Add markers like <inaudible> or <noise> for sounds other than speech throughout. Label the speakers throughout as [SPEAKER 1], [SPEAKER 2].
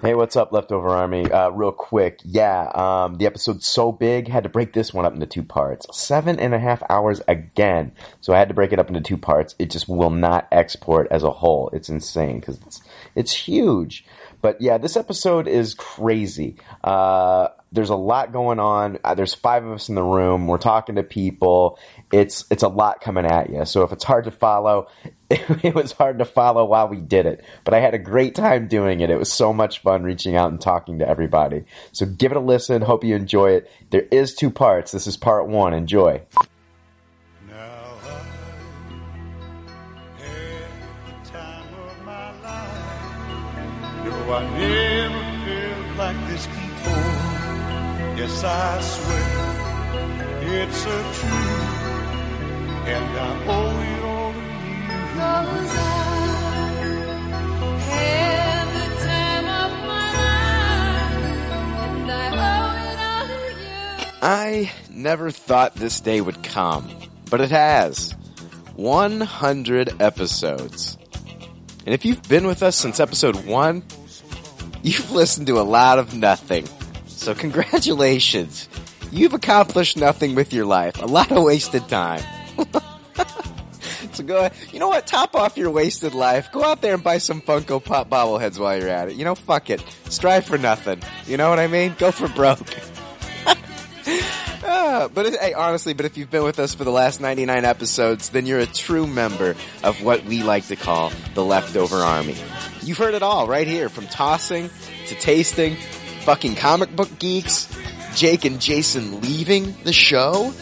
[SPEAKER 1] Hey, what's up, Leftover Army? Uh, real quick, yeah, um, the episode's so big, had to break this one up into two parts. Seven and a half hours again, so I had to break it up into two parts. It just will not export as a whole. It's insane because it's it's huge. But yeah, this episode is crazy. Uh, there's a lot going on. Uh, There's five of us in the room. We're talking to people. It's it's a lot coming at you. So if it's hard to follow, <laughs> it, was hard to follow while we did it. But I had a great time doing it. It was so much fun reaching out and talking to everybody. So give it a listen. Hope you enjoy it. There is two parts. This is part one. Enjoy.
[SPEAKER 2] Now I had the time of my life. No, I never felt like this before. Yes, I swear it's a truth, and I owe it all to you.
[SPEAKER 3] I never thought this day would come, but it has. 100 episodes. And if you've been with us since episode 1, you've <laughs> listened to a lot of nothing. So congratulations. You've accomplished nothing with your life. A lot of wasted time. so go, you know what? Top off your wasted life. Go out there and buy some Funko Pop bobbleheads while you're at it. You know, fuck it. Strive for nothing. You know what I mean? Go for broke. <laughs> Ah, but it, hey, honestly, but if you've been with us for the last 99 episodes, then you're a true member of what we like to call the leftover army. You've heard it all right here from tossing to tasting, fucking comic book geeks, Jake and Jason leaving the show,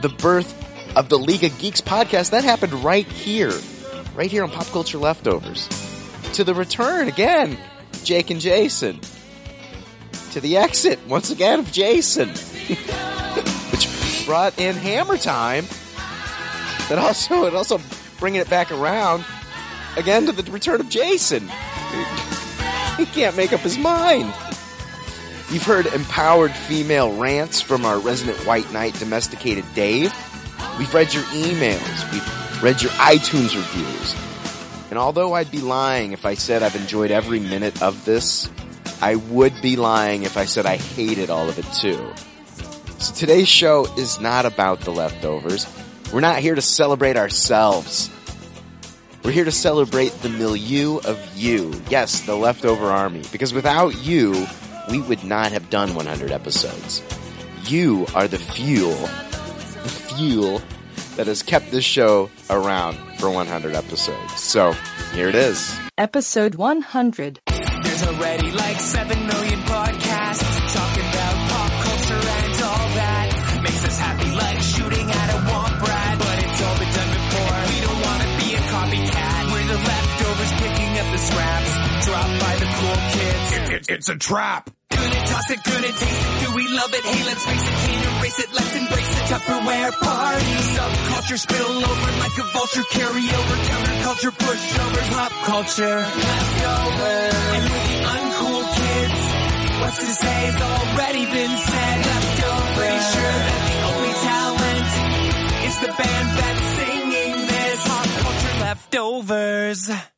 [SPEAKER 3] the birth of the League of Geeks podcast. That happened right here, right here on Pop Culture Leftovers. To the return again, Jake and Jason. To the exit once again of Jason <laughs> which brought in Hammer Time. That also it also bringing it back around again to the return of Jason. <laughs> he can't make up his mind. You've heard empowered female rants from our resident white knight, domesticated Dave. We've read your emails. We've read your iTunes reviews. And although I'd be lying if I said I've enjoyed every minute of this, I would be lying if I said I hated all of it too. So today's show is not about the leftovers. We're not here to celebrate ourselves. We're here to celebrate the milieu of you. Yes, the leftover army. Because without you, we would not have done 100 episodes. You are the fuel, the fuel that has kept this show around for 100 episodes. So here it is.
[SPEAKER 4] Episode 100.
[SPEAKER 5] There's already like 7 million podcasts talking about pop culture and it's all that makes us happy like shooting at a womp rat. But it's all been done before. and We don't want to be a copycat. We're the leftovers picking up the scraps dropped by the cool kids.
[SPEAKER 2] it's a trap.
[SPEAKER 5] Gonna toss it, gonna taste it. Do we love it? Hey, let's face it, can't erase it. Let's embrace the Tupperware party. Subculture spill over like a vulture. Carry over counterculture, pushovers, pop culture. Leftovers. And we're the uncool kids. What's to say has already been said. Leftovers. Pretty sure that the only talent is the band that's singing this. Pop culture leftovers.
[SPEAKER 3] Oh,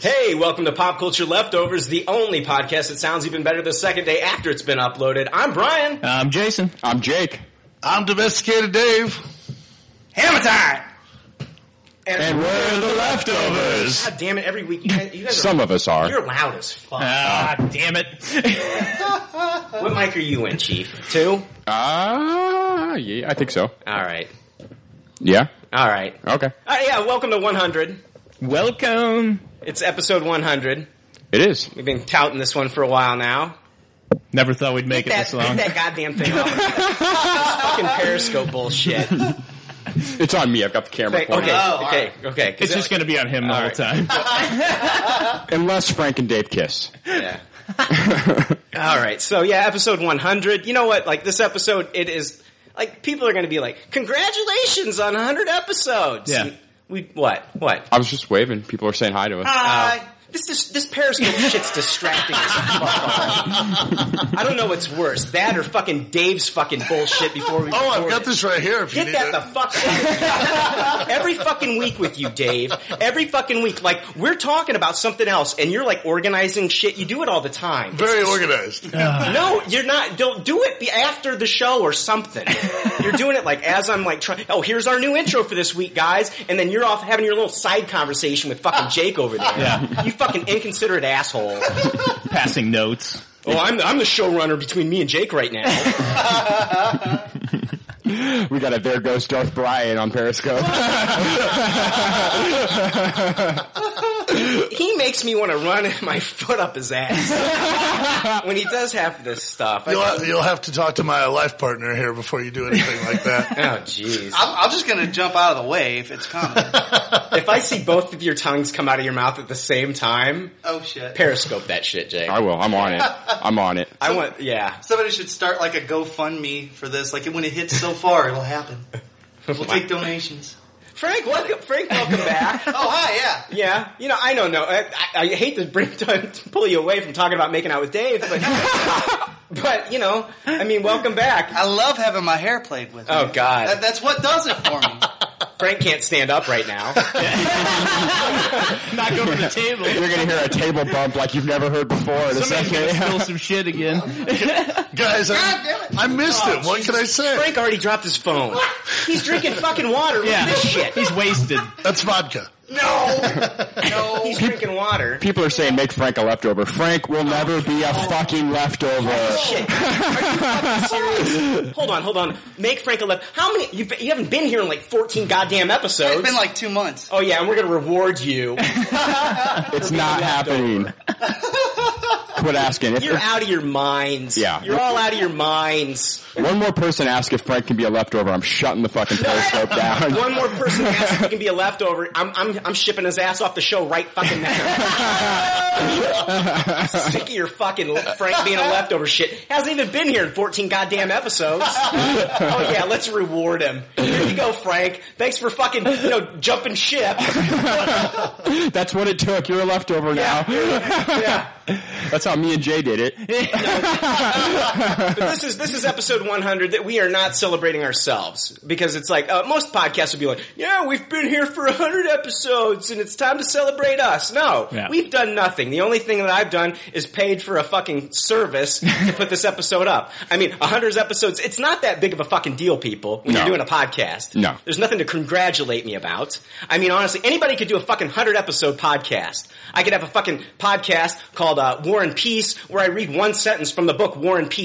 [SPEAKER 3] Hey, welcome to Pop Culture Leftovers, the only podcast that sounds even better the second day after it's been uploaded. I'm Brian.
[SPEAKER 5] I'm Jason. I'm Jake.
[SPEAKER 4] I'm domesticated Dave.
[SPEAKER 3] Hammer time! And,
[SPEAKER 5] And we're the leftovers.
[SPEAKER 3] God damn it, every week you guys, you guys
[SPEAKER 5] Some
[SPEAKER 3] are,
[SPEAKER 5] of us are.
[SPEAKER 3] you're loud as fuck.
[SPEAKER 5] Ah,
[SPEAKER 3] <laughs>
[SPEAKER 5] damn it.
[SPEAKER 3] what mic are you in, Chief? Two?
[SPEAKER 5] Ah, yeah, I think so.
[SPEAKER 3] Alright.
[SPEAKER 5] Yeah.
[SPEAKER 3] Alright.
[SPEAKER 5] Okay.
[SPEAKER 3] Uh, yeah, welcome to 100.
[SPEAKER 5] Welcome.
[SPEAKER 3] It's episode 100.
[SPEAKER 5] It is.
[SPEAKER 3] We've been touting this one for a while now.
[SPEAKER 6] Never thought we'd make it
[SPEAKER 3] That,
[SPEAKER 6] this long.
[SPEAKER 3] that goddamn thing off. This <laughs> fucking Periscope bullshit. Okay,
[SPEAKER 5] <laughs> It's on me. I've got the camera.
[SPEAKER 3] okay,
[SPEAKER 5] pointed.
[SPEAKER 3] okay, okay. 'cause
[SPEAKER 6] It's
[SPEAKER 3] that-
[SPEAKER 6] just going to be on him the whole
[SPEAKER 3] right.
[SPEAKER 6] time.
[SPEAKER 5] Unless Frank and Dave kiss.
[SPEAKER 3] Yeah. All right. So yeah, episode 100. You know what? Like this episode, it is like people are going to be like, "Congratulations on 100 episodes."
[SPEAKER 6] Yeah.
[SPEAKER 3] And We what? What?
[SPEAKER 5] I was just waving. People are saying hi to us.
[SPEAKER 3] Uh, this is this Periscope shit's distracting as fuck. I don't know what's worse, that or fucking Dave's fucking bullshit before we.
[SPEAKER 4] Oh, I've
[SPEAKER 3] record
[SPEAKER 4] got
[SPEAKER 3] it.
[SPEAKER 4] this right here. If you
[SPEAKER 3] Get
[SPEAKER 4] need
[SPEAKER 3] that
[SPEAKER 4] it.
[SPEAKER 3] the fuck out of here. Every fucking week with you, Dave. Every fucking week. Like, we're talking about something else and you're like organizing shit. You do it all the time.
[SPEAKER 4] Very organized.
[SPEAKER 3] No, you're not. Don't do it be- after the show or something. You're doing it like as I'm like trying. Oh, here's our new intro for this week, guys. And then you're off having your little side conversation with fucking Jake over there.
[SPEAKER 6] Yeah.
[SPEAKER 3] You fucking inconsiderate asshole.
[SPEAKER 6] <laughs> Passing notes.
[SPEAKER 3] Oh, I'm I'm the showrunner between me and Jake right
[SPEAKER 5] <laughs>
[SPEAKER 3] now.
[SPEAKER 5] we got a There Goes Darth Brian on Periscope.
[SPEAKER 3] He makes me want to run my foot up his ass <laughs> when he does half of this stuff. I-
[SPEAKER 4] <laughs> You'll, ha- you'll have to talk to my life partner here before you do anything like that.
[SPEAKER 3] <laughs> Oh jeez!
[SPEAKER 7] I'm, I'm just gonna jump out of the way if it's
[SPEAKER 3] <laughs>
[SPEAKER 7] coming.
[SPEAKER 3] If I see both of your tongues come out of your mouth at the same time,
[SPEAKER 7] oh shit.
[SPEAKER 3] periscope that shit, Jake.
[SPEAKER 5] I will. I'm
[SPEAKER 3] <laughs>
[SPEAKER 5] on it. I'm on it.
[SPEAKER 3] I want, <laughs> yeah.
[SPEAKER 7] Somebody should start like a GoFundMe for this. Like when it hits <laughs> so far, it'll happen. We'll take donations.
[SPEAKER 3] Frank, welcome. Frank, welcome
[SPEAKER 5] <laughs>
[SPEAKER 3] back.
[SPEAKER 7] Oh hi, yeah.
[SPEAKER 3] Yeah, you know, I don't know. I, I, I hate to bring <laughs> to, to pull you away from talking about making out with Dave, <laughs> but but you know, I mean, welcome back.
[SPEAKER 7] I love <laughs> having my hair played with.
[SPEAKER 3] Oh
[SPEAKER 7] me. That,
[SPEAKER 3] God,
[SPEAKER 7] that's what does it for me.
[SPEAKER 3] Frank can't stand up right now.
[SPEAKER 6] Knock over the table.
[SPEAKER 5] You're gonna hear a table bump like you've never heard before in a
[SPEAKER 6] Somebody's going to
[SPEAKER 5] second.
[SPEAKER 6] spill some shit
[SPEAKER 5] <laughs>
[SPEAKER 6] again.
[SPEAKER 4] Guys, I, I missed it. What can I say?
[SPEAKER 3] Frank already dropped his phone. <laughs> He's drinking fucking water. Look <laughs> at
[SPEAKER 6] Yeah.
[SPEAKER 3] this shit.
[SPEAKER 6] He's wasted.
[SPEAKER 4] That's vodka.
[SPEAKER 3] He's drinking water. Oh,
[SPEAKER 5] People are saying make Frank a leftover. Frank will never be a fucking leftover.
[SPEAKER 3] Shit. Are you <laughs> fucking serious? Hold on, hold on. Make Frank a left. How many? You, you haven't been here in like 14 goddamn episodes.
[SPEAKER 7] It's been like two months.
[SPEAKER 3] oh yeah, and we're gonna reward <laughs> you.
[SPEAKER 5] It's not happening. Quit asking. If,
[SPEAKER 3] You're
[SPEAKER 5] if
[SPEAKER 3] out of your minds.
[SPEAKER 5] Yeah.
[SPEAKER 3] You're all out of your minds.
[SPEAKER 5] one more person asks if Frank can be a leftover, I'm shutting the
[SPEAKER 3] <laughs>
[SPEAKER 5] fucking periscope down.
[SPEAKER 3] One more person asks if he can be a leftover. I'm, I'm, I'm shipping his ass off the show right fucking now.
[SPEAKER 5] <laughs>
[SPEAKER 3] Sick of your fucking Frank being a leftover shit. Hasn't even been here in 14 goddamn episodes. oh yeah, let's reward him. Here you go, Frank. Thanks for fucking, you know, jumping ship.
[SPEAKER 8] <laughs>
[SPEAKER 5] That's what it took. You're a leftover now.
[SPEAKER 3] Yeah.
[SPEAKER 8] <laughs>
[SPEAKER 5] That's how me and Jay did it.
[SPEAKER 3] But this is this is episode 100 that we are not celebrating ourselves because it's like uh, most podcasts would be like, yeah, we've been here for 100 episodes and it's time to celebrate us. No,
[SPEAKER 6] Yeah.
[SPEAKER 3] we've done nothing. The only thing that I've done is paid for a fucking service to put this episode up. I mean, 100 episodes. It's not that big of a fucking deal, people. When you're
[SPEAKER 5] No.
[SPEAKER 3] doing a podcast,
[SPEAKER 5] No.
[SPEAKER 3] there's nothing to congratulate me about. I mean, honestly, anybody could do a fucking 100 episode podcast. I could have a fucking podcast called uh, War and Peace where I read one sentence from the book War and Peace.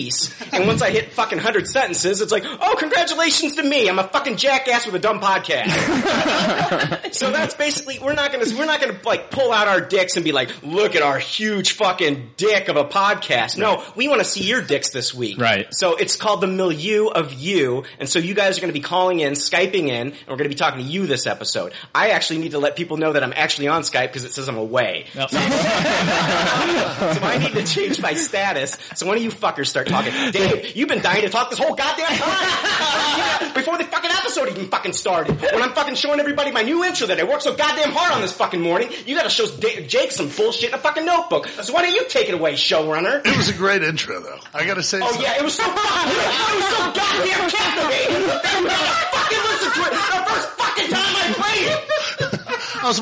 [SPEAKER 3] And once I hit fucking 100 sentences, it's like, oh, congratulations to me. I'm a fucking jackass with a dumb podcast.
[SPEAKER 6] <laughs>
[SPEAKER 3] so that's basically, we're not gonna, we're not gonna like pull out our dicks and be like, look at our huge fucking dick of a podcast. No, we want to see your dicks this week.
[SPEAKER 6] Right.
[SPEAKER 3] So it's called the milieu of you, and so you guys are going to be calling in, skyping in, and we're going to be talking to you this episode. I actually need to let people know that I'm actually on Skype because it says I'm away,
[SPEAKER 6] Yep.
[SPEAKER 3] <laughs> so I need to change my status. So one of you fuckers start talking. Dave, you've been dying to talk this whole goddamn time <laughs> before the fucking episode even fucking started. When I'm fucking showing everybody my new intro that I worked so goddamn hard on this fucking morning, you got to show Da- Jake some bullshit in a fucking notebook. So why don't you take it away, showrunner?
[SPEAKER 4] It was a great intro, though. I gotta say
[SPEAKER 3] Oh
[SPEAKER 4] something.
[SPEAKER 3] yeah, it was so fucking, it was so goddamn captivating. That made I fucking listen to it the first fucking time I played it.
[SPEAKER 2] I was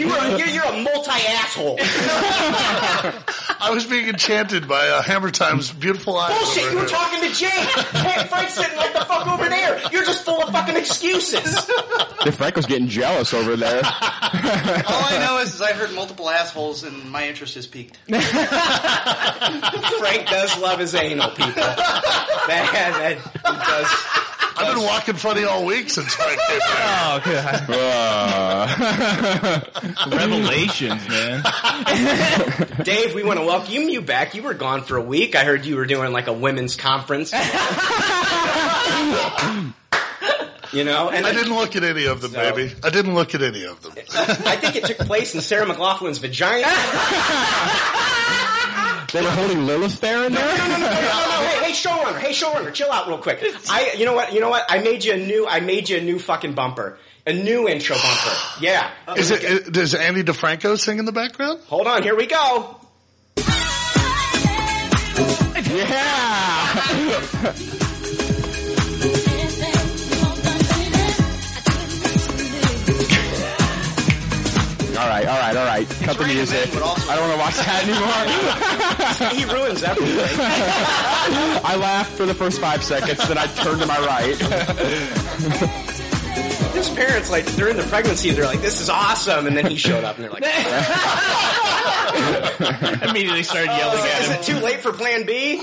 [SPEAKER 3] <laughs> You are you're, you're a <laughs> multi asshole.
[SPEAKER 2] I was being enchanted by uh, Hammer Time's beautiful eyes.
[SPEAKER 3] Bullshit!
[SPEAKER 2] over
[SPEAKER 3] You were
[SPEAKER 2] here.
[SPEAKER 3] talking to Jake. Hey, Frank's sitting like the fuck over there. You're just full of fucking excuses.
[SPEAKER 8] If Frank was getting jealous
[SPEAKER 3] <laughs>
[SPEAKER 8] over
[SPEAKER 7] <laughs>
[SPEAKER 8] there.
[SPEAKER 7] All I know is, is I heard multiple assholes and my interest has <laughs> peaked.
[SPEAKER 3] Frank does love his anal, people.
[SPEAKER 7] <laughs>
[SPEAKER 3] That, that he does.
[SPEAKER 2] I've been walking funny all week since Frank came
[SPEAKER 5] Oh,
[SPEAKER 2] back.
[SPEAKER 5] God.
[SPEAKER 8] Uh,
[SPEAKER 5] <laughs> Revelations, man.
[SPEAKER 3] Dave, we want to welcome you back. You were gone for a week. I heard you were doing like a women's
[SPEAKER 5] <laughs>
[SPEAKER 3] conference. you know, and
[SPEAKER 2] I didn't look at any of them,
[SPEAKER 3] So-
[SPEAKER 2] baby. I didn't look at any of them.
[SPEAKER 3] <laughs> I think it took place in Sarah McLaughlin's vagina. <laughs>
[SPEAKER 8] they were holding Lilith there in there?
[SPEAKER 3] No, no, no, hey, hey, showrunner, hey, showrunner, chill out real quick. I, you know what, you know what? I made you a new, I made you a new fucking bumper, a new intro bumper. Yeah.
[SPEAKER 2] Is it, it, does Andy DeFranco sing in the background?
[SPEAKER 3] Hold on, here we go.
[SPEAKER 8] Yeah! Alright, alright, alright. Cut the
[SPEAKER 7] Raining
[SPEAKER 8] music.
[SPEAKER 7] Man would also-
[SPEAKER 8] I don't want to watch that anymore.
[SPEAKER 3] <laughs> He ruins everything.
[SPEAKER 8] <laughs> I laughed for the first five seconds, then
[SPEAKER 3] <laughs>
[SPEAKER 8] I turned to my right.
[SPEAKER 3] His parents, like during the pregnancy, they're like, "This is awesome," and then he showed up, and <laughs> they're like,
[SPEAKER 5] Immediately started yelling
[SPEAKER 3] "Is it-
[SPEAKER 5] at
[SPEAKER 3] <laughs> "Is
[SPEAKER 5] him.
[SPEAKER 3] it too late for Plan B?"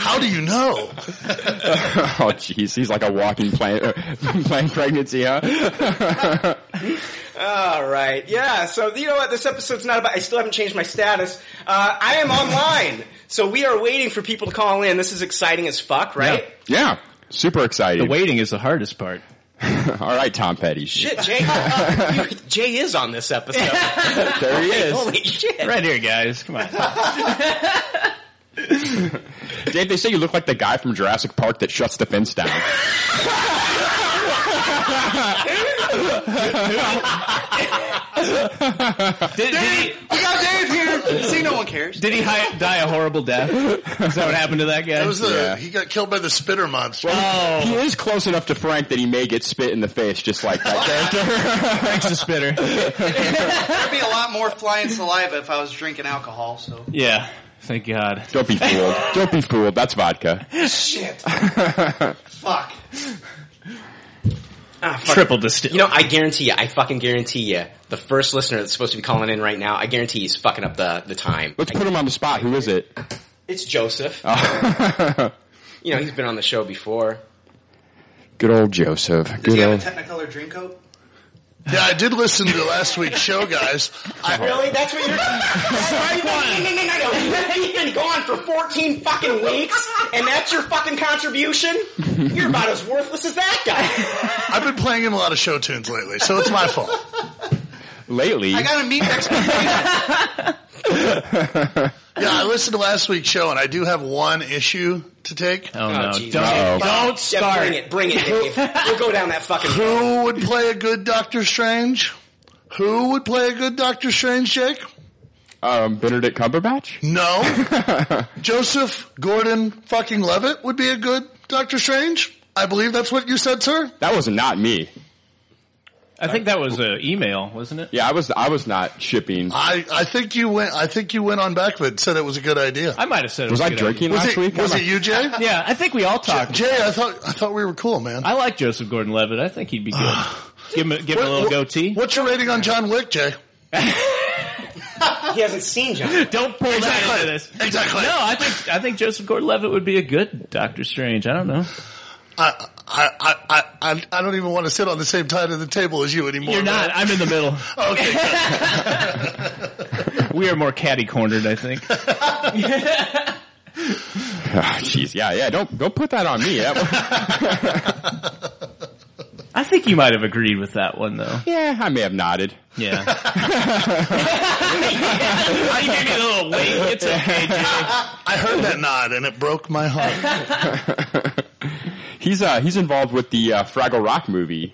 [SPEAKER 2] How do you know?
[SPEAKER 8] Oh, jeez, he's like a walking plan, <laughs> plan pregnancy, huh?
[SPEAKER 3] All right, yeah. So you know what? This episode's not about. I still haven't changed my status. Uh, I am online, so we are waiting for people to call in. This is exciting as fuck, right?
[SPEAKER 8] <laughs> yeah, super exciting.
[SPEAKER 5] Waiting is the hardest part.
[SPEAKER 8] <laughs> All right, Tom Petty.
[SPEAKER 3] Shit, Jay. you- Jay is on this episode.
[SPEAKER 8] <laughs> There he is.
[SPEAKER 3] Holy shit!
[SPEAKER 5] Right here, guys. Come
[SPEAKER 3] <laughs>
[SPEAKER 5] on.
[SPEAKER 8] Dave, they say you look like the guy from Jurassic Park that shuts the fence down.
[SPEAKER 5] Did, did he,
[SPEAKER 7] We got Dave here. See, no one cares.
[SPEAKER 5] did he hi- die a horrible
[SPEAKER 8] <laughs>
[SPEAKER 5] death? Is that what happened to that guy?
[SPEAKER 2] That was the,
[SPEAKER 8] Yeah. Oh.
[SPEAKER 2] He got killed by the spitter monster.
[SPEAKER 8] He is close enough to Frank that he may get spit in the face just like that character.
[SPEAKER 5] Frank's a spitter.
[SPEAKER 7] There'd be a lot more flying saliva if I was drinking alcohol. So
[SPEAKER 5] <laughs> Yeah. Thank God.
[SPEAKER 8] Don't be fooled. Don't be fooled. That's vodka. <laughs>
[SPEAKER 7] shit. Fuck.
[SPEAKER 5] Triple distilled.
[SPEAKER 3] Ah, You know, I guarantee you. I fucking guarantee you. The first listener that's supposed to be calling in right now, I guarantee he's fucking up the the time.
[SPEAKER 8] Let's put him on the spot. Who is it? Uh,
[SPEAKER 3] It's Joseph.
[SPEAKER 8] <laughs>
[SPEAKER 3] you know, he's been on the show before.
[SPEAKER 8] Good old Joseph.
[SPEAKER 7] Does
[SPEAKER 8] Good
[SPEAKER 7] he have a
[SPEAKER 8] old.
[SPEAKER 7] Technicolor dream coat?
[SPEAKER 2] Yeah, I did listen to last week's show, guys. I,
[SPEAKER 3] Oh. Really? That's what you're. That's You've been gone for 14 fucking weeks, and that's your fucking contribution? You're about as worthless as that guy.
[SPEAKER 2] I've been playing in a lot of show tunes lately, so it's my fault.
[SPEAKER 8] Lately,
[SPEAKER 7] I gotta meet
[SPEAKER 3] <laughs>
[SPEAKER 7] expectations.
[SPEAKER 2] Yeah, I listened to last week's show, and I do have one issue to take.
[SPEAKER 5] Oh, no.
[SPEAKER 3] Jesus.
[SPEAKER 5] Don't, don't
[SPEAKER 3] Yeah,
[SPEAKER 5] start.
[SPEAKER 3] bring it, bring it, Dave. We'll go down that fucking.
[SPEAKER 2] Who would play a good Doctor Strange? Who would play a good Doctor Strange, Jake?
[SPEAKER 8] um, Benedict Cumberbatch. <laughs>
[SPEAKER 2] No. Joseph Gordon fucking Levitt would be a good Doctor Strange. I believe that's what you said, sir.
[SPEAKER 8] That was not me.
[SPEAKER 5] I think that was an email, wasn't it?
[SPEAKER 8] Yeah, I was. I was not shipping.
[SPEAKER 2] I, I think you went. I think you went on back of it. and Said it was a good idea.
[SPEAKER 5] I might have said it
[SPEAKER 8] Was
[SPEAKER 5] was,
[SPEAKER 8] I
[SPEAKER 5] a good idea.
[SPEAKER 8] drinking
[SPEAKER 2] was
[SPEAKER 8] last
[SPEAKER 2] it,
[SPEAKER 8] week?
[SPEAKER 2] was
[SPEAKER 8] I'm
[SPEAKER 2] it you, Jay?
[SPEAKER 5] Yeah, I think we all talked.
[SPEAKER 2] Jay, I thought I thought we were cool, man.
[SPEAKER 5] I like Joseph Gordon-Levitt. I think he'd be
[SPEAKER 2] <sighs>
[SPEAKER 5] good. give him a, give him a little
[SPEAKER 2] What-
[SPEAKER 5] goatee.
[SPEAKER 2] What's your rating on John Wick, Jay?
[SPEAKER 3] He hasn't seen John.
[SPEAKER 5] Don't pull that into this.
[SPEAKER 2] Exactly.
[SPEAKER 5] No, I think I think Joseph Gordon-Levitt would be a good Doctor Strange. I don't know.
[SPEAKER 2] I, I, I, I, I- I don't even want to sit on the same side of the table as you anymore.
[SPEAKER 5] You're not. I'm in the
[SPEAKER 2] <laughs>
[SPEAKER 5] middle.
[SPEAKER 2] man. Okay. good.
[SPEAKER 5] We are more catty cornered. <laughs> I think.
[SPEAKER 8] <laughs> Ah, Jeez. yeah, yeah. Don't don't put that on me. That-
[SPEAKER 5] <laughs> I think you might have agreed with that one though.
[SPEAKER 8] yeah, I may have nodded.
[SPEAKER 5] Yeah.
[SPEAKER 8] <laughs>
[SPEAKER 9] <laughs>
[SPEAKER 5] I gave you a little wink. It's okay. Jay.
[SPEAKER 2] I heard that nod and it broke my heart.
[SPEAKER 8] He's uh he's involved with the uh, Fraggle Rock movie.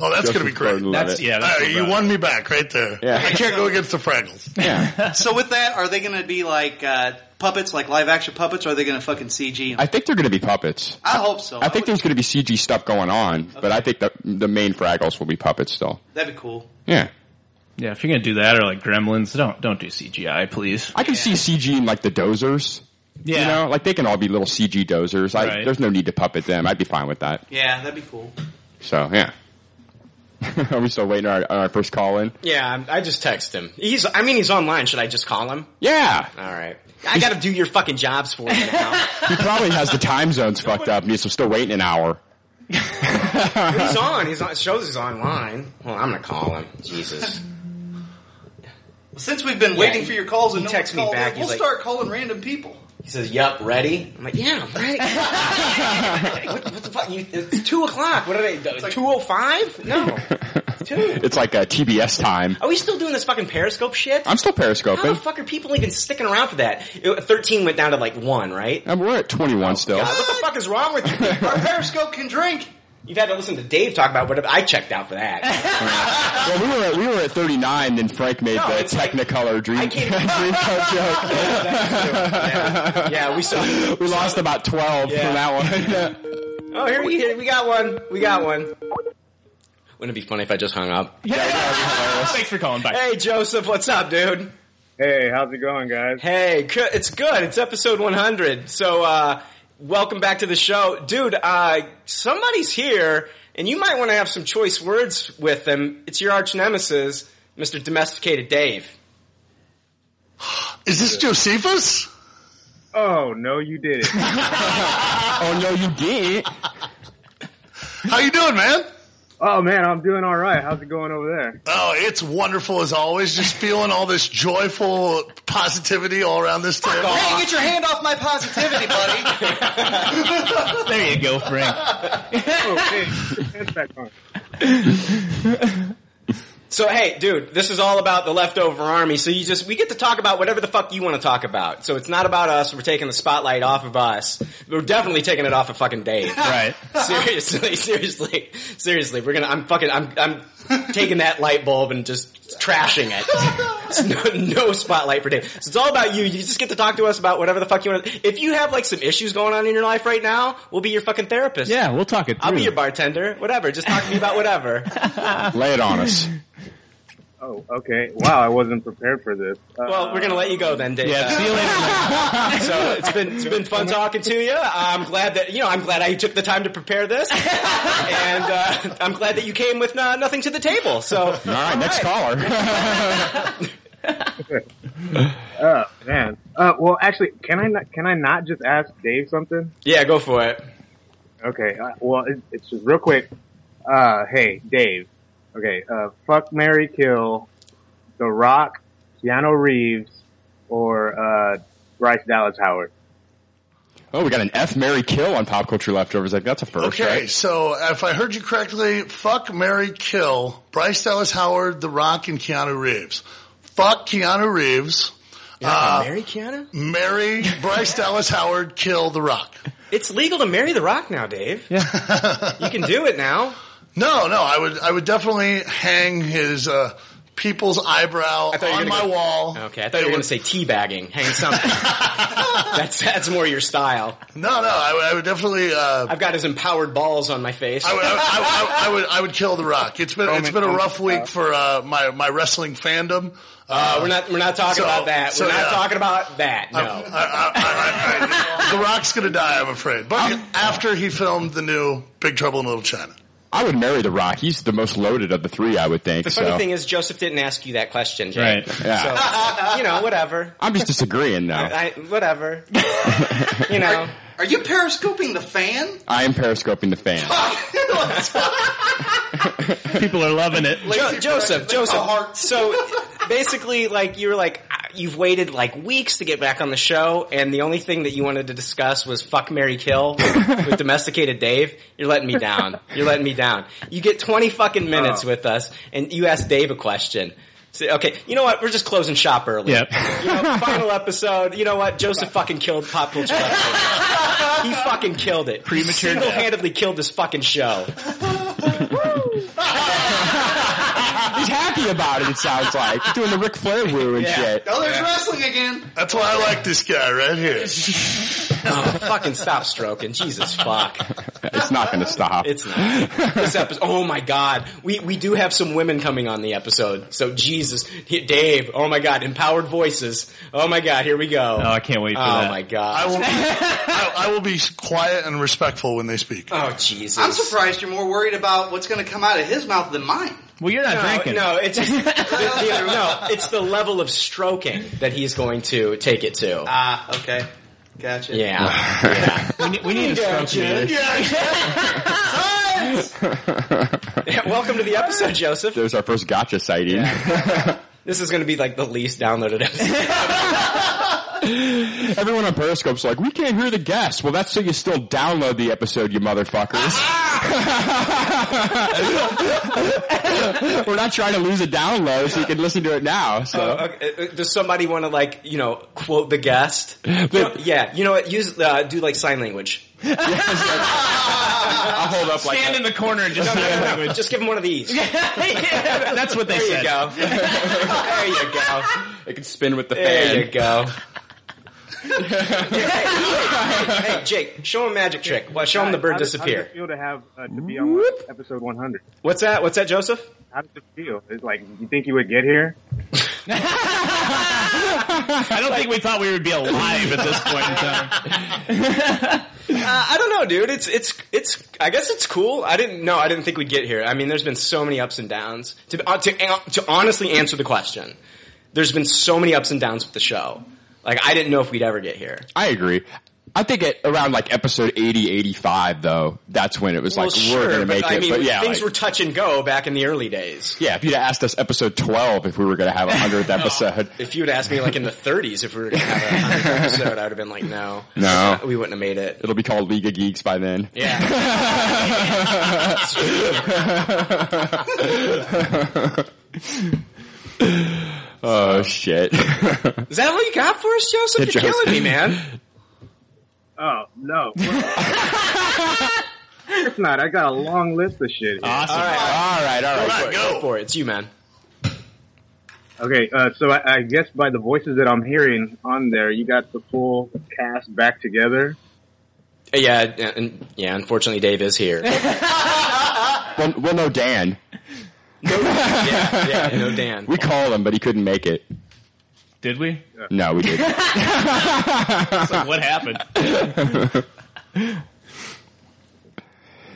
[SPEAKER 2] Oh, that's
[SPEAKER 8] Just
[SPEAKER 2] gonna be
[SPEAKER 8] as
[SPEAKER 2] great.
[SPEAKER 8] Gordon Levitt.
[SPEAKER 2] All right, you won me back right there.
[SPEAKER 8] Yeah.
[SPEAKER 2] I can't go against the Fraggles.
[SPEAKER 7] so with that, are they going to be like uh, puppets, like live action puppets, or are they going to fucking CG? 'em?
[SPEAKER 8] I think they're going to be puppets.
[SPEAKER 7] I hope so.
[SPEAKER 8] I think there's going to be CG stuff going on, but I think the the main Fraggles will be puppets still.
[SPEAKER 7] That'd be cool.
[SPEAKER 8] Yeah,
[SPEAKER 5] Yeah, if you're gonna do that or like Gremlins, don't don't do CGI, please.
[SPEAKER 8] I can see CG in like the dozers.
[SPEAKER 5] Yeah,
[SPEAKER 8] You know, like they can all be little CG dozers. I,
[SPEAKER 5] Right.
[SPEAKER 8] There's no need to puppet them. I'd be fine with that.
[SPEAKER 7] Yeah, that'd be cool.
[SPEAKER 8] So yeah. <laughs> Are we still waiting on our, on our first call in?
[SPEAKER 3] Yeah, I'm- I just text him. He's, I mean, he's online. Should I just call him?
[SPEAKER 8] Yeah,
[SPEAKER 3] All right. I gotta do your fucking jobs for you now.
[SPEAKER 8] he probably has the time zones fucked up, and he's still waiting an hour.
[SPEAKER 3] he's on. He's on. It shows he's online. Well, I'm gonna call him. Jesus.
[SPEAKER 7] Since we've been
[SPEAKER 3] Yeah,
[SPEAKER 7] waiting
[SPEAKER 3] he-
[SPEAKER 7] for your calls and
[SPEAKER 3] he
[SPEAKER 7] no
[SPEAKER 3] texts
[SPEAKER 7] one's
[SPEAKER 3] me
[SPEAKER 7] called
[SPEAKER 3] back,
[SPEAKER 7] in,
[SPEAKER 3] he's
[SPEAKER 7] we'll
[SPEAKER 3] like-
[SPEAKER 7] start calling random people.
[SPEAKER 3] He says, "Yup, ready." I'm like, "Yeah, I'm ready."
[SPEAKER 7] <laughs>
[SPEAKER 3] what, what the fuck? You, it's two o'clock. What are they? Two o five? No, it's two.
[SPEAKER 8] It's like a TBS time.
[SPEAKER 3] Are we still doing this fucking Periscope shit?
[SPEAKER 8] I'm still
[SPEAKER 3] How the
[SPEAKER 8] periscoping.
[SPEAKER 3] fuck are people even sticking around for that? It- Thirteen went down to like one, right? Oh,
[SPEAKER 8] Um, we're at 21 still.
[SPEAKER 3] God, what the fuck is wrong with
[SPEAKER 8] <laughs>
[SPEAKER 3] you?
[SPEAKER 7] Our Periscope can drink.
[SPEAKER 3] You've had to listen to Dave talk about what I checked out for
[SPEAKER 8] <laughs>
[SPEAKER 3] that.
[SPEAKER 8] Well, we were at, we were at 39, then Frank made
[SPEAKER 3] No,
[SPEAKER 8] the
[SPEAKER 3] it's like-
[SPEAKER 8] Technicolor dream,
[SPEAKER 3] I
[SPEAKER 8] <laughs> dream
[SPEAKER 3] can't-
[SPEAKER 8] coat
[SPEAKER 3] <laughs> yeah. yeah, we saw.
[SPEAKER 8] joke. We lost about 12
[SPEAKER 3] Yeah.
[SPEAKER 8] from <laughs> that one.
[SPEAKER 3] Oh, here we here, we got one. We got one. Wouldn't it be funny if I just hung up?
[SPEAKER 5] Thanks for calling. Bye.
[SPEAKER 3] Hey, Joseph, what's up, dude?
[SPEAKER 6] Hey, how's it going, guys?
[SPEAKER 3] Hey, good- it's good. It's episode 100. So, uh, welcome back to the show. Dude, uh, somebody's here, and you might want to have some choice words with them. It's your arch nemesis, Mr. Domesticated Dave.
[SPEAKER 2] Is this Josephus?
[SPEAKER 6] Oh no, you did it.
[SPEAKER 8] <laughs> oh no, you did.
[SPEAKER 2] How you doing, man?
[SPEAKER 6] oh man, I'm doing all right. How's it going over there?
[SPEAKER 2] Oh, it's wonderful as always. Just feeling all this joyful positivity all around this table.
[SPEAKER 7] Hey, get your hand off my positivity, buddy.
[SPEAKER 5] There you go, Frank.
[SPEAKER 6] Oh, hey, pants back on.
[SPEAKER 3] So, hey, dude, this is all about the leftover army. So you just, we get to talk about whatever the fuck you want to talk about. So it's not about us. We're taking the spotlight off of us. We're definitely taking it off of fucking Dave.
[SPEAKER 5] Right.
[SPEAKER 3] <laughs> seriously, seriously, seriously. We're gonna. I'm fucking. I'm. I'm taking that light bulb and just trashing it. It's no, no spotlight for Dave. So it's all about you. You just get to talk to us about whatever the fuck you want. If you have like some issues going on in your life right now, we'll be your fucking therapist.
[SPEAKER 5] Yeah, we'll talk it through.
[SPEAKER 3] I'll be your bartender. Whatever. Just talk to me about whatever.
[SPEAKER 8] Lay it on us.
[SPEAKER 6] Oh, okay. Wow, I wasn't prepared for this. Uh,
[SPEAKER 3] Well, we're gonna let you go then, Dave.
[SPEAKER 5] yeah, see you later.
[SPEAKER 3] <laughs> So it's been it's been fun talking to you. I'm glad that you know I'm glad I took the time to prepare this, and uh, I'm glad that you came with uh, nothing to the table. So all
[SPEAKER 8] All right, next
[SPEAKER 3] <laughs>
[SPEAKER 8] caller.
[SPEAKER 6] oh man. Uh, well, actually, can I not? Can I not just ask Dave something?
[SPEAKER 3] Yeah, go for it.
[SPEAKER 6] Okay. Uh, well, it, it's just real quick. Uh, hey, Dave. Okay. Uh, fuck Mary Kill, The Rock, Keanu Reeves, or uh, Bryce Dallas Howard.
[SPEAKER 8] oh, we got an F Mary kill on pop culture leftovers. Like that's a first,
[SPEAKER 2] Okay,
[SPEAKER 8] right?
[SPEAKER 2] so if I heard you correctly, fuck Mary Kill, Bryce Dallas Howard, The Rock, and Keanu Reeves. Fuck Keanu Reeves, uh,
[SPEAKER 3] marry Keanu?
[SPEAKER 2] marry Bryce Dallas Howard, kill The Rock.
[SPEAKER 3] It's legal to marry The Rock now, Dave. Yeah. you can do it now.
[SPEAKER 2] No, no, I would I would definitely hang his uh, people's eyebrow
[SPEAKER 3] thought you were
[SPEAKER 2] on
[SPEAKER 3] gonna
[SPEAKER 2] my
[SPEAKER 3] go-
[SPEAKER 2] wall.
[SPEAKER 3] Okay, I thought you were going to say teabagging. Hang something. that's that's more your style.
[SPEAKER 2] No, no, I would, I would definitely. Uh,
[SPEAKER 3] I've got his empowered balls on my face.
[SPEAKER 2] I would, I, would- I, would- I would I would kill The Rock. It's been it's been a rough week for uh, my my wrestling fandom.
[SPEAKER 3] Uh, we're not we're not talking
[SPEAKER 2] So-
[SPEAKER 3] about that.
[SPEAKER 2] so,
[SPEAKER 3] we're not
[SPEAKER 2] yeah.
[SPEAKER 3] talking about that. No.
[SPEAKER 2] I- I- I- I- I- the Rock's gonna die, I'm afraid. But after he filmed the new Big Trouble in Little China,
[SPEAKER 8] I would marry The Rock. He's the most loaded of the three, I would think.
[SPEAKER 3] the
[SPEAKER 8] so
[SPEAKER 3] funny thing is, Joseph didn't ask you that question, Jay.
[SPEAKER 5] Right.
[SPEAKER 8] yeah,
[SPEAKER 3] So you know, whatever.
[SPEAKER 8] I'm just disagreeing now.
[SPEAKER 3] I, whatever. <laughs> you know.
[SPEAKER 7] Are you periscoping the <laughs> fan?
[SPEAKER 8] I am periscoping the fan.
[SPEAKER 5] People are loving it.
[SPEAKER 3] Jo- Joseph, Joseph.
[SPEAKER 7] heart.
[SPEAKER 3] So basically, like you're like ah, you've waited like weeks to get back on the show, and the only thing that you wanted to discuss was fuck Mary Kill with, with domesticated Dave. You're letting me down. You're letting me down. You get 20 fucking minutes
[SPEAKER 6] Oh.
[SPEAKER 3] with us, and you ask Dave a question. So, okay, you know what? We're just closing shop early.
[SPEAKER 5] Yep.
[SPEAKER 3] You know, final episode. You know what? Joseph fucking killed pop culture. Leftovers. he fucking killed it. Premature. Single handedly killed this fucking show.
[SPEAKER 8] Oh, happy about it. It sounds like You're doing the Ric Flair <laughs> woo and shit.
[SPEAKER 7] Oh, there's wrestling again.
[SPEAKER 2] That's why I like this guy
[SPEAKER 3] <laughs>
[SPEAKER 2] right here.
[SPEAKER 3] oh, fucking stop stroking. Jesus fuck.
[SPEAKER 8] <laughs> It's not going to stop.
[SPEAKER 3] It's not. This episode, oh my god. We, we do have some women coming on the episode. So Jesus. Here- Dave, oh my god. Empowered voices. Oh my god, here we go.
[SPEAKER 5] Oh, I can't wait for
[SPEAKER 3] Oh
[SPEAKER 5] that.
[SPEAKER 3] my god.
[SPEAKER 2] I will, be, I, I will be quiet and respectful when they speak.
[SPEAKER 3] Oh Jesus!
[SPEAKER 7] I'm surprised you're more worried about what's going to come out of his mouth than mine.
[SPEAKER 5] Well, you're not
[SPEAKER 3] no,
[SPEAKER 5] drinking.
[SPEAKER 3] no, it's
[SPEAKER 7] <laughs>
[SPEAKER 3] just, no, it's the level of stroking that he's going to take it to.
[SPEAKER 7] Ah, okay, gotcha.
[SPEAKER 3] Yeah.
[SPEAKER 5] We need, we need a stroke meter. <laughs>
[SPEAKER 3] Welcome to the episode, Joseph.
[SPEAKER 8] There's our first gotcha sighting. <laughs>
[SPEAKER 3] This is going to be like the least downloaded episode.
[SPEAKER 8] Everyone on Periscope's like, we can't hear the guests. Well, that's so you still download the episode, you motherfuckers.
[SPEAKER 5] <laughs>
[SPEAKER 3] <laughs>
[SPEAKER 8] <laughs> We're not trying to lose a download, so you can listen to it now. So
[SPEAKER 3] Uh, okay, uh, Does somebody want to like you know quote the guest? You know- yeah, you know what? Use uh, do like sign
[SPEAKER 8] <laughs>
[SPEAKER 3] language.
[SPEAKER 8] I'll hold up like
[SPEAKER 5] Stand in the corner
[SPEAKER 3] <laughs>
[SPEAKER 5] and just
[SPEAKER 3] No, no, no, no, Just give him one of these.
[SPEAKER 5] That's what they
[SPEAKER 3] there
[SPEAKER 5] said.
[SPEAKER 3] you go. there you go.
[SPEAKER 8] it can spin with the
[SPEAKER 3] There
[SPEAKER 8] fan.
[SPEAKER 3] you go. hey, hey, hey, Jake, show him a magic trick. Well, show him the bird
[SPEAKER 6] How does- How does
[SPEAKER 3] disappear.
[SPEAKER 6] it feel to have uh, to be on like, episode 100?
[SPEAKER 3] What's that? What's that, Joseph?
[SPEAKER 6] How does it feel? It's like you think you would get here?
[SPEAKER 5] I don't think we thought we would be alive at this point in time.
[SPEAKER 3] Uh, I don't know, dude. It's it's it's. I guess it's cool. I didn't know. I didn't think we'd get here. I mean, there's been so many ups and downs. To uh, to uh, to honestly answer the question, there's been so many ups and downs with the show. Like I didn't know if we'd ever get here.
[SPEAKER 8] I agree. I think at around like episode 80, 85 though, that's when it was like, we're gonna make
[SPEAKER 3] but,
[SPEAKER 8] it.
[SPEAKER 3] I mean,
[SPEAKER 8] but yeah,
[SPEAKER 3] things
[SPEAKER 8] like-
[SPEAKER 3] were touch and go back in the early days.
[SPEAKER 8] yeah, if you'd asked us episode 12 if we were gonna have
[SPEAKER 3] <laughs>
[SPEAKER 8] a 100th episode.
[SPEAKER 3] If you had asked me like in the 30s if we were going to have
[SPEAKER 8] <laughs>
[SPEAKER 3] an episode, I would have been like, no,
[SPEAKER 8] No.
[SPEAKER 3] we wouldn't have made it.
[SPEAKER 8] It'll be called League of Geeks by then.
[SPEAKER 3] Yeah.
[SPEAKER 8] Oh
[SPEAKER 3] <laughs>
[SPEAKER 8] shit.
[SPEAKER 3] Is that all you got for us, Joseph?
[SPEAKER 8] Yeah,
[SPEAKER 3] You're
[SPEAKER 8] Joseph.
[SPEAKER 3] killing me, man.
[SPEAKER 6] Oh, no. it's not. I got a long list of shit here.
[SPEAKER 5] Awesome.
[SPEAKER 8] alright, alright.
[SPEAKER 3] Go for it. It's you, man.
[SPEAKER 6] Okay, uh, so I, I guess by the voices that I'm hearing on there, you got the full cast back together.
[SPEAKER 3] Uh, Yeah, and, yeah. Unfortunately, Dave is here. yeah,
[SPEAKER 8] We'll, we'll know Dan.
[SPEAKER 3] <laughs> <laughs> yeah. No, Dan.
[SPEAKER 8] We called him, but he couldn't make it.
[SPEAKER 5] Did we?
[SPEAKER 8] No,
[SPEAKER 3] <laughs>
[SPEAKER 8] we
[SPEAKER 2] <laughs>
[SPEAKER 8] didn't. <laughs>
[SPEAKER 5] It's like, what happened?
[SPEAKER 3] <laughs>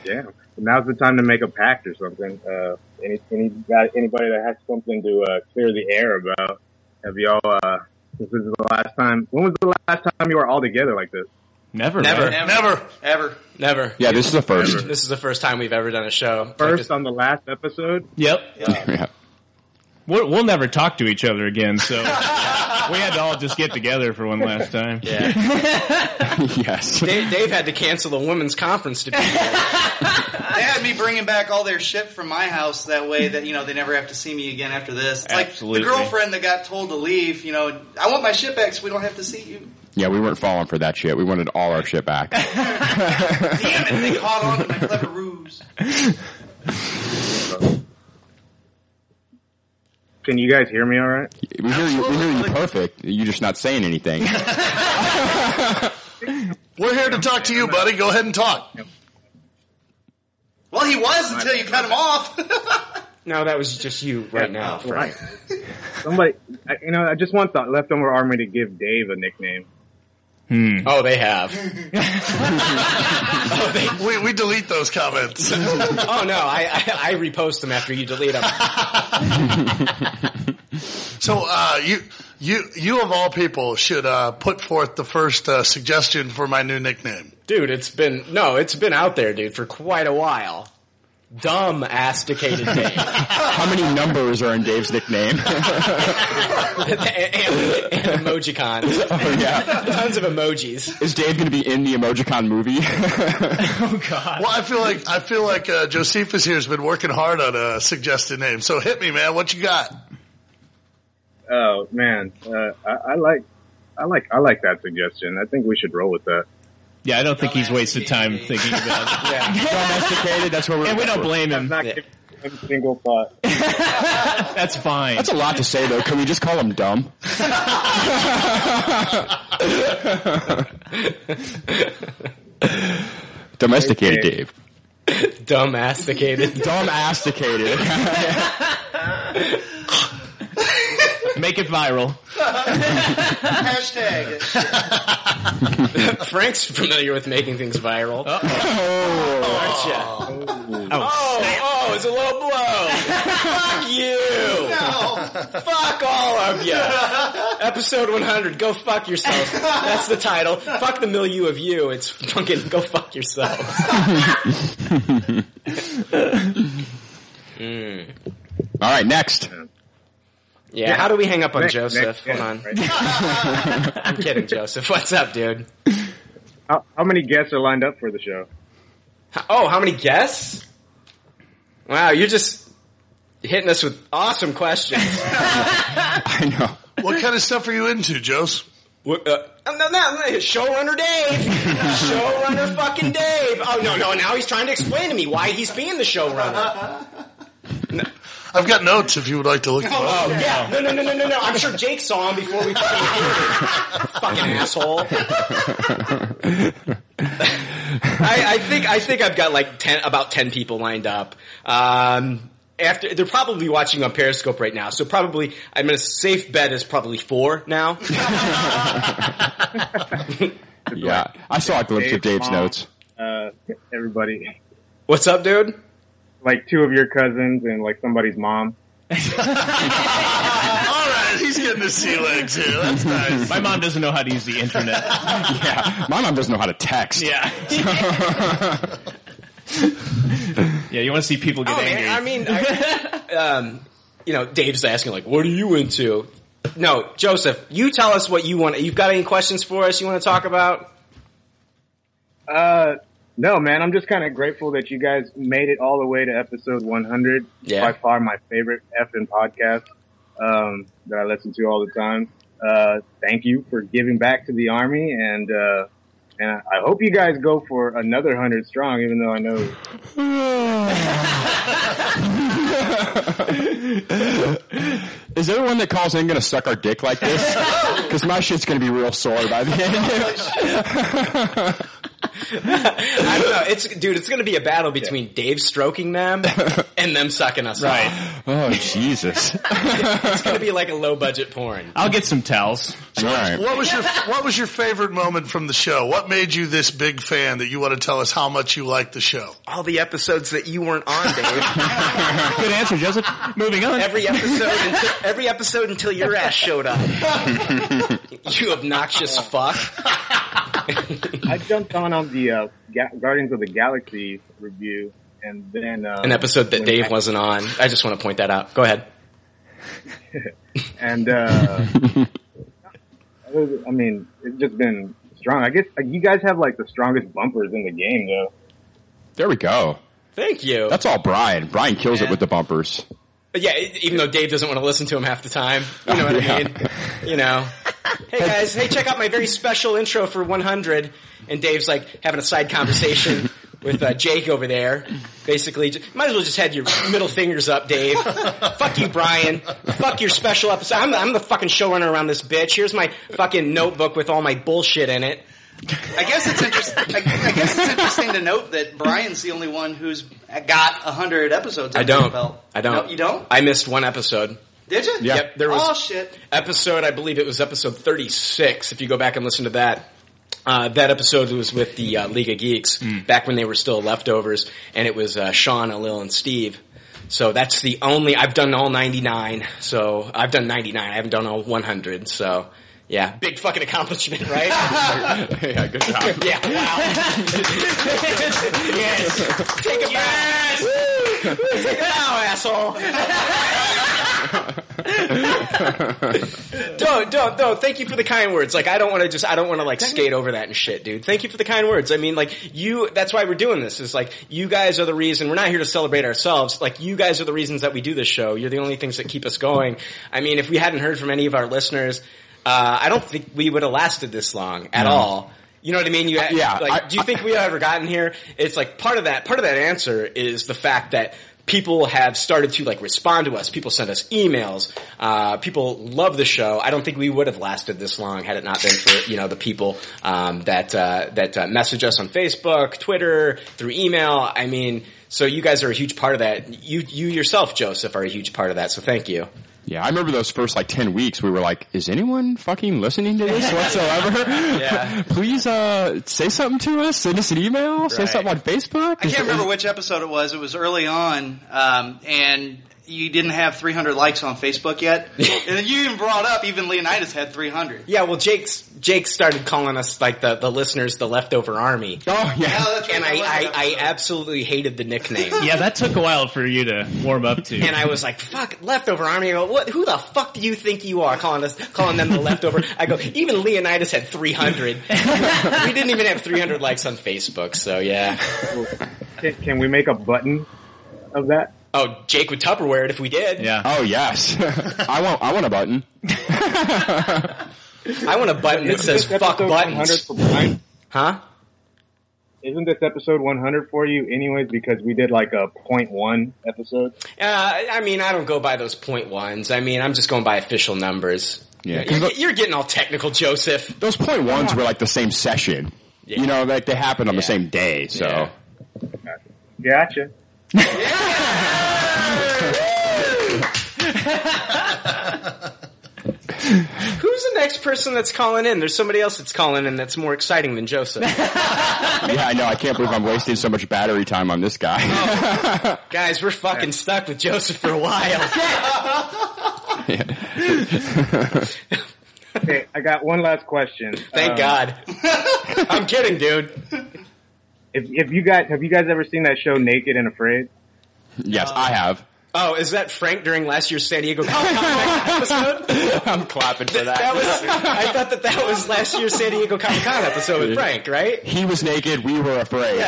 [SPEAKER 6] Damn. Now's the time to make a pact or something. Uh, any, any got anybody that has something to uh, clear the air about? Have y'all? Uh, this is the last time. When was the last time you were all together like this?
[SPEAKER 5] Never.
[SPEAKER 3] Never.
[SPEAKER 5] right?
[SPEAKER 2] Never.
[SPEAKER 7] Ever.
[SPEAKER 3] Never.
[SPEAKER 8] Yeah, this is the first.
[SPEAKER 3] This is the first time we've ever done a show.
[SPEAKER 6] First on the last episode.
[SPEAKER 5] Yep.
[SPEAKER 8] <laughs> Yeah.
[SPEAKER 5] We're, we'll never talk to each other again.
[SPEAKER 3] <laughs>
[SPEAKER 5] So we had to all just get together for one last time.
[SPEAKER 3] Yeah.
[SPEAKER 8] <laughs> yes.
[SPEAKER 3] Dave, Dave had to cancel a women's conference
[SPEAKER 8] <laughs>
[SPEAKER 3] to be
[SPEAKER 7] They had me bringing back all their shit from my house that way that, you know, they never have to see me again after this. It's
[SPEAKER 5] Absolutely.
[SPEAKER 7] Like the girlfriend that got told to leave, you know, I want my shit back so we don't have to see
[SPEAKER 8] <laughs>
[SPEAKER 7] you.
[SPEAKER 8] Yeah, we weren't falling for that shit. We wanted all our shit back.
[SPEAKER 7] Damn it, they caught on to my clever ruse.
[SPEAKER 6] Can you guys hear me? All right.
[SPEAKER 8] We hear you, we hear you perfect. You're just not saying anything.
[SPEAKER 2] <laughs> We're here to talk to you, buddy. Go ahead and talk.
[SPEAKER 7] Well, he was until you cut him off.
[SPEAKER 3] No, that was just you right now. Frank.
[SPEAKER 6] Somebody. I, you know, I just want the leftover army to give Dave a nickname.
[SPEAKER 5] Hmm.
[SPEAKER 3] Oh, they have.
[SPEAKER 2] We, we delete those comments.
[SPEAKER 3] <laughs> Oh no, I, I I repost them after you delete <laughs> them.
[SPEAKER 2] <laughs> so uh, you you you of all people should uh, put forth the first uh, suggestion for my new nickname.
[SPEAKER 3] Dude, it's been no, it's been out there, dude, for quite a while. Dumb asticated Dave.
[SPEAKER 8] How many numbers are in Dave's
[SPEAKER 2] <laughs>
[SPEAKER 8] nickname?
[SPEAKER 3] and, and, and emojicons.
[SPEAKER 8] oh yeah.
[SPEAKER 3] Tons of emojis.
[SPEAKER 8] Is Dave going to be in the Emojicon
[SPEAKER 3] <laughs>
[SPEAKER 8] movie?
[SPEAKER 2] <laughs> Well, I feel like I feel like uh, Josephus here has been working hard on a suggested name. So hit me, man. What you got?
[SPEAKER 6] Oh man, uh, I, I like, I like, I like that suggestion. I think we should roll with that.
[SPEAKER 5] Yeah, I don't think he's wasted time thinking about it. <laughs>
[SPEAKER 8] Domesticated. That's where we're.
[SPEAKER 5] And we don't blame him.
[SPEAKER 6] Not
[SPEAKER 3] Yeah.
[SPEAKER 6] give one single thought.
[SPEAKER 5] That's fine.
[SPEAKER 8] That's a lot to say, though. Can we just call him dumb? Domesticated
[SPEAKER 3] Okay.
[SPEAKER 8] Dave. <laughs>
[SPEAKER 3] Domesticated.
[SPEAKER 8] Domesticated.
[SPEAKER 5] Make it viral.
[SPEAKER 3] Hashtag. <laughs> Frank's familiar with making things viral. Oh, aren't you? <laughs> Oh, oh, it's a low blow. fuck you. Fuck all of you. Episode 100. Go fuck yourself. That's the title. Fuck the milieu of you. It's fucking go fuck yourself.
[SPEAKER 8] <laughs>
[SPEAKER 3] Mm.
[SPEAKER 8] All right, next.
[SPEAKER 3] Yeah, how do we hang up on
[SPEAKER 8] Next, <laughs>
[SPEAKER 3] Joseph?
[SPEAKER 8] next, yeah,
[SPEAKER 3] Hold on. I'm kidding, Joseph. What's up, dude?
[SPEAKER 6] How, how many guests are lined up for the show?
[SPEAKER 3] Oh, how many guests? Wow, you're just hitting us with awesome questions.
[SPEAKER 8] <laughs> I know.
[SPEAKER 2] What kind of stuff are you into, Jose?
[SPEAKER 3] What, uh, No, no, no, showrunner Dave, showrunner fucking Dave. Oh no, no, now he's trying to explain to me why he's being the showrunner.
[SPEAKER 2] I've got notes if you would like to look them up.
[SPEAKER 3] Oh yeah, no, no, no, no, no, no. I'm sure Jake saw him before
[SPEAKER 5] <laughs>
[SPEAKER 3] we fucking recorded. fucking
[SPEAKER 8] <laughs>
[SPEAKER 3] asshole. oh, I, I think I think I've got like ten about ten people lined up. Um, after they're probably watching on Periscope right now, so probably I'm gonna safe bet is probably four
[SPEAKER 5] <laughs>
[SPEAKER 3] now.
[SPEAKER 8] yeah, I saw a glimpse of Dave's
[SPEAKER 6] Mom,
[SPEAKER 8] notes. <laughs>
[SPEAKER 6] Uh, everybody.
[SPEAKER 3] What's up, dude?
[SPEAKER 6] Like two of your cousins and like somebody's mom.
[SPEAKER 2] All
[SPEAKER 8] <laughs>
[SPEAKER 2] right, he's getting a sea leg too. That's
[SPEAKER 5] <laughs>
[SPEAKER 2] nice.
[SPEAKER 5] My mom doesn't know how to use the internet.
[SPEAKER 8] <laughs> yeah, my mom doesn't know how to text.
[SPEAKER 5] Yeah.
[SPEAKER 8] <laughs>
[SPEAKER 5] yeah, you want to see people get
[SPEAKER 3] Oh,
[SPEAKER 5] angry.
[SPEAKER 3] man, I mean, I, um, you know, Dave's asking like, "What are you into?" No, Joseph, you tell us what you want. You've got any questions for us? You want to talk about?
[SPEAKER 6] Uh, no, man, I'm just kind of grateful that you guys made it all the way to episode 100.
[SPEAKER 3] Yeah.
[SPEAKER 6] By far my favorite effing podcast, um, that I listen to all the time. Uh, thank you for giving back to the army and, uh, and I- I hope you guys go for another 100 strong, even though I
[SPEAKER 3] <laughs>
[SPEAKER 6] know
[SPEAKER 8] Is there one that calls in going to suck our dick like this?
[SPEAKER 7] <laughs>
[SPEAKER 8] Because my shit's going to be real sore by the Oh, end.
[SPEAKER 3] <laughs> I don't know. It's dude. It's going to be a battle between Dave stroking <laughs> them and them sucking us. Right.
[SPEAKER 8] <laughs> oh Jesus!
[SPEAKER 3] it's going to be like a low budget porn.
[SPEAKER 5] I'll get some towels.
[SPEAKER 8] All right.
[SPEAKER 2] What was your What was your favorite moment from the show? What made you this big fan that you want to tell us how much you like the show?
[SPEAKER 3] All the episodes that you weren't on, Dave. <laughs>
[SPEAKER 5] Good answer, Joseph. Moving on.
[SPEAKER 3] every episode, until, every episode until your ass showed <laughs> up. you obnoxious fuck.
[SPEAKER 6] I jumped on on the uh, Ga- Guardians of the Galaxy review, and then uh,
[SPEAKER 3] An episode that
[SPEAKER 6] when
[SPEAKER 3] Dave
[SPEAKER 6] I-
[SPEAKER 3] wasn't on. Oh. I just want to point that out. Go ahead.
[SPEAKER 6] and uh, I mean, it's just been strong. I guess like, you guys have like the strongest bumpers in the game, though.
[SPEAKER 8] There we go.
[SPEAKER 3] Thank you.
[SPEAKER 8] That's all Brian. Brian kills it with the bumpers.
[SPEAKER 3] But yeah, e- even though Dave doesn't want to listen to him half the time, you know what I
[SPEAKER 8] <laughs> Yeah.
[SPEAKER 3] mean? You know. Hey guys, hey, check out my very special intro for 100. And Dave's like having a side conversation with uh, Jake over there. Basically, j- might as well just had your middle fingers up, Dave. Fuck you, Brian. Fuck your special episode. I'm, I'm the fucking showrunner around this bitch. Here's my fucking notebook with all my bullshit in it.
[SPEAKER 7] I guess it's interesting. I, I guess it's interesting to note that Brian's the only one who's got hundred episodes.
[SPEAKER 3] I
[SPEAKER 7] under his
[SPEAKER 3] don't.
[SPEAKER 7] belt.
[SPEAKER 3] I don't.
[SPEAKER 7] No, you don't.
[SPEAKER 3] I missed one episode.
[SPEAKER 7] Did you?
[SPEAKER 3] Yep, there was-
[SPEAKER 7] oh shit.
[SPEAKER 3] episode, I believe it was episode 36, if you go back and listen to that. Uh, that episode was with the uh, League of Geeks back when they were still leftovers, and it was uh, Sean, Alil, and Steve. So that's the only I've done all 99. So I've done 99. I haven't done all 100. So yeah, big fucking
[SPEAKER 5] <laughs>
[SPEAKER 3] accomplishment, right?
[SPEAKER 8] <laughs> yeah, good job.
[SPEAKER 3] yeah. yes. Take a bow. Woo! Woo, Take a bow, asshole. don't don't don't thank you for the kind words like i don't want to just i don't want to like skate over that and shit dude thank you for the kind words i mean like you that's why we're doing this is like you guys are the reason we're not here to celebrate ourselves like you guys are the reasons that we do this show you're the only things that keep us going i mean if we hadn't heard from any of our listeners uh, i don't think we would have lasted this long at
[SPEAKER 8] No.
[SPEAKER 3] all you know what I mean? You,
[SPEAKER 8] yeah,
[SPEAKER 3] Like, do you think we ever gotten here? It's like part of that. Part of that answer is the fact that people have started to like respond to us. People send us emails. Uh, people love the show. I don't think we would have lasted this long had it not been for you know the people um, that uh, that uh, message us on Facebook, Twitter, through email. I mean, so you guys are a huge part of that. You you yourself, Joseph, are a huge part of that. So thank you.
[SPEAKER 8] Yeah, I remember those first like ten weeks. We were like, "Is anyone fucking listening
[SPEAKER 7] <laughs>
[SPEAKER 8] to this whatsoever?"
[SPEAKER 7] Yeah.
[SPEAKER 8] <laughs> Please uh, say something to us. Send us an email. Say
[SPEAKER 7] Right.
[SPEAKER 8] something on Facebook.
[SPEAKER 7] I can't remember which episode it was. It was early on, um, and you didn't have 300 likes on Facebook yet. and then you even brought up even Leonidas had 300.
[SPEAKER 3] Yeah, well, Jake's Jake started calling us like the, the listeners the leftover army.
[SPEAKER 8] Oh
[SPEAKER 7] yeah,
[SPEAKER 3] and I, I, I absolutely hated
[SPEAKER 5] <laughs>
[SPEAKER 3] the nickname.
[SPEAKER 5] yeah, that took a while for you to warm up to.
[SPEAKER 3] And I was like, "Fuck, leftover army." I go, "What? Who the fuck do you think you are?" Calling us, calling them the leftover. I go, "Even Leonidas had 300. <laughs> we didn't even have 300 likes on Facebook." So yeah.
[SPEAKER 6] Can, can we make a button of that?
[SPEAKER 3] Oh, Jake would Tupperware it if we did.
[SPEAKER 5] Yeah.
[SPEAKER 8] Oh yes. I want. I want a button.
[SPEAKER 3] <laughs> I want a button that says "fuck buttons." Huh?
[SPEAKER 6] Isn't this episode 100 for you anyways because we did like a point one episode?
[SPEAKER 3] Uh, I mean, I don't go by those point ones. I mean, I'm just going by official numbers.
[SPEAKER 8] Yeah, 'cause
[SPEAKER 3] you're, you're getting all technical, Joseph.
[SPEAKER 8] Those point ones were like the same session. You know, like they happened on the same day. So
[SPEAKER 6] Gotcha.
[SPEAKER 3] Who's the next person that's calling in? There's somebody else that's calling in that's more exciting than Joseph.
[SPEAKER 8] yeah, I know. I can't believe I'm wasting so much battery time on this guy. <laughs>
[SPEAKER 3] Guys, we're fucking stuck with Joseph for a while.
[SPEAKER 6] Okay, I got one last question.
[SPEAKER 3] Thank
[SPEAKER 6] Um,
[SPEAKER 3] God. I'm kidding, dude.
[SPEAKER 6] If, if you guys have you guys ever seen that show Naked and Afraid?
[SPEAKER 8] yes, I have.
[SPEAKER 3] Oh, is that Frank during last year's San Diego Comic Con episode?
[SPEAKER 8] I'm clapping for that.
[SPEAKER 3] That was. I thought that that was last year's San Diego Comic Con episode with Frank, right?
[SPEAKER 8] He was naked. We were afraid.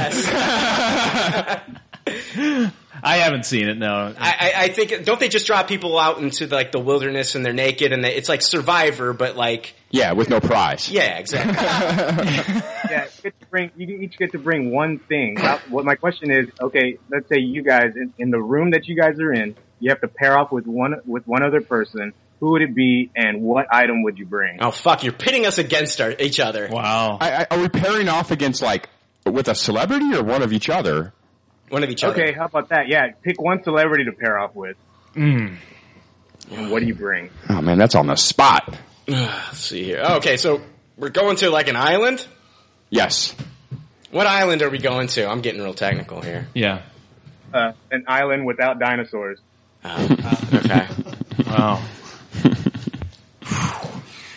[SPEAKER 5] I haven't seen it. No,
[SPEAKER 3] I, I, I think don't they just drop people out into like the wilderness and they're naked and they, it's like Survivor, but like
[SPEAKER 8] Yeah, with no prize.
[SPEAKER 3] yeah, exactly.
[SPEAKER 8] <laughs>
[SPEAKER 6] yeah, you get to bring you each get to bring one thing. Uh, What my question is, okay, let's say you guys in, in the room that you guys are in, you have to pair off with one with one other person. Who would it be, and what item would you bring?
[SPEAKER 3] oh fuck, you're pitting us against our, each other.
[SPEAKER 5] Wow.
[SPEAKER 8] I, I, are we pairing off against like with a celebrity or one of each other?
[SPEAKER 3] One of each other.
[SPEAKER 6] Okay, how about that? Yeah, pick one celebrity to pair off with,
[SPEAKER 5] Mm.
[SPEAKER 6] and what do you
[SPEAKER 3] <sighs>
[SPEAKER 6] bring?
[SPEAKER 8] Oh man, that's on the spot.
[SPEAKER 3] Let's see here. Oh, Okay, so we're going to like an island.
[SPEAKER 8] Yes.
[SPEAKER 3] What island are we going to? I'm getting real technical here.
[SPEAKER 5] Yeah.
[SPEAKER 6] Uh, an island without dinosaurs.
[SPEAKER 3] Okay.
[SPEAKER 5] Wow.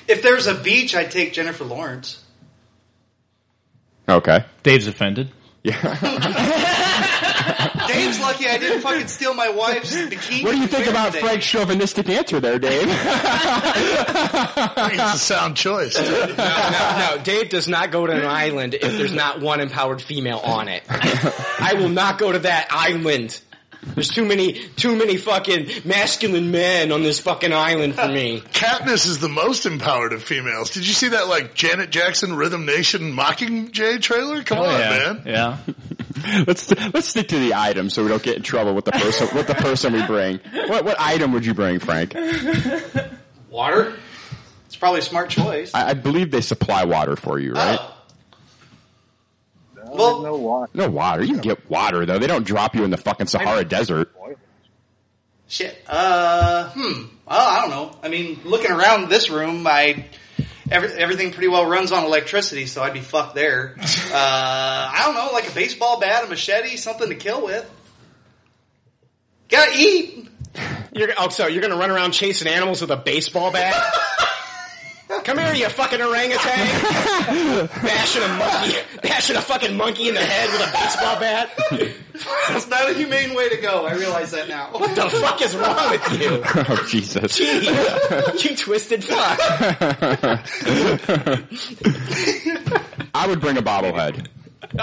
[SPEAKER 7] If there's a beach, I'd take Jennifer Lawrence.
[SPEAKER 8] Okay.
[SPEAKER 5] Dave's offended.
[SPEAKER 3] <laughs>
[SPEAKER 7] Dave's lucky I didn't fucking steal my wife's bikini.
[SPEAKER 8] What do you think
[SPEAKER 7] to wear
[SPEAKER 8] about
[SPEAKER 7] today.
[SPEAKER 8] Frank's chauvinistic answer there, Dave?
[SPEAKER 2] It's a sound choice. too.
[SPEAKER 3] No, no, Dave does not go to an island if there's not one empowered female on it. I will not go to that island. There's too many, too many fucking masculine men on this fucking island for me.
[SPEAKER 2] <laughs> Katniss is the most empowered of females. Did you see that like Janet Jackson Rhythm Nation Mockingjay trailer?
[SPEAKER 8] Oh,
[SPEAKER 2] Come on,
[SPEAKER 5] Oh, yeah.
[SPEAKER 2] man.
[SPEAKER 5] Yeah.
[SPEAKER 8] <laughs> let's let's stick to the item so we don't get in trouble with the person with the person we bring. What what item would you bring, Frank? I,
[SPEAKER 3] <laughs>
[SPEAKER 7] Water? It's probably a smart choice.
[SPEAKER 8] I believe they supply water for you, right?
[SPEAKER 2] Oh.
[SPEAKER 7] Well,
[SPEAKER 6] No water.
[SPEAKER 8] No water. You can get water though. They don't drop you in the fucking Sahara Desert.
[SPEAKER 7] Shit. Uh, hmm. Well, I don't know. I mean, looking around this room, I every, everything pretty well runs on electricity, so I'd be fucked
[SPEAKER 3] <laughs>
[SPEAKER 7] there. Uh, I don't know, like a baseball bat, a machete, something to kill with. Gotta eat.
[SPEAKER 3] You're, oh, so you're gonna run around chasing animals with a baseball bat? <laughs> Come here, you <laughs> fucking orangutan! bashing a monkey, bashing a fucking monkey in the head with a baseball bat.
[SPEAKER 7] <laughs> That's not a humane way to go. I realize that now.
[SPEAKER 3] What the fuck is wrong with you?
[SPEAKER 8] <laughs> oh Jesus.
[SPEAKER 3] <laughs> you twisted fuck.
[SPEAKER 8] I would bring a bobblehead. <laughs>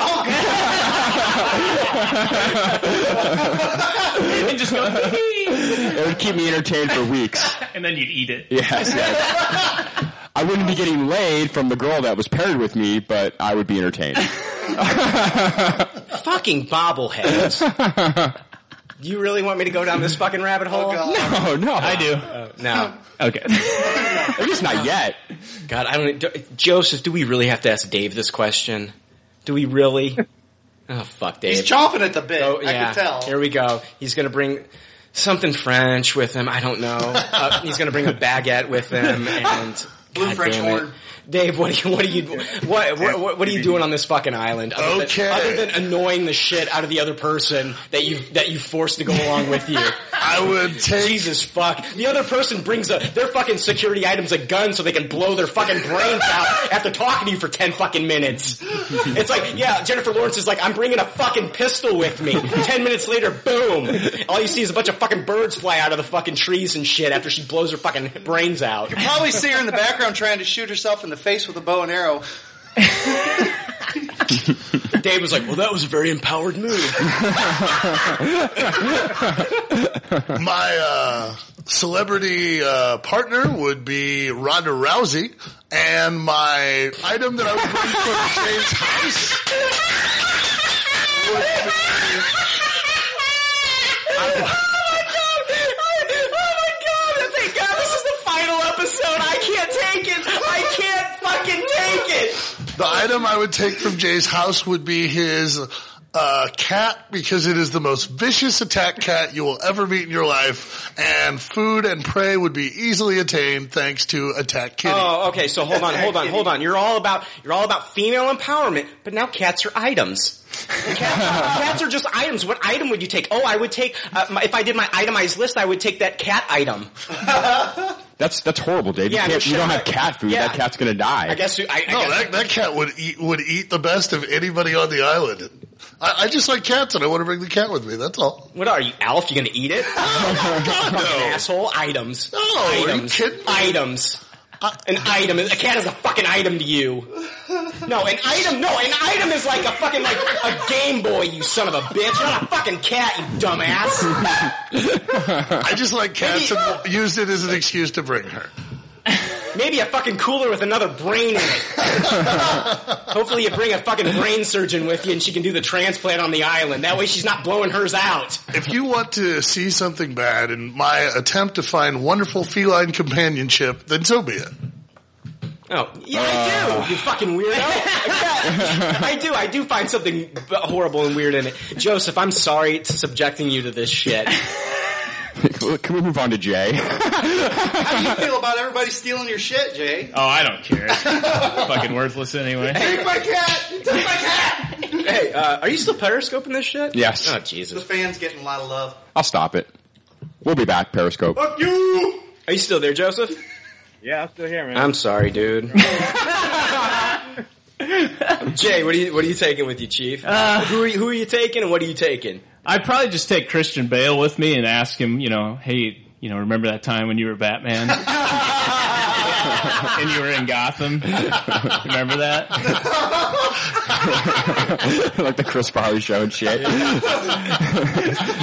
[SPEAKER 5] And just go.
[SPEAKER 8] It would keep me entertained for weeks.
[SPEAKER 5] <laughs> and then you'd eat it.
[SPEAKER 3] <laughs>
[SPEAKER 8] Yes, yes. I wouldn't be getting laid from the girl that was paired with me, but I would be entertained.
[SPEAKER 3] Fucking bobbleheads. Do you really want me to go down this fucking rabbit hole?
[SPEAKER 8] No, no.
[SPEAKER 3] I do. no.
[SPEAKER 8] Okay. At least not yet.
[SPEAKER 3] God, I don't. do- Joseph, do we really have to ask Dave this question? Do we
[SPEAKER 8] <laughs>
[SPEAKER 3] really? Oh fuck, Dave.
[SPEAKER 7] He's chomping at the bit.
[SPEAKER 3] Oh,
[SPEAKER 7] I
[SPEAKER 3] yeah.
[SPEAKER 7] can tell.
[SPEAKER 3] Here we go. He's gonna bring something French with him. I don't know. Uh, he's gonna bring a baguette with
[SPEAKER 7] <laughs>
[SPEAKER 3] him and
[SPEAKER 7] Blue
[SPEAKER 3] God
[SPEAKER 7] French
[SPEAKER 3] damn it.
[SPEAKER 7] horn.
[SPEAKER 3] Dave, what are you, what are you, what, what, what, what are you doing on this fucking island? Other
[SPEAKER 2] Okay.
[SPEAKER 3] Than, other than annoying the shit out of the other person that you, that you forced to go along with
[SPEAKER 8] <laughs>
[SPEAKER 3] you.
[SPEAKER 2] I would take.
[SPEAKER 3] Jesus fuck. The other person brings a, their fucking security item's a gun so they can blow their fucking brains out after talking to you for 10 fucking minutes. It's
[SPEAKER 8] <laughs>
[SPEAKER 3] like, yeah, Jennifer Lawrence is like, I'm bringing a fucking pistol with me. 10 minutes later, boom. All you see is a bunch of fucking birds fly out of the fucking trees and shit after she blows her fucking brains out.
[SPEAKER 7] Probably see her in the background trying to shoot herself in the face with a bow and arrow. <laughs>
[SPEAKER 3] Dave was like, well, that was a very empowered move.
[SPEAKER 2] <laughs> My uh, celebrity uh, partner would be Ronda Rousey, and my item that I would bring from Shane's house
[SPEAKER 3] Thank God this is the final episode. I can't take it. I can't fucking take it.
[SPEAKER 2] The item I would take from Jay's house would be his uh, cat because it is the most vicious attack cat you will ever meet in your life, and food and prey would be easily attained thanks to Attack Kitty.
[SPEAKER 3] Oh, okay. So hold on, hold on, hold on. You're all about you're all about female empowerment, but now cats are items. Cats, cats are just items. What item would you take? Oh, I would take uh, my, if I did my itemized list, I would take that cat
[SPEAKER 2] <laughs>
[SPEAKER 3] item.
[SPEAKER 8] <laughs> That's that's horrible, Dave.
[SPEAKER 3] Yeah, no
[SPEAKER 8] you, can't,
[SPEAKER 3] shit.
[SPEAKER 8] you don't have cat food.
[SPEAKER 3] Yeah.
[SPEAKER 8] That cat's gonna die.
[SPEAKER 3] I guess. you- I, I
[SPEAKER 2] no,
[SPEAKER 3] guess-
[SPEAKER 2] that, that cat would eat would eat the best of anybody on the island. I, I just like cats, and I want to bring the cat with me. That's all.
[SPEAKER 3] What are you, Alf? You gonna eat it? Asshole items.
[SPEAKER 2] No, are you
[SPEAKER 3] items.
[SPEAKER 2] kidding me?
[SPEAKER 3] Items. Uh, An item. is- A cat is a fucking item to you. No, an item. No, an item is like a fucking like a Game Boy. You son of a bitch. Not a fucking cat. You dumbass.
[SPEAKER 2] <laughs> I just like cats and <laughs> used it as an excuse to bring her.
[SPEAKER 3] Maybe a fucking cooler with another brain in it. Hopefully, you bring a fucking brain surgeon with you, and she can do the transplant on the island. That way, she's not blowing hers out.
[SPEAKER 2] If you want to see something bad in my attempt to find wonderful feline companionship, then so be it.
[SPEAKER 3] Oh, yeah, I do. You fucking weirdo. Yeah, I do. I do find something b- horrible and weird in it. Joseph, I'm sorry to subjecting you to this shit.
[SPEAKER 8] Can we move on to Jay?
[SPEAKER 7] How do you feel about everybody stealing your shit, Jay?
[SPEAKER 5] Oh, I don't care. It's <laughs> fucking worthless anyway.
[SPEAKER 7] Take my cat! You Took my cat!
[SPEAKER 3] hey, uh, are you still periscoping this shit?
[SPEAKER 8] <laughs> Yes.
[SPEAKER 3] Oh,
[SPEAKER 7] The
[SPEAKER 3] Jesus.
[SPEAKER 7] fans getting a lot of love.
[SPEAKER 8] I'll stop it. We'll be back. Periscope.
[SPEAKER 7] Fuck you!
[SPEAKER 3] Are you still there, Joseph?
[SPEAKER 10] Yeah, I'm still here, man.
[SPEAKER 3] I'm sorry, dude. Um, Jay, what are you what are you taking with you, Chief?
[SPEAKER 10] Uh.
[SPEAKER 3] who are you, who are you taking, and what are you taking?
[SPEAKER 5] I'd probably just take Christian Bale with me and ask him, you know, hey, you know, remember that time when you were <laughs> Batman? and you were in <laughs> Gotham? Remember that?
[SPEAKER 8] <laughs> like the Chris Farley show
[SPEAKER 5] <laughs>
[SPEAKER 8] and shit.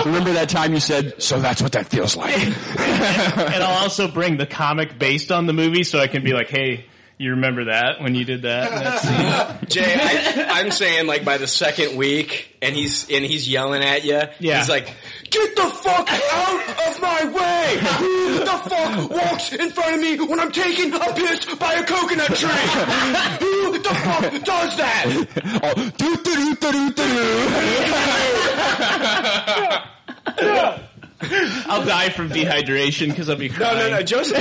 [SPEAKER 8] Remember that time you said, so that's what that feels like.
[SPEAKER 5] And I'll also bring the comic based on the movie so I can be like, hey, you remember that when you did that? And that's-
[SPEAKER 3] Jay, I, I'm saying like by the second week, and he's and he's yelling at you.
[SPEAKER 5] Yeah.
[SPEAKER 3] He's like, "Get the fuck out of my way! Who the fuck walks in front of me when I'm taking a piss by a coconut tree? Who the fuck does that?"
[SPEAKER 8] oh, doo doo doo doo doo doo.
[SPEAKER 5] I'll die from dehydration because I'll be
[SPEAKER 3] No,
[SPEAKER 5] crying.
[SPEAKER 3] no, no. Joseph,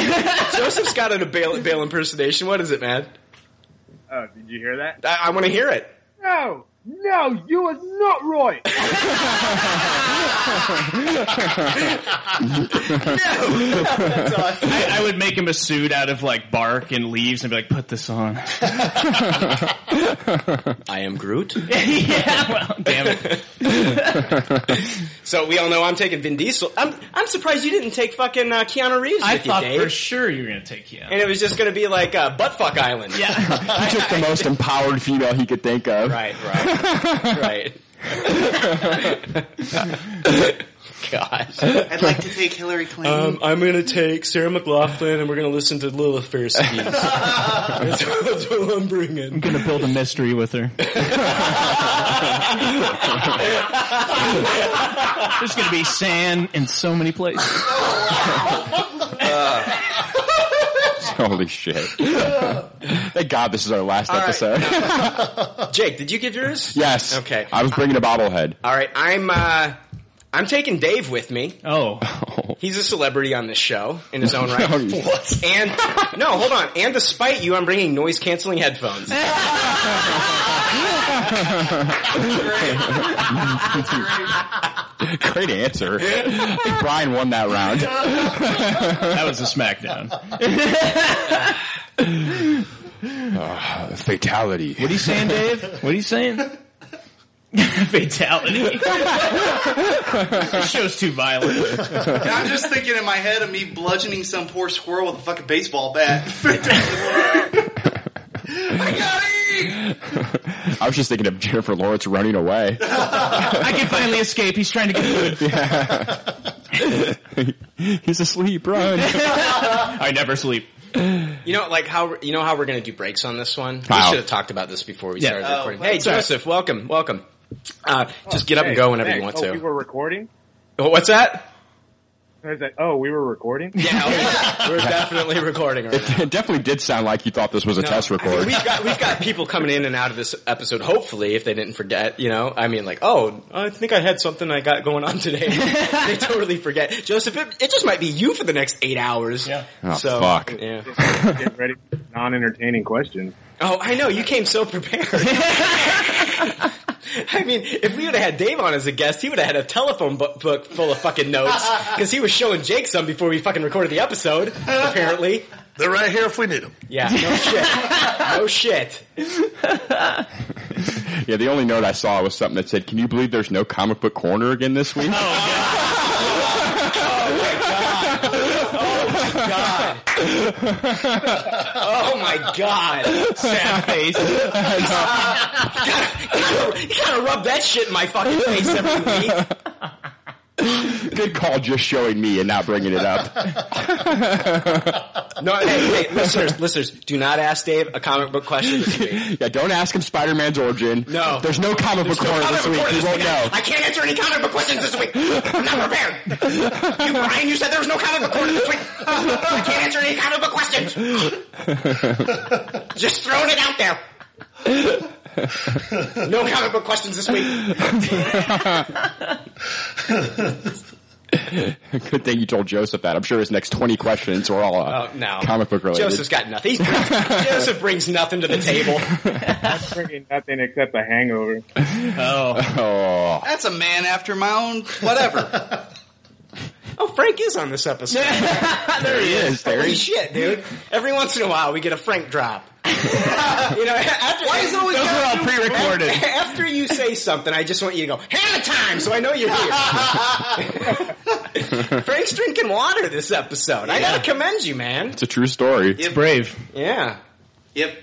[SPEAKER 3] Joseph's got a Bale, Bale impersonation. What is it, man?
[SPEAKER 10] Oh, did you hear that?
[SPEAKER 3] I, I want to hear it.
[SPEAKER 10] No, no, you are not right.
[SPEAKER 5] I, I would make him a suit out of like bark and leaves and be like, put this on.
[SPEAKER 3] I am
[SPEAKER 5] <laughs>
[SPEAKER 3] Groot.
[SPEAKER 5] yeah, well, damn it.
[SPEAKER 3] So we all know I'm taking Vin Diesel. I'm I'm surprised you didn't take fucking uh, Keanu Reeves.
[SPEAKER 5] I
[SPEAKER 3] with you,
[SPEAKER 5] thought
[SPEAKER 3] Dave.
[SPEAKER 5] for sure you were going to take him.
[SPEAKER 3] and
[SPEAKER 5] <laughs>
[SPEAKER 3] it was just going to be like uh, Buttfuck Island. Yeah.
[SPEAKER 8] He took the most empowered female he could think of.
[SPEAKER 5] <laughs>
[SPEAKER 3] Right, right, right. God.
[SPEAKER 7] I'd like to take Hillary Clinton.
[SPEAKER 11] Um, I'm going to take Sarah McLaughlin and we're going to listen to Lilith Fairstein.
[SPEAKER 8] <laughs>
[SPEAKER 11] that's, what- that's what I'm bringing.
[SPEAKER 5] I'm gonna build a mystery with her. There's gonna be sand in so many places.
[SPEAKER 8] <laughs> Holy shit. Thank God this is our last episode.
[SPEAKER 3] Jake, did you give yours?
[SPEAKER 8] yes.
[SPEAKER 3] Okay.
[SPEAKER 8] I was bringing a bobblehead.
[SPEAKER 3] All right, I'm uh, I'm taking Dave with me.
[SPEAKER 5] <laughs> Oh,
[SPEAKER 3] he's a celebrity on this show in
[SPEAKER 5] <laughs>
[SPEAKER 3] his own right.
[SPEAKER 8] No, he's-
[SPEAKER 3] what? And no, hold on. And despite you, I'm bringing noise canceling headphones.
[SPEAKER 8] <laughs> Great answer. I think Brian won that round. that
[SPEAKER 5] was a smackdown.
[SPEAKER 8] Uh, fatality. What
[SPEAKER 5] are you saying, Dave? What are you saying? <laughs> Fatality. this show's too violent.
[SPEAKER 7] And I'm just thinking in my head of me bludgeoning some poor squirrel with a fucking baseball bat.
[SPEAKER 8] <laughs> I was just thinking of Jennifer Lawrence running away.
[SPEAKER 5] I can finally escape. He's trying to get food.
[SPEAKER 8] He's asleep, run.
[SPEAKER 5] I never sleep.
[SPEAKER 3] You know, like how you know how we're going to do breaks on this one.
[SPEAKER 8] How?
[SPEAKER 3] We should have talked about this before we
[SPEAKER 5] Yeah.
[SPEAKER 3] started
[SPEAKER 5] Oh,
[SPEAKER 3] recording.
[SPEAKER 5] well,
[SPEAKER 3] Hey,
[SPEAKER 5] sorry.
[SPEAKER 3] Joseph, welcome, welcome. Uh, just get up and go whenever you want
[SPEAKER 6] oh, We
[SPEAKER 3] to.
[SPEAKER 6] were recording.
[SPEAKER 3] Oh, What's that?
[SPEAKER 6] I was like, oh, we were
[SPEAKER 3] <laughs>
[SPEAKER 6] recording.
[SPEAKER 3] We're
[SPEAKER 6] <laughs>
[SPEAKER 3] definitely recording. Right
[SPEAKER 8] It definitely did sound like you thought this was a
[SPEAKER 3] No,
[SPEAKER 8] test record.
[SPEAKER 3] I mean, we've got we've got people coming in and out of this episode. Hopefully, if they didn't forget, you know, I mean, like, oh, I think I had something I got going on
[SPEAKER 12] <laughs>
[SPEAKER 3] today. they totally forget. Joseph, it, it just might be you for the next eight hours. Yeah.
[SPEAKER 6] Oh,
[SPEAKER 3] so,
[SPEAKER 6] fuck.
[SPEAKER 3] Yeah.
[SPEAKER 6] Get ready. for Non-entertaining questions.
[SPEAKER 3] Oh, I know. You came so prepared.
[SPEAKER 12] <laughs>
[SPEAKER 3] I mean, if we would have had Dave on as a guest, he would have had a telephone bu- book full of
[SPEAKER 12] <laughs>
[SPEAKER 3] fucking notes because he was showing Jake some before we fucking recorded the episode. Apparently,
[SPEAKER 12] they're right here if we need them.
[SPEAKER 3] Yeah, no shit, no shit.
[SPEAKER 5] <laughs>
[SPEAKER 8] yeah, the only note I saw was something that said, "Can you believe there's no comic book corner again this week?"
[SPEAKER 3] Oh my god. Sad face. you, gotta, you gotta rub that shit in my fucking face every week.
[SPEAKER 8] Good call, just showing me and not bringing it up.
[SPEAKER 3] No, hey, hey, listeners, listeners, do not ask Dave a comic book question this week.
[SPEAKER 8] Yeah, don't ask him Spider-Man's origin. No, there's no comic book corner this week. He won't know.
[SPEAKER 3] I can't answer any comic book questions this week. I'm not prepared. You, Brian, you said there was no comic book corner this week. I can't answer any comic book questions.
[SPEAKER 8] <laughs>
[SPEAKER 3] Just throwing it out there. No comic book questions this week.
[SPEAKER 8] <laughs> Good thing you told Joseph that. I'm sure his next 20 questions were all uh,
[SPEAKER 3] Oh, no.
[SPEAKER 8] comic book related.
[SPEAKER 3] Joseph's got nothing. He's-
[SPEAKER 8] <laughs>
[SPEAKER 3] Joseph brings nothing to the table.
[SPEAKER 6] I'm bringing nothing except a hangover.
[SPEAKER 5] Oh.
[SPEAKER 8] oh.
[SPEAKER 7] That's a man after my own whatever.
[SPEAKER 3] Oh, Frank is on this
[SPEAKER 7] <laughs>
[SPEAKER 3] episode. there
[SPEAKER 8] he is. There
[SPEAKER 3] Holy
[SPEAKER 8] he-
[SPEAKER 3] shit, dude. Every once in a while, we get a Frank drop. you know, after,
[SPEAKER 7] Why is it always
[SPEAKER 3] Those
[SPEAKER 7] gotta
[SPEAKER 3] were all
[SPEAKER 7] do-
[SPEAKER 3] pre-recorded. After you say something, I just want you to go hammer time, so I know you're
[SPEAKER 7] <laughs>
[SPEAKER 3] here. Frank's drinking water this episode. I gotta commend you, man.
[SPEAKER 8] <laughs> It's a true story.
[SPEAKER 7] It's
[SPEAKER 5] brave.
[SPEAKER 3] Yeah.
[SPEAKER 7] Yep.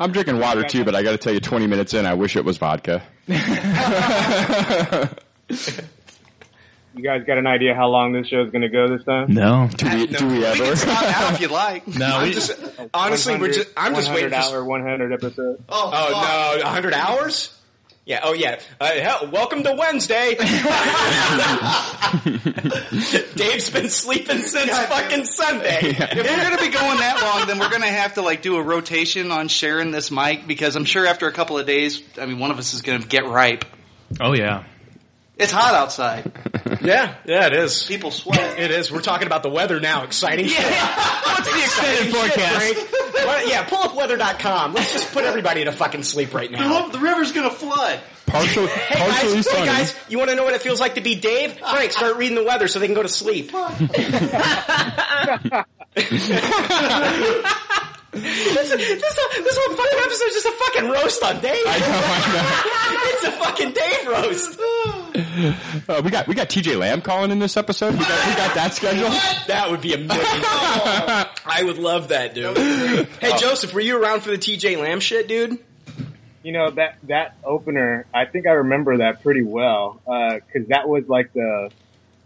[SPEAKER 8] I'm drinking water too, but I got to tell you, 20 minutes in, I wish it was vodka. Oh.
[SPEAKER 6] You guys got an idea how long this show is going to go this time?
[SPEAKER 5] No.
[SPEAKER 8] Do we, do we ever?
[SPEAKER 7] Stop
[SPEAKER 6] <laughs>
[SPEAKER 7] now if you'd like.
[SPEAKER 5] No,
[SPEAKER 3] I'm
[SPEAKER 5] we-
[SPEAKER 3] just, honestly, we're just, I'm just waiting for
[SPEAKER 6] hour, 100 episode.
[SPEAKER 7] Oh,
[SPEAKER 3] Oh no, 100 hours? Yeah. Oh yeah. Uh, hell, welcome to
[SPEAKER 7] <laughs>
[SPEAKER 3] Wednesday. <laughs> Dave's been sleeping since fucking Sunday.
[SPEAKER 7] If we're <laughs> gonna be going that long, then we're gonna have to like do a rotation on sharing this mic because I'm sure after a couple of days, I mean, one of us is gonna get ripe.
[SPEAKER 5] Oh yeah.
[SPEAKER 7] It's hot outside.
[SPEAKER 3] Yeah. Yeah. It is.
[SPEAKER 7] People sweat.
[SPEAKER 3] It is. We're talking about the weather now. Exciting.
[SPEAKER 5] What's the extended
[SPEAKER 3] Shit,
[SPEAKER 5] forecast?
[SPEAKER 3] Frank. What- yeah. Pull up weather.com. Let's just put everybody to fucking sleep right
[SPEAKER 7] The
[SPEAKER 3] now.
[SPEAKER 7] lo- the river's gonna flood.
[SPEAKER 8] Partial,
[SPEAKER 3] Hey
[SPEAKER 8] partially
[SPEAKER 3] guys, hey
[SPEAKER 8] sunny.
[SPEAKER 3] guys, you want to know what it feels like to be Dave? Frank, start reading the weather so they can go to sleep. this, this, whole- this whole fucking episode is just a fucking roast on Dave.
[SPEAKER 8] I
[SPEAKER 3] <laughs> it's
[SPEAKER 8] know,
[SPEAKER 3] a fucking Dave roast.
[SPEAKER 8] I know. <laughs> Uh, we got we got TJ Lamb calling in this episode. We got, we got
[SPEAKER 3] <laughs>
[SPEAKER 8] that scheduled.
[SPEAKER 3] That would be <laughs> amazing. Oh. I would love that, dude. Hey, Joseph, were you around for the TJ Lamb shit, dude?
[SPEAKER 6] you know that that opener. I think I remember that pretty well because that was like the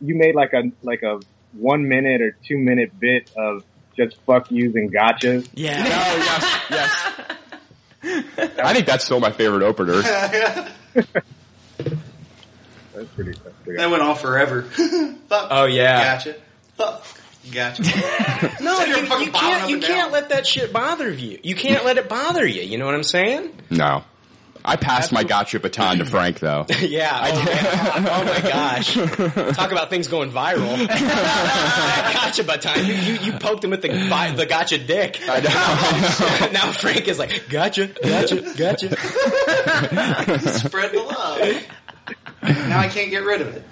[SPEAKER 6] you made like a like a one minute or two minute bit of just fuck yous and gotchas.
[SPEAKER 3] Yeah.
[SPEAKER 8] yes, yes. I think that's still my favorite opener.
[SPEAKER 6] That's pretty. That's pretty
[SPEAKER 7] That went on forever. <laughs> Fuck.
[SPEAKER 3] Oh, yeah.
[SPEAKER 7] Gotcha. Fuck. Gotcha.
[SPEAKER 3] No,
[SPEAKER 7] Sit here
[SPEAKER 3] you,
[SPEAKER 7] and fucking bobbing
[SPEAKER 3] you can't.
[SPEAKER 7] up
[SPEAKER 3] You
[SPEAKER 7] and
[SPEAKER 3] can't let that shit bother you. You can't let it bother you. You know what I'm
[SPEAKER 8] <laughs>
[SPEAKER 3] saying?
[SPEAKER 8] <laughs> No. I passed my gotcha baton to Frank though.
[SPEAKER 3] yeah. Oh, man. Oh, my gosh.
[SPEAKER 8] <laughs>
[SPEAKER 3] Talk about things going viral. That gotcha baton. You, you you poked him with the vi- the gotcha dick. I know. <laughs> now Frank is like gotcha, gotcha, gotcha.
[SPEAKER 7] Spread the love. now I can't get rid of it.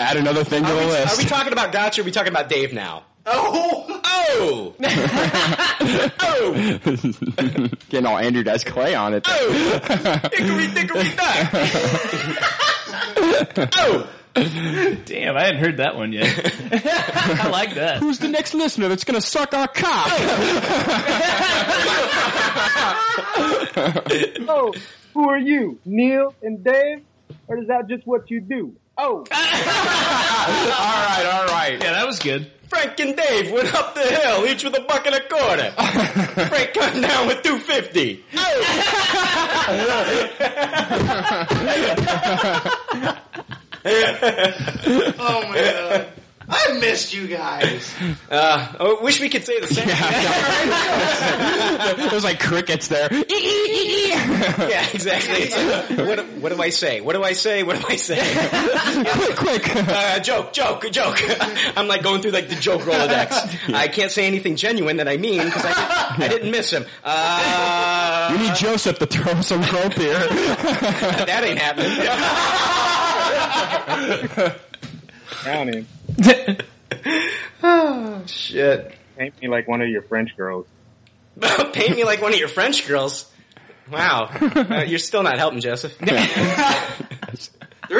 [SPEAKER 8] Add another thing to the
[SPEAKER 3] Are we
[SPEAKER 8] list.
[SPEAKER 3] talking about gotcha? Or are we talking about Dave now?
[SPEAKER 7] Oh, <laughs>
[SPEAKER 3] oh, <laughs> oh.
[SPEAKER 8] <laughs> Getting all Andrew Dice Clay on it.
[SPEAKER 3] Hickory dickory
[SPEAKER 5] oh!
[SPEAKER 3] <laughs>
[SPEAKER 5] Damn, I hadn't heard that one yet. <laughs>
[SPEAKER 3] <laughs>
[SPEAKER 5] I like that.
[SPEAKER 8] Who's the next listener that's gonna suck our cock?
[SPEAKER 6] oh, who are you, Neil and Dave, or is that just what you do?
[SPEAKER 8] <laughs>
[SPEAKER 6] Oh,
[SPEAKER 8] all right, all right.
[SPEAKER 5] Yeah, that was good.
[SPEAKER 3] Frank and Dave went up <laughs> the hill, each with a buck and a quarter. Frank come down with two fifty.
[SPEAKER 7] <laughs> Oh my god. I missed you guys.
[SPEAKER 3] Uh, I wish we could say
[SPEAKER 7] <laughs>
[SPEAKER 3] the same.
[SPEAKER 8] <laughs> There's like crickets there.
[SPEAKER 3] yeah, <laughs> exactly. <laughs> It's like, what, what do I say? What do I say? What do I say?
[SPEAKER 8] <laughs> quick, quick.
[SPEAKER 3] <laughs> Uh, joke, joke, joke. <laughs> I'm like going through like the joke Rolodex. I can't say anything genuine that I mean because I,
[SPEAKER 8] <laughs>
[SPEAKER 3] didn't- I didn't miss him. Uh,
[SPEAKER 8] We need Joseph to throw <laughs> some rope here.
[SPEAKER 3] that ain't happening.
[SPEAKER 6] down
[SPEAKER 8] <laughs>
[SPEAKER 6] him.
[SPEAKER 3] Shit.
[SPEAKER 6] Paint me like one of your French girls.
[SPEAKER 3] Paint me like one of your French girls. Wow. Uh, you're still not helping,
[SPEAKER 8] <laughs>
[SPEAKER 3] Joseph.
[SPEAKER 7] There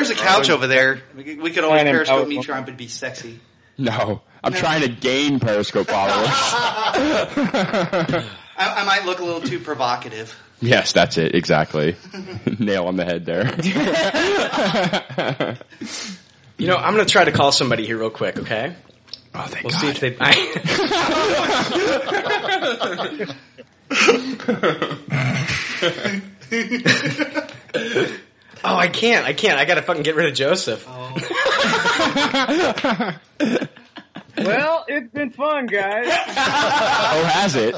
[SPEAKER 7] is a couch over there. We could, we could always
[SPEAKER 6] Ryan, I'm
[SPEAKER 7] periscope
[SPEAKER 6] out.
[SPEAKER 7] me trying to be sexy.
[SPEAKER 8] No, I'm trying to gain Periscope
[SPEAKER 3] <laughs>
[SPEAKER 8] followers.
[SPEAKER 7] I, I might look a little too
[SPEAKER 3] <laughs>
[SPEAKER 7] provocative.
[SPEAKER 8] yes, that's it. Exactly. <laughs> Nail on the head
[SPEAKER 7] <laughs>
[SPEAKER 8] there.
[SPEAKER 3] You know, I'm going to try to call somebody here real quick, okay?
[SPEAKER 8] Oh, thank
[SPEAKER 3] We'll
[SPEAKER 8] God.
[SPEAKER 3] see if they. I, <laughs> oh, I can't. I can't. I got to fucking get rid of Joseph.
[SPEAKER 6] <laughs> Well, it's been fun, guys.
[SPEAKER 8] oh, has it?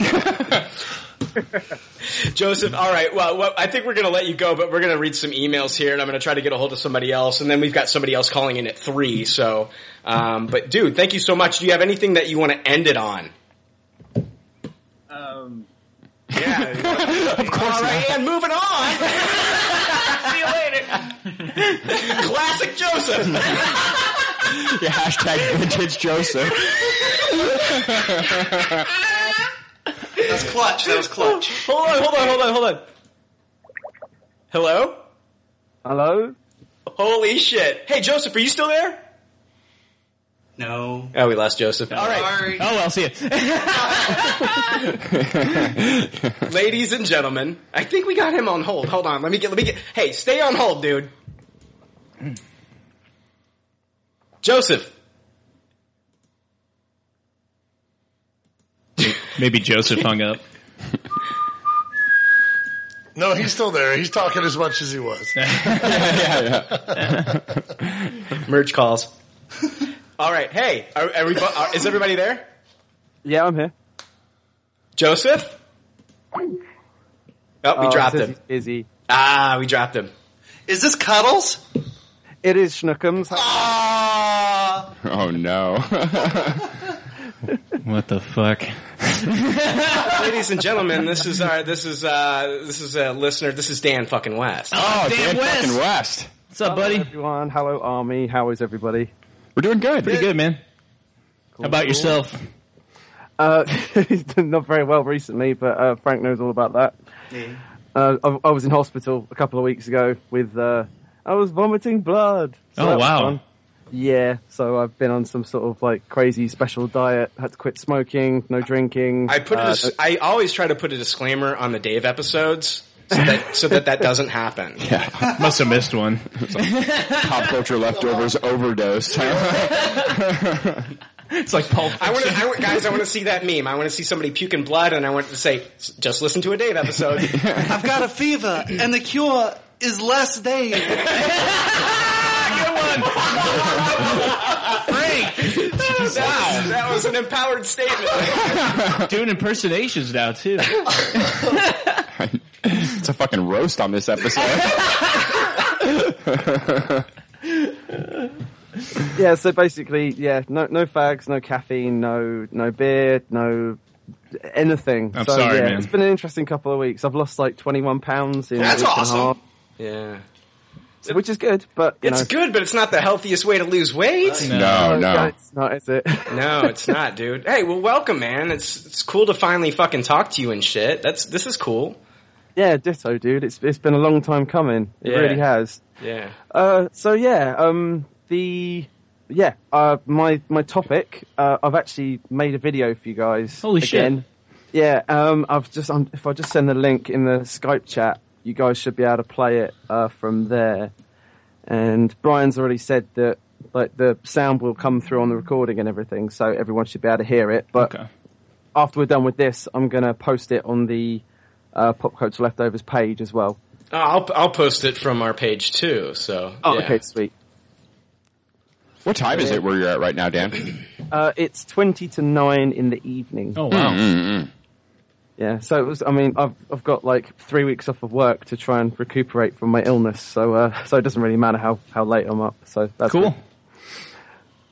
[SPEAKER 3] <laughs> Joseph, all right. Well, well, I think we're going to let you go, but we're going to read some emails here, and I'm going to try to get a hold of somebody else, and then we've got somebody else calling in at three. So, um, but dude, thank you so much. Do you have anything that you want to end it on?
[SPEAKER 6] Um,
[SPEAKER 3] Yeah.
[SPEAKER 8] <laughs> of course
[SPEAKER 3] all
[SPEAKER 8] not.
[SPEAKER 3] right, and moving on. <laughs> See you later. Classic Joseph.
[SPEAKER 8] <laughs> Yeah, hashtag
[SPEAKER 3] <laughs>
[SPEAKER 8] vintage Joseph.
[SPEAKER 7] That was clutch. That was clutch.
[SPEAKER 3] <laughs> Hold on, hold on, hold on, hold on. Hello?
[SPEAKER 6] Hello.
[SPEAKER 3] Holy shit. Hey, Joseph, are you still there?
[SPEAKER 7] No.
[SPEAKER 3] Oh, we lost Joseph. All right,
[SPEAKER 7] Sorry.
[SPEAKER 5] Oh well,
[SPEAKER 3] <laughs>
[SPEAKER 5] see ya.
[SPEAKER 3] <laughs> ladies and gentlemen, I think we got him on hold. Hold on, let me get, let me get. Hey, stay on hold, dude. Joseph.
[SPEAKER 5] Maybe Joseph hung up.
[SPEAKER 2] <laughs> No, he's still there. He's talking as much as he was.
[SPEAKER 3] Merge calls. All right, hey, are, are we, bo- are, is everybody there?
[SPEAKER 13] Yeah, I'm here.
[SPEAKER 3] Joseph? Oh, we
[SPEAKER 13] Oh, it
[SPEAKER 3] dropped
[SPEAKER 13] says
[SPEAKER 3] him.
[SPEAKER 13] he's Busy.
[SPEAKER 3] Ah, we dropped him.
[SPEAKER 7] Is this cuddles?
[SPEAKER 13] It is Schnookums.
[SPEAKER 7] Ah.
[SPEAKER 8] Oh no.
[SPEAKER 5] <laughs> What the fuck?
[SPEAKER 3] <laughs> Ladies and gentlemen, this is our this is uh this is a listener. This is Dan fucking West.
[SPEAKER 8] oh,
[SPEAKER 5] Dan
[SPEAKER 8] Dan
[SPEAKER 5] West.
[SPEAKER 8] fucking West.
[SPEAKER 5] What's up,
[SPEAKER 13] Hello,
[SPEAKER 5] buddy?
[SPEAKER 13] everyone. Hello, Army. How is everybody?
[SPEAKER 8] We're doing good.
[SPEAKER 5] Pretty good, man. How about yourself?
[SPEAKER 13] Uh, <laughs> not very well recently, but uh, Frank knows all about that.
[SPEAKER 7] Yeah.
[SPEAKER 13] Uh, I, I was in hospital a couple of weeks ago with. Uh, I was vomiting blood. So
[SPEAKER 5] Oh,
[SPEAKER 13] that was
[SPEAKER 5] wow.
[SPEAKER 13] fun. Yeah, so I've been on some sort of like crazy special diet. Had to quit smoking, no drinking.
[SPEAKER 3] I put. a
[SPEAKER 13] uh,
[SPEAKER 3] dis- I always try to put a disclaimer on the Dave episodes so that so that, that doesn't happen.
[SPEAKER 5] Yeah. <laughs> Must have missed one. It's like pop culture leftovers
[SPEAKER 3] <laughs>
[SPEAKER 5] overdose.
[SPEAKER 6] it's like Paul.
[SPEAKER 3] I want to, I want, guys. I want to see that meme. I want to see somebody puking blood, and I want to say, "S- "Just listen to a Dave
[SPEAKER 13] <laughs>
[SPEAKER 3] episode."
[SPEAKER 7] I've got a fever, and the cure is less
[SPEAKER 3] <laughs>
[SPEAKER 7] Dave.
[SPEAKER 3] wow, that was an empowered statement.
[SPEAKER 6] Doing impersonations now
[SPEAKER 8] <laughs>
[SPEAKER 6] too.
[SPEAKER 5] it's a fucking roast on this
[SPEAKER 8] <laughs>
[SPEAKER 5] episode. <laughs>
[SPEAKER 13] yeah, so basically, yeah, no, no fags, no caffeine, no, no beer, no anything.
[SPEAKER 5] I'm
[SPEAKER 13] so,
[SPEAKER 5] sorry,
[SPEAKER 13] yeah,
[SPEAKER 5] man.
[SPEAKER 13] It's been an interesting couple of weeks. I've lost like 21 pounds in
[SPEAKER 3] That's
[SPEAKER 13] a week and a
[SPEAKER 3] awesome.
[SPEAKER 13] half,
[SPEAKER 3] yeah,
[SPEAKER 13] which is good, but you
[SPEAKER 3] it's
[SPEAKER 13] know,
[SPEAKER 3] good, but it's not the healthiest way to lose weight.
[SPEAKER 13] No, no, it's not, is it? <laughs>
[SPEAKER 3] No, it's not, dude. Hey, well, welcome, man. It's it's cool to finally fucking talk to you and shit. That's this is cool.
[SPEAKER 13] Yeah, ditto, dude. It's it's been a long time coming. It
[SPEAKER 3] Yeah.
[SPEAKER 13] really has.
[SPEAKER 3] Yeah.
[SPEAKER 13] Uh, so yeah, um, the yeah, uh, my my topic. Uh, I've actually made a video for you guys.
[SPEAKER 6] Holy shit.
[SPEAKER 13] again. Yeah, um, I've just um, if I just send the link in the Skype chat, you guys should be able to play it uh, from there. And Brian's already said that like the sound will come through on the recording and everything, so everyone should be able to hear it. But after we're done with this, I'm gonna post it on the uh, Pop Culture Leftovers page as well.
[SPEAKER 3] Uh, I'll I'll post it from our page too. So
[SPEAKER 13] Oh,
[SPEAKER 3] yeah.
[SPEAKER 13] okay, sweet.
[SPEAKER 5] what time is it where you're at right now, Dan?
[SPEAKER 13] Uh, it's twenty to nine in the evening.
[SPEAKER 6] Oh
[SPEAKER 13] <laughs>
[SPEAKER 5] Mm-mm-mm.
[SPEAKER 13] Yeah, so it was. I mean, I've I've got like three weeks off of work to try and recuperate from my illness. So uh, <laughs> so it doesn't really matter how how late I'm up. So that's
[SPEAKER 6] cool.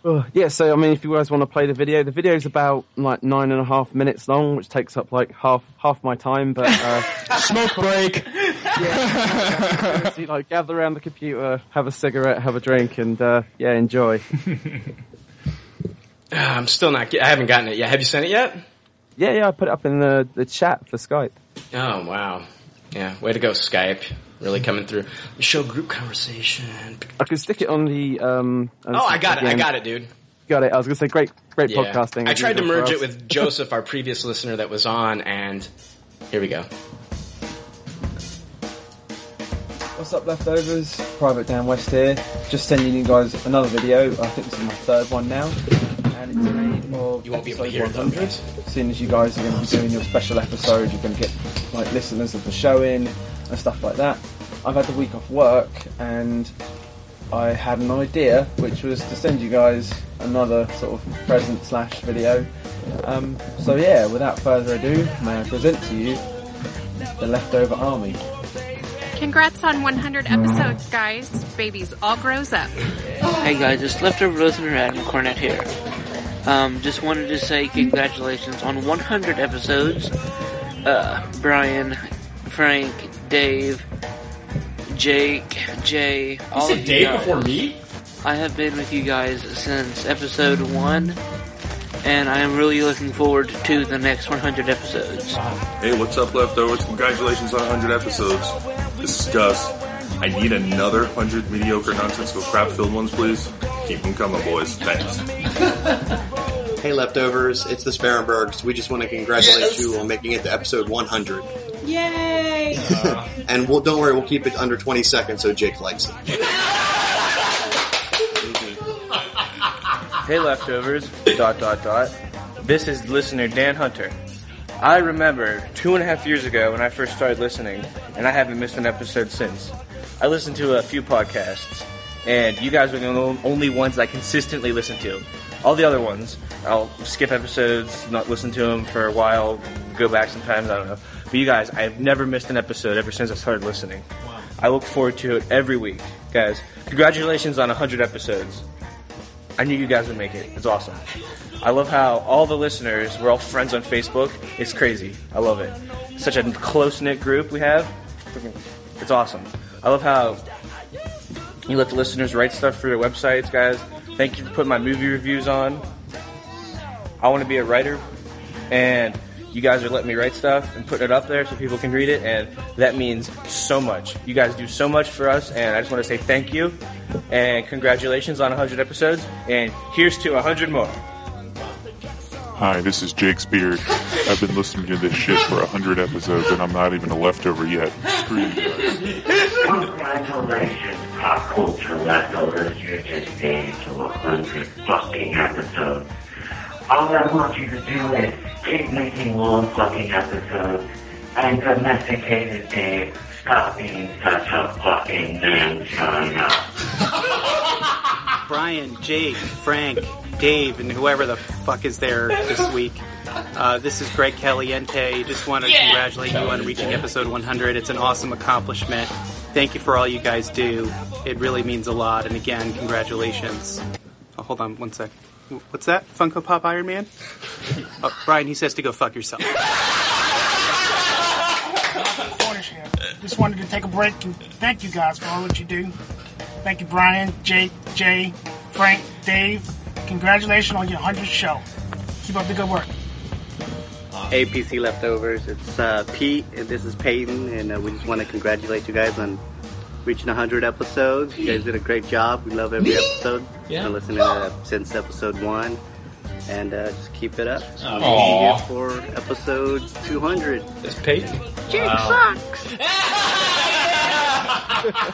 [SPEAKER 13] Uh, yeah, so I mean, if you guys want to play the video, the video's about like nine and a half minutes long, which takes up like half half my time. But uh,
[SPEAKER 5] <laughs> smoke break.
[SPEAKER 13] Yeah, <laughs> seriously, like gather around the computer, have a cigarette, have a drink, and uh, yeah,
[SPEAKER 5] <laughs>
[SPEAKER 13] enjoy.
[SPEAKER 3] Ah, <sighs> I'm still not. Get, I haven't gotten it yet. Have you sent it yet?
[SPEAKER 13] Yeah, yeah, I put it up in the the chat for Skype.
[SPEAKER 3] Oh wow. Yeah. Way to go, Skype. Really coming through. Show group conversation.
[SPEAKER 13] I could stick it on the. Um,
[SPEAKER 3] Oh, I got it. I got it, dude.
[SPEAKER 13] Got it. I was gonna say great, great
[SPEAKER 3] Yeah.
[SPEAKER 13] podcasting.
[SPEAKER 3] I
[SPEAKER 13] as
[SPEAKER 3] tried to
[SPEAKER 13] usual for
[SPEAKER 3] merge
[SPEAKER 13] us. <laughs>
[SPEAKER 3] it with Joseph, our previous listener that was on, and here we go.
[SPEAKER 14] What's up, leftovers? Private Dan West here. Just sending you guys another video. I think this is my third one now, and it's made of you won't be able to hear 100. Seeing as you guys are going to be doing your special episode, you're going to get like listeners of the show in and stuff like that. I've had the week off work, and I had an idea, which was to send you guys another sort of present slash video. Um, so yeah, without further ado, may I present to you the Leftover Army.
[SPEAKER 15] Congrats on 100 episodes, guys. Babies all grows up.
[SPEAKER 16] Hey guys, it's Leftover Listener Adam Cornett here. Um, just wanted to say congratulations on 100 episodes. Uh, Brian, Frank, Dave, Jake, Jay, all
[SPEAKER 3] said
[SPEAKER 16] of
[SPEAKER 3] Dave
[SPEAKER 16] you guys.
[SPEAKER 3] before me?
[SPEAKER 16] I have been with you guys since episode one, and I am really looking forward to the next 100 episodes.
[SPEAKER 17] Hey, what's up, leftovers? Congratulations on 100 episodes. This is Gus. I need another 100 mediocre, nonsensical, crap-filled ones, please. Keep them coming, boys. Thanks.
[SPEAKER 18] <laughs> Hey, leftovers, it's the Sparenbergs. We just want to congratulate
[SPEAKER 19] Yes.
[SPEAKER 18] you on making it to episode 100.
[SPEAKER 19] Yay!
[SPEAKER 18] And we'll don't worry, we'll keep it under 20 seconds so Jake likes it.
[SPEAKER 19] Hey, leftovers. Dot dot dot. This is listener Dan Hunter. I remember two and a half years ago when I first started listening, and I haven't missed an episode since. I listened to a few podcasts, and you guys were the only ones I consistently listened to. All the other ones, I'll skip episodes, not listen to them for a while, go back sometimes, I don't know. But you guys, I've never missed an episode ever since I started listening. I look forward to it every week. Guys, congratulations on 100 episodes. I knew you guys would make it. It's awesome. I love how all the listeners, we're all friends on Facebook. It's crazy. I love it. Such a close knit group we have. Freaking- It's awesome. I love how you let the listeners write stuff for their websites, guys. Thank you for putting my movie reviews on. I want to be a writer, and you guys are letting me write stuff and putting it up there so people can read it, and that means so much. You guys do so much for us, and I just want to say thank you. And congratulations on 100 episodes. And here's to 100 more.
[SPEAKER 20] Hi, this is Jake's Beard. I've been listening to this shit for 100 episodes, and I'm not even a leftover yet. Screw you guys.
[SPEAKER 17] Congratulations, pop culture leftovers. You're just made to 100 fucking episodes. All I want you to do is keep making more fucking episodes. And domesticated Dave, stop being such a fucking man, China.
[SPEAKER 3] Brian, Jake, Frank, Dave, and whoever the fuck is there this week. Uh, this is Greg Caliente. Just want to congratulate you on reaching episode 100. It's an awesome accomplishment. Thank you for all you guys do. It really means a lot. And again, congratulations. Oh, hold on one sec. What's that? Funko Pop Iron Man? Oh, Brian, he says to go fuck yourself.
[SPEAKER 5] <laughs> Just wanted to take a break and thank you guys for all that you do. Thank you, Brian, Jake, Jay, Frank, Dave. Congratulations on your 100th show. Keep up the good work.
[SPEAKER 7] APC leftovers. It's uh, Pete, and this is Peyton, and uh, we just want to congratulate you guys on reaching 100 episodes. You guys did a great job. We love every episode.
[SPEAKER 21] Yeah.
[SPEAKER 7] Been listening to since episode one, and uh, just keep it up.
[SPEAKER 21] Aw.
[SPEAKER 7] We'll be here for episode 200.
[SPEAKER 21] It's Peyton. Uh,
[SPEAKER 7] Jake <laughs>
[SPEAKER 3] <laughs>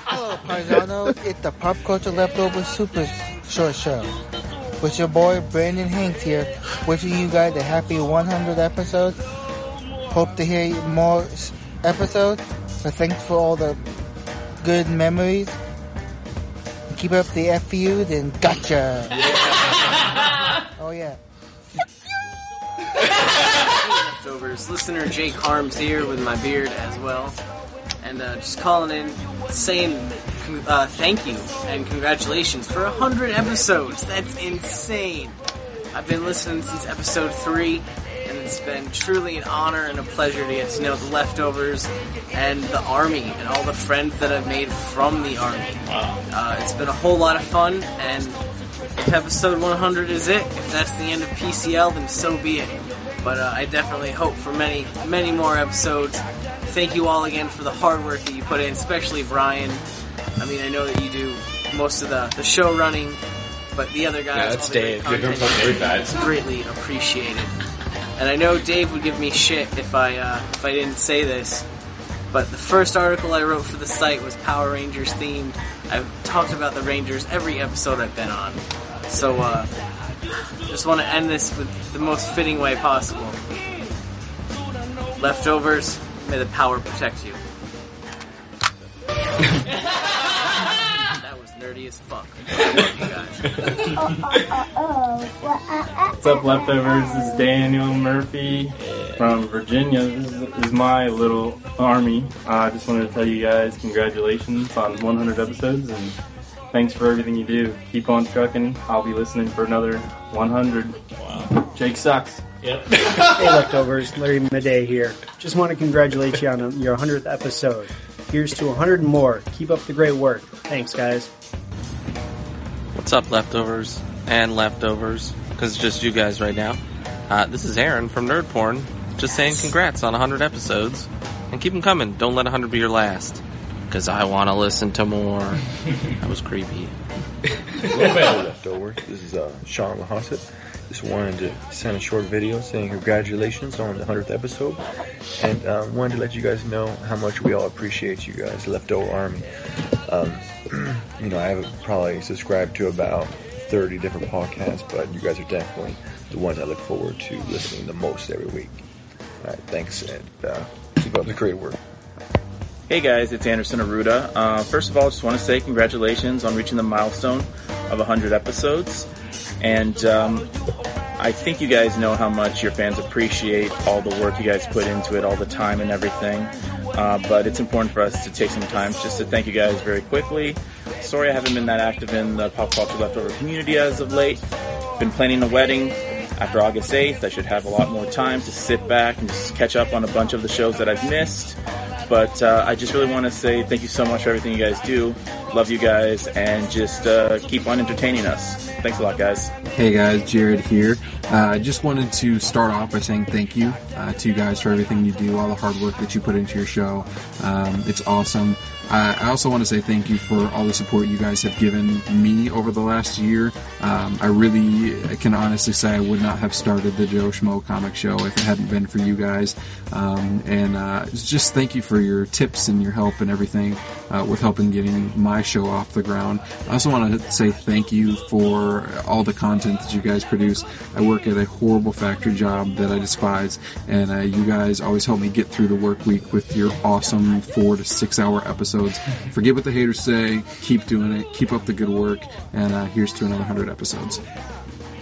[SPEAKER 22] Hello, Paisano. It's the Pop Culture Leftover Super Short Show. With your boy Brandon Hanks here, wishing you guys a happy 100 episode. Hope to hear more s- episodes. So thanks for all the good memories. Keep up the FUs and gotcha. <laughs> oh yeah.
[SPEAKER 21] Leftovers. Listener Jake Harms here with my beard as well. And uh, just calling in saying uh, thank you and congratulations for 100 episodes. That's insane. I've been listening since episode 3, and it's been truly an honor and a pleasure to get to know the leftovers and the army and all the friends that I've made from the army. Uh, it's been a whole lot of fun, and if episode 100 is it, if that's the end of PCL, then so be it. But uh, I definitely hope for many, many more episodes. Thank you all again for the hard work that you put in, especially Brian. I mean, I know that you do most of the, the show running, but the other guys, Yeah, that's all the great Dave. Give him content some you big do vibes. is greatly appreciated. And I know Dave would give me shit if I uh, if I didn't say this, but the first article I wrote for the site was Power Rangers themed. I've talked about the Rangers every episode I've been on, so uh, just want to end this with the most fitting way possible. Leftovers, may the power protect you. that was nerdy as fuck.
[SPEAKER 23] What's up, leftovers? This is Daniel Murphy from Virginia. This is, is my little army. I just wanted to tell you guys congratulations on 100 episodes and thanks for everything you do. Keep on trucking. I'll be listening for another 100. Wow. Jake sucks.
[SPEAKER 21] Yep.
[SPEAKER 24] hey, leftovers. Larry Midday here. Just want to congratulate you on your 100th episode. Here's to 100 more. Keep up the great work. Thanks, guys.
[SPEAKER 9] What's up, leftovers and leftovers? Because it's just you guys right now. Uh, this is Aaron from Nerd Porn. Just saying congrats on 100 episodes. And keep them coming. Don't let 100 be your last. Because I want to <laughs> listen to more. that was creepy.
[SPEAKER 25] Well, leftover. This is uh, Sean Lahasset. Just wanted to send a short video saying congratulations on the 100th episode and um, wanted to let you guys know how much we all appreciate you guys, Leftover Army. Um, <clears throat> you know, I have probably subscribed to about 30 different podcasts, but you guys are definitely the ones I look forward to listening the most every week. All right, thanks, and uh, keep up the great work.
[SPEAKER 23] Hey guys, it's Anderson Aruda. Uh, first of all, just want to say congratulations on reaching the milestone of 100 episodes. And um, I think you guys know how much your fans appreciate all the work you guys put into it, all the time and everything. Uh, but it's important for us to take some time just to thank you guys very quickly. Sorry I haven't been that active in the pop culture leftover community as of late. Been planning a wedding after August 8th. I should have a lot more time to sit back and just catch up on a bunch of the shows that I've missed. But uh, I just really want to say thank you so much for everything you guys do. Love you guys and just uh, keep on entertaining us. Thanks a lot, guys.
[SPEAKER 26] Hey guys, Jared here. Uh, I just wanted to start off by saying thank you uh, to you guys for everything you do, all the hard work that you put into your show. Um, it's awesome.
[SPEAKER 25] Uh, I also want to say thank you for all the support you guys have given me over the last year. Um, I really can honestly say I would not have started the Joe Schmo comic show if it hadn't been for you guys. Um, and uh, just thank you for your tips and your help and everything uh, with helping getting my show off the ground. I also want to say thank you for all the content that you guys produce. I work at a horrible factory job that I despise, and uh, you guys always help me get through the work week with your awesome four to six hour episodes. Forget what the haters say. Keep doing it. Keep up the good work. And uh, here's to another hundred episodes.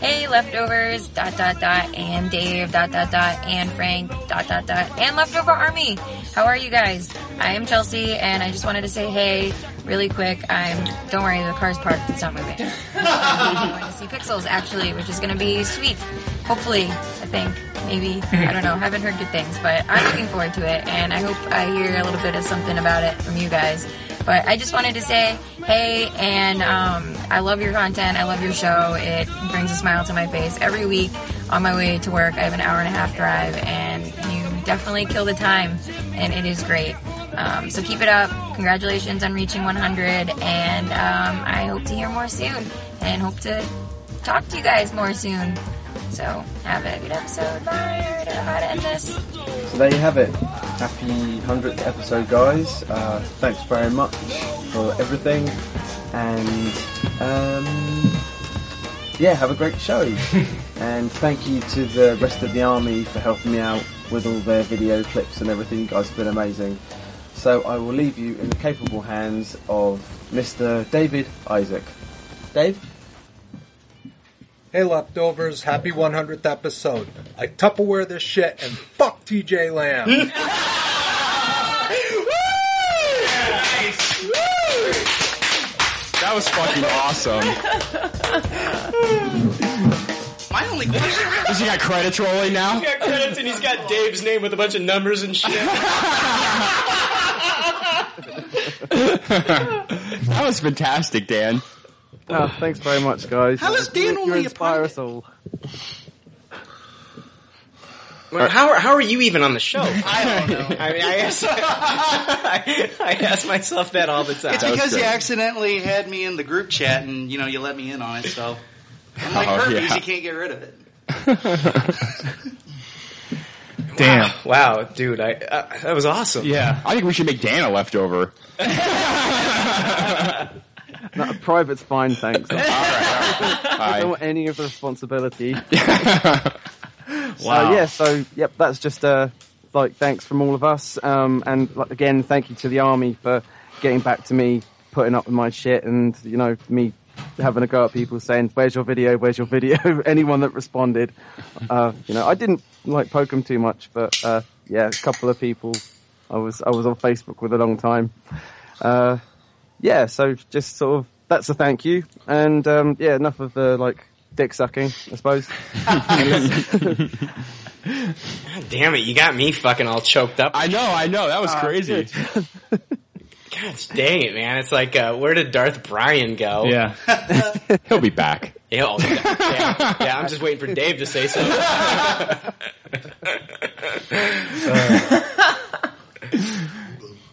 [SPEAKER 27] Hey, leftovers, dot, dot, dot, and Dave, dot, dot, dot, and Frank, dot, dot, dot, and Leftover Army. How are you guys? I am Chelsea, and I just wanted to say hey really quick. I'm, don't worry, the car's parked, it's not moving. I'm going to see Pixels, actually, which is going to be sweet. Hopefully, I think. Maybe. I don't know. haven't heard good things, but I'm looking forward to it, and I hope I hear a little bit of something about it from you guys. But I just wanted to say, hey, and um, I love your content. I love your show. It brings a smile to my face every week on my way to work. I have an hour and a half drive, and you definitely kill the time, and it is great. Um, so keep it up. Congratulations on reaching 100, and um, I hope to hear more soon, and hope to talk to you guys more soon. So have a good episode. Bye. I don't know how to end this.
[SPEAKER 14] So there you have it. Happy 100th episode, guys. Uh, thanks very much for everything. And um, yeah, have a great show. and thank you to the rest of the army for helping me out with all their video clips and everything. You guys have been amazing. So I will leave you in the capable hands of Mr. David Isaac. Dave?
[SPEAKER 28] Hey, leftovers, happy 100th episode. I Tupperware this shit and fuck TJ Lamb.
[SPEAKER 8] That was fucking awesome.
[SPEAKER 7] My only question.
[SPEAKER 3] Does he got credit trolling now?
[SPEAKER 7] He's got credits
[SPEAKER 3] and he's got Dave's name with a bunch of numbers and shit.
[SPEAKER 8] <laughs> that was fantastic, Dan.
[SPEAKER 13] Oh, thanks very much, guys.
[SPEAKER 7] How is Dan
[SPEAKER 13] You
[SPEAKER 7] only a
[SPEAKER 13] inspire us all.
[SPEAKER 3] <laughs> Well, how, are, how are you even on the show? I don't know. I mean, I ask, I, I ask myself that all the time.
[SPEAKER 7] It's because you accidentally had me in the group chat, and you know you let me in on it. So, unlike
[SPEAKER 3] Oh,
[SPEAKER 7] herpes,
[SPEAKER 3] yeah.
[SPEAKER 7] you can't get rid of it.
[SPEAKER 8] Damn.
[SPEAKER 3] Ah, Wow, dude, I, uh, that was awesome.
[SPEAKER 8] Yeah. I think we should make Dan a leftover.
[SPEAKER 13] No, private's fine, thanks. I don't
[SPEAKER 8] Alright.
[SPEAKER 13] want any of the responsibility.
[SPEAKER 8] Wow.
[SPEAKER 13] So yeah, so yep, that's just uh, like thanks from all of us, um, and like, again, thank you to the army for getting back to me, putting up with my shit, and you know me having a go at people saying, "Where's your video? Where's your video?" <laughs> Anyone that responded, uh, you know, I didn't like poke them too much, but uh, yeah, a couple of people, I was I was on Facebook with a long time. Uh, yeah, so just sort of that's a thank you, and um, yeah, enough of the like dick sucking, I suppose. <laughs>
[SPEAKER 3] God damn it, you got me fucking all choked up. I
[SPEAKER 8] know, I know, that was
[SPEAKER 7] Uh,
[SPEAKER 3] crazy.
[SPEAKER 8] <laughs>
[SPEAKER 3] God dang it, man. It's like, uh, where did Darth Bryan go?
[SPEAKER 8] Yeah. He'll be back.
[SPEAKER 3] Yeah, I'll do
[SPEAKER 8] <laughs>
[SPEAKER 3] that. yeah, yeah, I'm just waiting for Dave to say something. <laughs>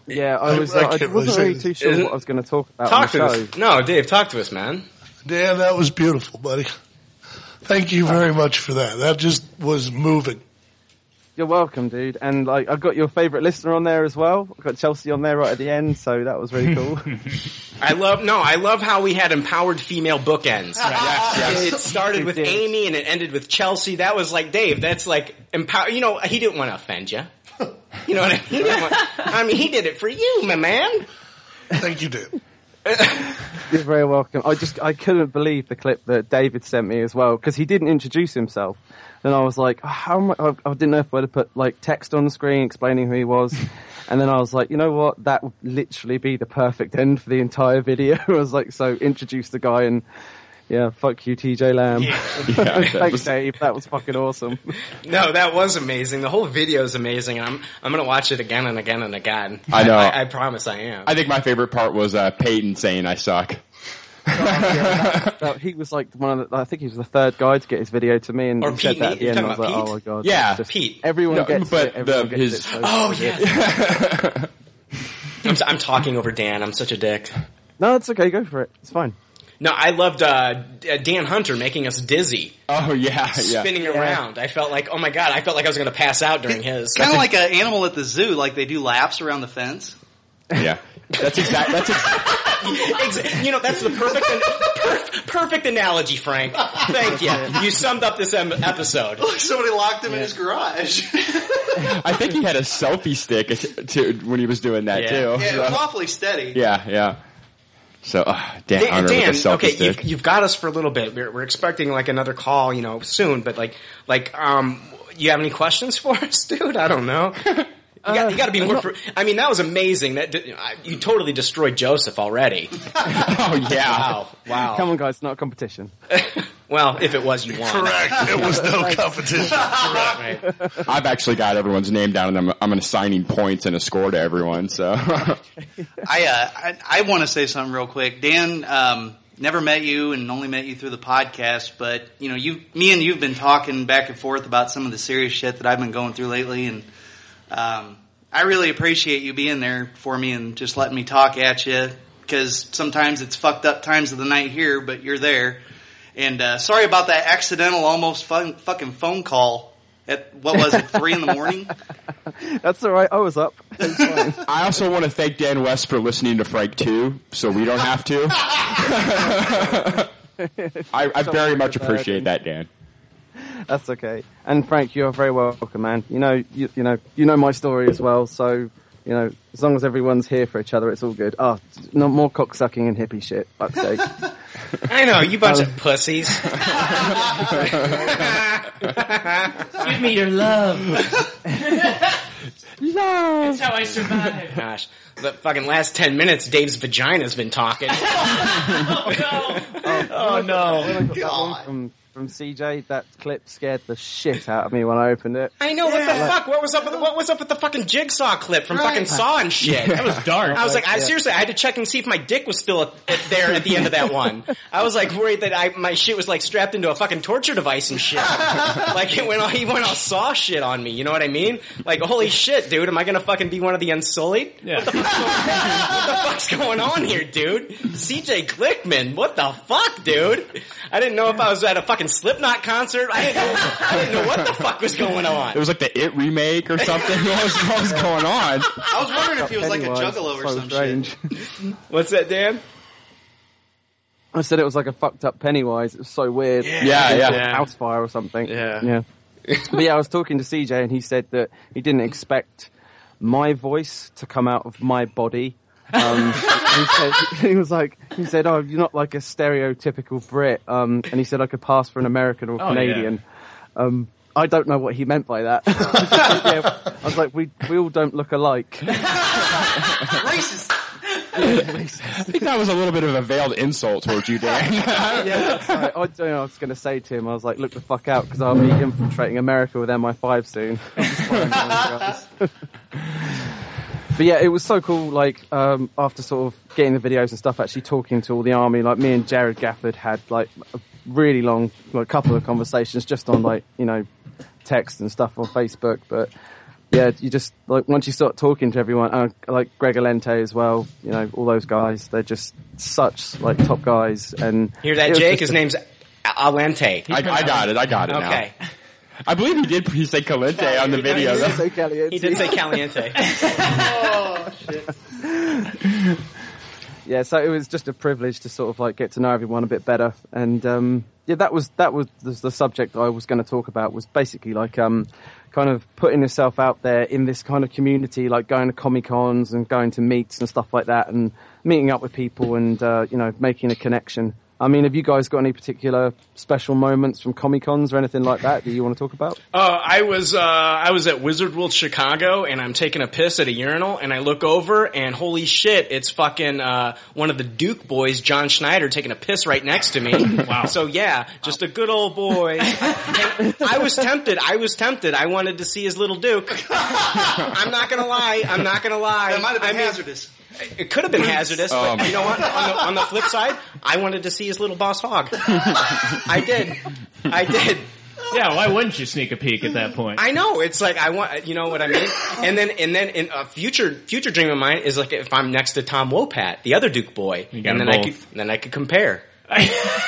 [SPEAKER 13] Yeah, I was.
[SPEAKER 3] I
[SPEAKER 13] I, I
[SPEAKER 3] can't
[SPEAKER 13] wasn't
[SPEAKER 3] really
[SPEAKER 13] really
[SPEAKER 3] say
[SPEAKER 13] too
[SPEAKER 3] this.
[SPEAKER 13] sure
[SPEAKER 3] Is
[SPEAKER 13] what
[SPEAKER 3] it-
[SPEAKER 13] I was going to talk about.
[SPEAKER 3] Talk
[SPEAKER 13] on
[SPEAKER 3] to
[SPEAKER 13] the
[SPEAKER 3] us. No, Dave, talk to us, man.
[SPEAKER 2] Dan, that was beautiful, buddy. Thank you very much for that. That just was moving.
[SPEAKER 13] You're welcome, dude. And like, I got your favourite listener on there as well. I got Chelsea on there right at the end, so that was
[SPEAKER 3] <laughs>
[SPEAKER 13] really cool.
[SPEAKER 3] I love, no, I love how we had empowered female bookends.
[SPEAKER 13] yes.
[SPEAKER 3] It started with Amy and it ended with Chelsea. That was like, Dave, that's like empower, you know, he didn't want to offend
[SPEAKER 13] <laughs>
[SPEAKER 3] you. You know what I mean? He didn't want- I mean, he did it for you, my man.
[SPEAKER 2] Thank you, Dave.
[SPEAKER 13] You're very welcome. I just I couldn't believe the clip that David sent me as well because he didn't introduce himself, and I was like, oh, how am I, I? I didn't know if I would put like text on the screen explaining who
[SPEAKER 3] <laughs>
[SPEAKER 13] he was, and then I was like, you know what? That would literally be the perfect end for the entire video. <laughs> I was like, so introduce the guy and. Yeah, fuck you, TJ Lamb.
[SPEAKER 3] Yeah, that
[SPEAKER 13] <laughs> Thanks,
[SPEAKER 3] was-
[SPEAKER 13] Dave. That was fucking awesome.
[SPEAKER 3] No, that was amazing. The whole video is amazing. and I'm, I'm gonna watch it again and again and again.
[SPEAKER 8] I know.
[SPEAKER 3] I, I promise I am.
[SPEAKER 8] I think my favorite part was uh, Peyton saying I suck.
[SPEAKER 13] Uh, he was like one of the, I think he was the third guy to get his video to me, and
[SPEAKER 8] Or
[SPEAKER 13] he
[SPEAKER 8] Pete,
[SPEAKER 13] said that at the
[SPEAKER 8] you're
[SPEAKER 13] end. and I was
[SPEAKER 8] talking
[SPEAKER 13] like,
[SPEAKER 8] about
[SPEAKER 13] oh my
[SPEAKER 8] Pete?
[SPEAKER 13] god,
[SPEAKER 8] Yeah,
[SPEAKER 13] just-
[SPEAKER 8] Pete.
[SPEAKER 13] Everyone
[SPEAKER 8] No,
[SPEAKER 13] gets
[SPEAKER 8] but
[SPEAKER 13] it. Everyone
[SPEAKER 8] the- Oh, <laughs>
[SPEAKER 13] gets
[SPEAKER 8] his-
[SPEAKER 13] it, so
[SPEAKER 8] Oh,
[SPEAKER 13] it's
[SPEAKER 8] yeah.
[SPEAKER 13] good.
[SPEAKER 8] Yeah.
[SPEAKER 3] I'm, so- I'm talking over Dan. I'm such a dick.
[SPEAKER 13] No, it's okay. Go for it. It's fine.
[SPEAKER 3] No, I loved uh, D- uh, Dan Hunter making us
[SPEAKER 13] <laughs>
[SPEAKER 3] dizzy.
[SPEAKER 8] Oh yeah,
[SPEAKER 3] spinning around. I felt like, oh my god, I felt like I was going to pass out during his. <laughs>
[SPEAKER 7] Kind of
[SPEAKER 13] <laughs>
[SPEAKER 7] like an animal at the zoo, like they do laps around the fence.
[SPEAKER 8] <laughs> Yeah, that's exactly. That's
[SPEAKER 3] <laughs> Exa- you know, that's the perfect perf- perfect analogy, Frank. Thank
[SPEAKER 13] <laughs>
[SPEAKER 3] you. You summed up this em- episode.
[SPEAKER 7] Somebody locked him in his garage.
[SPEAKER 8] I think he had a selfie stick <laughs> to, when he was doing that too.
[SPEAKER 7] Yeah, it was awfully steady.
[SPEAKER 8] yeah, yeah. So uh, Dan, Hunter
[SPEAKER 3] Dan,
[SPEAKER 8] with a selfie
[SPEAKER 3] okay,
[SPEAKER 8] stick.
[SPEAKER 3] <laughs> You've, you've got us for a little bit. We're, we're expecting like another call, you know, soon. But like, like, um, you have any questions <laughs> for us, dude? I don't know. You got, you got to
[SPEAKER 8] Uh,
[SPEAKER 3] be more. Pre- I mean, that was amazing. That di- I- you totally destroyed Joseph already.
[SPEAKER 8] <laughs> oh <laughs> yeah!
[SPEAKER 3] Wow! Wow!
[SPEAKER 13] <laughs> Come on, guys. It's not a competition.
[SPEAKER 3] Well, if it was, you won.
[SPEAKER 2] Correct. It was no competition.
[SPEAKER 8] I've actually got everyone's name down, and I'm, I'm assigning points and a score to everyone. So
[SPEAKER 7] I uh, I, I want to say something real quick. Dan, um, never met you and only met you through the podcast, but you know, you, me and you've been talking back and forth about some of the serious shit that I've been going through lately, and um, I really appreciate you being there for me and just letting me talk at you because sometimes it's fucked up times of the night here, but you're there. And uh, sorry about that accidental, almost fun, fucking phone call at what was it, three in the <laughs> morning?
[SPEAKER 13] That's all right. I was up.
[SPEAKER 8] <laughs> I also want to thank Dan West for listening to Frank too, so we don't have to.
[SPEAKER 3] <laughs>
[SPEAKER 8] I, I very much appreciate that, Dan.
[SPEAKER 13] That's okay. And Frank, you're very welcome, man. You know, you, you know, you know my story as well. So, you know, as long as everyone's here for each other, it's all good. Oh, no more cocksucking and hippie shit. Fuck's sake.
[SPEAKER 8] <laughs>
[SPEAKER 3] I know you bunch of pussies.
[SPEAKER 29] Give me your love.
[SPEAKER 3] <laughs>
[SPEAKER 29] That's how I survive.
[SPEAKER 3] Gosh, the fucking last ten minutes, Dave's vagina's been talking.
[SPEAKER 13] Oh no! From, from CJ, that clip scared the shit out of me when I opened it.
[SPEAKER 3] I know what the fuck. What was up with what was up with the fucking jigsaw clip from
[SPEAKER 13] Right.
[SPEAKER 3] fucking Saw and shit?
[SPEAKER 13] That was dark.
[SPEAKER 3] I was like, I
[SPEAKER 13] Yeah.
[SPEAKER 3] seriously, I had to check and see if my dick was still at, at there at the end of that one. I was like worried that I my shit was like strapped into a fucking torture device
[SPEAKER 7] <laughs>
[SPEAKER 3] and shit. like it went all he went all Saw shit on me. You know what I mean? Like holy shit, dude, am I gonna fucking be one of the Unsullied? What, the fuck's going, <laughs> what the fuck's going on here, dude? CJ Glickman, what the fuck, dude? I didn't know if I was at a fucking Slipknot concert. I didn't know, I didn't know what the fuck was going on.
[SPEAKER 8] It was like the It remake or something. <laughs> what, was, what was going on?
[SPEAKER 7] I was wondering if he was like a
[SPEAKER 13] Pennywise,
[SPEAKER 7] juggalo or
[SPEAKER 13] so
[SPEAKER 7] some shit.
[SPEAKER 13] strange.
[SPEAKER 3] <laughs> What's that, Dan?
[SPEAKER 13] I said it was like a fucked up Pennywise. It was so weird.
[SPEAKER 3] Yeah, yeah.
[SPEAKER 13] It was like
[SPEAKER 3] Yeah.
[SPEAKER 13] a House fire or something.
[SPEAKER 3] Yeah.
[SPEAKER 13] yeah. but yeah, I was talking to CJ and he said that he didn't expect my voice to come out of my body. Um, he, said, <laughs> he was like, he said, "Oh, you're not like a stereotypical Brit," um, and he said I could pass for an American or
[SPEAKER 29] Oh, yeah.
[SPEAKER 13] Canadian. Um, I don't know what he meant by that. <laughs> Yeah, I was like, "We we all don't look alike."
[SPEAKER 8] I think that was a little bit of a veiled insult towards you, Dan.
[SPEAKER 13] <laughs> yeah, sorry, I, don't know, I was going to say to him, I was like, look the fuck out, because I'll be infiltrating America with MI5 soon. <laughs> but yeah, it was so cool, like, um, after sort of getting the videos and stuff, actually talking to all the army, like, me and Jared Gafford had, like, a really long, like, couple of conversations just on, like, you know, text and stuff on Facebook, but yeah, you just like once you start talking to everyone, uh, like Greg Alente as well. You know, all those guys. They're just such like top guys. And
[SPEAKER 3] Hear that,
[SPEAKER 13] it was
[SPEAKER 3] Jake?
[SPEAKER 13] just
[SPEAKER 3] His
[SPEAKER 13] a-
[SPEAKER 3] name's Al- Alente.
[SPEAKER 8] I, I got it. I got it.
[SPEAKER 3] Okay.
[SPEAKER 8] Now. I believe he did. He said
[SPEAKER 3] <laughs>
[SPEAKER 8] Caliente on the video. though.
[SPEAKER 3] He did
[SPEAKER 5] <laughs>
[SPEAKER 3] say caliente.
[SPEAKER 5] Oh,
[SPEAKER 13] yeah. So it was just a privilege to sort of like get to know everyone a bit better. And um, yeah, that was that was the, the subject I was going to talk about. Was basically like um, kind of putting yourself out there in this kind of community, like going to comic cons and going to meets and stuff like that, and meeting up with people and uh, you know making a connection. I mean, have you guys got any particular special moments from Comic Cons or anything like that that you want to talk about?
[SPEAKER 3] Uh, I was uh, I was at Wizard World Chicago, and I'm taking a piss at a urinal, and I look over, and holy shit, it's fucking uh, one of the Duke boys, John Schneider, taking a piss right next to me.
[SPEAKER 7] <laughs>
[SPEAKER 3] wow. So yeah, just a good old boy. And I was tempted. I was tempted. I wanted to see his little
[SPEAKER 7] <laughs>
[SPEAKER 3] Duke. I'm not gonna lie. I'm not gonna lie.
[SPEAKER 7] That might have been
[SPEAKER 3] I mean,
[SPEAKER 7] hazardous.
[SPEAKER 3] It could have been hazardous,
[SPEAKER 7] Oh,
[SPEAKER 3] but
[SPEAKER 7] man.
[SPEAKER 3] you know what? On the, on the
[SPEAKER 7] <laughs>
[SPEAKER 3] flip side, I wanted to see his little boss hog. I did. I did.
[SPEAKER 5] Yeah, why wouldn't you sneak a peek at that point?
[SPEAKER 3] I know. It's like I want. You know what I mean? And then and then in a future future dream of mine is like if I'm next to Tom Wopat, the other Duke boy,
[SPEAKER 5] got
[SPEAKER 3] and
[SPEAKER 5] them
[SPEAKER 3] then I could
[SPEAKER 5] both.
[SPEAKER 3] then I
[SPEAKER 5] <laughs>
[SPEAKER 3] could compare.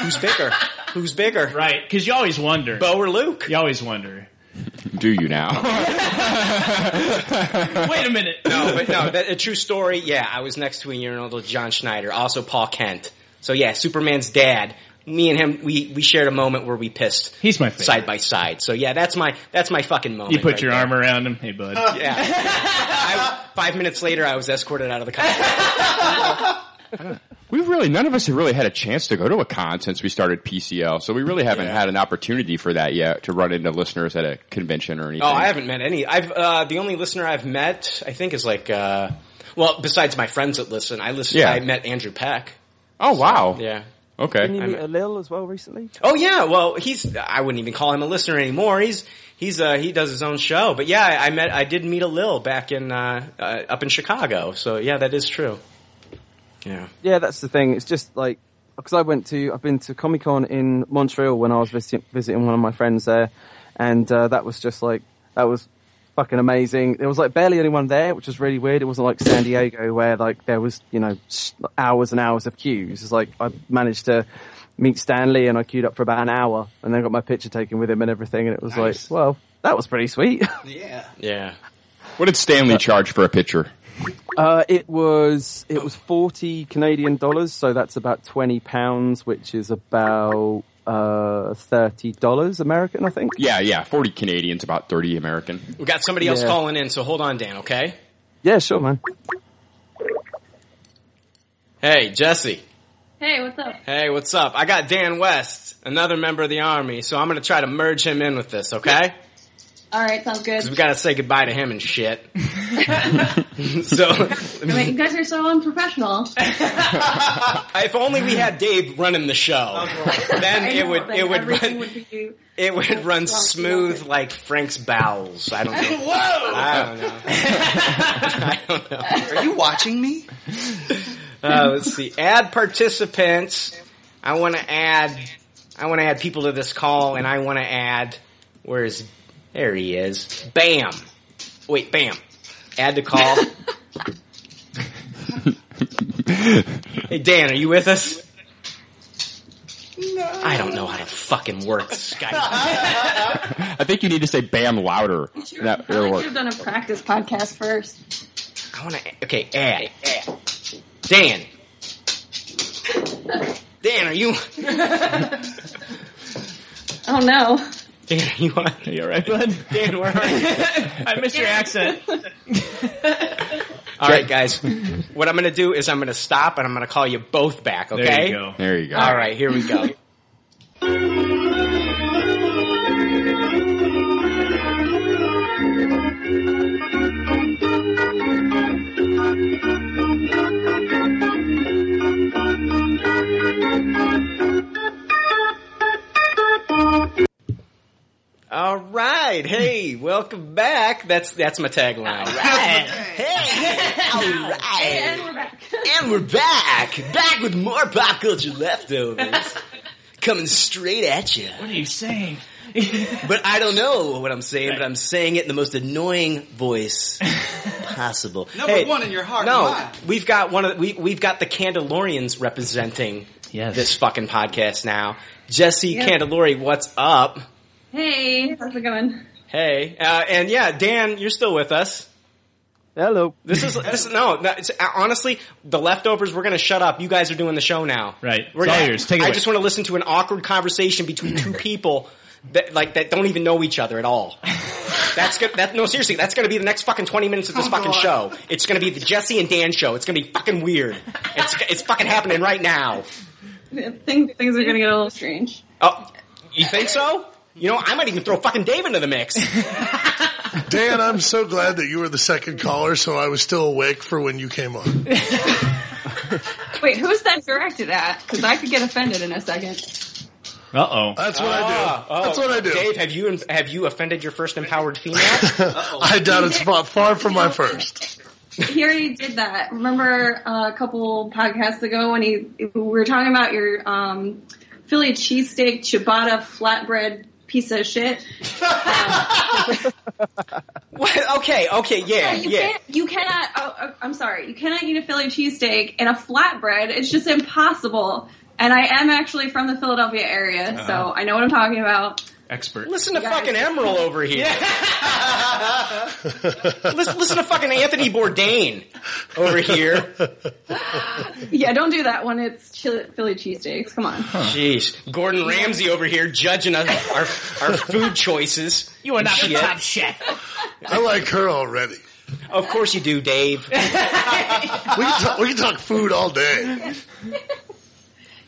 [SPEAKER 3] Who's bigger? Who's <laughs> bigger?
[SPEAKER 5] Right, because you always wonder.
[SPEAKER 3] Bo or Luke?
[SPEAKER 5] You always wonder.
[SPEAKER 8] Do you now?
[SPEAKER 5] Wait a minute.
[SPEAKER 3] No, but no, that, a true story. Yeah, I was next to a urinal to John Schneider, also Paul Kent. So yeah, Superman's dad. Me and him, we, we shared a moment where we pissed.
[SPEAKER 5] He's my favorite.
[SPEAKER 3] side by side. So yeah, that's my that's Oh my fucking moment.
[SPEAKER 5] You put
[SPEAKER 3] right
[SPEAKER 5] your
[SPEAKER 3] there.
[SPEAKER 5] arm around him. Hey, bud.
[SPEAKER 3] <laughs> Yeah. I, five minutes later, I was escorted out of the conference.
[SPEAKER 8] we really none of us have really had a chance to go to a con since we started PCL, so we really haven't had an opportunity for that yet to run into listeners at a convention or anything.
[SPEAKER 3] Oh, I haven't met any. I've uh, the only listener I've met, I think, is like, uh, well, besides my friends that listen, I listen.
[SPEAKER 8] Yeah.
[SPEAKER 3] I met Andrew Peck.
[SPEAKER 8] Oh wow.
[SPEAKER 3] Yeah.
[SPEAKER 8] Okay.
[SPEAKER 13] Didn't you
[SPEAKER 3] I
[SPEAKER 13] meet Lil as well recently?
[SPEAKER 3] Oh yeah, well he's I wouldn't even call him a listener anymore. He's he's uh he does his own show. But yeah, I, I met I did meet a Lil back in uh, uh up in Chicago. So yeah, that is true. Yeah.
[SPEAKER 13] Yeah, that's the thing. It's just like because I went to I've been to Comic Con in Montreal when I was visiting, visiting one of my friends there, and uh, that was just like that was fucking amazing. There was like barely anyone there, which was really weird. It wasn't like San Diego where like there was you know s- hours and hours of queues. It's like I managed to meet Stanley and I queued up for about an hour and then got my picture taken with him and everything, and it was like, well, that was pretty sweet. <laughs>
[SPEAKER 7] Yeah.
[SPEAKER 3] Yeah.
[SPEAKER 8] What did Stanley charge for a picture?
[SPEAKER 13] Uh, it was it was forty Canadian dollars, so that's about twenty pounds, which is about uh, thirty dollars American,
[SPEAKER 8] <laughs>
[SPEAKER 13] I think.
[SPEAKER 8] Yeah, yeah. Forty Canadians, about thirty American.
[SPEAKER 3] We got somebody else
[SPEAKER 13] Yeah.
[SPEAKER 3] calling in, so hold on, Dan. Okay.
[SPEAKER 13] Yeah, sure, man.
[SPEAKER 3] Hey, Jesse.
[SPEAKER 4] Hey, what's up?
[SPEAKER 3] Hey, what's up? I got Dan West, another member of the army, so I'm gonna try to merge him in with this, okay?
[SPEAKER 4] All right, sounds good.
[SPEAKER 3] Because we gotta say goodbye to him and shit.
[SPEAKER 4] <laughs>
[SPEAKER 3] <laughs> so,
[SPEAKER 4] I mean, you guys are so unprofessional.
[SPEAKER 3] <laughs> if only we had Dave running the show, then
[SPEAKER 4] Oh, I
[SPEAKER 3] it
[SPEAKER 4] know,
[SPEAKER 3] would
[SPEAKER 4] like,
[SPEAKER 3] it would
[SPEAKER 4] everything
[SPEAKER 3] run,
[SPEAKER 4] would be
[SPEAKER 3] it would run smooth like Frank's bowels. I don't know.
[SPEAKER 7] Whoa!
[SPEAKER 3] I don't know. I don't know.
[SPEAKER 7] Are you watching me?
[SPEAKER 3] Uh, let's see. Add participants. I want to add. I want to add people to this call, and I want to add. Where is? There he is. Bam. Wait, bam. Add to call. hey Dan, are you with us?
[SPEAKER 7] No.
[SPEAKER 3] I don't know how to fucking work
[SPEAKER 4] <laughs>
[SPEAKER 3] Skype.
[SPEAKER 8] <laughs> I think you need to say "bam" louder. That will
[SPEAKER 4] Should have done a practice podcast first.
[SPEAKER 3] I want to. Okay, add.
[SPEAKER 8] <laughs>
[SPEAKER 3] Dan. Dan, are you?
[SPEAKER 4] <laughs> Oh no.
[SPEAKER 3] Dan, are you on? Are you alright, bud? Dan, where are
[SPEAKER 5] <laughs>
[SPEAKER 3] you?
[SPEAKER 5] I miss your accent.
[SPEAKER 3] <laughs> All right, guys. What I'm going to do is I'm going to stop and I'm going to call you both back.
[SPEAKER 8] There
[SPEAKER 3] Okay.
[SPEAKER 8] you go. There you go.
[SPEAKER 3] All right, here we go. All right, hey, welcome back. That's that's my tagline. Hey, all right.
[SPEAKER 4] And we're back. <laughs>
[SPEAKER 3] And we're back, back with more pop culture
[SPEAKER 4] <laughs>
[SPEAKER 3] leftovers, coming straight at you. What
[SPEAKER 5] are you saying?
[SPEAKER 3] <laughs> but I don't know what I'm saying, but I'm saying it in the most annoying
[SPEAKER 7] <laughs>
[SPEAKER 3] voice possible.
[SPEAKER 7] Number
[SPEAKER 3] Hey,
[SPEAKER 7] one in your heart.
[SPEAKER 3] No,
[SPEAKER 7] Why?
[SPEAKER 3] we've got one of the, we we've got the Candelorians representing this fucking podcast now. Jesse
[SPEAKER 4] Yep.
[SPEAKER 3] Candelori, what's up?
[SPEAKER 4] Hey, how's it going?
[SPEAKER 3] Hey, uh, and yeah, Dan, you're still with us.
[SPEAKER 13] Hello.
[SPEAKER 3] This is this is no. that- it's- uh, honestly, the leftovers. We're gonna shut up. You guys are doing the show now.
[SPEAKER 5] Right.
[SPEAKER 3] We're
[SPEAKER 5] it's all
[SPEAKER 3] gonna-
[SPEAKER 5] yours. Take it
[SPEAKER 3] I
[SPEAKER 5] away.
[SPEAKER 3] just want to listen to an awkward conversation
[SPEAKER 5] <clears throat>
[SPEAKER 3] between two people that like that don't even know each other at all. That's good. That no, seriously, that's gonna be the next fucking twenty minutes
[SPEAKER 5] Oh,
[SPEAKER 3] of this fucking show. It's gonna be the Jesse and Dan show. It's gonna be fucking weird. It's it's fucking happening right now.
[SPEAKER 4] Things things are gonna get a little strange.
[SPEAKER 3] Oh, you think so? You know, I might even throw fucking Dave into the mix.
[SPEAKER 2] Dan, I'm so glad that you were the second caller, so I was still awake for when you came on.
[SPEAKER 4] Wait, who's that directed at? Because I could get offended in a second.
[SPEAKER 5] Uh oh.
[SPEAKER 2] That's what I do.
[SPEAKER 3] Oh,
[SPEAKER 2] That's what I do.
[SPEAKER 3] Dave, have you have you offended your first empowered female?
[SPEAKER 2] <laughs> I doubt it's far, far from my first.
[SPEAKER 4] He already did that. Remember uh, a couple podcasts ago when he we were talking about your um, Philly cheesesteak ciabatta flatbread piece of shit.
[SPEAKER 3] Um, <laughs> What? Okay, okay, yeah,
[SPEAKER 4] you
[SPEAKER 3] yeah.
[SPEAKER 4] can't. You cannot. Oh, oh, I'm sorry. You cannot eat a Philly cheesesteak and a flatbread. It's just impossible. And I am actually from the Philadelphia area,
[SPEAKER 3] Uh-huh.
[SPEAKER 4] so I know what I'm talking
[SPEAKER 3] <laughs>
[SPEAKER 4] about.
[SPEAKER 5] Expert.
[SPEAKER 3] Listen to fucking Emerald over here. <laughs> listen, listen to fucking Anthony Bourdain over here.
[SPEAKER 4] Yeah, don't do that when it's chili- Philly cheesesteaks. Come on.
[SPEAKER 3] Jeez, Gordon Ramsay over here judging us, our our food choices.
[SPEAKER 4] You are
[SPEAKER 3] and
[SPEAKER 4] not the
[SPEAKER 3] shit.
[SPEAKER 4] top
[SPEAKER 3] chef.
[SPEAKER 2] I like her already.
[SPEAKER 3] Of course you do,
[SPEAKER 4] <laughs>
[SPEAKER 3] Dave. we,
[SPEAKER 2] can talk, we can talk food all day.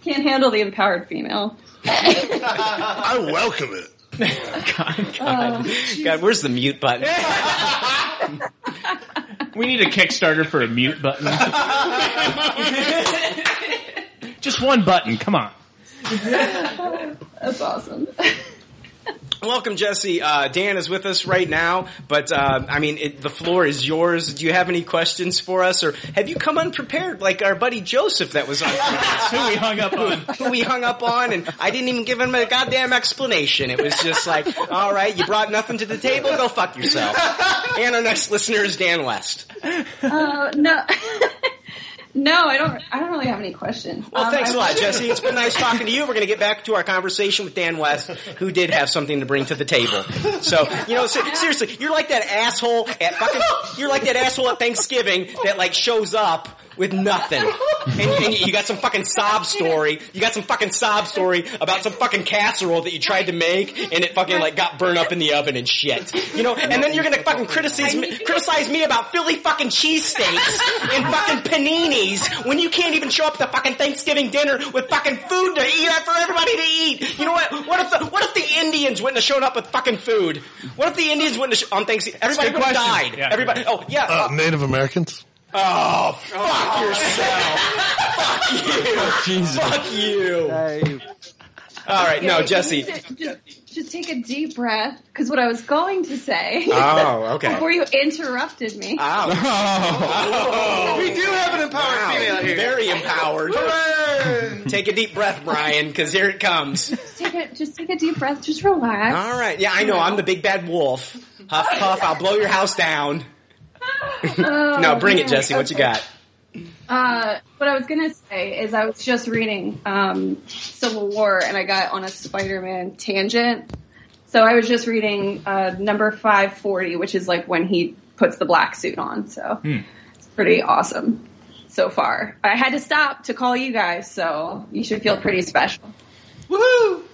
[SPEAKER 4] Can't handle the empowered
[SPEAKER 7] <laughs>
[SPEAKER 4] female.
[SPEAKER 2] I welcome it.
[SPEAKER 3] <laughs> God,
[SPEAKER 4] Oh,
[SPEAKER 3] God, where's the mute button?
[SPEAKER 5] <laughs> We need a Kickstarter for a mute button. <laughs> Just one button. Come
[SPEAKER 3] <laughs>
[SPEAKER 5] on.
[SPEAKER 4] That's awesome.
[SPEAKER 3] Welcome, Jesse. Uh, Dan is with us right now, but uh, I mean, it, the floor is yours. Do you have any questions for us, or have you come unprepared like our buddy Joseph
[SPEAKER 5] <laughs>
[SPEAKER 3] that was on? who
[SPEAKER 5] we hung up on.
[SPEAKER 3] Who we hung up on, and I didn't even give him a goddamn explanation. It was just like, all right, you brought nothing to the table. Go fuck yourself. And our next listener is Dan West.
[SPEAKER 4] Uh, no. <laughs> No, I don't. I don't really have any questions.
[SPEAKER 3] Well,
[SPEAKER 4] Um,
[SPEAKER 3] thanks
[SPEAKER 4] I-
[SPEAKER 3] a lot, Jesse. It's been nice talking to you. We're going to get back to our conversation with Dan West, who did have something to bring to the table. So, you know, se- seriously, you're like that asshole at fucking, you're like that asshole at Thanksgiving that like shows up with nothing. And, and you got some fucking sob story. You got some fucking sob story about some fucking casserole that you tried to make and it fucking like got burned up in the oven and shit. You know, and then you're going to fucking criticize me, criticize me about Philly fucking cheesesteaks and fucking paninis when you can't even show up to fucking Thanksgiving dinner with fucking food to eat for everybody to eat. You know what? What if the what if the Indians wouldn't have shown up with fucking food? What if the Indians wouldn't have sh- on Thanksgiving? Everybody
[SPEAKER 2] Good
[SPEAKER 3] would have
[SPEAKER 2] question.
[SPEAKER 3] died.
[SPEAKER 2] Yeah,
[SPEAKER 3] everybody. Oh yeah. <laughs>
[SPEAKER 2] Uh, Native Americans.
[SPEAKER 3] Oh, fuck yourself. fuck you. Fuck you. All right, no,
[SPEAKER 4] Yeah,
[SPEAKER 5] <laughs>
[SPEAKER 3] Jesse.
[SPEAKER 4] just- Just, just take a deep breath, because what I was going to say. <laughs>
[SPEAKER 3] Oh, okay.
[SPEAKER 4] before you
[SPEAKER 3] <laughs>
[SPEAKER 4] interrupted me.
[SPEAKER 3] Oh.
[SPEAKER 7] We do have an empowered
[SPEAKER 3] Wow,
[SPEAKER 7] female here.
[SPEAKER 3] Very empowered. Take a deep breath, Brian, because here it comes.
[SPEAKER 4] Just take a just take a deep breath. Just relax.
[SPEAKER 3] All right. Yeah, I know. I'm the big bad wolf. Huff, puff. I'll blow your house down.
[SPEAKER 4] Oh,
[SPEAKER 3] no, bring it,
[SPEAKER 4] man.
[SPEAKER 3] Jesse. What you got?
[SPEAKER 4] Uh, what I was gonna say is I was just reading um, Civil War and I got on a Spider-Man tangent. So I was just reading uh, number five forty, which is like when he puts the black suit on. So
[SPEAKER 5] Hmm.
[SPEAKER 4] it's pretty awesome so far. I had to stop to call you guys, so you should feel pretty special.
[SPEAKER 3] Woo!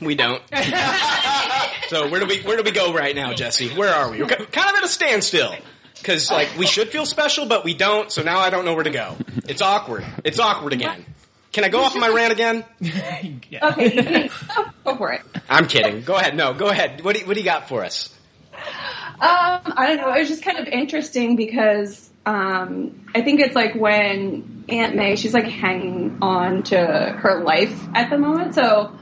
[SPEAKER 3] We don't. <laughs> so where do we where do we go right now, Jesse? Where are we? We're ki- kind of at a standstill because like we should feel special, but we don't. So now I don't know where to go. It's awkward. It's awkward again. Can I go off my rant again?
[SPEAKER 4] Okay, you can- <laughs> go for it.
[SPEAKER 3] I'm kidding. Go ahead. No, go ahead. What do, you- what do you got for us?
[SPEAKER 4] Um, I don't know. It was just kind of interesting because um, I think it's like when Aunt May, she's like hanging on to her life at the moment. So,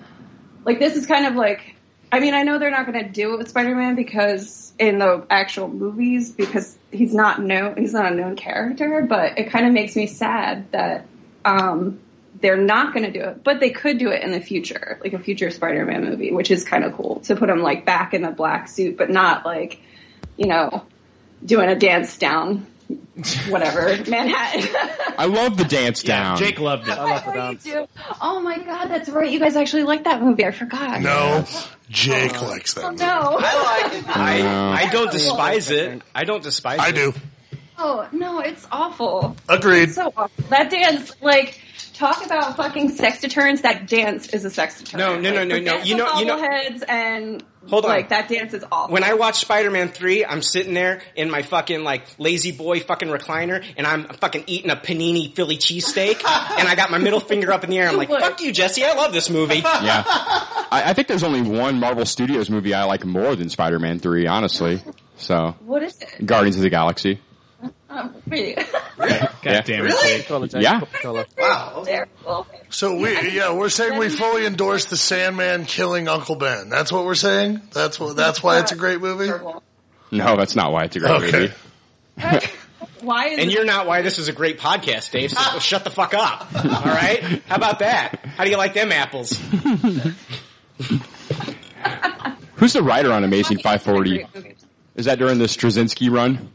[SPEAKER 4] like, this is kind of like, I mean, I know they're not going to do it with Spider Man because in the actual movies, because he's not known, he's not a known character, but it kind of makes me sad that um, they're not going to do it, but they could do it in the future, like a future Spider Man movie, which is kind of cool to put him like back in the black suit, but not like you know, doing a dance down,
[SPEAKER 3] <laughs>
[SPEAKER 4] whatever, Manhattan.
[SPEAKER 8] I love the dance down.
[SPEAKER 5] Jake loved it.
[SPEAKER 4] I love the oh my god, that's right. You guys actually like that movie. I forgot.
[SPEAKER 2] No, Jake likes that.
[SPEAKER 4] Oh no. I like
[SPEAKER 3] I I don't despise it. I don't despise it.
[SPEAKER 5] <laughs>
[SPEAKER 3] I do.
[SPEAKER 4] <laughs> Oh no, it's awful.
[SPEAKER 2] Agreed.
[SPEAKER 4] It's so awful. That dance, like, talk about fucking sex deterrents. That dance is a sex deterrent.
[SPEAKER 3] No, no, no, no, no. You know, you know.
[SPEAKER 4] Heads and
[SPEAKER 3] Hold on.
[SPEAKER 4] like that dance is awful.
[SPEAKER 3] When I watch Spider-Man 3, I'm sitting there in my fucking like lazy boy fucking recliner and I'm fucking eating a panini Philly cheesesteak and I got my middle finger up in the air. I'm like, fuck you, Jesse. I love this movie.
[SPEAKER 8] Yeah. I, I think there's only one Marvel Studios movie I like more than Spider-Man 3, honestly. So,
[SPEAKER 4] What is it?
[SPEAKER 8] Guardians of the Galaxy.
[SPEAKER 4] Oh, wait.
[SPEAKER 8] yeah.
[SPEAKER 5] damn
[SPEAKER 2] it, Really? Jake.
[SPEAKER 8] Yeah.
[SPEAKER 4] Wow. Terrible.
[SPEAKER 2] So we, yeah, we're saying we fully endorse the Sandman killing Uncle Ben. That's what we're saying. That's what. That's why it's a great movie.
[SPEAKER 8] No, that's not why it's a great movie.
[SPEAKER 4] Why is
[SPEAKER 3] And you're not why this is a great podcast, Dave. So shut the fuck up. All <laughs> right? How about that? How do you like them apples?
[SPEAKER 8] Who's the writer on Amazing 540? Is that during the Straczynski run?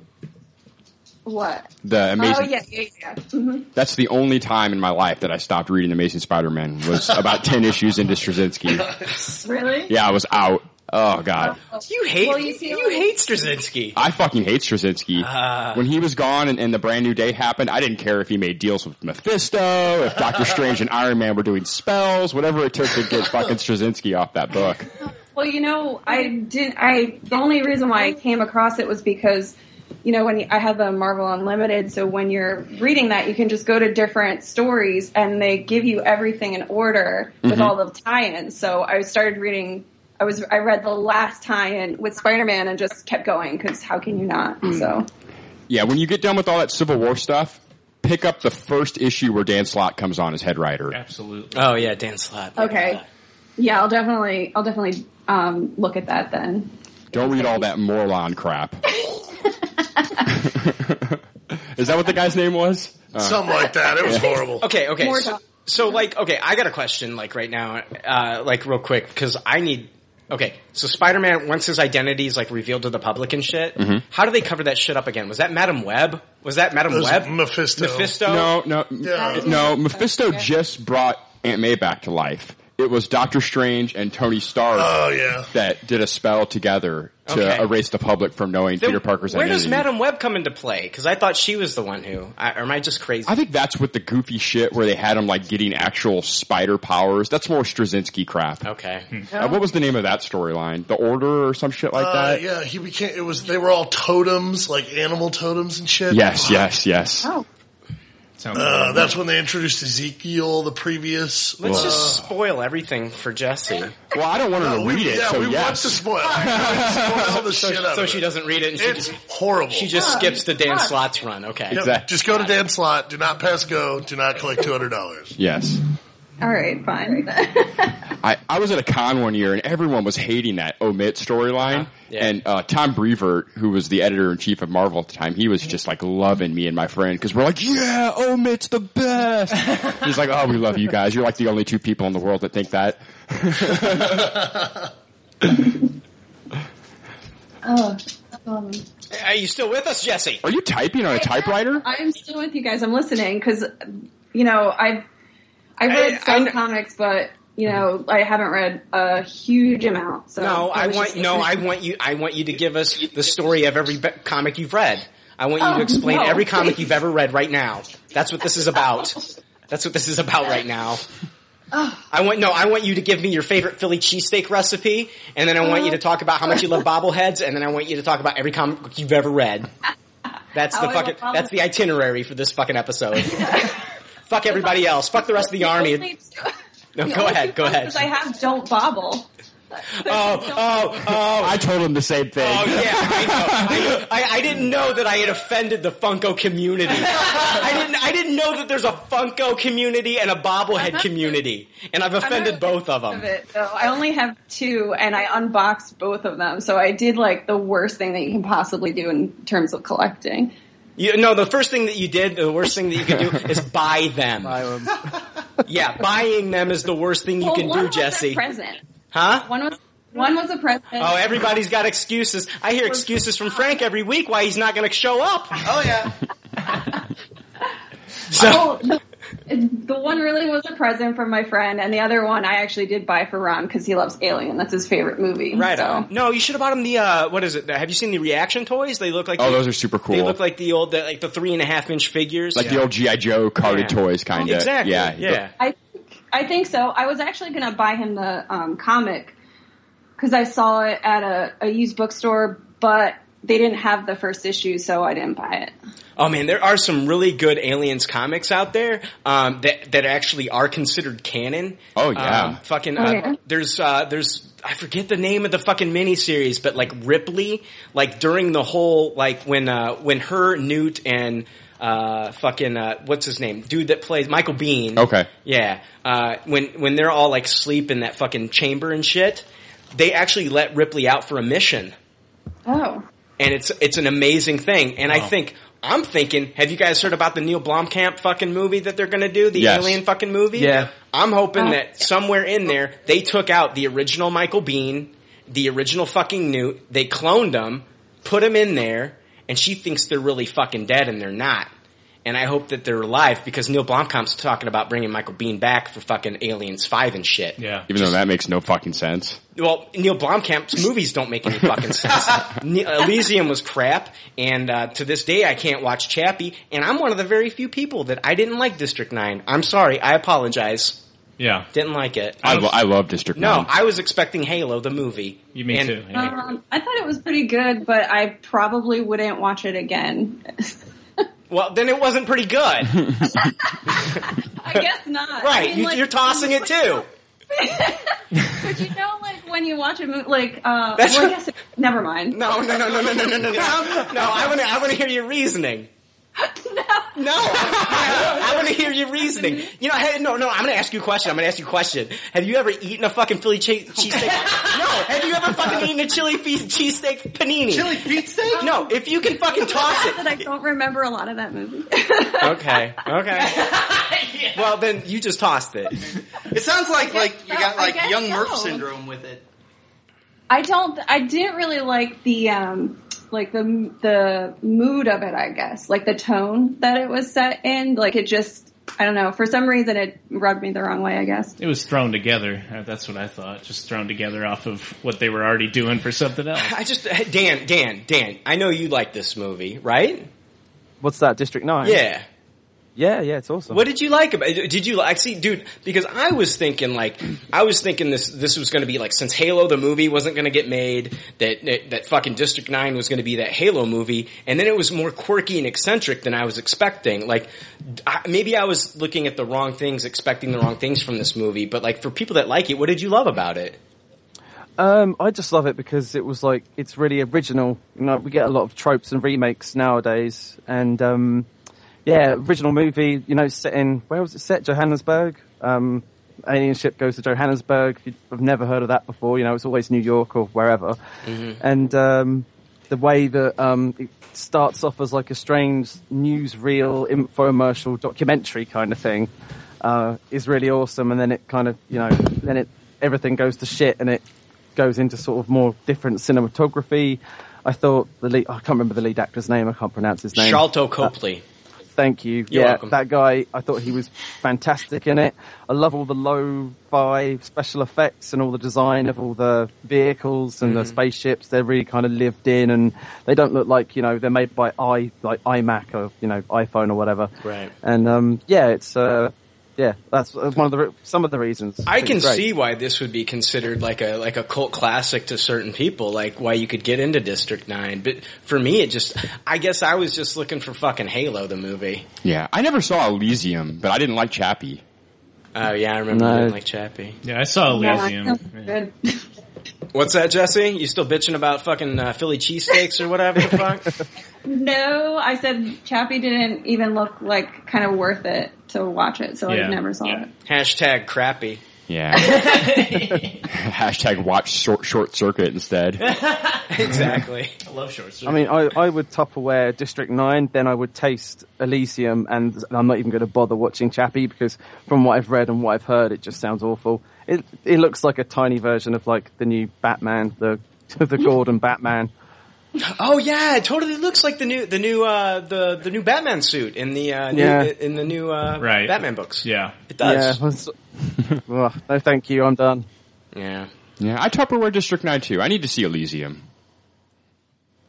[SPEAKER 4] What?
[SPEAKER 8] The Uh, Amazing.
[SPEAKER 4] Oh yeah, yeah, yeah. hmm
[SPEAKER 8] That's the only time in my life that I stopped reading Amazing Spider-Man
[SPEAKER 4] <laughs>
[SPEAKER 8] was about 10 issues into Straczynski.
[SPEAKER 4] Really?
[SPEAKER 8] Yeah, I was out. Oh god.
[SPEAKER 3] You hate you, hate Straczynski.
[SPEAKER 8] I fucking hate Straczynski.
[SPEAKER 4] Uh.
[SPEAKER 8] when he was gone and, and the brand new day happened, I didn't care if he made deals with Mephisto, if Doctor Strange and Iron Man were doing spells, whatever it took to get fucking Straczynski off that book.
[SPEAKER 4] Well, you know, I didn't. I the only reason why I came across it was because, you know, when you, I had the Marvel Unlimited, so when you're reading that, you can just go to different stories and they give you everything in order with
[SPEAKER 6] Mhm.
[SPEAKER 4] all the tie-ins. So I started reading. I was I read the last tie-in with Spider-Man and just kept going because how can you not? So
[SPEAKER 8] Yeah, when you get done with all that Civil War stuff, pick up the first issue where Dan Slott comes on as head writer.
[SPEAKER 3] Absolutely. Oh yeah, Dan Slott.
[SPEAKER 4] okay, yeah, I'll definitely I'll definitely um, look at that then.
[SPEAKER 8] Don't read all that
[SPEAKER 3] <laughs>
[SPEAKER 8] Morlon crap. <laughs> Is that what the guy's name was? Uh,
[SPEAKER 3] Something like that. It was
[SPEAKER 8] yeah.
[SPEAKER 3] horrible. <laughs> Okay, okay.
[SPEAKER 4] More
[SPEAKER 3] So,
[SPEAKER 4] time.
[SPEAKER 3] so, like, okay, I got a question, like, right now, uh, like, real quick, because I need. Okay, so Spider-Man, once his identity is like revealed to the public and shit,
[SPEAKER 8] Mhm.
[SPEAKER 3] how do they cover that shit up again? Was that Madam Web? Was that Madam
[SPEAKER 8] It was
[SPEAKER 3] Web?
[SPEAKER 2] Mephisto.
[SPEAKER 3] Mephisto.
[SPEAKER 8] No, no,
[SPEAKER 3] Yeah.
[SPEAKER 8] no. Mephisto just brought Aunt May back to life. It was Doctor Strange and Tony Stark
[SPEAKER 3] Oh, yeah.
[SPEAKER 8] that did a spell together to
[SPEAKER 3] Okay.
[SPEAKER 8] erase the public from knowing
[SPEAKER 3] Then
[SPEAKER 8] Peter Parker's
[SPEAKER 3] Where
[SPEAKER 8] identity.
[SPEAKER 3] does Madam Web come into play? Because I thought she was the one who. I, or am I just crazy?
[SPEAKER 8] I think that's what the goofy shit where they had him like getting actual spider powers. That's more Straczynski crap.
[SPEAKER 3] Okay.
[SPEAKER 8] Uh, what was the name of that storyline? The Order or some shit like
[SPEAKER 2] uh,
[SPEAKER 8] that?
[SPEAKER 2] Yeah, he became. It was they were all totems, like animal totems and shit.
[SPEAKER 8] Yes, yes, yes.
[SPEAKER 4] Oh.
[SPEAKER 2] Uh, that's when they introduced Ezekiel, the previous.
[SPEAKER 3] Let's
[SPEAKER 2] uh,
[SPEAKER 3] just spoil everything for Jesse.
[SPEAKER 8] Well, I don't want
[SPEAKER 2] her to read it,
[SPEAKER 3] Yeah,
[SPEAKER 2] so
[SPEAKER 3] we want
[SPEAKER 2] yes.
[SPEAKER 3] to <laughs>
[SPEAKER 2] spoil. spoil the
[SPEAKER 3] so,
[SPEAKER 2] shit out
[SPEAKER 3] so
[SPEAKER 2] of
[SPEAKER 3] she
[SPEAKER 2] it.
[SPEAKER 3] doesn't read it. And she
[SPEAKER 2] It's
[SPEAKER 3] just,
[SPEAKER 2] horrible.
[SPEAKER 3] She just
[SPEAKER 2] Ah,
[SPEAKER 3] skips the Dan
[SPEAKER 2] ah.
[SPEAKER 3] Slots run. Okay.
[SPEAKER 2] Yep, Just go to Dan Slot. Do not pass go. Do not collect two hundred dollars.
[SPEAKER 8] Yes.
[SPEAKER 4] All right, fine.
[SPEAKER 8] I, I was at a con one year and everyone was hating that omit storyline. And uh, Tom Brevoort, who was the editor in chief of Marvel at the time, he was just like loving me and my friend because we're like, yeah, omit's the best. He's like, oh, we love you guys. You're like the only two people in the world that think that.
[SPEAKER 4] Oh, <laughs> um,
[SPEAKER 3] Are you still with us, Jesse?
[SPEAKER 8] Are you typing on a typewriter?
[SPEAKER 4] I am still with you guys. I'm listening because, you know, I've I read some comics, but you know, I haven't read a huge amount. So
[SPEAKER 3] no, I
[SPEAKER 4] was
[SPEAKER 3] want
[SPEAKER 4] just-
[SPEAKER 3] no, I want you. I want you to give us
[SPEAKER 4] <laughs>
[SPEAKER 3] the story of every be- comic you've read. I want you
[SPEAKER 4] Oh,
[SPEAKER 3] to explain
[SPEAKER 4] no.
[SPEAKER 3] every comic you've ever read right now. That's what this is about. That's what this is about right now.
[SPEAKER 4] Oh.
[SPEAKER 3] I want no. I want you to give me your favorite Philly cheesesteak recipe, and then I want you to talk about how much you
[SPEAKER 4] Oh.
[SPEAKER 3] love bobbleheads, and then I want you to talk about every comic you've ever read. That's the
[SPEAKER 4] How I love
[SPEAKER 3] fucking. That's the itinerary for this fucking
[SPEAKER 4] <laughs>
[SPEAKER 3] episode. Fuck everybody else. Fuck the rest of the army. No,
[SPEAKER 4] the
[SPEAKER 3] go
[SPEAKER 4] only
[SPEAKER 3] ahead.
[SPEAKER 4] two
[SPEAKER 3] Go ahead.
[SPEAKER 4] comics I have don't bobble. <laughs>
[SPEAKER 3] Oh, oh, oh!
[SPEAKER 8] I told him the same thing.
[SPEAKER 3] Oh yeah, I know. I, I didn't know that I had offended the Funko community. I didn't. I didn't know that there's a Funko community and a bobblehead community, and I've offended both of
[SPEAKER 4] Uh-huh. Of
[SPEAKER 3] them.
[SPEAKER 4] it, though. I only have two, and I unboxed both of them. So I did like the worst thing that you can possibly do in terms of collecting.
[SPEAKER 3] You no, the first thing that you did, the worst thing that you can
[SPEAKER 8] <laughs>
[SPEAKER 3] do is buy them. yeah, buying them is the worst thing you
[SPEAKER 4] Well,
[SPEAKER 3] can
[SPEAKER 4] one
[SPEAKER 3] do,
[SPEAKER 4] was a
[SPEAKER 3] Jesse.
[SPEAKER 4] present.
[SPEAKER 3] Huh?
[SPEAKER 4] One was one was a present.
[SPEAKER 3] Oh, everybody's got excuses. I hear excuses from Frank every week why he's not going to show up.
[SPEAKER 7] Oh
[SPEAKER 8] <laughs>
[SPEAKER 7] yeah.
[SPEAKER 4] So Oh, the one really was a present from my friend, and the other one I actually did buy for Ron because he loves Alien. That's his favorite movie.
[SPEAKER 3] Right
[SPEAKER 4] so.
[SPEAKER 3] on. No, you should have bought him the uh, what is it? Have you seen the reaction toys? They look like
[SPEAKER 8] Oh,
[SPEAKER 3] the-
[SPEAKER 8] those are super cool.
[SPEAKER 3] They look like the old, the, like the three and a half inch figures,
[SPEAKER 8] Like the old G.I. Joe carded
[SPEAKER 3] Yeah.
[SPEAKER 8] toys kind of.
[SPEAKER 3] Exactly.
[SPEAKER 8] Yeah.
[SPEAKER 3] Yeah.
[SPEAKER 4] I think, I think so. I was actually going to buy him the um, comic because I saw it at a, a used bookstore, but they didn't have the first issue, so I didn't buy it.
[SPEAKER 3] Oh man, there are some really good aliens comics out there um, that that actually are considered canon.
[SPEAKER 8] Oh, yeah.
[SPEAKER 3] Um, fucking.
[SPEAKER 8] Oh,
[SPEAKER 3] uh,
[SPEAKER 8] yeah.
[SPEAKER 3] There's uh, there's I forget the name of the fucking miniseries, but like Ripley, like during the whole like when uh, when her Newt and uh, fucking uh, what's his name dude that plays Michael Bean.
[SPEAKER 8] Okay.
[SPEAKER 3] Yeah, uh, when when they're all like sleep in that fucking chamber and shit, they actually let Ripley out for a mission
[SPEAKER 4] Oh.
[SPEAKER 3] and it's it's an amazing thing. And I
[SPEAKER 8] Wow.
[SPEAKER 3] think I'm thinking, have you guys heard about the Neil Blomkamp fucking movie that they're going to do, the
[SPEAKER 8] Yes.
[SPEAKER 3] Alien fucking movie?
[SPEAKER 8] Yeah.
[SPEAKER 3] I'm hoping
[SPEAKER 8] Oh.
[SPEAKER 3] that somewhere in there they took out the original Michael Bean the original fucking Newt. They cloned him, put him in there, and she thinks they're really fucking dead, and they're not. And I hope that they're alive because Neil Blomkamp's talking about bringing Michael Bean back for fucking Aliens Five and shit.
[SPEAKER 5] Yeah.
[SPEAKER 8] Even though that makes no fucking sense.
[SPEAKER 3] Well, Neil Blomkamp's movies don't make any fucking
[SPEAKER 8] <laughs>
[SPEAKER 3] sense. Ne- Elysium was crap, and uh, to this day I can't watch Chappie. And I'm one of the very few people that I didn't like District Nine. I'm sorry, I apologize.
[SPEAKER 5] Yeah.
[SPEAKER 3] Didn't like it.
[SPEAKER 8] I, lo- I love District
[SPEAKER 3] No,
[SPEAKER 8] 9.
[SPEAKER 3] I was expecting Halo the movie. You
[SPEAKER 8] me
[SPEAKER 3] and,
[SPEAKER 8] too,
[SPEAKER 4] Um, I thought it was pretty good, but I probably wouldn't watch it again. <laughs>
[SPEAKER 3] Well, then it wasn't pretty
[SPEAKER 8] <laughs>
[SPEAKER 3] good. I
[SPEAKER 4] guess not.
[SPEAKER 3] Right,
[SPEAKER 4] I mean,
[SPEAKER 3] you,
[SPEAKER 4] like-
[SPEAKER 3] you're tossing it too.
[SPEAKER 4] but you know, like when you watch a movie, like uh,
[SPEAKER 3] That's-
[SPEAKER 4] well, I guess it- never mind.
[SPEAKER 3] No, no, <laughs> no, no, no, no, no, <laughs> no, no. I want to. I want to hear your reasoning.
[SPEAKER 4] no,
[SPEAKER 3] no. <laughs> I want to hear your reasoning. You know, hey, no, no. I'm going to ask you a question. I'm going to ask you a question. Have you ever eaten a fucking Philly che- <laughs> cheesesteak? no. Have you ever fucking eaten a chili fe- cheesesteak panini?
[SPEAKER 4] Chili
[SPEAKER 3] cheesesteak? No. If you can fucking toss it.
[SPEAKER 4] That I don't remember a lot of that movie.
[SPEAKER 3] Okay. <laughs> Okay. Well, then you just tossed it.
[SPEAKER 7] It sounds like like you got
[SPEAKER 4] no, I
[SPEAKER 7] like
[SPEAKER 4] guess
[SPEAKER 7] young Murph
[SPEAKER 4] so.
[SPEAKER 7] syndrome with it.
[SPEAKER 4] I don't. I didn't really like the um, like the the mood of it. I guess like the tone that it was set in. Like it just. I don't know. For some reason, it rubbed me the wrong way. I guess.
[SPEAKER 5] <laughs> It was thrown together. Uh, That's what I thought. Just thrown together off of what they were already doing for something else.
[SPEAKER 3] I just uh, Dan, Dan, Dan. I know you like this movie, right?
[SPEAKER 13] What's that? District Nine.
[SPEAKER 3] Yeah.
[SPEAKER 13] Yeah, yeah, it's awesome.
[SPEAKER 3] What did you like about? Did you like? See, dude, because I was thinking like I was thinking this this was going to be like since Halo the movie wasn't going to get made that, that that fucking District Nine was going to be that Halo movie, and then it was more quirky and eccentric than I was expecting. Like I, maybe I was looking at the wrong things, expecting the wrong things from this movie. But like for people that like it, what did you love about it?
[SPEAKER 13] Um, I just love it because it was like it's really original. You know, we get a lot of tropes and remakes nowadays, and um, yeah, original movie. You know, set in where was it set? Johannesburg. Um, alien ship goes to Johannesburg. I've never heard of that before. You know, it's always New York or wherever.
[SPEAKER 6] Mhm.
[SPEAKER 13] And um, the way that um, it starts off as like a strange newsreel infomercial documentary kind of thing uh, is really awesome. And then it kind of, you know, then it everything goes to shit and it goes into sort of more different cinematography. I thought the lead, I can't remember the lead actor's name. I can't pronounce his name.
[SPEAKER 3] Shalto Copley.
[SPEAKER 13] Thank you.
[SPEAKER 3] You're
[SPEAKER 13] yeah,
[SPEAKER 3] welcome.
[SPEAKER 13] that guy. I thought he was fantastic in it. I love all the low-fi special effects and all the design of all the vehicles and
[SPEAKER 3] Mm-hmm.
[SPEAKER 13] the
[SPEAKER 6] Mhm.
[SPEAKER 13] spaceships. They're really kind of lived in, and they don't look like you know they're made by i like iMac or you know iPhone or whatever.
[SPEAKER 3] Right.
[SPEAKER 13] And um, yeah, it's uh, yeah, that's one of the re- some of the reasons.
[SPEAKER 3] I
[SPEAKER 13] It's
[SPEAKER 3] can
[SPEAKER 13] great.
[SPEAKER 3] see why this would be considered like a like a cult classic to certain people, like why you could get into District Nine. But for me, it just I guess I was just looking for fucking Halo the movie.
[SPEAKER 8] Yeah. I never saw Elysium, but I didn't like Chappie.
[SPEAKER 3] Oh, yeah, I remember you didn't like Chappie.
[SPEAKER 5] Yeah, I saw
[SPEAKER 4] No, it's good.
[SPEAKER 3] What's that, Jesse? You still bitching about fucking uh, Philly cheesesteaks or whatever the fuck?
[SPEAKER 4] No, I said Chappie didn't even look like kind of worth it to watch it, so
[SPEAKER 3] Yeah.
[SPEAKER 4] I never saw it.
[SPEAKER 3] Hashtag crappy.
[SPEAKER 8] Yeah. <laughs> Hashtag watch short, short circuit instead.
[SPEAKER 3] <laughs> exactly. I love shorts.
[SPEAKER 13] I mean, I, I would Tupperware District 9, then I would taste Elysium, and I'm not even going to bother watching Chappie because from what I've read and what I've heard, it just sounds awful. It it looks like a tiny version of like the new Batman, the <laughs> the Gordon Batman.
[SPEAKER 3] Oh yeah, it totally looks like the new the new uh, the the new Batman suit in the uh, new,
[SPEAKER 13] Yeah.
[SPEAKER 3] in the new uh,
[SPEAKER 5] Right.
[SPEAKER 3] Batman books.
[SPEAKER 5] Yeah,
[SPEAKER 3] it does.
[SPEAKER 13] Yeah, that's- Ugh, no, thank you. I'm done.
[SPEAKER 3] Yeah.
[SPEAKER 8] Yeah. I Tupperware District 9 too. I need to see Elysium.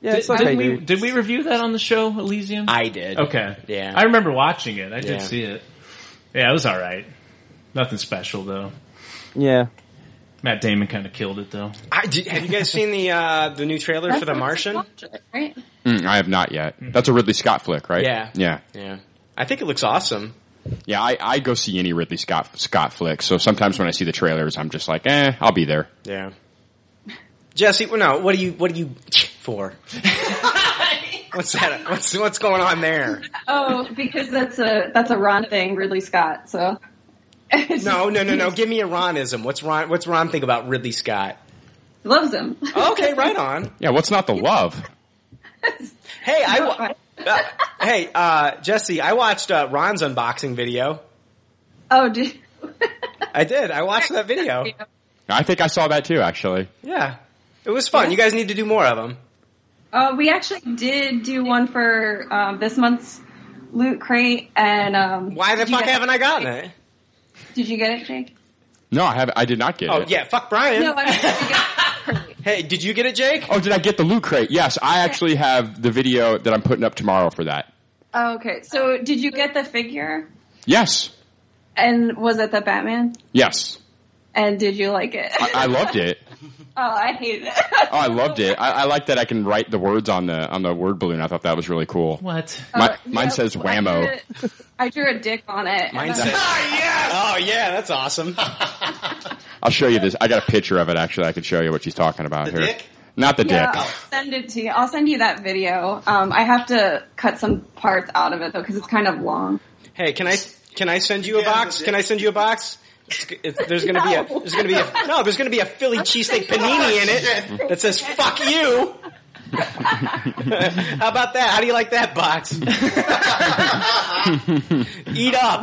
[SPEAKER 13] Yeah,
[SPEAKER 5] did,
[SPEAKER 13] it's okay,
[SPEAKER 5] did we
[SPEAKER 13] dude.
[SPEAKER 5] did we review that on the show Elysium?
[SPEAKER 3] I did.
[SPEAKER 5] Okay.
[SPEAKER 3] Yeah.
[SPEAKER 5] I remember watching it. I did
[SPEAKER 3] Yeah.
[SPEAKER 5] see it. Yeah, it was all right. Nothing special though.
[SPEAKER 13] Yeah.
[SPEAKER 5] Matt Damon kind of killed it though.
[SPEAKER 3] I, did, have you guys seen the uh, the new trailer for The Martian?
[SPEAKER 4] Right.
[SPEAKER 8] Mm, I have not yet. That's a Ridley Scott flick, right?
[SPEAKER 3] Yeah.
[SPEAKER 8] Yeah.
[SPEAKER 3] Yeah. I think it looks awesome.
[SPEAKER 8] Yeah, I, I go see any Ridley Scott Scott flick. So sometimes when I see the trailers, I'm just like, eh, I'll be there.
[SPEAKER 3] Yeah. Jesse, well, no, what are you what are you <laughs> for? what's that? What's what's going on there?
[SPEAKER 4] Oh, because that's a that's a Ron thing, Ridley Scott. So
[SPEAKER 3] No, no, no, no. Give me a Ronism. What's Ron? What's Ron think about Ridley Scott?
[SPEAKER 4] loves him.
[SPEAKER 3] Oh, Okay, right on.
[SPEAKER 8] Yeah, what's not the love?
[SPEAKER 3] Hey, I wa- uh, hey uh, Jesse, I watched uh, Ron's unboxing video.
[SPEAKER 4] <laughs> Oh, did,
[SPEAKER 3] I did. I watched that video.
[SPEAKER 8] I think I saw that too, actually.
[SPEAKER 3] Yeah. It was fun. You guys need to do more of them.
[SPEAKER 4] Uh, we actually did do one for um, this month's loot crate, and um,
[SPEAKER 3] why the fuck haven't I gotten it?
[SPEAKER 4] Did you get it, Jake?
[SPEAKER 8] No, I have. I did not get
[SPEAKER 3] Oh
[SPEAKER 8] it.
[SPEAKER 3] yeah, fuck Brian.
[SPEAKER 4] No, I
[SPEAKER 3] hey, did you get it, Jake?
[SPEAKER 8] Oh, did I get the loot crate? Yes, I actually have the video that I'm putting up tomorrow for that.
[SPEAKER 4] Oh, okay, so did you get the figure?
[SPEAKER 8] Yes,
[SPEAKER 4] And was it the Batman?
[SPEAKER 8] yes,
[SPEAKER 4] And did you like it?
[SPEAKER 8] I, I loved it.
[SPEAKER 4] <laughs> oh, I hated it.
[SPEAKER 8] Oh, I loved it. I, I like that I can write the words on the on the word balloon. I thought that was really cool.
[SPEAKER 4] What?
[SPEAKER 8] My,
[SPEAKER 4] Uh,
[SPEAKER 8] mine says
[SPEAKER 4] I
[SPEAKER 8] whammo.
[SPEAKER 4] drew, I drew a dick on it. and
[SPEAKER 8] Mine's
[SPEAKER 3] <laughs>
[SPEAKER 8] a-
[SPEAKER 4] I was like,
[SPEAKER 3] Oh yeah, that's awesome. <laughs>
[SPEAKER 8] I'll show you this. I got a picture of it actually. I can show you what she's talking about here. Not the
[SPEAKER 4] yeah,
[SPEAKER 8] dick.
[SPEAKER 4] I'll send it to you. I'll send you that video. Um, I have to cut some parts out of it though because it's kind of long.
[SPEAKER 3] Hey, can I can I send you a box? Can I send you a box? It's, it's, there's gonna be a there's gonna be a no there's gonna be a Philly cheesesteak panini in it that says "fuck you." <laughs> How about that? How do you like that box? Eat
[SPEAKER 4] <laughs>
[SPEAKER 3] up.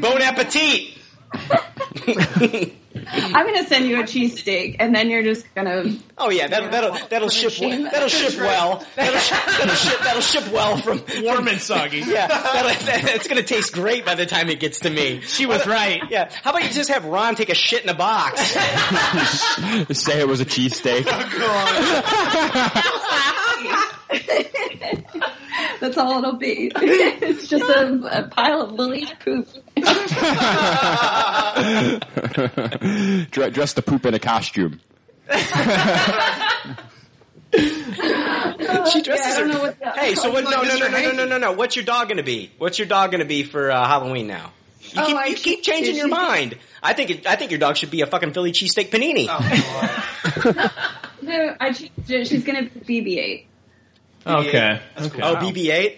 [SPEAKER 3] Bon appetit.
[SPEAKER 4] I'm gonna send you a cheesesteak, and then you're just
[SPEAKER 3] <laughs>
[SPEAKER 4] gonna. <laughs>
[SPEAKER 3] Oh yeah, that'll that'll that'll ship well. that'll ship well that'll, sh- that'll ship that'll ship well Oh,
[SPEAKER 5] <laughs>
[SPEAKER 3] from warm and soggy. <laughs> Yeah, that'll, <laughs> that, it's gonna taste great by the time it gets to me. She was <laughs> right. Yeah, how about you just have Ron take a shit in a box?
[SPEAKER 8] <laughs> Say it was a cheesesteak. <laughs>
[SPEAKER 4] That's all it'll be. it's just a, a pile of Lily's
[SPEAKER 3] <laughs>
[SPEAKER 4] poop. <laughs>
[SPEAKER 8] Dre- Dress the poop in a
[SPEAKER 3] <laughs>
[SPEAKER 8] costume.
[SPEAKER 3] she dresses
[SPEAKER 4] Yeah, I don't
[SPEAKER 3] her.
[SPEAKER 4] know what the- <laughs>
[SPEAKER 3] hey, so what? No, no, no, no, no, no, no, no. What's your dog gonna be? What's your dog gonna be for uh, Halloween now? You
[SPEAKER 4] Oh,
[SPEAKER 3] keep,
[SPEAKER 4] I
[SPEAKER 3] you keep changing your mind. I think it, I think your dog should be a fucking Philly cheesesteak panini.
[SPEAKER 4] Oh. No, I changed it. She's gonna be BB-8.
[SPEAKER 5] Okay.
[SPEAKER 3] okay. Oh, BB-8.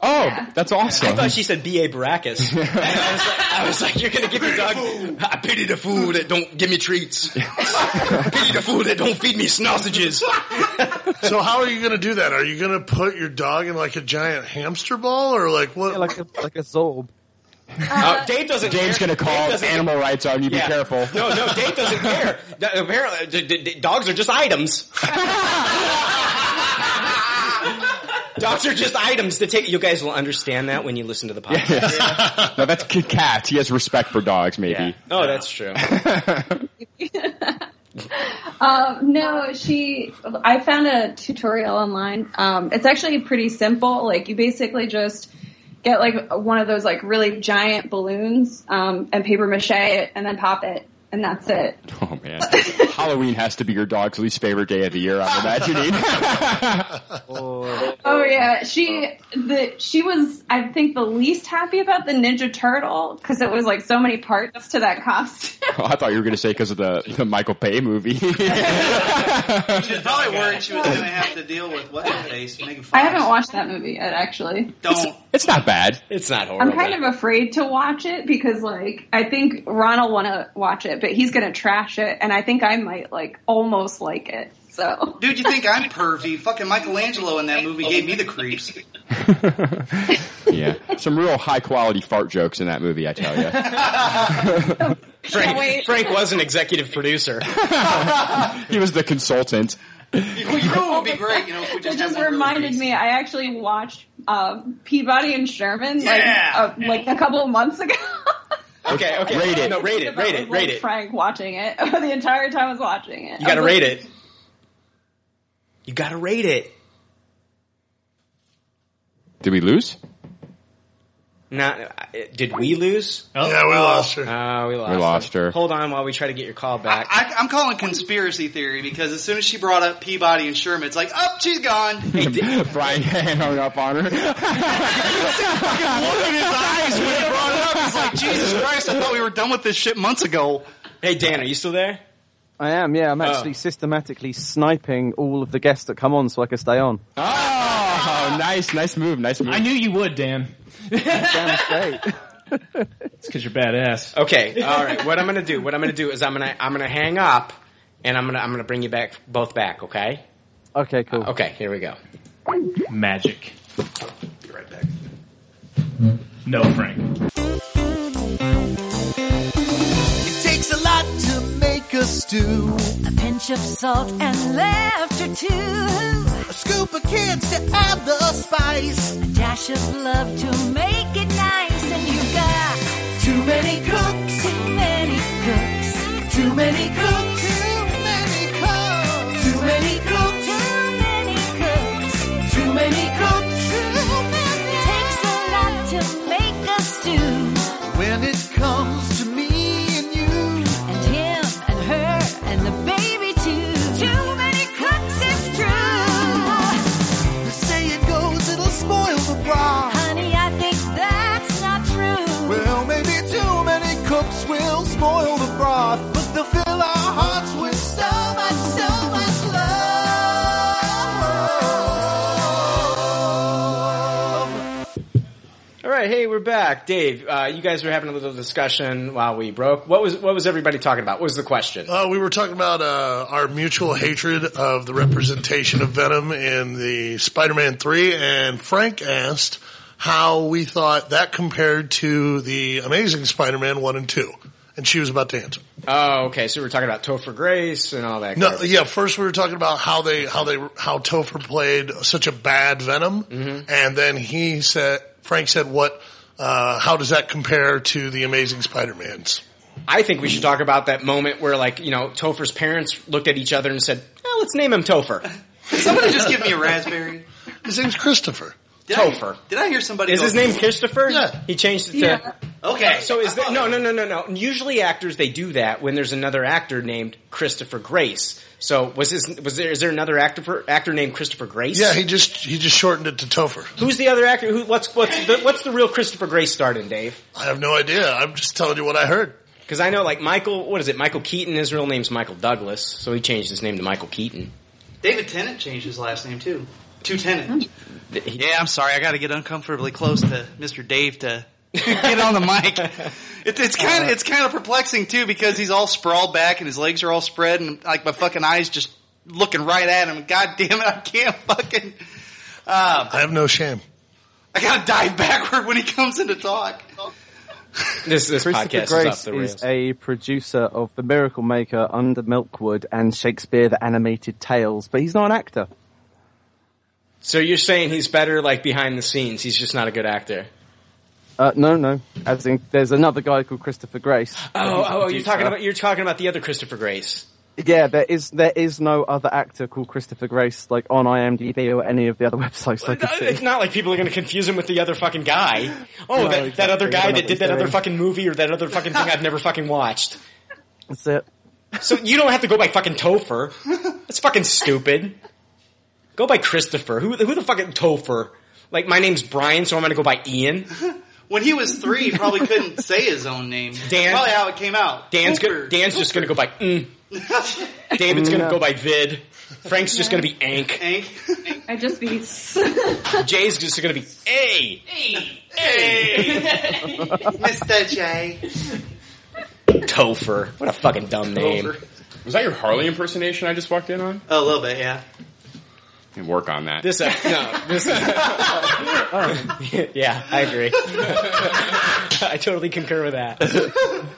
[SPEAKER 8] Oh, that's awesome.
[SPEAKER 3] I thought she said B.A. Baracus. And I, was like, I was like, you're going to give your dog... I pity the fool that don't give me treats. pity the fool that don't feed me sausages.
[SPEAKER 2] so how are you going to do that? Are you going to put your dog in like a giant hamster ball or like what? like a, like a Zorb.
[SPEAKER 3] Uh, Dave doesn't
[SPEAKER 8] Dave's
[SPEAKER 3] care.
[SPEAKER 8] gonna call
[SPEAKER 3] Dave doesn't-
[SPEAKER 8] animal rights on you. Be
[SPEAKER 3] Yeah.
[SPEAKER 8] careful.
[SPEAKER 3] No, no, Dave doesn't
[SPEAKER 8] <laughs>
[SPEAKER 3] care. D- apparently, d- d- d- dogs are just items. dogs are just items to take... You guys will understand that when you listen to the podcast.
[SPEAKER 8] no, that's Kit Kat. He has respect for dogs, maybe.
[SPEAKER 3] Oh, that's true.
[SPEAKER 4] Um, no, she. I found a tutorial online. Um, it's actually pretty simple. Like you basically just get like one of those like really giant balloons um, and paper mache it, and then pop it, and that's it.
[SPEAKER 8] Oh man, <laughs> Halloween has to be your dog's least favorite day of the year. I'm imagining.
[SPEAKER 4] Oh yeah, she the she was I think the least happy about the Ninja Turtle because it was like so many parts to that costume.
[SPEAKER 8] Oh, <laughs> I thought you were going to say because of the, the Michael Bay movie. <laughs>
[SPEAKER 7] She's probably worried she was going to have to deal with what's her face making fun.
[SPEAKER 4] I haven't watched that movie yet actually.
[SPEAKER 7] Don't.
[SPEAKER 8] it's not bad.
[SPEAKER 3] It's not
[SPEAKER 7] Oh,
[SPEAKER 4] I'm kind of afraid to watch it because like I think Ron will want to watch it, but he's gonna trash it, and I think I might like almost like it.
[SPEAKER 3] <laughs>
[SPEAKER 4] So
[SPEAKER 7] Dude, you think I'm pervy? Fucking Michelangelo in that movie gave me the
[SPEAKER 3] <laughs>
[SPEAKER 7] creeps.
[SPEAKER 8] <laughs> yeah, some real high quality fart jokes in that movie. I tell
[SPEAKER 7] <laughs>
[SPEAKER 8] you,
[SPEAKER 3] Frank, Frank was an executive producer.
[SPEAKER 8] he was the consultant.
[SPEAKER 7] It would
[SPEAKER 4] <laughs>
[SPEAKER 7] be great, you know, if we
[SPEAKER 4] it
[SPEAKER 7] just,
[SPEAKER 4] just reminded me I actually watched uh, Peabody and Sherman
[SPEAKER 3] Yeah!
[SPEAKER 4] like uh, like a couple of months ago.
[SPEAKER 3] Okay, okay.
[SPEAKER 8] Rate it.
[SPEAKER 3] No, rate it,
[SPEAKER 4] <laughs>
[SPEAKER 3] rate it, rate it.
[SPEAKER 4] Frank watching it <laughs> the entire time I was watching it.
[SPEAKER 3] You gotta
[SPEAKER 4] I was
[SPEAKER 3] rate it. You gotta rate it.
[SPEAKER 8] Did we lose?
[SPEAKER 3] Not, did we lose?
[SPEAKER 2] Yeah, we lost
[SPEAKER 8] <laughs>
[SPEAKER 2] her.
[SPEAKER 3] Oh, we lost,
[SPEAKER 8] We lost her.
[SPEAKER 3] Hold on while we try to get your call back.
[SPEAKER 7] I, I'm calling conspiracy theory because as soon as she brought up Peabody and Sherman, it's like, up, she's gone.
[SPEAKER 8] Brian hung up
[SPEAKER 3] <laughs>
[SPEAKER 8] on her.
[SPEAKER 7] Look in his eyes when he brought it up. He's like, Jesus Christ, I thought we were done with this shit months ago.
[SPEAKER 3] Hey, Dan, are you still there?
[SPEAKER 13] I am, yeah. I'm
[SPEAKER 8] Oh.
[SPEAKER 13] actually systematically sniping all of the guests that come on so I can stay on.
[SPEAKER 8] Oh, nice, nice move, nice move.
[SPEAKER 5] I knew you would, Dan.
[SPEAKER 3] It's because you're badass. Okay, all right. What I'm gonna do? What I'm gonna do is I'm gonna I'm gonna hang up, and I'm gonna I'm gonna bring you back both back. Okay. Uh,
[SPEAKER 13] Okay, cool.
[SPEAKER 3] Okay, here we go.
[SPEAKER 5] Magic.
[SPEAKER 3] Be right back.
[SPEAKER 5] No, Frank.
[SPEAKER 6] It takes a lot to make a stew. A pen
[SPEAKER 5] pinch of salt and laughter too. A scoop of kids to add the spice. A dash of love to make it nice. And you got too many cooks, too many cooks, too many cooks. Too many cooks. Too many cooks. Too many cooks. Too many cooks. Too many. Takes a lot to make a stew. When it comes to me and you. And him and her and the baby too. Too many cooks, it's true. The saying goes it'll spoil the broth. Honey, I think that's not true. Well, maybe too many cooks will spoil the broth, but they'll fill our hearts with so much, so much love.
[SPEAKER 3] All right, hey, we're back, Dave. Uh, you guys were having a little discussion while we broke. What was what was everybody talking about? What was the question?
[SPEAKER 2] Uh, we were talking about uh, our mutual hatred of the representation of Venom in the Spider-Man 3, and Frank asked how we thought that compared to the Amazing Spider-Man 1 and 2. And she was about to answer.
[SPEAKER 3] Oh, okay. So we were talking about Topher Grace and all that.
[SPEAKER 2] No, yeah. First, we were talking about how they how they how Topher played such a bad Venom,
[SPEAKER 3] Mm-hmm.
[SPEAKER 2] and then he said Frank said, "What? Uh, how does that compare to the Amazing Spider-Man's?"
[SPEAKER 3] I think we should talk about that moment where, like, you know, Topher's parents looked at each other and said, "Eh, "Let's name him Topher."
[SPEAKER 7] Somebody just give me a raspberry.
[SPEAKER 2] His name's Christopher.
[SPEAKER 7] Did
[SPEAKER 3] Topher.
[SPEAKER 7] I, did I hear somebody?
[SPEAKER 3] Is
[SPEAKER 7] go-
[SPEAKER 3] his name Christopher? Yeah. He changed it to.
[SPEAKER 7] Yeah. Okay.
[SPEAKER 3] So is that, no, no, no, no, no. Usually actors they do that when there's another actor named Christopher Grace. So was his was there is there another actor for, actor named Christopher Grace?
[SPEAKER 2] Yeah, he just he just shortened it to Topher.
[SPEAKER 3] Who's the other actor? Who? What's what's the, what's the real Christopher Grace starred in? Dave.
[SPEAKER 2] I have no idea. I'm just telling you what I heard.
[SPEAKER 3] Because I know, like Michael, what is it? Michael Keaton. His real name's Michael Douglas, so he changed his name to Michael Keaton.
[SPEAKER 7] David Tennant changed his last name too. To Tennant.
[SPEAKER 3] Yeah,
[SPEAKER 7] I'm sorry. I got to get uncomfortably close to Mr. Dave to <laughs> get on the mic. It, it's kind
[SPEAKER 2] Uh-huh.
[SPEAKER 7] of it's kind of perplexing too because he's all sprawled back and his legs are all spread and like my fucking eyes just looking right at him. God damn it! I can't fucking. Uh,
[SPEAKER 2] I have no shame.
[SPEAKER 7] I gotta dive backward when he comes in to talk.
[SPEAKER 3] This this
[SPEAKER 13] Christopher
[SPEAKER 3] podcast is
[SPEAKER 13] Grace
[SPEAKER 3] off the rails.
[SPEAKER 13] a producer of The Miracle Maker, Under Milkwood, and Shakespeare: The Animated Tales, but he's not an actor.
[SPEAKER 3] So you're saying he's better like behind the scenes? He's just not a good actor.
[SPEAKER 13] Uh, no, no. As in, there's another guy called Christopher Grace.
[SPEAKER 3] Oh,
[SPEAKER 13] He's a
[SPEAKER 3] oh, you're
[SPEAKER 13] producer.
[SPEAKER 3] talking about you're talking about the other Christopher Grace.
[SPEAKER 13] Yeah, there is there is no other actor called Christopher Grace like on IMDb or any of the other <laughs> websites I could
[SPEAKER 3] It's
[SPEAKER 13] see.
[SPEAKER 3] not like people are going to confuse him with the other fucking guy. Oh,
[SPEAKER 13] No,
[SPEAKER 3] that, that
[SPEAKER 13] exactly.
[SPEAKER 3] other guy
[SPEAKER 13] I don't know
[SPEAKER 3] that
[SPEAKER 13] what
[SPEAKER 3] did
[SPEAKER 13] he's
[SPEAKER 3] that other
[SPEAKER 13] doing.
[SPEAKER 3] fucking movie or that other fucking thing I've never fucking watched.
[SPEAKER 13] That's it.
[SPEAKER 3] So you don't have to go by fucking Topher. That's fucking stupid. Go by Christopher. Who who the fucking Topher? Like my name's Brian, so I'm going to go by Ian.
[SPEAKER 7] When he was three, he probably
[SPEAKER 2] <laughs>
[SPEAKER 7] couldn't say his own name.
[SPEAKER 3] Dan-
[SPEAKER 7] That's probably how it came out.
[SPEAKER 3] Dan's go, Dan's just going to go by mm.
[SPEAKER 7] <laughs>
[SPEAKER 3] David's going to
[SPEAKER 7] No.
[SPEAKER 3] go by Vid. Frank's just going to be Ank.
[SPEAKER 7] Ank.
[SPEAKER 4] <laughs> I just be.
[SPEAKER 3] Jay's just going to be A.
[SPEAKER 7] <laughs> Mr. J.
[SPEAKER 3] Topher. What a fucking dumb name.
[SPEAKER 8] Was that your Harley impersonation I just walked in on?
[SPEAKER 7] A little bit, yeah.
[SPEAKER 8] And work on that.
[SPEAKER 3] This ep- no, this. yeah, I agree. <laughs> I totally concur with that.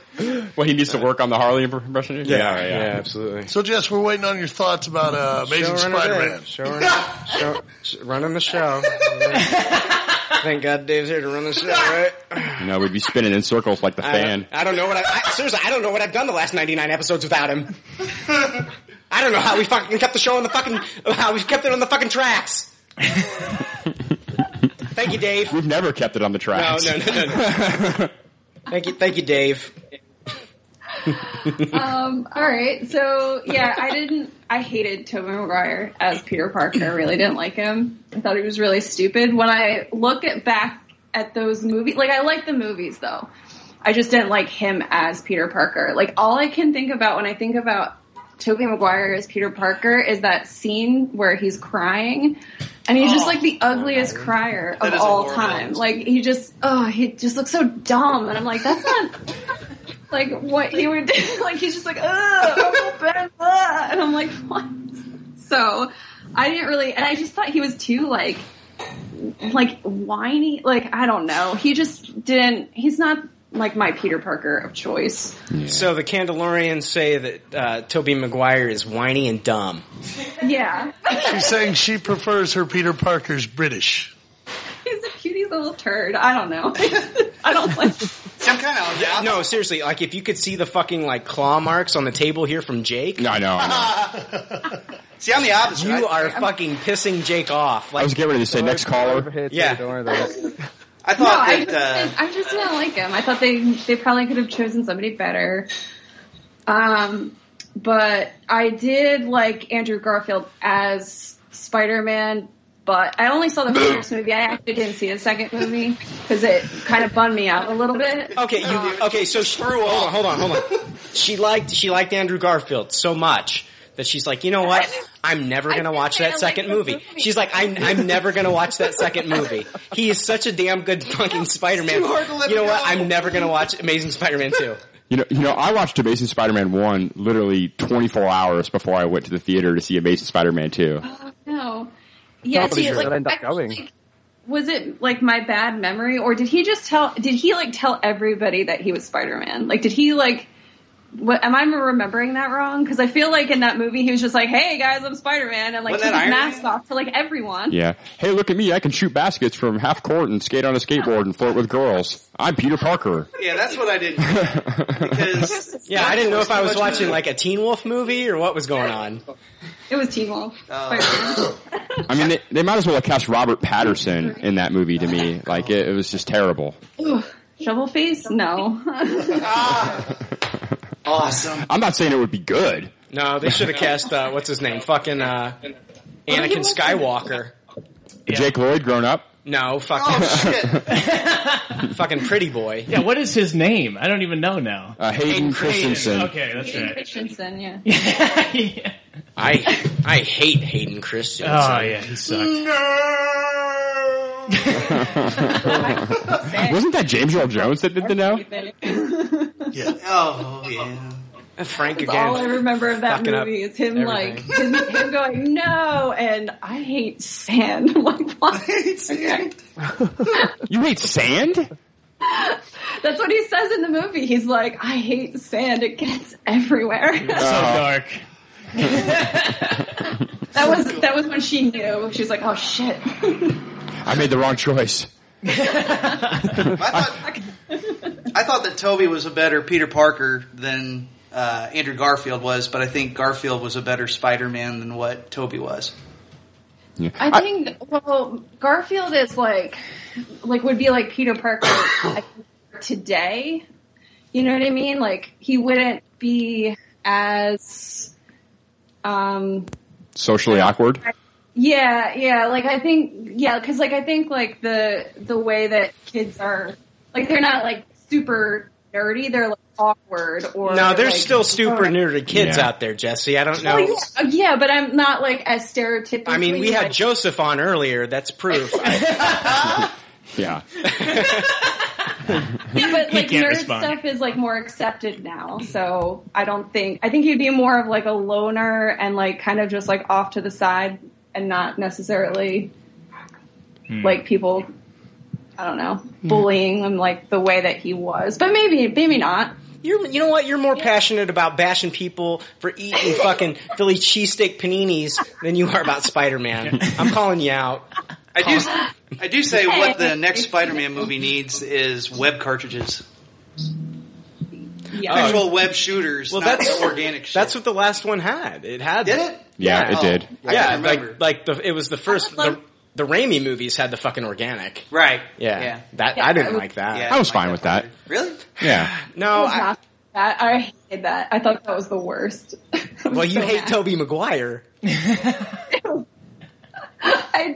[SPEAKER 8] well, he needs to work on the Harley impression.
[SPEAKER 3] Uh, Yeah,
[SPEAKER 8] yeah,
[SPEAKER 3] yeah, absolutely.
[SPEAKER 2] So Jess, we're waiting on your thoughts about uh, Amazing
[SPEAKER 3] Showrunner
[SPEAKER 2] Spider-Man.
[SPEAKER 3] Dave.
[SPEAKER 2] <laughs>
[SPEAKER 3] Showrunner- show- sh- running the show. Thank God Dave's here to run the show, right?
[SPEAKER 8] No, we'd be spinning in circles like the
[SPEAKER 3] I
[SPEAKER 8] fan.
[SPEAKER 3] don't, I don't know what I, I seriously. I don't know what I've done the last ninety nine episodes without him. I don't know how we fucking kept the show on the fucking how we kept it on the fucking tracks. Thank you, Dave.
[SPEAKER 8] We've never kept it on the tracks.
[SPEAKER 3] No, no, no, no. no. thank you, thank you, Dave.
[SPEAKER 4] um, all right. So yeah, I didn't. I hated Tobey Maguire as Peter Parker. I really didn't like him. I thought he was really stupid. When I look at back at those movies, like I like the movies though. I just didn't like him as Peter Parker. Like all I can think about when I think about Tobey Maguire as Peter Parker is that scene where he's crying. And he's just like the ugliest crier of
[SPEAKER 7] That is a
[SPEAKER 4] all
[SPEAKER 7] horrible
[SPEAKER 4] time. Like he just, oh, he just looks so dumb. And I'm like, that's not
[SPEAKER 7] <laughs>
[SPEAKER 4] like what he would do. <laughs> like he's just like oh and i'm like what so i didn't really and i just thought he was too like like whiny like i don't know he just didn't he's not like my Peter Parker
[SPEAKER 7] <laughs>
[SPEAKER 4] of choice.
[SPEAKER 3] So the Candelarians say that uh, Toby Maguire is whiny and dumb.
[SPEAKER 4] Yeah, <laughs>
[SPEAKER 2] She's saying she prefers her Peter Parker's British.
[SPEAKER 4] he's a cutie little turd. I don't know. <laughs> I don't like.
[SPEAKER 7] Some kind of
[SPEAKER 3] Yeah, no, seriously. Like, if you could see the fucking like claw marks on the table here from Jake,
[SPEAKER 8] I know.
[SPEAKER 3] <laughs>
[SPEAKER 7] See, I'm the opposite.
[SPEAKER 3] You are fucking pissing Jake off. Like,
[SPEAKER 8] I was getting ready to say next caller.
[SPEAKER 3] Yeah, <laughs>
[SPEAKER 7] I
[SPEAKER 4] no,
[SPEAKER 7] thought
[SPEAKER 4] I just,
[SPEAKER 7] that. uh,
[SPEAKER 4] didn't- I just didn't like him. I thought they they probably could have chosen somebody better. Um, but I did like Andrew Garfield as Spider Man. But I only saw the
[SPEAKER 7] <coughs>
[SPEAKER 4] first movie. I actually didn't see the second movie because it kind of bummed me out a little bit. Um,
[SPEAKER 3] Okay, you okay? So she, hold on, hold on, hold on. <laughs> She liked she liked Andrew Garfield so much that she's like, you know what? I'm never gonna watch that second movie. She's like, I'm I'm never gonna watch that second movie. He is such a damn good
[SPEAKER 7] <laughs>
[SPEAKER 3] fucking Spider-Man.
[SPEAKER 7] too hard to let
[SPEAKER 3] You know
[SPEAKER 7] go.
[SPEAKER 3] what? I'm never gonna watch Amazing Spider-Man two.
[SPEAKER 8] You know, you know, I watched Amazing Spider-Man 1 literally 24 hours before I went to the theater to see Amazing Spider-Man 2.
[SPEAKER 4] No, yeah. See, like, I-
[SPEAKER 13] going.
[SPEAKER 4] was it like my bad memory, or did he just tell? Did he like tell everybody that he was Spider Man? Like, did he like? What am I remembering that wrong? Because I feel like in that movie he was just like, "Hey guys, I'm Spider Man," and like took
[SPEAKER 7] Wasn't
[SPEAKER 4] his
[SPEAKER 7] that Iron
[SPEAKER 4] mask off to like everyone.
[SPEAKER 8] Yeah. Hey, look at me. I can shoot baskets from half court and skate on a skateboard and flirt with girls. I'm Peter Parker.
[SPEAKER 7] yeah, that's what I didn't. Because
[SPEAKER 3] Yeah, I didn't know if I was
[SPEAKER 7] Too much
[SPEAKER 3] watching like a Teen Wolf movie or what was going on.
[SPEAKER 4] It was Teen Wolf. Spider-Man.
[SPEAKER 8] I mean, they, they might as well have cast Robert Patterson in that movie to me. Like, it, it was just terrible.
[SPEAKER 4] Ooh, shovel face?
[SPEAKER 7] <laughs>
[SPEAKER 4] No.
[SPEAKER 7] Ah. awesome.
[SPEAKER 8] I'm not saying it would be good.
[SPEAKER 3] No, they should have cast uh, what's his name? Fucking uh, Anakin Skywalker.
[SPEAKER 8] Jake Lloyd grown up?
[SPEAKER 3] No, fucking fucking pretty boy.
[SPEAKER 5] Yeah, what is his name? I don't even know now.
[SPEAKER 8] Uh, Hayden Christensen.
[SPEAKER 5] Okay, that's right.
[SPEAKER 4] Christensen,
[SPEAKER 15] <laughs>
[SPEAKER 4] yeah.
[SPEAKER 3] I I hate Hayden Christensen.
[SPEAKER 5] <laughs> Oh, yeah, he sucked.
[SPEAKER 8] Wasn't that James Earl Jones that did the
[SPEAKER 4] <laughs>
[SPEAKER 8] no?
[SPEAKER 7] Oh yeah.
[SPEAKER 3] Frank
[SPEAKER 4] That's all I remember of that
[SPEAKER 7] Fucking up
[SPEAKER 4] movie is him like
[SPEAKER 7] everything.
[SPEAKER 4] him, him going no, and I hate sand. <laughs> like
[SPEAKER 7] <laughs>
[SPEAKER 4] why?
[SPEAKER 8] You hate sand?
[SPEAKER 4] That's what he says in the movie. He's like, I hate sand. It gets everywhere.
[SPEAKER 8] Uh,
[SPEAKER 5] dark.
[SPEAKER 4] that was that was when she knew. She was like, oh shit.
[SPEAKER 8] I made the wrong choice.
[SPEAKER 7] I thought that Toby was a better Peter Parker than uh, Andrew Garfield was, but I think Garfield was a better Spider-Man than what Toby was.
[SPEAKER 4] I think well, Garfield is like like would be like Peter Parker <coughs> I think, today. You know what I mean? Like he wouldn't be as um
[SPEAKER 8] Socially awkward?
[SPEAKER 4] Yeah, yeah. Like I think, yeah, because like I think like the the way that kids are like they're not like super nerdy. They're like awkward or
[SPEAKER 3] No, there's
[SPEAKER 4] like-
[SPEAKER 3] still super nerdy kids
[SPEAKER 4] Yeah.
[SPEAKER 3] out there, Jesse. I don't know.
[SPEAKER 4] Oh, yeah, yeah, but I'm not like as stereotypical.
[SPEAKER 3] I mean, we had Joseph on earlier. That's proof. <laughs>
[SPEAKER 8] yeah.
[SPEAKER 4] yeah, but
[SPEAKER 3] He
[SPEAKER 4] like
[SPEAKER 3] can't
[SPEAKER 4] nerd
[SPEAKER 3] respond.
[SPEAKER 4] stuff is like more accepted now. So I don't think I think he'd be more of like a loner and like kind of just like off to the side and not necessarily
[SPEAKER 3] Hmm.
[SPEAKER 4] like people. I don't know, bullying him like the way that he was, but maybe maybe not.
[SPEAKER 3] You're, you know what? You're more passionate about bashing people for
[SPEAKER 4] <laughs>
[SPEAKER 3] eating fucking Philly cheesesteak paninis than you are about Spider-Man. I'm calling you out.
[SPEAKER 7] I do. I do say what
[SPEAKER 4] <laughs>
[SPEAKER 7] the next Spider-Man movie needs is web cartridges.
[SPEAKER 4] Yeah.
[SPEAKER 7] Actual web shooters,
[SPEAKER 3] Uh, Well,
[SPEAKER 7] not
[SPEAKER 3] that's-
[SPEAKER 7] the organic shit.
[SPEAKER 3] That's what the last one had. It had.
[SPEAKER 7] Did it? Oh.
[SPEAKER 8] Yeah, it did.
[SPEAKER 7] I
[SPEAKER 3] Yeah,
[SPEAKER 7] can't remember.
[SPEAKER 3] like like the it was the first the, the Raimi movies had the fucking organic.
[SPEAKER 7] Right.
[SPEAKER 3] Yeah.
[SPEAKER 7] Yeah.
[SPEAKER 3] That
[SPEAKER 4] Yeah,
[SPEAKER 3] I didn't
[SPEAKER 4] I was-
[SPEAKER 3] like that.
[SPEAKER 8] I was fine with that.
[SPEAKER 7] Really?
[SPEAKER 8] Yeah.
[SPEAKER 3] No,
[SPEAKER 4] I, not that. I hated that. I thought that was the worst.
[SPEAKER 3] <laughs> Well, you hate Toby Maguire.
[SPEAKER 4] I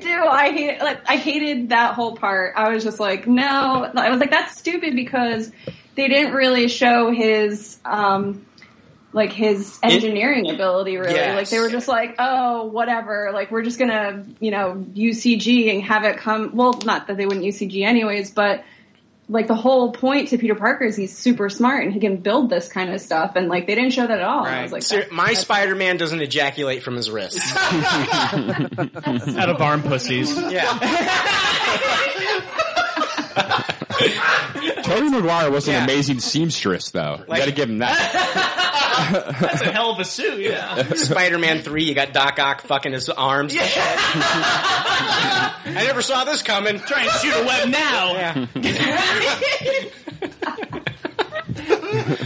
[SPEAKER 4] do. I hate like I hated that whole part. I was just like, no. I was like, that's stupid because they didn't really show his um like his engineering ability really.
[SPEAKER 30] Yes.
[SPEAKER 4] Like they were just like, oh, whatever. Like we're just gonna you know use CG and have it come. Well, not that they wouldn't use CG anyways, but like the whole point to Peter Parker is he's super smart and he can build this kind of stuff. And like they didn't show that at all. And I was like,
[SPEAKER 3] Ser- my Spider-Man doesn't ejaculate from his
[SPEAKER 4] <laughs>
[SPEAKER 3] wrists. <laughs>
[SPEAKER 5] Out of arm pussies.
[SPEAKER 3] Yeah.
[SPEAKER 8] Tony McGuire was
[SPEAKER 3] Yeah.
[SPEAKER 8] an amazing seamstress, though. you
[SPEAKER 3] Like-
[SPEAKER 8] got to give him that.
[SPEAKER 3] That's a hell of a suit.
[SPEAKER 13] <laughs>
[SPEAKER 3] Yeah. Spider-Man three, you got Doc Ock fucking his arms. Yeah. I never saw this coming. Try and shoot a web now. <laughs>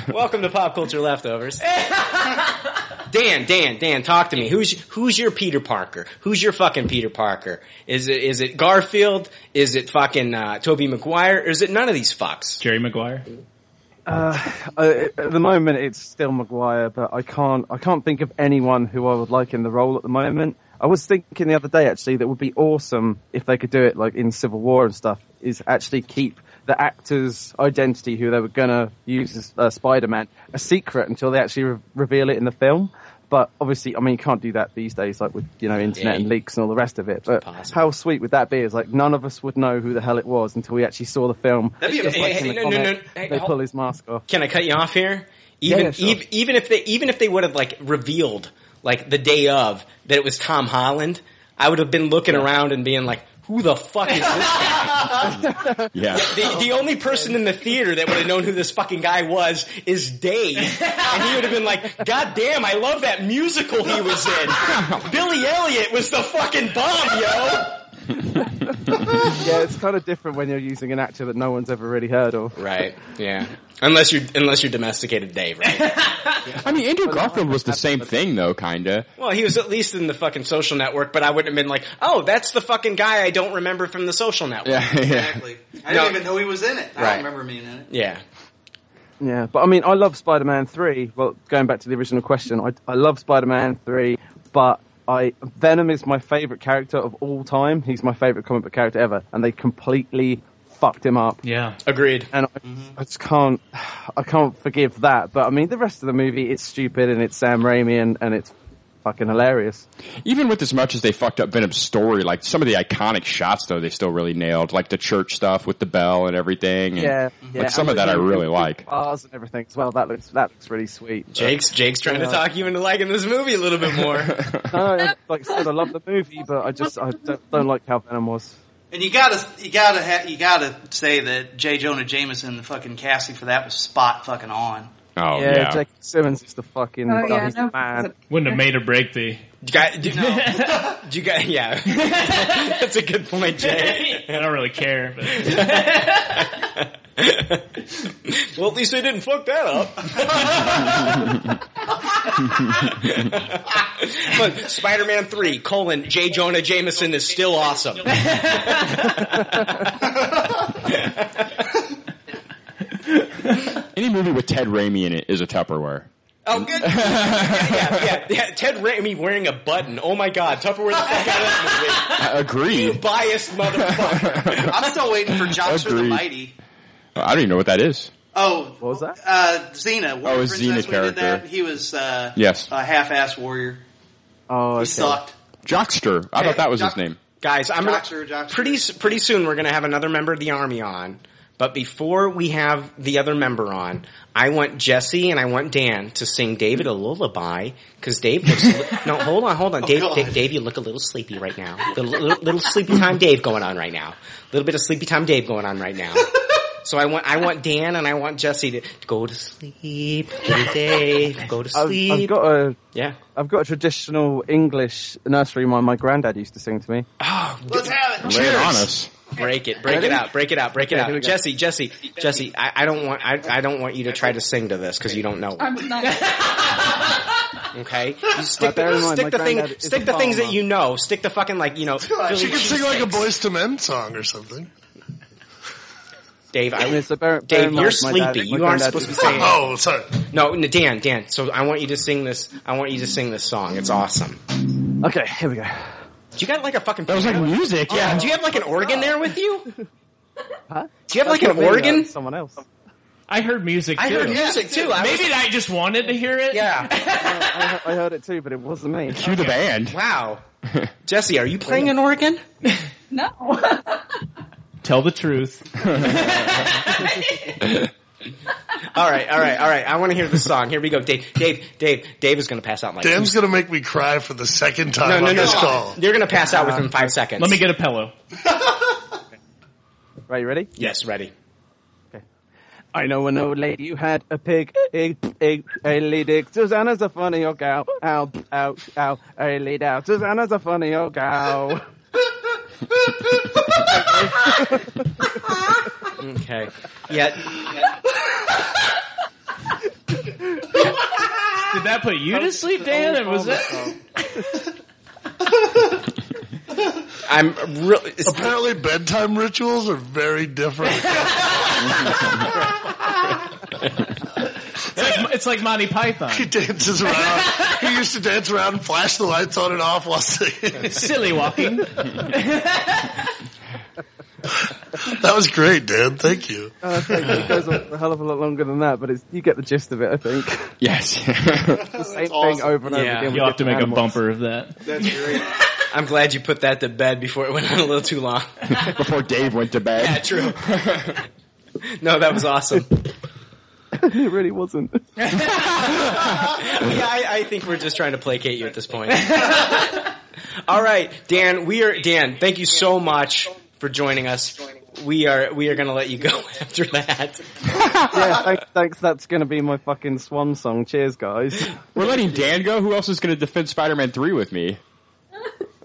[SPEAKER 3] Welcome to Pop Culture Leftovers. Dan, Dan, Dan, talk to me. Who's who's your Peter Parker? Who's your fucking Peter Parker? Is it is it Garfield? Is it fucking uh, Toby Maguire? Or is it none of these fucks?
[SPEAKER 5] Jerry Maguire.
[SPEAKER 13] Uh, I- at the moment, it's still Maguire, but I can't. I can't think of anyone who I would like in the role at the moment. I was thinking the other day actually that would be awesome if they could do it like in Civil War and stuff. Is actually keep the actor's identity who they were gonna use as uh, Spider-Man a secret until they actually re- reveal it in the film. But obviously, I mean, you can't do that these days, like with you know internet
[SPEAKER 3] Yeah.
[SPEAKER 13] and leaks and all the rest of it. But how sweet would that be? Is like none of us would know who the hell it was until we actually saw the film.
[SPEAKER 3] That'd be
[SPEAKER 13] Just like
[SPEAKER 3] amazing.
[SPEAKER 13] in the
[SPEAKER 3] Hey, hey, no, no,
[SPEAKER 13] comic,
[SPEAKER 3] no. Hey, oh.
[SPEAKER 13] they
[SPEAKER 3] hold-
[SPEAKER 13] pull
[SPEAKER 3] <laughs>
[SPEAKER 13] his mask off.
[SPEAKER 3] Can I cut you off here?
[SPEAKER 13] Oh. Yeah,
[SPEAKER 3] Even
[SPEAKER 13] yeah, sure.
[SPEAKER 3] ev- even if they even if they would have like revealed like the day of that it was Tom Holland, I would have been looking around and being like, "Who the fuck is this?"
[SPEAKER 5] <laughs>
[SPEAKER 8] yeah.
[SPEAKER 3] The, the only person in the theater that would have known who this fucking guy was is Dave. And he would have been like, God damn, I love that musical he was <laughs> in. Billy Elliot was the fucking bomb, yo.
[SPEAKER 13] yeah, it's kind of different when you're using an actor that no one's ever really heard of.
[SPEAKER 3] Right. Yeah. Unless you're, unless you're domesticated Dave, right?
[SPEAKER 8] I mean, Andrew Garfield was the same thing, though, kinda.
[SPEAKER 3] Well, he was at least in the fucking social network, but I wouldn't have been like, oh, that's the fucking guy I don't remember from the social network.
[SPEAKER 8] <laughs> Yeah, yeah.
[SPEAKER 3] Exactly.
[SPEAKER 7] I didn't even know he was in it. I
[SPEAKER 3] Right.
[SPEAKER 7] don't remember him being in it.
[SPEAKER 3] Yeah.
[SPEAKER 13] Yeah, but I mean, I love Spider-Man three. Well, going back to the original question, I, I love Spider-Man three, but I Venom is my favorite character of all time. He's my favorite comic book character ever, and they completely fucked him up.
[SPEAKER 5] Yeah.
[SPEAKER 3] Agreed. Mm-hmm.
[SPEAKER 13] And I, I just can't, I can't forgive that. But I mean, the rest of the movie, it's stupid and it's Sam Raimi and, and it's fucking hilarious.
[SPEAKER 8] Even with as much as they fucked up Venom's story, like some of the iconic shots, though, they still really nailed, like the church stuff with the bell and everything. And,
[SPEAKER 13] Yeah,
[SPEAKER 3] Mm-hmm.
[SPEAKER 8] like,
[SPEAKER 13] yeah.
[SPEAKER 8] some of that I really like. <laughs>
[SPEAKER 13] Bars and everything as well. That looks that looks really sweet.
[SPEAKER 3] Jake's, Jake's trying to
[SPEAKER 13] Yeah.
[SPEAKER 3] talk you into liking this movie a little bit
[SPEAKER 8] <laughs>
[SPEAKER 3] more.
[SPEAKER 13] No, I- like I said, I love the movie, but I just I don't, don't like how Venom was.
[SPEAKER 7] And you gotta, you gotta, ha- you gotta say that J. Jonah Jameson, the fucking casting for that was spot fucking on.
[SPEAKER 8] Oh
[SPEAKER 13] yeah,
[SPEAKER 5] yeah.
[SPEAKER 13] Jake Simmons is the fucking
[SPEAKER 7] Oh, yeah,
[SPEAKER 13] he's
[SPEAKER 7] no,
[SPEAKER 13] the man.
[SPEAKER 5] Wouldn't have made or break the.
[SPEAKER 3] You got,
[SPEAKER 5] <laughs>
[SPEAKER 3] do, do you got, yeah. That's a good point, <laughs> Jay.
[SPEAKER 5] I don't really care. But.
[SPEAKER 3] well, at least they didn't fuck that up. Look, Spider-Man 3, colon, J. Jonah Jameson is still awesome.
[SPEAKER 8] Any movie with Ted Raimi in it is a Tupperware.
[SPEAKER 3] Oh, good. Yeah, yeah, yeah, yeah. Ted Raimi wearing a button. Oh my god, Tupperware the fuck out of this movie.
[SPEAKER 8] I agree.
[SPEAKER 3] Biased motherfucker.
[SPEAKER 7] I'm still waiting for Josh for the
[SPEAKER 8] Agreed.
[SPEAKER 7] Mighty.
[SPEAKER 8] I don't even know what that is.
[SPEAKER 7] Oh,
[SPEAKER 13] what was that?
[SPEAKER 7] Uh, Xena. War
[SPEAKER 8] Oh, his
[SPEAKER 7] Princess,
[SPEAKER 8] Xena
[SPEAKER 7] we did that.
[SPEAKER 8] character.
[SPEAKER 7] He was uh,
[SPEAKER 8] Yes.
[SPEAKER 7] a half-ass warrior.
[SPEAKER 13] Oh,
[SPEAKER 7] He sucked.
[SPEAKER 8] Jockster. I thought that was his name. <laughs>
[SPEAKER 3] Guys, I'm gonna,
[SPEAKER 7] Jockster, Jockster.
[SPEAKER 3] pretty s- pretty soon we're going to have another member of the army on. But before we have the other member on, I want Jesse and I want Dan to sing David a lullaby because Dave looks. Li- no, hold on, hold on, Dave, Dave. Dave, you look a little sleepy right now. Little, little, little sleepy time, Dave, going on right now. A little bit of sleepy time, Dave, going on right now. So I want I want Dan and I want Jesse to go to sleep, little Dave, go to
[SPEAKER 13] I've,
[SPEAKER 3] sleep.
[SPEAKER 13] I've got a
[SPEAKER 3] yeah.
[SPEAKER 13] I've got a traditional English nursery rhyme my granddad used to sing to me.
[SPEAKER 3] Oh,
[SPEAKER 7] Let's have it.
[SPEAKER 8] Lay it on us.
[SPEAKER 3] Break it, break
[SPEAKER 13] Ready?
[SPEAKER 3] it out, break it out, break it
[SPEAKER 13] Okay, here we
[SPEAKER 3] out.
[SPEAKER 13] go.
[SPEAKER 3] Jesse, Jesse, Jesse, I, I don't want, I, I don't want you to try to sing to this because you don't know.
[SPEAKER 4] I'm not.
[SPEAKER 3] Okay, You stick
[SPEAKER 2] bear
[SPEAKER 3] the,
[SPEAKER 2] in mind,
[SPEAKER 3] stick
[SPEAKER 2] my
[SPEAKER 3] the thing,
[SPEAKER 2] granddad is
[SPEAKER 3] stick
[SPEAKER 2] a
[SPEAKER 3] the things that
[SPEAKER 2] farmer.
[SPEAKER 3] you know. Stick the fucking like you know.
[SPEAKER 2] She could sing like a Boys to Men song or something.
[SPEAKER 3] Dave. I,
[SPEAKER 13] mean, so bear, bear
[SPEAKER 3] Dave,
[SPEAKER 13] in mind,
[SPEAKER 3] you're
[SPEAKER 13] my
[SPEAKER 3] sleepy.
[SPEAKER 13] dad- my
[SPEAKER 3] you aren't
[SPEAKER 13] granddad
[SPEAKER 3] supposed to be
[SPEAKER 13] used
[SPEAKER 3] singing.
[SPEAKER 2] Oh, sorry.
[SPEAKER 3] No, no, Dan, Dan. So I want you to sing this. I want you to sing this song. It's awesome.
[SPEAKER 13] Okay, here we go.
[SPEAKER 3] Do you got like a fucking? That
[SPEAKER 8] was like music.
[SPEAKER 3] Yeah. Do you have like an organ there with you?
[SPEAKER 13] Huh?
[SPEAKER 3] Do you have like
[SPEAKER 13] That's
[SPEAKER 3] an
[SPEAKER 13] not me,
[SPEAKER 3] organ?
[SPEAKER 13] that's uh, Someone else.
[SPEAKER 5] I heard music.
[SPEAKER 3] I
[SPEAKER 5] too.
[SPEAKER 3] heard music too. I
[SPEAKER 5] Maybe
[SPEAKER 3] was-
[SPEAKER 5] I just wanted to hear it.
[SPEAKER 3] Yeah.
[SPEAKER 13] I, I heard it too, but it wasn't me.
[SPEAKER 8] Cue the band.
[SPEAKER 3] Wow. Jesse, are you playing an organ?
[SPEAKER 4] No. <laughs>
[SPEAKER 5] Tell the
[SPEAKER 3] <laughs>
[SPEAKER 8] <laughs>
[SPEAKER 5] truth.
[SPEAKER 3] All right, all right, all right. I want to hear the song. Here we go, Dave. Dave, Dave, Dave is going to pass out. in, Like
[SPEAKER 2] Dan's
[SPEAKER 3] two-
[SPEAKER 2] gonna make me cry for the second time
[SPEAKER 3] no, no,
[SPEAKER 2] on
[SPEAKER 3] no.
[SPEAKER 2] this call.
[SPEAKER 3] You're going to pass out within five seconds.
[SPEAKER 5] Let me get a pillow.
[SPEAKER 13] Right, you ready?
[SPEAKER 3] Yes, ready.
[SPEAKER 13] I know an old lady who had a pig, pig, pig, a lead dick. Susanna's a funny old gal. Ow, ow, ow, a lead out. Susanna's a funny old gal.
[SPEAKER 3] Okay. Yeah.
[SPEAKER 5] Did that put you to sleep, Dan? Or was that?
[SPEAKER 3] I'm really.
[SPEAKER 2] Apparently, bedtime rituals are
[SPEAKER 13] <laughs>
[SPEAKER 2] very different.
[SPEAKER 5] It's like, it's like Monty Python.
[SPEAKER 2] he dances around. He used to dance around and flash the lights on and off while singing.
[SPEAKER 5] Silly walking.
[SPEAKER 2] That was great, Dan. Thank you.
[SPEAKER 13] Uh, thank you. It goes on a hell of a lot longer than that, but it's, you get the gist of it, I think.
[SPEAKER 8] Yes.
[SPEAKER 13] <laughs> It's the same thing over and over
[SPEAKER 5] Yeah.
[SPEAKER 13] again. with
[SPEAKER 5] You'll have to make
[SPEAKER 13] different
[SPEAKER 5] a
[SPEAKER 13] animals.
[SPEAKER 5] bumper of that.
[SPEAKER 3] That's great. I'm glad you put that to bed before it went on a little too long. <laughs>
[SPEAKER 8] before Dave went to bed.
[SPEAKER 3] Yeah, true. no, that was awesome.
[SPEAKER 13] <laughs> it really
[SPEAKER 7] <laughs>
[SPEAKER 13] wasn't.
[SPEAKER 3] yeah, I, I think we're just trying to placate you at
[SPEAKER 5] <laughs>
[SPEAKER 3] this point. All right, Dan. We are Dan. Thank you so much for joining us. We are we are going to let you go <laughs> after that.
[SPEAKER 13] yeah, thanks, thanks. That's going to be my fucking swan song. Cheers, guys.
[SPEAKER 8] We're letting Dan go. Who else is going to defend Spider-Man Three with me?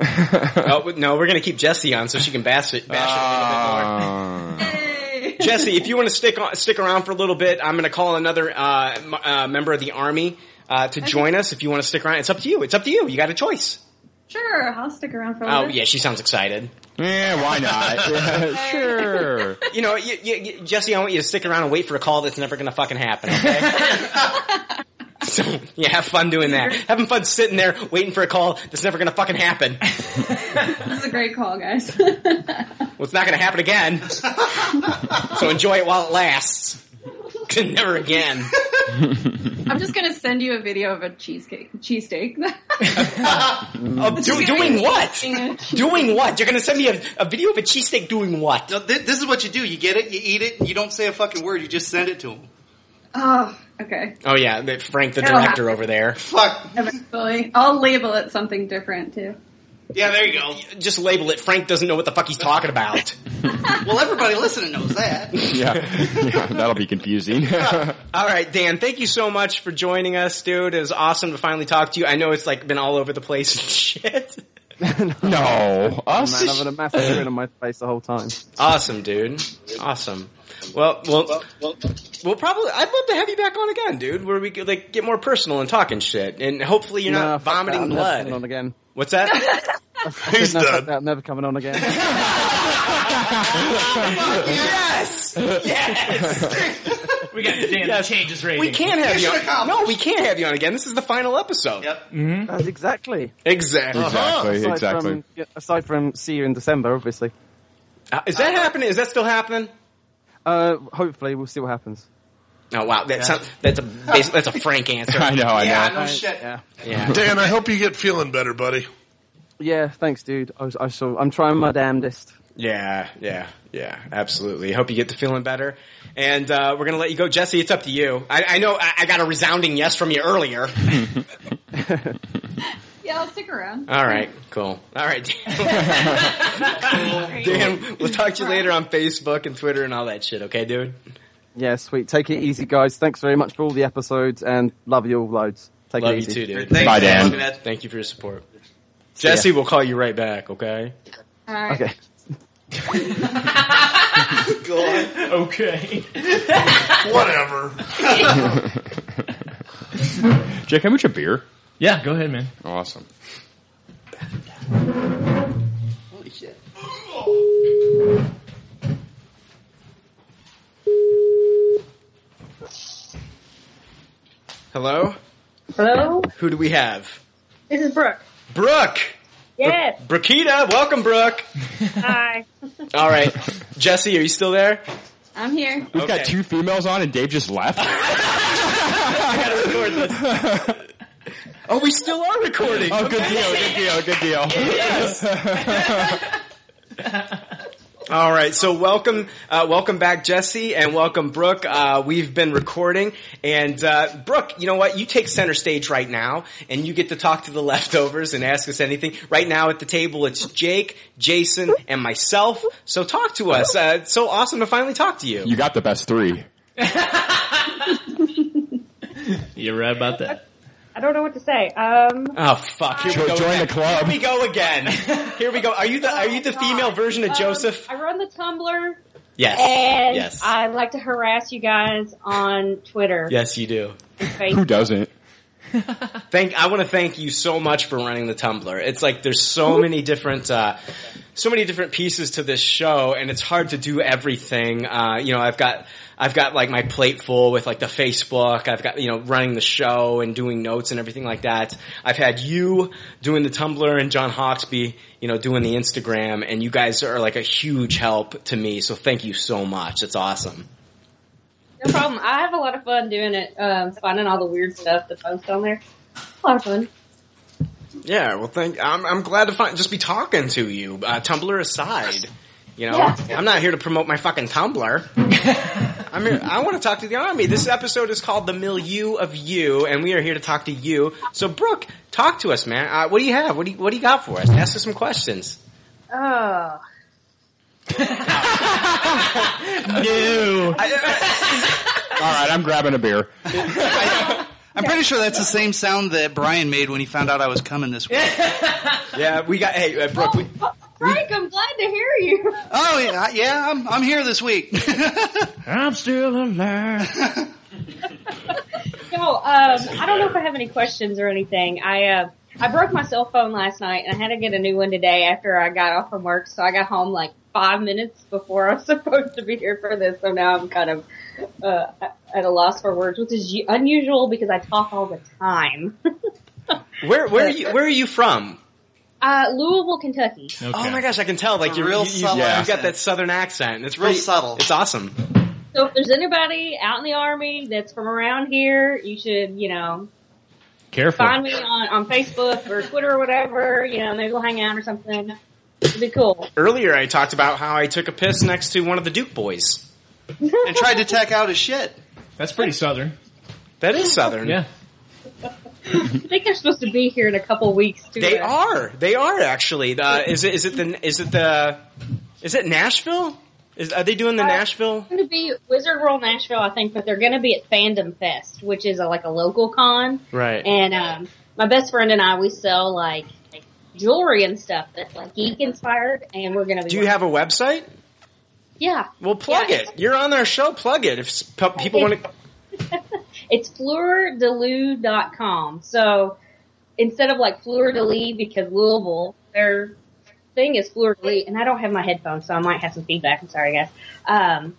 [SPEAKER 3] oh, no, we're going to keep Jesse on so she can bash it, bash
[SPEAKER 8] Ah.
[SPEAKER 3] it a little bit more. Jesse, if you want to stick on, stick around for a little bit, I'm going to call another uh, m- uh, member of the army uh, to join us. If you want to stick around, it's up to you. It's up to you. You got a choice.
[SPEAKER 4] Sure, I'll stick around for a
[SPEAKER 3] Oh
[SPEAKER 4] little bit.
[SPEAKER 3] yeah, she sounds excited.
[SPEAKER 8] Yeah,
[SPEAKER 3] <laughs>
[SPEAKER 8] why not? sure.
[SPEAKER 3] You know, you, you, you- Jesse, I want you to stick around and wait for a call that's never going to fucking happen. Okay. so yeah, have fun doing that. Having fun sitting there waiting for a call that's never going to fucking happen.
[SPEAKER 4] This is a great call, guys.
[SPEAKER 3] Well, it's not going to happen again. <laughs> so enjoy it while it lasts. <laughs> 'Cause never again.
[SPEAKER 4] I'm just gonna send you a video of a cheesecake, cheesesteak. <laughs>
[SPEAKER 3] Of Oh, do, doing what? Doing what? You're going to send me a, a video of a cheesesteak doing what?
[SPEAKER 7] No, thi- this is what you do. You get it, you eat it, you don't say a fucking word, you just send it to them.
[SPEAKER 4] oh, okay.
[SPEAKER 3] Oh yeah, that Frank, the
[SPEAKER 4] That'll
[SPEAKER 3] director over there.
[SPEAKER 7] Fuck.
[SPEAKER 4] Eventually, I'll label it something different too. <laughs>
[SPEAKER 3] Yeah, there you go. Just label it. Frank doesn't know what the fuck he's talking about.
[SPEAKER 7] Well, everybody listening knows that.
[SPEAKER 8] Yeah. yeah, that'll be confusing. <laughs>
[SPEAKER 3] All right, Dan, thank you so much for joining us, dude. It was awesome to finally talk to you. I know it's like been all over the place and <laughs> shit.
[SPEAKER 8] no,
[SPEAKER 3] us?
[SPEAKER 13] Man, I've had a massive grin on my face the whole time.
[SPEAKER 3] Awesome, dude. Awesome. Well, well, we'll probably. I'd love to have you back on again, dude. Where we could like get more personal and talk and shit, and hopefully you're
[SPEAKER 13] Nah,
[SPEAKER 3] not
[SPEAKER 13] fuck that.
[SPEAKER 3] vomiting
[SPEAKER 13] I'm never
[SPEAKER 3] blood.
[SPEAKER 13] coming on again.
[SPEAKER 3] What's that?
[SPEAKER 13] He's no, done. I'm never coming on again.
[SPEAKER 3] yes, <laughs> yes.
[SPEAKER 5] we got Dan
[SPEAKER 3] Yes.
[SPEAKER 5] to change his rating.
[SPEAKER 3] We can't have you. On. No, we can't have you on again. This is the final episode. Yep.
[SPEAKER 13] That's exactly.
[SPEAKER 2] Uh-huh.
[SPEAKER 13] um,
[SPEAKER 3] Exactly.
[SPEAKER 8] Mm-hmm. Uh-huh. Exactly,
[SPEAKER 13] Aside
[SPEAKER 8] exactly.
[SPEAKER 13] From, yeah, aside from see you in December, obviously.
[SPEAKER 3] Uh, is that happening? Is that still happening?
[SPEAKER 13] Uh, hopefully, we'll see what happens.
[SPEAKER 3] Oh wow, that's that's a bas- that's a frank answer.
[SPEAKER 13] I know, I
[SPEAKER 2] Yeah,
[SPEAKER 13] know. no shit.
[SPEAKER 2] Yeah.
[SPEAKER 3] Yeah.
[SPEAKER 2] Dan, I hope you get feeling better, buddy.
[SPEAKER 13] Yeah, thanks, dude. I, was, I saw, I'm trying my damnedest.
[SPEAKER 3] Yeah, yeah, yeah, absolutely. Hope you get to feeling better. And uh, we're going to let you go. Jesse, it's up to you. I, I know I, I got a resounding yes from you
[SPEAKER 8] <laughs>
[SPEAKER 3] earlier.
[SPEAKER 4] Yeah, I'll stick around.
[SPEAKER 3] All right, cool. All
[SPEAKER 8] <laughs>
[SPEAKER 3] right, <laughs> Dan. Dan, we'll talk to you later on Facebook and Twitter and all that shit, okay, dude?
[SPEAKER 13] Yeah, sweet. Take it easy, guys. Thanks very much for all the episodes, and love you all loads. Take
[SPEAKER 3] Love
[SPEAKER 13] it
[SPEAKER 3] you
[SPEAKER 13] easy.
[SPEAKER 3] too, dude.
[SPEAKER 8] Bye, Dan.
[SPEAKER 3] Thank you for your support.
[SPEAKER 13] See ya.
[SPEAKER 3] Jesse, we'll call you right back, okay?
[SPEAKER 4] All right.
[SPEAKER 13] Okay.
[SPEAKER 5] Okay.
[SPEAKER 2] Whatever.
[SPEAKER 8] Jake, how much a beer?
[SPEAKER 5] Yeah, go ahead, man.
[SPEAKER 8] Awesome.
[SPEAKER 7] Holy shit.
[SPEAKER 3] Hello?
[SPEAKER 30] Hello?
[SPEAKER 3] Who do we have?
[SPEAKER 30] This is Brooke.
[SPEAKER 3] Brooke!
[SPEAKER 30] Yes.
[SPEAKER 3] Brookeita, welcome, Brooke.
[SPEAKER 30] Hi.
[SPEAKER 3] <laughs> All right. Jesse, are you still there?
[SPEAKER 4] I'm here.
[SPEAKER 8] We've got two females on, and Dave just left.
[SPEAKER 3] <laughs> Oh, we still are recording.
[SPEAKER 8] Oh, good deal, good deal, good deal.
[SPEAKER 3] <laughs> All right, so welcome, uh, welcome back, Jesse, and welcome, Brooke. Uh, we've been recording, and uh, Brooke, you know what? You take center stage right now, and you get to talk to the <laughs> leftovers and ask us anything. Right now at the table, it's Jake, Jason, and myself. So talk to us. Uh, it's so awesome to finally talk to you.
[SPEAKER 8] You got the best three.
[SPEAKER 5] You're right about that.
[SPEAKER 30] I don't know what to say. Um,
[SPEAKER 3] Oh fuck! Here
[SPEAKER 5] Jo-
[SPEAKER 3] we go
[SPEAKER 5] join
[SPEAKER 3] again.
[SPEAKER 5] the club.
[SPEAKER 3] Here we go again. Here we go. Are you the Are you the female version of
[SPEAKER 30] um,
[SPEAKER 3] Joseph?
[SPEAKER 30] I run the Tumblr.
[SPEAKER 3] Yes.
[SPEAKER 30] And
[SPEAKER 3] Yes.
[SPEAKER 30] I like to harass you guys on Twitter.
[SPEAKER 3] Yes, you do.
[SPEAKER 30] and
[SPEAKER 3] <laughs>
[SPEAKER 30] Facebook.
[SPEAKER 8] Who doesn't?
[SPEAKER 3] Thank. I want to thank you so much for running the Tumblr. It's like there's so many different. Uh, so many different pieces to this show, and it's hard to do everything. Uh, you know, I've got, I've got like my plate full with like the Facebook. I've got, you know, running the show and doing notes and everything like that. I've had you doing the Tumblr and John Hawksby, you know, doing the Instagram, and you guys are like a huge help to me. So thank you so much. It's awesome.
[SPEAKER 30] No problem. I have a lot of fun doing it, um, finding all the weird stuff to post on there. A lot of fun.
[SPEAKER 3] Yeah, well, thank. I'm I'm glad to find just be talking to you. Uh, Tumblr aside, you know,
[SPEAKER 30] Yeah.
[SPEAKER 3] I'm not here to promote my fucking
[SPEAKER 7] <laughs>
[SPEAKER 3] Tumblr. I'm here, I want to talk to the army. This episode is called "The Milieu of You," and we are here to talk to you. So, Brooke, talk to us, man. Uh, what do you have? What do you, What do you got for us? Ask us some questions.
[SPEAKER 5] <laughs>
[SPEAKER 30] Oh.
[SPEAKER 3] No.
[SPEAKER 7] <laughs>
[SPEAKER 8] All right, I'm grabbing a beer.
[SPEAKER 7] I'm pretty sure that's the same sound that Brian made when he found out I was coming this week.
[SPEAKER 3] <laughs> yeah, we got. Hey, uh, Brooke. We,
[SPEAKER 30] Oh, Frank, I'm glad to hear you.
[SPEAKER 7] Oh yeah, yeah, I'm I'm here this week.
[SPEAKER 3] <laughs>
[SPEAKER 5] I'm still alive.
[SPEAKER 30] No, um, I don't know if I have any questions or anything. I uh, I broke my cell phone last night, and I had to get a new one today after I got off from work. So I got home like five minutes before <laughs> I was supposed to be here for this. So now I'm kind of uh, at a loss for words, which is u- unusual because I talk all the time. <laughs>
[SPEAKER 3] where Where are you Where are you from?
[SPEAKER 30] Uh, Louisville, Kentucky.
[SPEAKER 3] Oh my gosh, I can tell. Like you're
[SPEAKER 7] Real
[SPEAKER 3] you,
[SPEAKER 7] subtle
[SPEAKER 3] you, have got
[SPEAKER 7] accent.
[SPEAKER 3] that southern accent. It's
[SPEAKER 7] Real
[SPEAKER 3] pretty-
[SPEAKER 7] subtle.
[SPEAKER 3] It's awesome.
[SPEAKER 30] So if there's anybody out in the army that's from around here, you should you know
[SPEAKER 5] Careful.
[SPEAKER 30] Find me on, on Facebook or Twitter or whatever. You know, maybe we'll hang out or something. It'd be cool.
[SPEAKER 3] Earlier, I talked about how I took a piss next to one of the Duke boys.
[SPEAKER 7] and tried to tack out his shit.
[SPEAKER 5] That's pretty southern.
[SPEAKER 3] That is southern.
[SPEAKER 5] Yeah.
[SPEAKER 30] I think they're supposed to be here in a couple weeks too.
[SPEAKER 3] They are. They are actually. Uh, is it? Is it the? Is it the? Is it Nashville? Is, are they doing the Nashville?
[SPEAKER 30] Going to Uh, be Wizard World Nashville, I think, but they're going to be at Fandom Fest, which is a, like a local con.
[SPEAKER 3] Right.
[SPEAKER 30] And um, my best friend and I, we sell like, like jewelry and stuff that's like geek inspired, and we're going to be.
[SPEAKER 3] Do you have a website?
[SPEAKER 30] Yeah.
[SPEAKER 3] Well, plug
[SPEAKER 30] Yeah,
[SPEAKER 3] it. You're on our show. Plug it. If s- pe- people want to,
[SPEAKER 30] It's fleurdelue.com. So instead of like fleur de lis because Louisville, their thing is fleur de lis. And I don't have my headphones, so I might have some feedback. I'm sorry, guys. Um,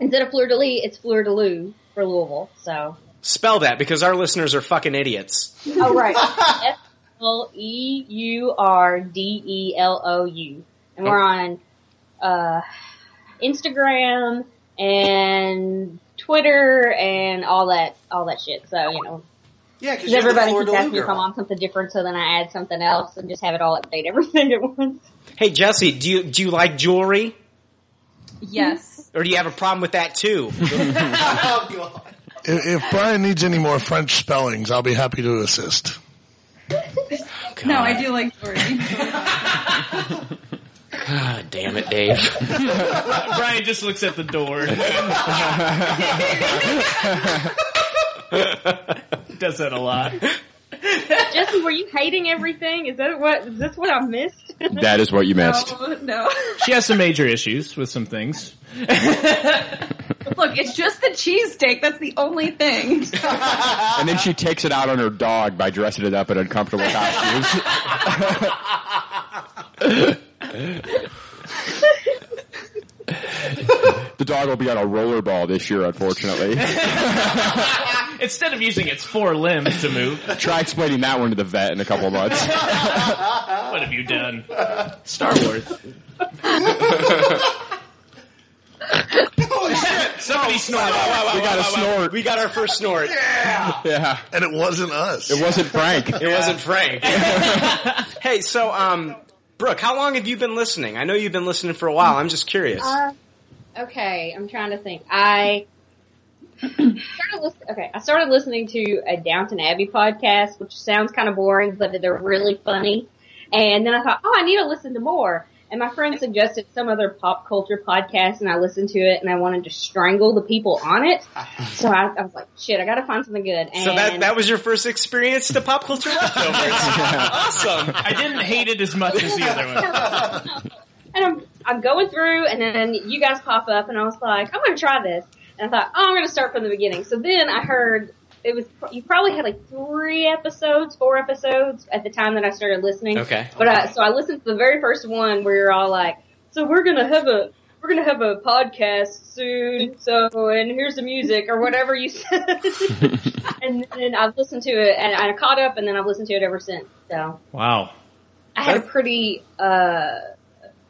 [SPEAKER 30] instead of fleur de lis, it's fleur de lou for Louisville. So,
[SPEAKER 3] spell that because our listeners are fucking idiots.
[SPEAKER 30] oh, right. F L E U R D E L O U. And we're on uh, Instagram and Twitter and all that, all that shit. So, you know.
[SPEAKER 7] Yeah,
[SPEAKER 30] Because everybody keeps asking me if I'm on something different, so then I add something else and just have it all update everything at once.
[SPEAKER 3] Hey Jesse, do you do you like jewelry,
[SPEAKER 30] Yes.
[SPEAKER 3] or do you have a problem with that too?
[SPEAKER 2] If, if Brian needs any more French spellings, I'll be happy to assist.
[SPEAKER 4] <laughs> no, I do
[SPEAKER 3] <laughs>
[SPEAKER 4] like Dory.
[SPEAKER 3] God damn it, Dave.
[SPEAKER 5] Brian just looks at the <laughs> door. Does that a lot.
[SPEAKER 30] <laughs> Jesse, were you hating everything? Is that what? Is this what I missed?
[SPEAKER 5] That is what you
[SPEAKER 30] <laughs>
[SPEAKER 5] missed.
[SPEAKER 4] No, no.
[SPEAKER 5] She has some major issues with some things.
[SPEAKER 4] Look, it's just the cheesesteak. That's the
[SPEAKER 3] <laughs>
[SPEAKER 4] only thing.
[SPEAKER 8] And
[SPEAKER 4] <laughs>
[SPEAKER 8] then she takes it out on her dog by dressing it up in uncomfortable costumes. the dog will be on a rollerball this year, unfortunately.
[SPEAKER 5] Instead of using its four limbs to move,
[SPEAKER 8] Try explaining that one to the vet in a couple of months.
[SPEAKER 5] what have you done? Star Wars.
[SPEAKER 7] Holy shit!
[SPEAKER 3] Somebody snorted.
[SPEAKER 8] We got a snort.
[SPEAKER 3] We got our first snort.
[SPEAKER 8] Yeah.
[SPEAKER 2] And it wasn't us.
[SPEAKER 8] It wasn't Frank.
[SPEAKER 3] It wasn't Frank. <laughs> hey, so um, Brooke, how long have you been listening? I know you've been listening for a while. I'm just curious.
[SPEAKER 30] Uh, okay, I'm trying to think. I started listen- okay, I started listening to a Downton Abbey podcast, which sounds kind of boring, but they're really funny. And then I thought, oh, I need to listen to more. And my friend suggested some other pop culture podcast, and I listened to it, and I wanted to strangle the people
[SPEAKER 3] <laughs>
[SPEAKER 30] on it. So I, I was like, "Shit, I gotta find something good." And
[SPEAKER 3] So that that was your first experience to pop
[SPEAKER 5] <laughs>
[SPEAKER 3] culture leftovers. awesome.
[SPEAKER 5] I didn't hate it as much as the other one. <laughs>
[SPEAKER 30] and I'm I'm going through, and then you guys pop up, and I was like, I'm gonna try this, and I thought, oh, I'm gonna start from the beginning. So then I heard it was you probably had like three episodes, four episodes at the time that I started listening.
[SPEAKER 3] Okay.
[SPEAKER 30] but I, so I listened to the very first one where you're all like, so we're gonna have a we're gonna have a podcast soon. So and here's the music or whatever you said, and then I've listened to it and I caught up, and then I've listened to it ever since. So.
[SPEAKER 5] Wow.
[SPEAKER 30] I had a pretty uh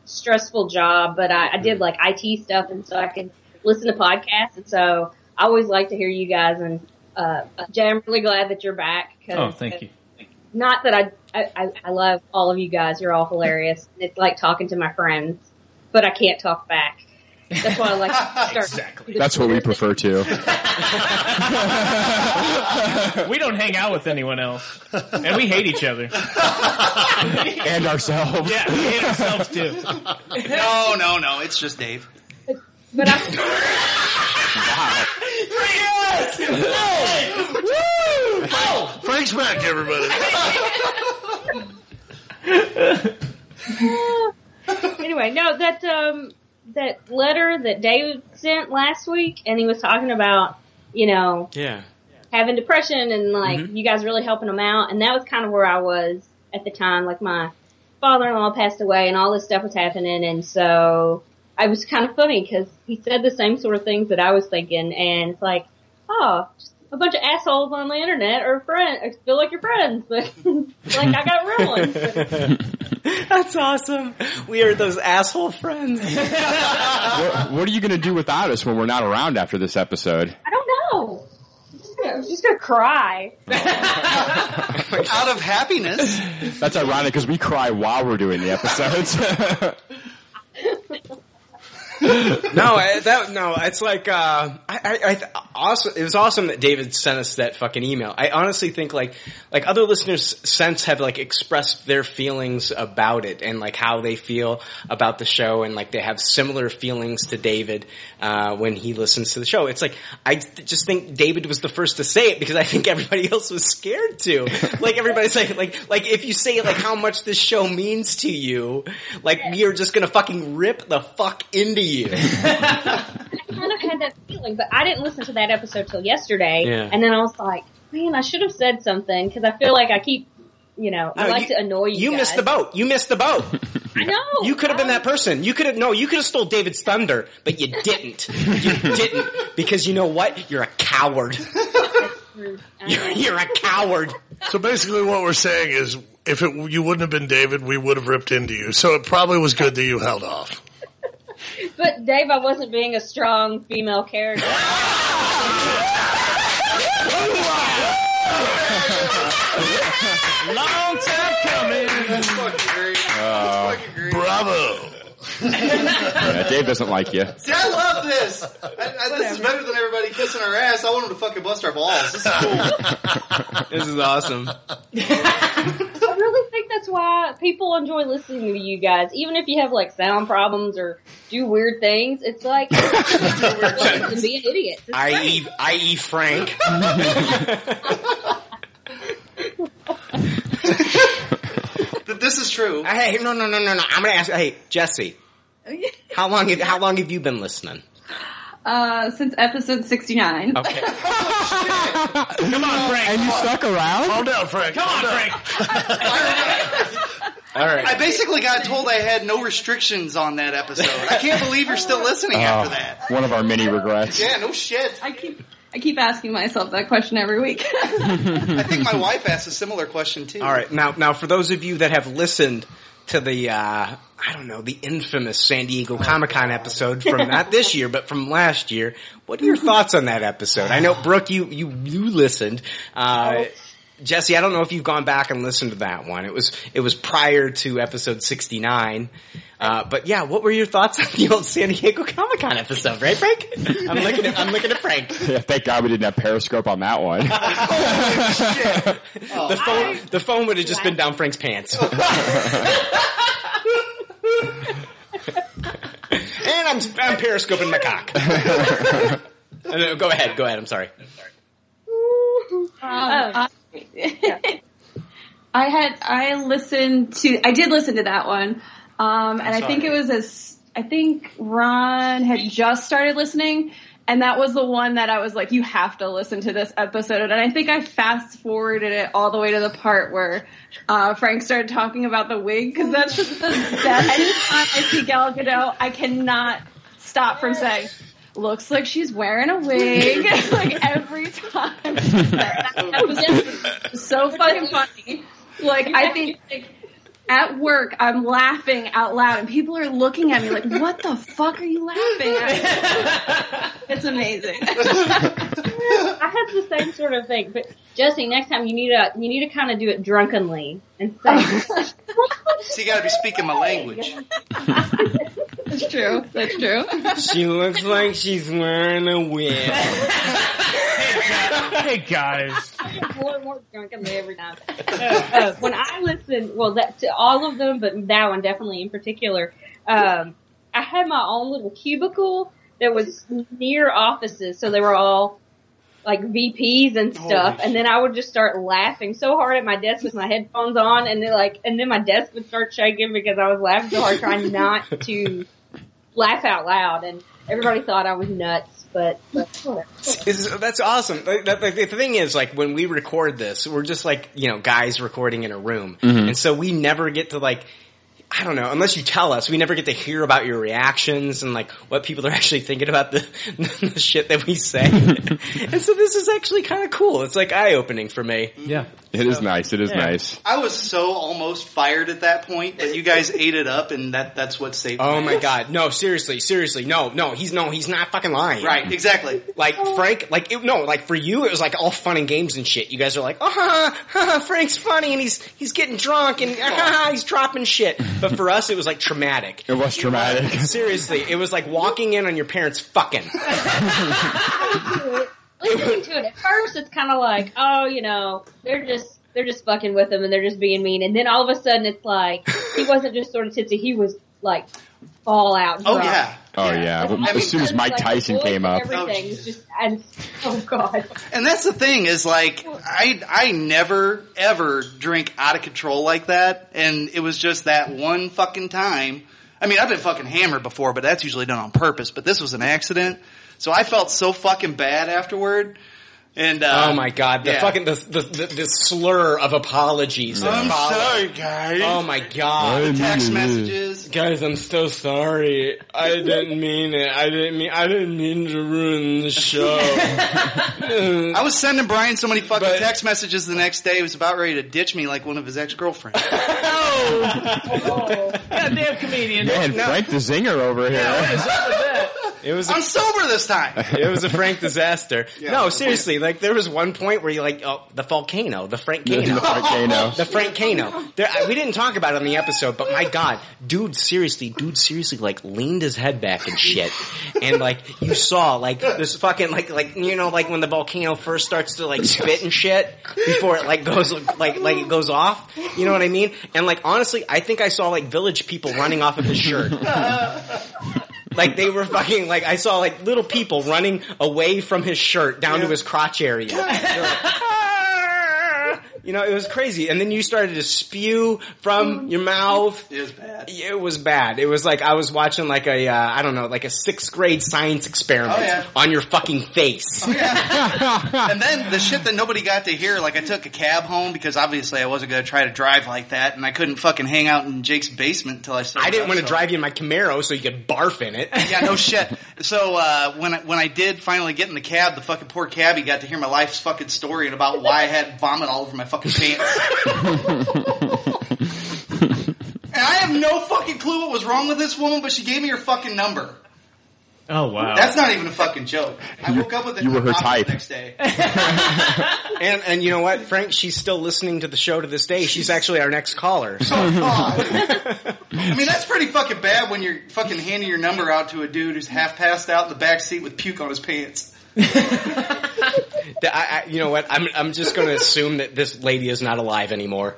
[SPEAKER 30] stressful job, but I, I did like IT stuff, and so I could listen to podcasts. And so I always like to hear you guys. And uh, Jay, I'm really glad that you're back. 'cause-
[SPEAKER 5] Oh, thank you.
[SPEAKER 30] Not that I, I I- I love all of you guys. You're all hilarious. It's like talking to my friends, but I can't talk back. That's why I like to
[SPEAKER 5] <laughs>
[SPEAKER 30] start. <laughs> exactly.
[SPEAKER 8] That's what we prefer to.
[SPEAKER 5] we don't hang out with anyone else, and we hate each
[SPEAKER 3] <laughs>
[SPEAKER 5] other.
[SPEAKER 8] and ourselves.
[SPEAKER 5] Yeah, we hate ourselves too.
[SPEAKER 7] No, no, no. It's just Dave.
[SPEAKER 30] But I,
[SPEAKER 3] Yes! Hey! Woo! Oh!
[SPEAKER 2] Frank's back, everybody.
[SPEAKER 30] anyway, no, that um, that letter that Dave sent last week, and he was talking about, you know,
[SPEAKER 9] Yeah.
[SPEAKER 30] having depression and like you guys really helping him out, and that was kind of where I was at the time. Like my father-in-law passed away, and all this stuff was happening, and so I was kind of funny because he said the same sort of things that I was thinking, and it's like, oh. just A bunch of assholes on the internet or friend, or feel like your friends, <laughs> but <laughs> like I got real ones.
[SPEAKER 3] That's <laughs> awesome. We are those asshole
[SPEAKER 30] <laughs>
[SPEAKER 3] friends.
[SPEAKER 8] what, what are you going to do without us when we're not around after this episode?
[SPEAKER 30] I don't know. I'm just gonna- I'm just gonna cry.
[SPEAKER 7] Out of
[SPEAKER 30] <laughs>
[SPEAKER 7] happiness.
[SPEAKER 8] That's ironic because we cry while we're doing the episodes.
[SPEAKER 3] <laughs> no, I, that no. It's like uh, I, I, I th- also it was awesome that David sent us that fucking email. I honestly think like like other listeners since have like expressed their feelings about it and like how they feel about the show and like they have similar feelings to David uh, when he listens to the show. It's like I th- just think David was the first to say it because I think everybody else was scared to. like everybody's like like like if you say like how much this show means to you, like we are just gonna fucking rip the fuck into you.
[SPEAKER 30] I kind of had that feeling, but I didn't listen to that episode till yesterday,
[SPEAKER 3] Yeah.
[SPEAKER 30] and then I was like, man, I should have said something because I feel like I keep, you know, I
[SPEAKER 3] No,
[SPEAKER 30] like to annoy you.
[SPEAKER 3] You
[SPEAKER 30] guys.
[SPEAKER 3] missed the boat. You missed the boat.
[SPEAKER 30] I know.
[SPEAKER 3] You could have been that person. You could have no. You could have stole David's thunder, but you didn't. You
[SPEAKER 30] <laughs>
[SPEAKER 3] didn't because you know what? You're a coward. You're, you're a coward.
[SPEAKER 2] So basically, what we're saying is, if it, you wouldn't have been David, we would have ripped into you. So it probably was good that you held off.
[SPEAKER 30] <laughs> But Dave, I wasn't being a strong female character.
[SPEAKER 5] Long time coming.
[SPEAKER 2] Bravo.
[SPEAKER 8] Uh, yeah, Dave doesn't like you.
[SPEAKER 7] See, I love this. I, I, this is better than everybody kissing our ass. I want them to fucking bust our balls. This is cool.
[SPEAKER 3] This is awesome.
[SPEAKER 30] I really think that's why people enjoy listening to you guys, even if you have like sound problems or do weird things.
[SPEAKER 3] <laughs>
[SPEAKER 30] It's like <laughs> to be an idiot.
[SPEAKER 3] I.e. I.e.
[SPEAKER 7] <laughs>
[SPEAKER 3] E, Frank.
[SPEAKER 7] this is true.
[SPEAKER 3] Hey, no, no, no, no, no. I'm gonna ask. Hey, Jesse, how long have how long have you been listening?
[SPEAKER 4] Uh, since episode 69.
[SPEAKER 3] Okay.
[SPEAKER 4] <laughs>
[SPEAKER 3] Oh,
[SPEAKER 5] Come on, Frank.
[SPEAKER 8] And you stuck around?
[SPEAKER 2] Calm down, Frank.
[SPEAKER 5] Come on, Frank.
[SPEAKER 3] All right.
[SPEAKER 7] I basically got told I had no restrictions on that episode. I can't believe you're still listening after
[SPEAKER 8] Oh,
[SPEAKER 7] that.
[SPEAKER 8] One of our many regrets. <laughs>
[SPEAKER 7] Yeah, no shit.
[SPEAKER 4] I keep, I keep asking myself that question every week. <laughs>
[SPEAKER 7] I think my wife asked a similar question too.
[SPEAKER 3] All right, now now for those of you that have listened to the uh, I don't know the infamous San Diego Comic Con
[SPEAKER 7] <laughs>
[SPEAKER 3] episode from not this year but from last year, what are your thoughts on that episode? I know Brooke, you you you listened. Uh, Jesse, I don't know if you've gone back and listened to that one. It was it was prior to episode sixty nine. Uh, but yeah, what were your thoughts on the old San Diego Comic Con episode, right, Frank? I'm looking at I'm looking at Frank.
[SPEAKER 8] Yeah, thank God we didn't have Periscope on that one.
[SPEAKER 7] <laughs>
[SPEAKER 3] The phone the phone would have just been down Frank's pants. <laughs> and I'm I'm periscoping my cock. Uh, No, go ahead, go ahead. I'm sorry.
[SPEAKER 4] Um, I, I had I listened to I did listen to that one, um, and I think it was as I think Ron had just started listening, and that was the one that I was like, you have to listen to this episode, and I think I fast forwarded it all the way to the part where uh, Frank started talking about the wig because that's just the best. Anytime I see Gal Gadot, I cannot stop from saying. Looks like she's wearing a wig, <laughs> like every time. That was so fucking funny. Like I think <laughs> like, at work I'm laughing out loud and people are looking at me like, "What the fuck are you laughing at?" <laughs> it's amazing.
[SPEAKER 30] <laughs> I had the same sort of thing, but Jesse, next time you need to you need to kind of do it drunkenly and say,
[SPEAKER 7] So you got to be speaking my language.
[SPEAKER 4] That's true. That's true.
[SPEAKER 31] She looks like she's wearing a wig.
[SPEAKER 5] hey guys.
[SPEAKER 30] <laughs> I get more and more drunk on me every time. Uh, uh, when I listen, well, that to all of them, but that one definitely in particular. Um, I had my own little cubicle that was near offices, so they were all like VPs and stuff.
[SPEAKER 15] Holy
[SPEAKER 30] and then I would just start laughing so hard at my desk with my headphones on, and then like, and then my desk would start shaking because I was laughing so hard, trying not to laugh out loud. And everybody thought I was nuts, but, but whatever.
[SPEAKER 3] Is- that's awesome. Like, that- like, the thing is, like when we record this, we're just like you know guys recording in a room,
[SPEAKER 16] Mhm.
[SPEAKER 3] and so we never get to like I don't know unless you tell us. We never get to hear about your reactions and like what people are actually thinking about the, <laughs> the shit that we say. and so this is actually kind of cool. It's like eye opening for me.
[SPEAKER 5] Yeah,
[SPEAKER 8] It is nice. It is
[SPEAKER 3] Yeah.
[SPEAKER 8] nice.
[SPEAKER 7] I was so almost fired at that point, but you guys ate it up, and that that's what saved.
[SPEAKER 3] Oh
[SPEAKER 7] me.
[SPEAKER 3] my god! No, seriously, seriously, no, no. He's no, he's not fucking lying.
[SPEAKER 7] Right, exactly.
[SPEAKER 3] Like Frank, like it, no, like for you, it was like all fun and games and shit. You guys are like, oh, ha, ha, ha, Frank's funny and he's he's getting drunk and ha, ha, ha, <laughs> he's dropping shit. But for us, it was like traumatic.
[SPEAKER 8] It was traumatic.
[SPEAKER 3] Seriously, it was like walking in on your parents fucking.
[SPEAKER 30] listening to it at first, it's kind of like, oh, you know, they're just they're just fucking with him and they're just being mean. And then all of a sudden, it's like he wasn't just sort of tipsy; he was like fall out.
[SPEAKER 8] Oh,
[SPEAKER 30] drunk.
[SPEAKER 8] yeah. Oh yeah. Well, as soon as Mike
[SPEAKER 30] Like,
[SPEAKER 8] Tyson
[SPEAKER 30] voice
[SPEAKER 8] came
[SPEAKER 30] and
[SPEAKER 8] up,
[SPEAKER 30] everything was just and oh god.
[SPEAKER 7] And that's the thing is like I I never ever drink out of control like that, and it was just that one fucking time. I mean, I've been fucking hammered before, but that's usually done on purpose. But this was an accident, so I felt so fucking bad afterward. And uh,
[SPEAKER 3] oh my god, the
[SPEAKER 7] yeah.
[SPEAKER 3] fucking the, the the the slur of apologies. that
[SPEAKER 7] I'm
[SPEAKER 3] followed.
[SPEAKER 7] sorry, guys.
[SPEAKER 3] Oh my god,
[SPEAKER 7] The text messages.
[SPEAKER 3] <laughs>
[SPEAKER 31] Guys, I'm so sorry. I didn't mean it. I didn't mean. I didn't mean to ruin the show.
[SPEAKER 7] <laughs> I was sending Brian so many fucking text messages the next day. He was about ready to ditch me like one of his ex
[SPEAKER 3] <laughs>
[SPEAKER 7] girlfriends.
[SPEAKER 5] Goddamn comedian.
[SPEAKER 8] man, Frank the Zinger over here.
[SPEAKER 3] It was.
[SPEAKER 7] I'm sober this time.
[SPEAKER 3] it was a
[SPEAKER 8] <laughs>
[SPEAKER 3] Frank disaster.
[SPEAKER 7] Yeah.
[SPEAKER 3] No, seriously, like there was one point where you like, oh, the volcano, the Frank
[SPEAKER 8] The
[SPEAKER 3] Kano,
[SPEAKER 8] volcano.
[SPEAKER 3] <laughs> the Frank Kano. There, I, we didn't talk about it on the episode, but my God, dude, seriously, dude, seriously, like leaned his head back and shit, and like you saw like this fucking like like you know like when the volcano first starts to like spit and shit before it like goes like like it goes off, you know what I mean? And like honestly, I think I saw like village people running off of his shirt.
[SPEAKER 7] Uh,
[SPEAKER 3] Like they were fucking like I saw like little people running away from his shirt down to his crotch area. They're like, "Ah!" you know, it was crazy. And then you started to spew from your mouth.
[SPEAKER 7] Mm. It was bad.
[SPEAKER 3] It was bad. It was like I was watching like a uh, I don't know like a sixth grade science experiment
[SPEAKER 7] Oh, yeah. Oh,
[SPEAKER 3] on your fucking
[SPEAKER 7] <laughs>
[SPEAKER 3] face.
[SPEAKER 7] and then the shit that nobody got to hear, like I took a cab home because obviously I wasn't going to try to drive like that, and I couldn't fucking hang out in Jake's basement until I.
[SPEAKER 3] I didn't want to drive you in my Camaro so you could barf in it.
[SPEAKER 7] Yeah,
[SPEAKER 3] <laughs>
[SPEAKER 7] no shit. So uh, when I, when I did finally get in the cab, the fucking poor cabbie got to hear my life's fucking story and about why I had vomit all over my fucking
[SPEAKER 3] <laughs>
[SPEAKER 7] pants. and I have no fucking clue what was wrong with this woman, but she gave me her fucking number.
[SPEAKER 5] Oh wow.
[SPEAKER 7] That's not even a fucking joke. I woke up with it.
[SPEAKER 3] you were her
[SPEAKER 7] vomit the
[SPEAKER 3] type.
[SPEAKER 7] Next day.
[SPEAKER 3] and and you know what, Frank? She's still listening to the show to this day. She's actually our next caller.
[SPEAKER 7] <laughs>
[SPEAKER 3] So.
[SPEAKER 7] uh, I mean, that's pretty fucking bad when you're fucking handing your number out to a dude who's half passed out in the back seat with puke on his pants.
[SPEAKER 3] That I, I, you know what? I'm I'm just going to assume that this lady is not alive anymore.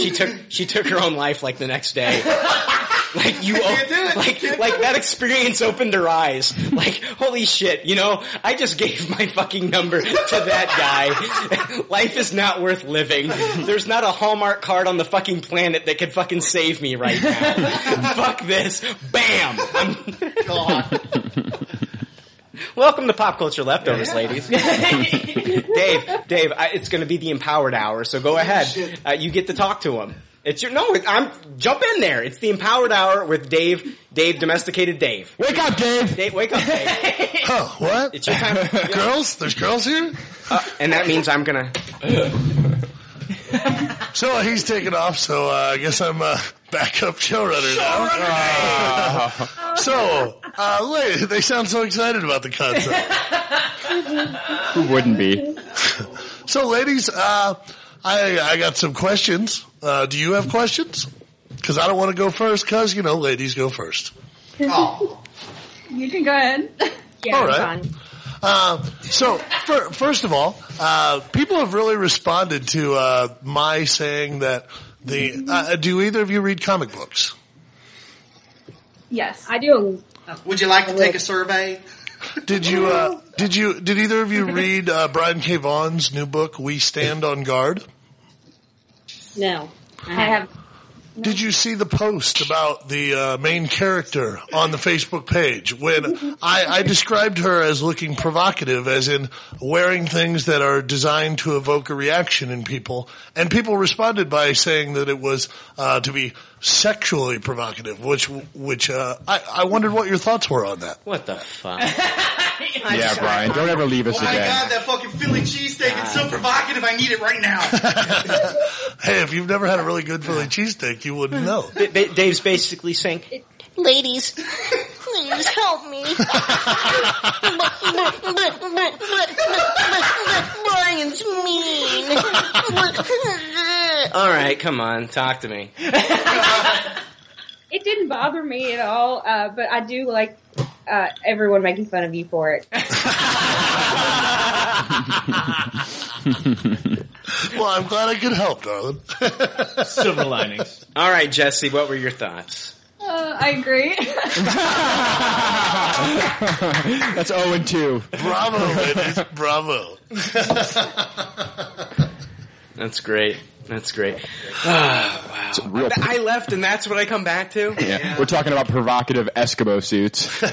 [SPEAKER 3] She took she took her own life like the next day. Like you, o- like like that experience opened her eyes. Like holy shit, you know, I just gave my fucking number to that guy. <laughs> Life is not worth living. There's not a Hallmark card on the fucking planet that could fucking save me right <laughs> now. Fuck this. Bam. I'm gone. Welcome to pop culture leftovers, ladies. Dave, Dave, I, it's going to be the empowered hour, so go ahead. Uh, you get to talk to him. It's your no. It, I'm jump in there. It's the empowered hour with Dave. Dave, domesticated Dave.
[SPEAKER 8] Wake up, Dave.
[SPEAKER 3] Dave, wake up, Dave.
[SPEAKER 8] <laughs>
[SPEAKER 2] oh, what?
[SPEAKER 3] It's your time.
[SPEAKER 2] <laughs> girls, there's girls here,
[SPEAKER 3] uh, and that means I'm gonna.
[SPEAKER 2] So uh, he's taking off. So uh, I guess I'm uh, backup showrunner now. so, uh, wait, they sound so excited about the concept.
[SPEAKER 8] Who wouldn't be?
[SPEAKER 2] <laughs> So, ladies, uh, I I got some questions. Uh, do you have questions? Because I don't want to go first. Because you know, ladies go first.
[SPEAKER 4] you can go ahead. Yeah,
[SPEAKER 2] all right. Uh, so, fir- first of all, uh, people have really responded to uh, my saying that the. Uh, do either of you read comic books?
[SPEAKER 4] Yes,
[SPEAKER 30] I do.
[SPEAKER 7] Would you like to take a survey?
[SPEAKER 2] Did you? Uh, did you? Did either of you read uh, Brian K. Vaughan's new book, "We Stand on Guard"?
[SPEAKER 30] No, I
[SPEAKER 4] have.
[SPEAKER 2] Did you see the post about the uh, main character on the Facebook page when I, I described her as looking provocative, as in wearing things that are designed to evoke a reaction in people? And people responded by saying that it was uh, to be sexually provocative, which which uh, I, I wondered what your thoughts were on that.
[SPEAKER 3] What the fuck?
[SPEAKER 8] Yeah, Brian, don't ever leave us
[SPEAKER 7] Oh my
[SPEAKER 8] again.
[SPEAKER 7] god, that fucking Philly cheesesteak! It's so provocative. I need it right now.
[SPEAKER 2] <laughs> Hey, if you've never had a really good Philly cheesesteak,
[SPEAKER 3] <laughs>
[SPEAKER 2] you wouldn't know.
[SPEAKER 3] Dave's basically saying,
[SPEAKER 6] <laughs> Ladies, please help me. Brian's mean.
[SPEAKER 3] "All right, come on, talk to me."
[SPEAKER 30] It didn't bother me at all, uh, but I do like uh, everyone making fun of you for it.
[SPEAKER 2] well, I'm glad I could help, darling.
[SPEAKER 3] Silver linings. All right, Jesse, what were your thoughts?
[SPEAKER 4] Uh, I
[SPEAKER 8] <laughs>
[SPEAKER 4] agree. <laughs>
[SPEAKER 8] That's zero and two.
[SPEAKER 2] Bravo,
[SPEAKER 8] <laughs>
[SPEAKER 2] ladies.
[SPEAKER 3] <sighs>
[SPEAKER 2] Bravo.
[SPEAKER 3] That's great. That's great. Ah, wow.
[SPEAKER 8] It's a real.
[SPEAKER 3] I left, and that's what I come back to.
[SPEAKER 8] yeah. We're talking about provocative Eskimo
[SPEAKER 7] <laughs>
[SPEAKER 8] suits.
[SPEAKER 7] and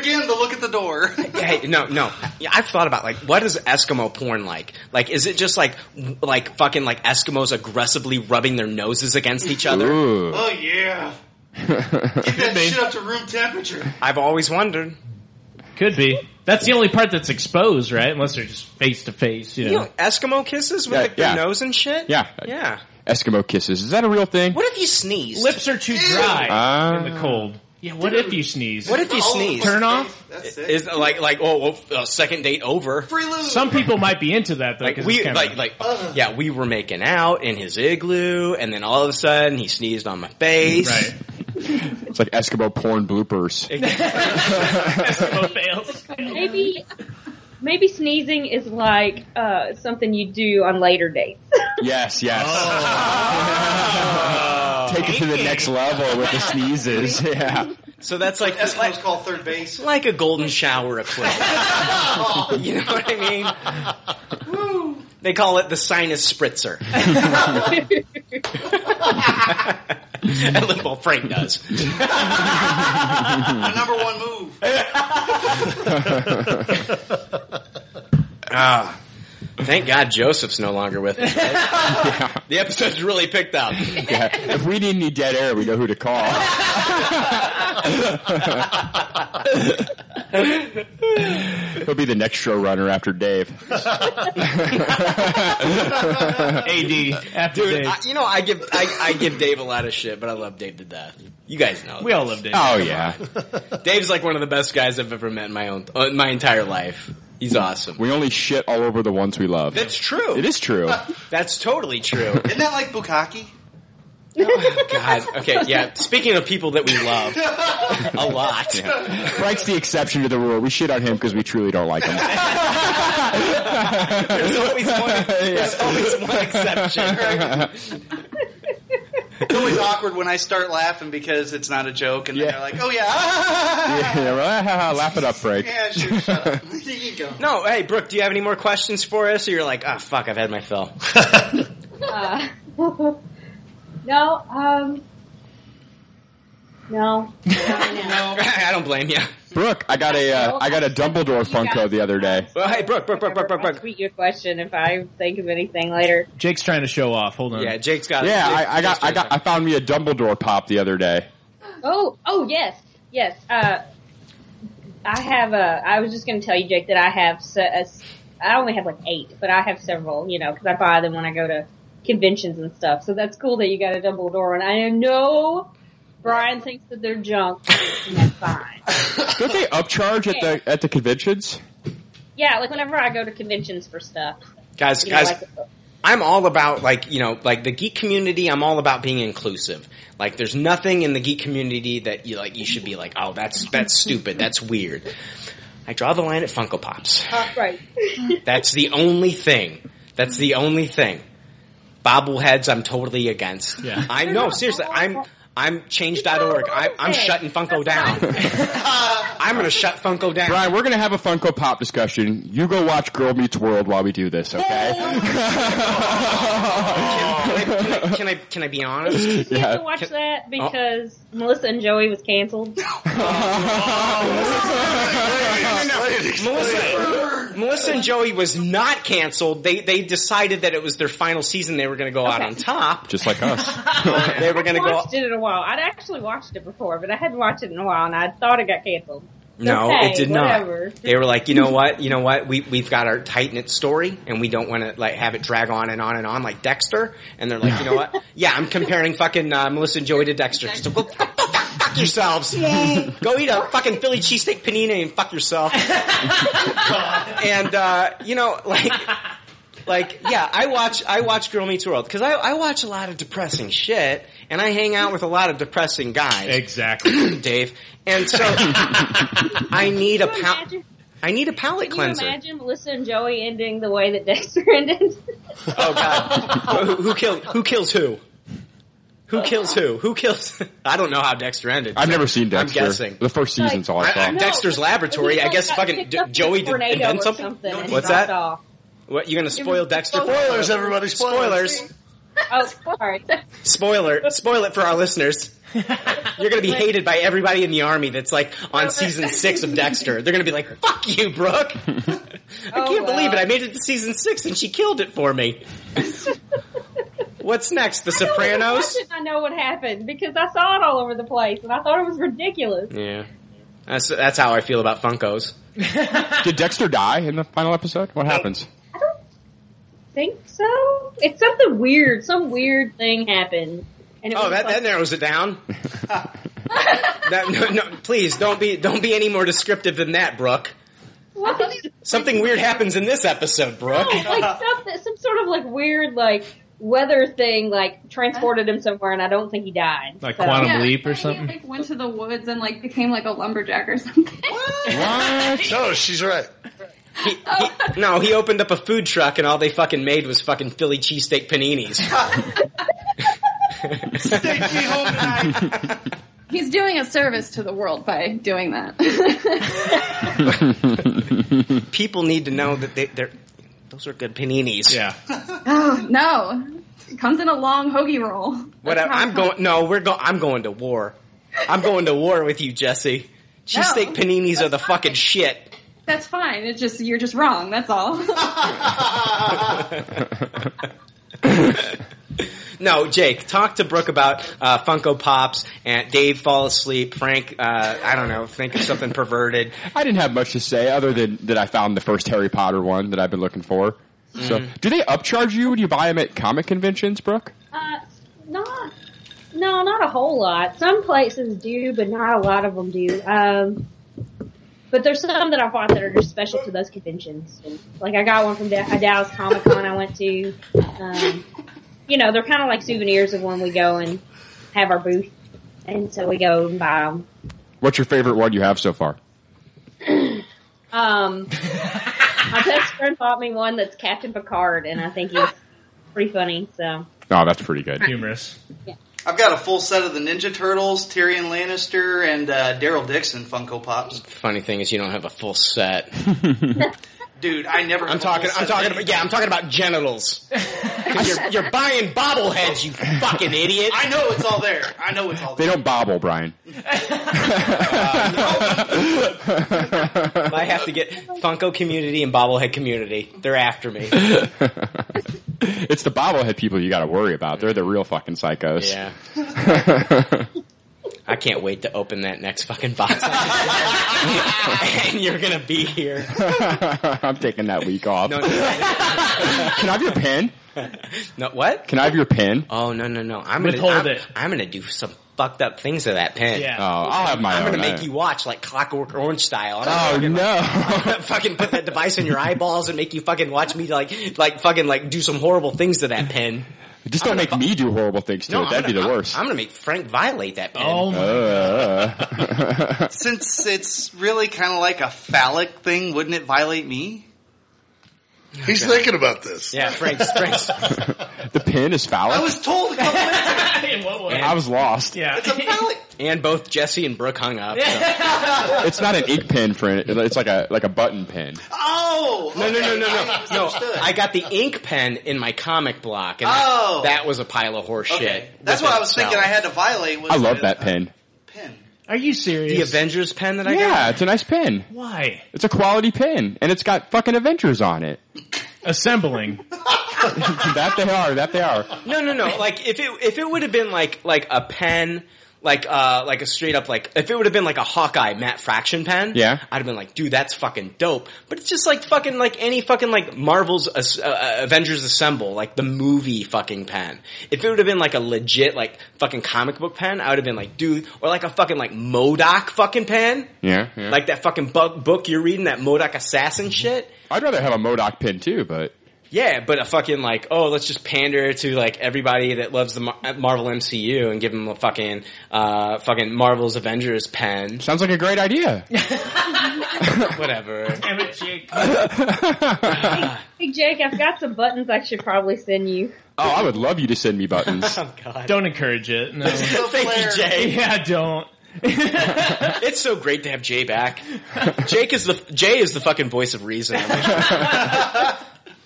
[SPEAKER 7] again, the look at the door.
[SPEAKER 3] <laughs> Hey, no, no. Yeah, I've thought about like what is Eskimo porn like? Like, is it just like w- like fucking like Eskimos aggressively rubbing their noses against each other?
[SPEAKER 7] Oh yeah. Get that shit up to room
[SPEAKER 8] <laughs>
[SPEAKER 7] temperature. <laughs>
[SPEAKER 3] I've always wondered.
[SPEAKER 5] Could be. That's the only part that's exposed, right? Unless they're just face to face, you
[SPEAKER 3] <laughs> You
[SPEAKER 5] know.
[SPEAKER 3] know, Eskimo kisses with
[SPEAKER 8] Yeah,
[SPEAKER 3] like, their
[SPEAKER 8] yeah.
[SPEAKER 3] nose and shit.
[SPEAKER 8] Yeah.
[SPEAKER 3] yeah.
[SPEAKER 8] Eskimo kisses. Is that a real thing?
[SPEAKER 3] What if you sneeze?
[SPEAKER 5] Lips are too dry in
[SPEAKER 8] Uh,
[SPEAKER 5] the cold. Yeah. What if you sneeze?
[SPEAKER 3] What if
[SPEAKER 7] Oh,
[SPEAKER 3] you sneeze?
[SPEAKER 5] Turn off.
[SPEAKER 3] Is like like oh, oh, uh, second date over?
[SPEAKER 5] Some people might be into that though.
[SPEAKER 3] Like
[SPEAKER 5] 'cause
[SPEAKER 3] we
[SPEAKER 5] it's kinda-
[SPEAKER 3] like like yeah, we were making out in his igloo, and then all of a sudden he sneezed on my face. Right.
[SPEAKER 8] It's like Eskimo porn bloopers.
[SPEAKER 30] maybe, maybe sneezing is like uh, something you do on later dates.
[SPEAKER 8] <laughs> Yes, yes.
[SPEAKER 5] Oh.
[SPEAKER 8] <laughs> Take it to the next level with the sneezes. <laughs> Yeah.
[SPEAKER 3] So that's like
[SPEAKER 7] Eskimos like, call third base.
[SPEAKER 3] Like a golden shower equivalent. <laughs> you know what I <laughs> mean? They call it the sinus spritzer. <laughs> At least, well, Frank does.
[SPEAKER 7] My number one
[SPEAKER 8] <laughs>
[SPEAKER 7] move.
[SPEAKER 3] Ah. Thank God Joseph's no longer with us. right? The episode's really picked up.
[SPEAKER 8] Yeah. If we need any dead air, we know who to call. He'll be the next showrunner after Dave. <laughs>
[SPEAKER 5] AD after
[SPEAKER 3] Dude,
[SPEAKER 5] Dave.
[SPEAKER 3] I, you know I give I, I give Dave a lot of shit, but I love Dave to death. You guys know
[SPEAKER 5] We all love Dave.
[SPEAKER 8] Oh yeah,
[SPEAKER 3] <laughs> Dave's like one of the best guys I've ever met in my own uh, my entire life. He's awesome.
[SPEAKER 8] we only shit all over the ones we love.
[SPEAKER 3] That's true.
[SPEAKER 8] It is true.
[SPEAKER 3] That's
[SPEAKER 7] <laughs>
[SPEAKER 3] totally true.
[SPEAKER 7] Isn't that like bukkake?
[SPEAKER 3] <laughs> God. Okay. Yeah. Speaking of people that we love a
[SPEAKER 8] <laughs>
[SPEAKER 3] lot.
[SPEAKER 8] Frank's the exception to the rule. We shit on him because we truly don't like him.
[SPEAKER 3] <laughs>
[SPEAKER 8] <laughs>
[SPEAKER 3] There's always one. There's always one exception.
[SPEAKER 7] It's always awkward when I start laughing because it's not a joke, and they're like, <laughs> "Oh yeah,
[SPEAKER 8] yeah, well, <laughs> haha, laugh it up, Frank.
[SPEAKER 7] yeah, sure,
[SPEAKER 3] <laughs>
[SPEAKER 7] shut up." Here you go.
[SPEAKER 3] No, hey, Brooke, do you have any more questions for us? Or you're like, ah, fuck, I've had my fill.
[SPEAKER 30] Uh, <laughs> no, um, no.
[SPEAKER 3] <laughs> I don't blame you.
[SPEAKER 8] Brooke, I got a uh, I got a Dumbledore Funko the other day.
[SPEAKER 3] Well, hey, Brooke, Brooke, Brooke, Brooke, Brooke, Brooke.
[SPEAKER 30] Tweet your question if I think of anything later.
[SPEAKER 5] Jake's trying to show off. Hold on.
[SPEAKER 3] Yeah, Jake's got.
[SPEAKER 8] Yeah, I, I got I got I found me a Dumbledore pop the other day.
[SPEAKER 30] Oh, oh yes, yes. Uh, I have a. I was just going to tell you, Jake, that I have. Se- a s- I only have like eight, but I have several. You know, because I buy them when I go to conventions and stuff. So that's cool that you got a Dumbledore one. I know Brian thinks that they're junk. and that's fine.
[SPEAKER 8] Don't they upcharge at the at the conventions?
[SPEAKER 30] Yeah, like whenever I go to conventions for stuff,
[SPEAKER 3] Guys,
[SPEAKER 30] you know,
[SPEAKER 3] guys, uh,
[SPEAKER 30] like-
[SPEAKER 3] I'm all about like you know like the geek community. I'm all about being inclusive. Like there's nothing in the geek community that you like you should be like oh that's that's stupid that's weird. I draw the line at Funko Pops.
[SPEAKER 30] Uh, right.
[SPEAKER 3] That's the only thing. That's the only thing. Bobbleheads, I'm totally against.
[SPEAKER 5] Yeah.
[SPEAKER 3] I know. Seriously, I'm. I'm change.org. I, I'm shutting Funko <laughs> down. I'm gonna shut Funko down.
[SPEAKER 8] Brian, we're gonna have a Funko Pop discussion. You go watch Girl Meets World while we do this, okay?
[SPEAKER 3] Can I, <laughs> can I can I be honest?
[SPEAKER 30] You have to watch
[SPEAKER 3] uh,
[SPEAKER 30] that because Melissa and Joey was
[SPEAKER 3] <laughs>
[SPEAKER 30] canceled.
[SPEAKER 3] Melissa, Melissa and Joey was not canceled. They they decided that it was their final season. They were going to go out on top,
[SPEAKER 8] just like us.
[SPEAKER 3] <laughs> they were going to
[SPEAKER 30] I
[SPEAKER 3] go.
[SPEAKER 30] watched it in a while. I'd actually watched it before, but I hadn't watched it in a while, and I thought it got canceled.
[SPEAKER 3] No,
[SPEAKER 30] Okay,
[SPEAKER 3] it did
[SPEAKER 30] whatever.
[SPEAKER 3] not. They were like, you know what, you know what, we we've got our tight knit story, and we don't want to like have it drag on and on and on like Dexter. And they're
[SPEAKER 8] <laughs>
[SPEAKER 3] like, you know what, yeah, I'm comparing fucking uh, Melissa and Joey to Dexter. So go fuck, fuck, fuck, fuck yourselves. go eat a fucking Philly cheesesteak panini and fuck yourself. and uh, you know, like. Like yeah, I watch I watch Girl Meets World because I, I watch a lot of depressing shit and I hang out with a lot of depressing guys. Exactly, <clears throat> Dave. And so I need a pal- I need a palate
[SPEAKER 30] Can you
[SPEAKER 3] cleanser.
[SPEAKER 30] imagine Melissa and Joey ending the way that Dexter <laughs> ended?
[SPEAKER 3] Oh
[SPEAKER 30] <laughs>
[SPEAKER 3] god, who, who killed who kills who? Who kills who? Who kills? I don't know how Dexter ended.
[SPEAKER 8] I've never seen Dexter.
[SPEAKER 3] I'm guessing.
[SPEAKER 8] The first season's all I saw.
[SPEAKER 3] I- I'm Dexter's laboratory. I guess fucking D- Joey did
[SPEAKER 30] tornado
[SPEAKER 3] invent
[SPEAKER 30] or
[SPEAKER 3] something.
[SPEAKER 30] something and
[SPEAKER 3] What's
[SPEAKER 30] he
[SPEAKER 3] that?
[SPEAKER 30] dropped off.
[SPEAKER 3] What you gonna spoil Dexter?
[SPEAKER 2] Spoilers, everybody, spoilers.
[SPEAKER 3] Spoilers.
[SPEAKER 30] Oh, sorry.
[SPEAKER 3] Spoiler. Spoil it for our
[SPEAKER 30] <laughs>
[SPEAKER 3] listeners. You're gonna be hated by everybody in the army that's like on
[SPEAKER 30] <laughs>
[SPEAKER 3] season six of Dexter. They're gonna be like, "Fuck you,
[SPEAKER 8] <laughs>
[SPEAKER 3] Brooke."
[SPEAKER 30] Oh,
[SPEAKER 3] I can't believe it. I made it to season six and she killed it for me. What's next? The
[SPEAKER 30] Why
[SPEAKER 3] Sopranos?
[SPEAKER 30] didn't I know what happened? Because I saw it all over the place, and I thought it was ridiculous.
[SPEAKER 3] Yeah. That's, that's how I feel about Funkos.
[SPEAKER 8] Did Dexter die in the final episode? What happens?
[SPEAKER 30] Think so? It's something weird. Some weird thing happened. And it
[SPEAKER 3] Oh,
[SPEAKER 30] was
[SPEAKER 3] that,
[SPEAKER 30] like,
[SPEAKER 3] that narrows it
[SPEAKER 2] <laughs>
[SPEAKER 3] down. that, no, no, please don't be don't be any more descriptive than that, Brooke.
[SPEAKER 30] what?
[SPEAKER 3] Something weird happens in this episode, Brooke.
[SPEAKER 30] No, Oh, like something, some sort of like weird like weather thing like transported him somewhere, and I don't think he died.
[SPEAKER 5] Like
[SPEAKER 30] So-
[SPEAKER 5] Quantum
[SPEAKER 4] Yeah.
[SPEAKER 5] Leap or something?
[SPEAKER 4] Like went to the woods and like became like a lumberjack or something.
[SPEAKER 2] No, Oh, she's right.
[SPEAKER 3] No, he opened up a food truck and all they fucking made was fucking Philly cheesesteak paninis.
[SPEAKER 4] <laughs> He's doing a service to the world by doing that. <laughs>
[SPEAKER 3] People need to know that they, they're those are good paninis. Yeah.
[SPEAKER 4] oh, no, it comes in a long hoagie roll.
[SPEAKER 3] What I, I'm going? No, we're going. I'm going to war. I'm going to war with you, Jesse. Cheesesteak paninis are the fucking shit.
[SPEAKER 4] That's fine. It's just you're just wrong. That's all.
[SPEAKER 3] No, Jake, talk to Brooke about uh, Funko Pops and Dave fall asleep. Frank, uh, I don't know, think of something perverted.
[SPEAKER 8] I didn't have much to say other than that I found the first Harry Potter one that I've been looking for. So,
[SPEAKER 3] Mhm.
[SPEAKER 8] do they upcharge you when you buy them at comic conventions, Brooke?
[SPEAKER 30] Uh, not, no, not a whole lot. Some places do, but not a lot of them do. Um, but there's some that I bought that are just special to those conventions. Like I got one from Da- a Dallas Comic Con I went to. Um, you know, they're kind of like souvenirs of when we go and have our booth, and so we go and buy them.
[SPEAKER 8] What's your favorite one you have so far?
[SPEAKER 30] Um, my best friend bought me one that's Captain Picard, and I think he's pretty funny. So <laughs>
[SPEAKER 8] Oh, that's pretty good.
[SPEAKER 5] Humorous.
[SPEAKER 30] yeah,
[SPEAKER 7] I've got a full set of the Ninja Turtles, Tyrion Lannister, and uh, Daryl Dixon Funko Pops.
[SPEAKER 3] Funny thing is, you don't have a full set.
[SPEAKER 7] Dude, I never.
[SPEAKER 3] I'm talking. I'm talking about. Yeah, I'm talking about genitals. 'Cause you're, you're buying bobbleheads, you fucking idiot.
[SPEAKER 7] I know it's all there. I know it's all
[SPEAKER 8] They don't bobble, Brian.
[SPEAKER 3] I have to get Funko community and bobblehead community. They're after me.
[SPEAKER 8] <laughs> It's the bobblehead people you got to worry about. They're the real fucking psychos.
[SPEAKER 3] Yeah. I can't wait to open that next fucking box. <laughs> and you're gonna be here.
[SPEAKER 8] <laughs> I'm taking that week off. <laughs>
[SPEAKER 3] No, no, no.
[SPEAKER 8] Can I have your pen?
[SPEAKER 3] No, what?
[SPEAKER 8] Can I have your pen?
[SPEAKER 3] Oh no no no! I'm
[SPEAKER 8] Withhold
[SPEAKER 3] gonna I'm,
[SPEAKER 8] it.
[SPEAKER 3] I'm gonna do some fucked up things to that pen.
[SPEAKER 8] Yeah. Oh, I'll have my
[SPEAKER 3] I'm
[SPEAKER 8] own,
[SPEAKER 3] gonna make
[SPEAKER 8] I-
[SPEAKER 3] <laughs> you watch like Clockwork Orange style.
[SPEAKER 8] Oh, no.
[SPEAKER 3] I'm gonna fucking put that device in your eyeballs and make you fucking watch me like like fucking like do some horrible things to that pen.
[SPEAKER 8] Just don't make me do horrible things to
[SPEAKER 3] No,
[SPEAKER 8] it.
[SPEAKER 3] I'm
[SPEAKER 8] That'd be
[SPEAKER 3] gonna-
[SPEAKER 8] the
[SPEAKER 3] I'm-
[SPEAKER 8] worst.
[SPEAKER 3] I'm, gonna Oh make Frank violate that pen.
[SPEAKER 8] Uh.
[SPEAKER 7] Since it's really kind of like a phallic thing, wouldn't it violate me?
[SPEAKER 2] He's thinking about this.
[SPEAKER 3] Yeah, Frank's. Frank's.
[SPEAKER 8] <laughs> the pen is phallic.
[SPEAKER 7] I was told a couple minutes ago.
[SPEAKER 29] <laughs>
[SPEAKER 7] Oh,
[SPEAKER 8] I was lost.
[SPEAKER 3] Yeah.
[SPEAKER 7] It's a phallic.
[SPEAKER 3] And both Jesse and Brooke hung up.
[SPEAKER 8] It's not an ink pen for it. It's like a like a button pen.
[SPEAKER 7] <laughs> Oh!
[SPEAKER 3] No, no, no,
[SPEAKER 7] okay,
[SPEAKER 3] no,
[SPEAKER 7] I
[SPEAKER 3] no. no
[SPEAKER 7] misunderstood.
[SPEAKER 3] I got the ink pen in my comic block, and
[SPEAKER 7] Oh.
[SPEAKER 3] that, that was a pile of horse
[SPEAKER 7] Okay.
[SPEAKER 3] shit.
[SPEAKER 7] That's
[SPEAKER 3] With
[SPEAKER 7] what I
[SPEAKER 3] the
[SPEAKER 7] was thinking
[SPEAKER 3] cell.
[SPEAKER 7] I had to violate. Was
[SPEAKER 8] I love
[SPEAKER 7] the-
[SPEAKER 8] that pen.
[SPEAKER 5] Are you serious?
[SPEAKER 3] The Avengers pen that I
[SPEAKER 8] Yeah,
[SPEAKER 3] got?
[SPEAKER 8] it's a nice pen.
[SPEAKER 5] Why?
[SPEAKER 8] It's a quality pen, and it's got fucking Avengers on it.
[SPEAKER 5] Assembling.
[SPEAKER 8] <laughs> that they are. That they are.
[SPEAKER 3] No, no, no. Like if it if it would have been like like a pen, like uh like a straight up like if it would have been like a Hawkeye Matt Fraction pen,
[SPEAKER 8] Yeah.
[SPEAKER 3] I'd have been like, dude, that's fucking dope. But it's just like fucking like any fucking like Marvel's uh, uh, Avengers Assemble, like the movie fucking pen. If it would have been like a legit like fucking comic book pen, I would have been like, dude, or like a fucking like Modoc fucking pen.
[SPEAKER 8] Yeah, yeah.
[SPEAKER 3] Like that fucking bu- book you're reading, that Modoc Assassin shit.
[SPEAKER 8] Mm-hmm. I'd rather have a Modoc pen too, but
[SPEAKER 3] Yeah, but a fucking like, oh, let's just pander to like everybody that loves the Mar- Marvel MCU and give them a fucking, uh, fucking Marvel's Avengers pen.
[SPEAKER 8] sounds like a great idea.
[SPEAKER 3] <laughs> Whatever.
[SPEAKER 29] Damn it, Jake.
[SPEAKER 30] Hey Jake, I've got some buttons I should probably send you.
[SPEAKER 8] Oh, I would love you to send me
[SPEAKER 3] <laughs>
[SPEAKER 8] buttons.
[SPEAKER 7] Oh,
[SPEAKER 5] Don't encourage it. No.
[SPEAKER 3] Thank you, Jay.
[SPEAKER 5] Yeah, don't.
[SPEAKER 3] It's so great to have Jay back. Jake is the Jay is the fucking voice of
[SPEAKER 8] <laughs>
[SPEAKER 3] reason. like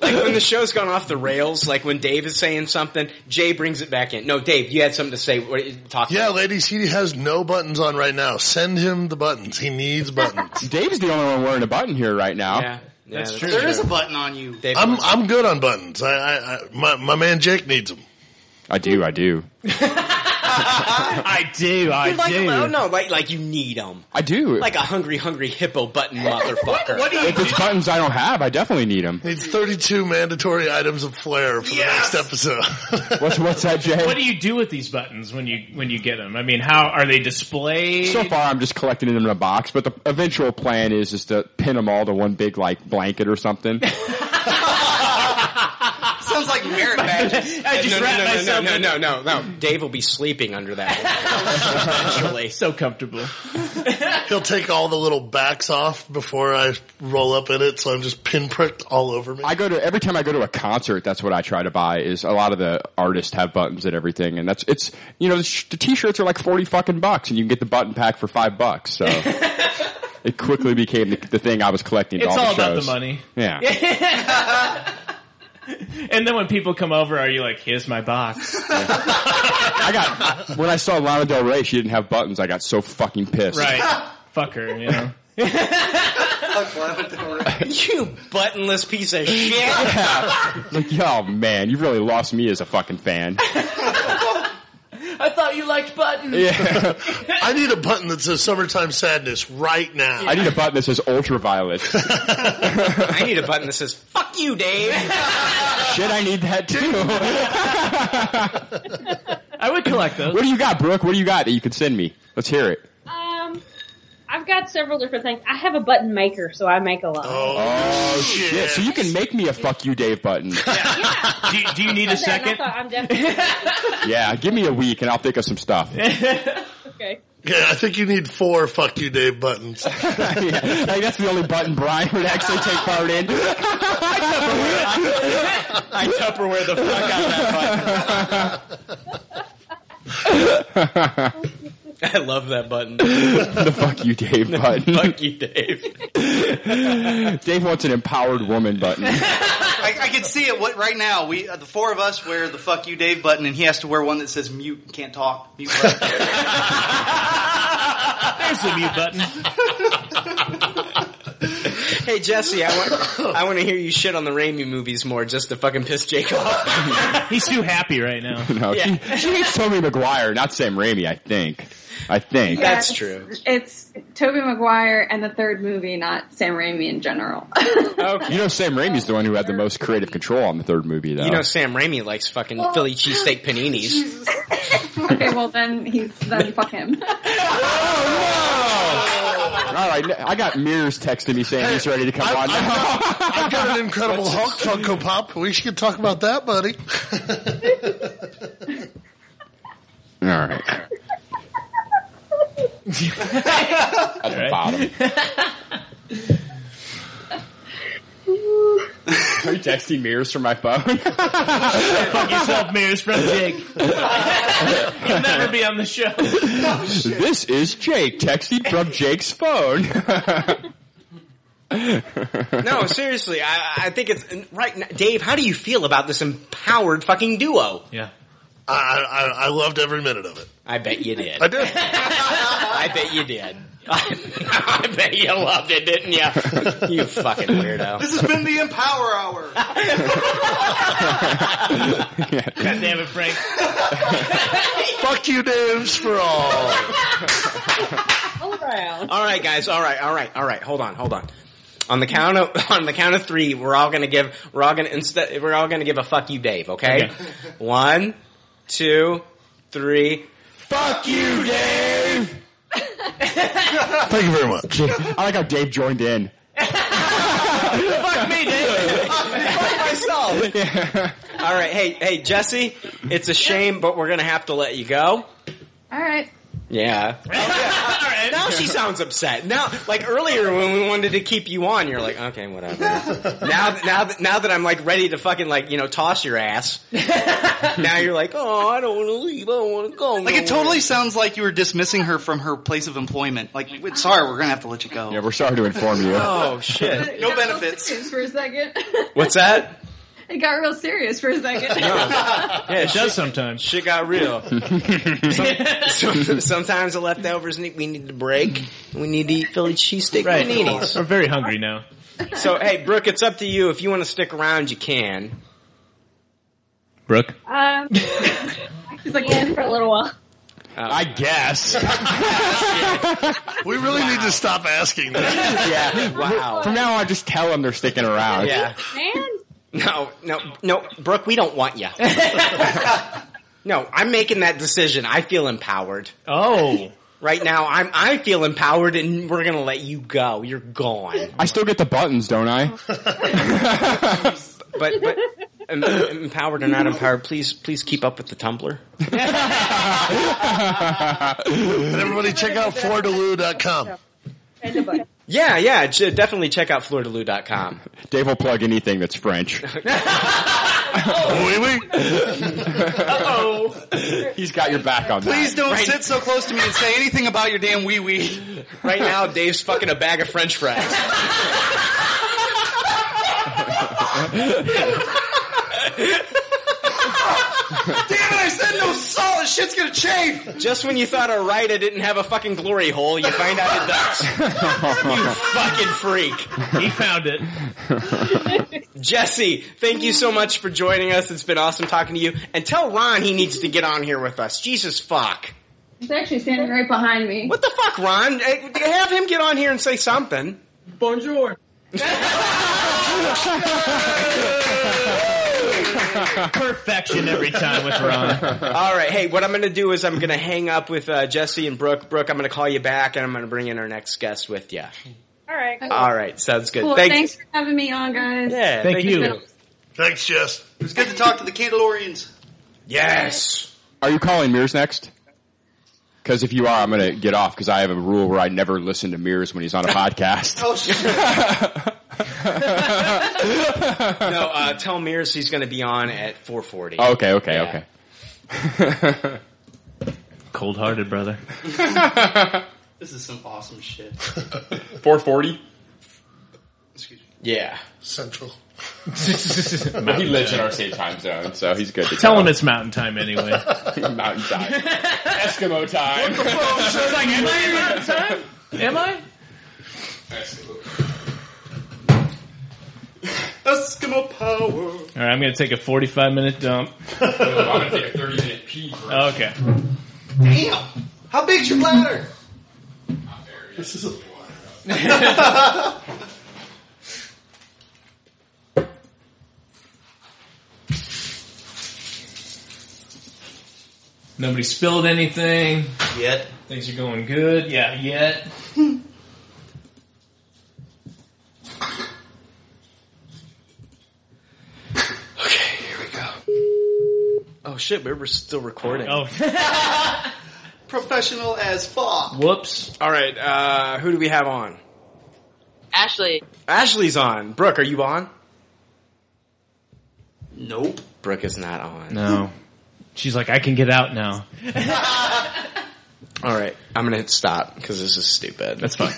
[SPEAKER 3] when the show's gone off the rails, like when Dave is saying something, Jay brings it back in. No, Dave, you had something to say. What, talk.
[SPEAKER 2] Yeah, ladies, he has no buttons on right now. Send him the buttons. He needs buttons.
[SPEAKER 8] <laughs> Dave's the only one wearing a button here right now.
[SPEAKER 3] Yeah,
[SPEAKER 2] that's
[SPEAKER 7] There is a button on you.
[SPEAKER 2] I'm I'm good on buttons. I, I, I my my man Jake needs them.
[SPEAKER 8] I do. I do.
[SPEAKER 3] I do.
[SPEAKER 2] I
[SPEAKER 3] like,
[SPEAKER 2] do.
[SPEAKER 3] No, no, like like you need them.
[SPEAKER 8] I do.
[SPEAKER 3] Like a hungry, hungry hippo button motherfucker.
[SPEAKER 2] What do you
[SPEAKER 8] if it's buttons I don't have, I definitely need them.
[SPEAKER 2] Needs 32 mandatory items of flair for the
[SPEAKER 8] <laughs>
[SPEAKER 2] next episode.
[SPEAKER 8] What's what's that, Jay?
[SPEAKER 5] What do you do with these buttons when you when you get them? I mean, how are they displayed?
[SPEAKER 8] So far, I'm just collecting them in a box, but the eventual plan is is to pin them all to one big like blanket
[SPEAKER 3] <laughs>
[SPEAKER 8] or something.
[SPEAKER 7] Sounds like merit
[SPEAKER 3] <laughs>
[SPEAKER 8] <laughs>
[SPEAKER 7] badges.
[SPEAKER 3] I just no,
[SPEAKER 5] wrapped
[SPEAKER 3] no, no,
[SPEAKER 5] myself
[SPEAKER 3] No,
[SPEAKER 5] in-
[SPEAKER 3] no, no, no, no. Dave will be sleeping under <laughs> that. Actually,
[SPEAKER 5] so comfortable.
[SPEAKER 2] He'll take all the little backs off before I roll up in it, so I'm just pinpricked all over me.
[SPEAKER 8] I go to every time I go to a concert. That's what I try to buy. Is a lot of the artists have buttons and everything, and that's it's you know the, sh- the t-shirts are like forty fucking bucks, and you can get the button pack for five bucks. So it quickly became the, the thing I was collecting. to
[SPEAKER 5] It's
[SPEAKER 8] all,
[SPEAKER 5] all
[SPEAKER 8] the
[SPEAKER 5] about the
[SPEAKER 8] shows.
[SPEAKER 5] money.
[SPEAKER 8] Yeah.
[SPEAKER 7] <laughs>
[SPEAKER 3] <laughs>
[SPEAKER 5] and then when people come over, are you like, "Here's my box"?
[SPEAKER 8] I got when I saw Lana Del Rey, she didn't have buttons. I got so fucking
[SPEAKER 5] <laughs>
[SPEAKER 8] pissed.
[SPEAKER 7] <laughs>
[SPEAKER 5] Right? Fuck her. You
[SPEAKER 8] <laughs>
[SPEAKER 5] know.
[SPEAKER 3] <laughs> you buttonless piece of shit.
[SPEAKER 8] Like, oh man, you really lost me as a fucking fan.
[SPEAKER 29] I thought you liked buttons.
[SPEAKER 2] I need a button that says "Summertime Sadness" right now.
[SPEAKER 8] I need a button that says ultraviolet.
[SPEAKER 3] I need a button that
[SPEAKER 8] <laughs>
[SPEAKER 3] says "Fuck you, Dave."
[SPEAKER 8] Shit, I need that too.
[SPEAKER 5] <laughs> I would collect those.
[SPEAKER 8] What do you got, Brooke? What do you got that you could send me? Let's hear it.
[SPEAKER 30] Um, I've got several different things. I have a button maker, so I make a lot.
[SPEAKER 8] Oh
[SPEAKER 30] <laughs>
[SPEAKER 8] shit! So you can make me a "fuck you, Dave" button.
[SPEAKER 5] do, you- do you
[SPEAKER 30] <laughs>
[SPEAKER 5] need a second?
[SPEAKER 30] I'm definitely
[SPEAKER 8] yeah, give me a
[SPEAKER 2] <laughs>
[SPEAKER 8] week and I'll think of some
[SPEAKER 3] <laughs>
[SPEAKER 8] stuff.
[SPEAKER 30] okay.
[SPEAKER 2] Yeah, I think you need four "Fuck You,
[SPEAKER 8] <laughs>
[SPEAKER 2] Dave" buttons.
[SPEAKER 8] <laughs> Yeah, like that's the only button Brian would actually take part in.
[SPEAKER 3] I Tupperware the fuck out of that button. I love that button. <laughs>
[SPEAKER 8] the fuck you, Dave button.
[SPEAKER 3] Fuck you, Dave.
[SPEAKER 8] <laughs> Dave wants an empowered woman button.
[SPEAKER 7] I, I can see it. What right now? We uh, the four of us wear the "fuck you, Dave" button, and he has to wear one that says "mute, can't talk." Mute
[SPEAKER 8] <laughs>
[SPEAKER 7] button.
[SPEAKER 3] There's the mute button. hey Jesse, I want I want to hear you shit on the Raimi movies more, just to fucking piss Jake off.
[SPEAKER 5] He's too happy right now.
[SPEAKER 8] <laughs> no, she,
[SPEAKER 3] Yeah.
[SPEAKER 8] she hates Tobey Maguire, not Sam Raimi. I think. I think
[SPEAKER 4] Yeah, That's true. It's Toby Maguire and the third movie, not Sam Raimi in general. <laughs>
[SPEAKER 8] You know, Sam Raimi's the one who had the most creative control on the third movie, though.
[SPEAKER 3] You know Sam Raimi likes fucking Philly cheesesteak paninis.
[SPEAKER 4] okay, well then he's then fuck him.
[SPEAKER 8] All right, I got mirrors texting me saying he's ready to come on. now.
[SPEAKER 2] I've got an Incredible Hulk Funko Pop. We should talk about that, buddy.
[SPEAKER 8] All right. At the bottom.
[SPEAKER 5] <laughs>
[SPEAKER 8] Are you texting mirrors from my phone?
[SPEAKER 5] <laughs> Fuck yourself, Mears from Jake. You'll never be on the show.
[SPEAKER 8] <laughs> this is Jake texting from Jake's phone. <laughs>
[SPEAKER 3] no, seriously, I, I think it's right. Now, Dave, how do you feel about this empowered fucking duo?
[SPEAKER 5] Yeah.
[SPEAKER 3] I, I, I loved every minute of it. I bet you did.
[SPEAKER 2] I did.
[SPEAKER 3] <laughs> I bet you did. I, bet you loved it, didn't you? You fucking
[SPEAKER 8] Oh.
[SPEAKER 3] weirdo.
[SPEAKER 7] This has been the Empower Hour.
[SPEAKER 5] God damn it, Frank.
[SPEAKER 3] Fuck you, Daves, for all.
[SPEAKER 30] All around.
[SPEAKER 3] All right, guys. All right, all right, all right. Hold on, hold on. On the count of <laughs> on the count of three, we're all gonna give we're all gonna instead we're all gonna give a fuck you, Dave. Okay.
[SPEAKER 5] Okay.
[SPEAKER 3] One, two, three.
[SPEAKER 8] Fuck you, Dave.
[SPEAKER 2] Thank you very much.
[SPEAKER 8] I like how Dave joined in.
[SPEAKER 3] Fuck me, Dave. Fuck myself. All right, hey, hey, Jesse. It's a shame, but we're gonna have to let you go.
[SPEAKER 4] <laughs>
[SPEAKER 3] Oh,
[SPEAKER 4] All right.
[SPEAKER 3] Yeah. Now she sounds upset. Now, like earlier when we wanted to keep you on, you're like, okay, whatever. now, now, that- now that I'm like ready to fucking like you know toss your ass. now you're like, oh, I don't want to leave. I don't want to go.
[SPEAKER 7] Like it totally sounds like you were dismissing her from her place of employment. Like, "Wait, sorry, we're gonna have to let you go.
[SPEAKER 8] Yeah, we're sorry to inform you.
[SPEAKER 3] Oh,
[SPEAKER 7] <laughs>
[SPEAKER 3] shit.
[SPEAKER 7] No
[SPEAKER 4] benefits. For a second, <laughs>
[SPEAKER 3] What's that?
[SPEAKER 4] it got real serious for a second.
[SPEAKER 3] <laughs> Yeah, it does sometimes. Shit got real. Some- some- sometimes the leftovers need, we need to break. We need to eat Philly cheesesteak
[SPEAKER 5] Right.
[SPEAKER 3] paninis.
[SPEAKER 5] I'm very hungry now.
[SPEAKER 3] So hey, Brooke, it's up to you. If you want to stick around, you can.
[SPEAKER 5] Brooke.
[SPEAKER 30] Um,
[SPEAKER 4] he's like
[SPEAKER 30] in for a little while.
[SPEAKER 8] I guess.
[SPEAKER 2] <laughs> we really need to stop asking that.
[SPEAKER 8] <laughs>
[SPEAKER 3] yeah. Wow.
[SPEAKER 8] From now on, just tell them they're sticking around.
[SPEAKER 3] Yeah.
[SPEAKER 30] Man,
[SPEAKER 3] No, no, no, Brooke, we don't want you.
[SPEAKER 5] <laughs>
[SPEAKER 3] no, I'm making that decision. I feel empowered.
[SPEAKER 5] Oh.
[SPEAKER 3] Right now, I'm I feel empowered, and we're gonna let you go. You're gone.
[SPEAKER 8] I still get the buttons, don't I?
[SPEAKER 3] But but em- em- empowered or not empowered, please please keep up with the Tumblr.
[SPEAKER 2] And everybody check out floridalu.com.
[SPEAKER 3] Yeah, yeah, j- definitely check
[SPEAKER 7] <laughs>
[SPEAKER 3] out floridaloo.com.
[SPEAKER 8] Dave will plug anything that's French.
[SPEAKER 3] oh
[SPEAKER 8] <laughs> He's got your back on
[SPEAKER 7] Please
[SPEAKER 8] that.
[SPEAKER 7] don't sit so close to me and say anything about your damn wee wee.
[SPEAKER 3] Right now, Dave's fucking a bag of french fries.
[SPEAKER 7] Damn it, I said no salt. This shit's gonna chafe.
[SPEAKER 3] Just when you thought our Rida didn't have a fucking glory hole, you find out it
[SPEAKER 7] <laughs>
[SPEAKER 3] does. you fucking freak.
[SPEAKER 5] He found it.
[SPEAKER 3] Jesse, thank you so much for joining us. It's been awesome talking to you. And tell Ron he needs to get on here with us. Jesus fuck.
[SPEAKER 4] He's actually standing right behind me.
[SPEAKER 3] What the fuck, Ron? Hey, Have him get on here and say something.
[SPEAKER 32] Bonjour.
[SPEAKER 5] <laughs>
[SPEAKER 15] <laughs>
[SPEAKER 5] Perfection every time with Ron.
[SPEAKER 3] All right. Hey, what I'm going to do is I'm going to hang up with uh, Jesse and Brooke. Brooke, I'm going to call you back and I'm going to bring in our next guest with you.
[SPEAKER 30] all right.
[SPEAKER 3] All right. Sounds good.
[SPEAKER 4] Cool.
[SPEAKER 3] Thank-
[SPEAKER 4] Uh, Thanks for having me on, guys.
[SPEAKER 3] Yeah, Thank thank you. you.
[SPEAKER 2] Thanks, Jess.
[SPEAKER 7] It was good to talk to the
[SPEAKER 3] <laughs>
[SPEAKER 7] Candelorians.
[SPEAKER 3] Yes.
[SPEAKER 8] Are you calling Mears next? Because if you are, I'm going to get off because I have a rule where I never listen to Mears when he's on a
[SPEAKER 3] <laughs>
[SPEAKER 8] podcast.
[SPEAKER 7] Oh shit.
[SPEAKER 3] no, uh, tell Mears he's going to be on at 440.
[SPEAKER 8] okay, okay, okay.
[SPEAKER 5] cold hearted, brother.
[SPEAKER 7] This is some awesome shit.
[SPEAKER 3] 440? Yeah.
[SPEAKER 2] <laughs> Central.
[SPEAKER 8] but he lives in our same time zone, so he's good. To
[SPEAKER 5] Tell him it's mountain time anyway.
[SPEAKER 8] <laughs> mountain time, Eskimo time. <laughs>
[SPEAKER 5] am I in mountain time? Am I?
[SPEAKER 7] Eskimo power.
[SPEAKER 5] All right, I'm going to take a 45 minute dump.
[SPEAKER 8] I'm gonna take a thirty minute pee.
[SPEAKER 5] Okay.
[SPEAKER 7] Damn! How big's your bladder?
[SPEAKER 2] This is a
[SPEAKER 5] Nobody spilled anything.
[SPEAKER 7] Yet.
[SPEAKER 5] Things are going good. Yeah, yet.
[SPEAKER 3] Oh shit, we we're still recording.
[SPEAKER 5] Oh.
[SPEAKER 7] <laughs> Professional as fuck.
[SPEAKER 5] Whoops.
[SPEAKER 3] All right, uh, who do we have on?
[SPEAKER 15] Ashley.
[SPEAKER 3] Ashley's on. Brooke, are you on?
[SPEAKER 7] Nope.
[SPEAKER 3] Brooke is not on.
[SPEAKER 5] No. She's like, I can get out now.
[SPEAKER 3] All right, I'm gonna hit stop because this is stupid. That's <laughs>
[SPEAKER 5] fine.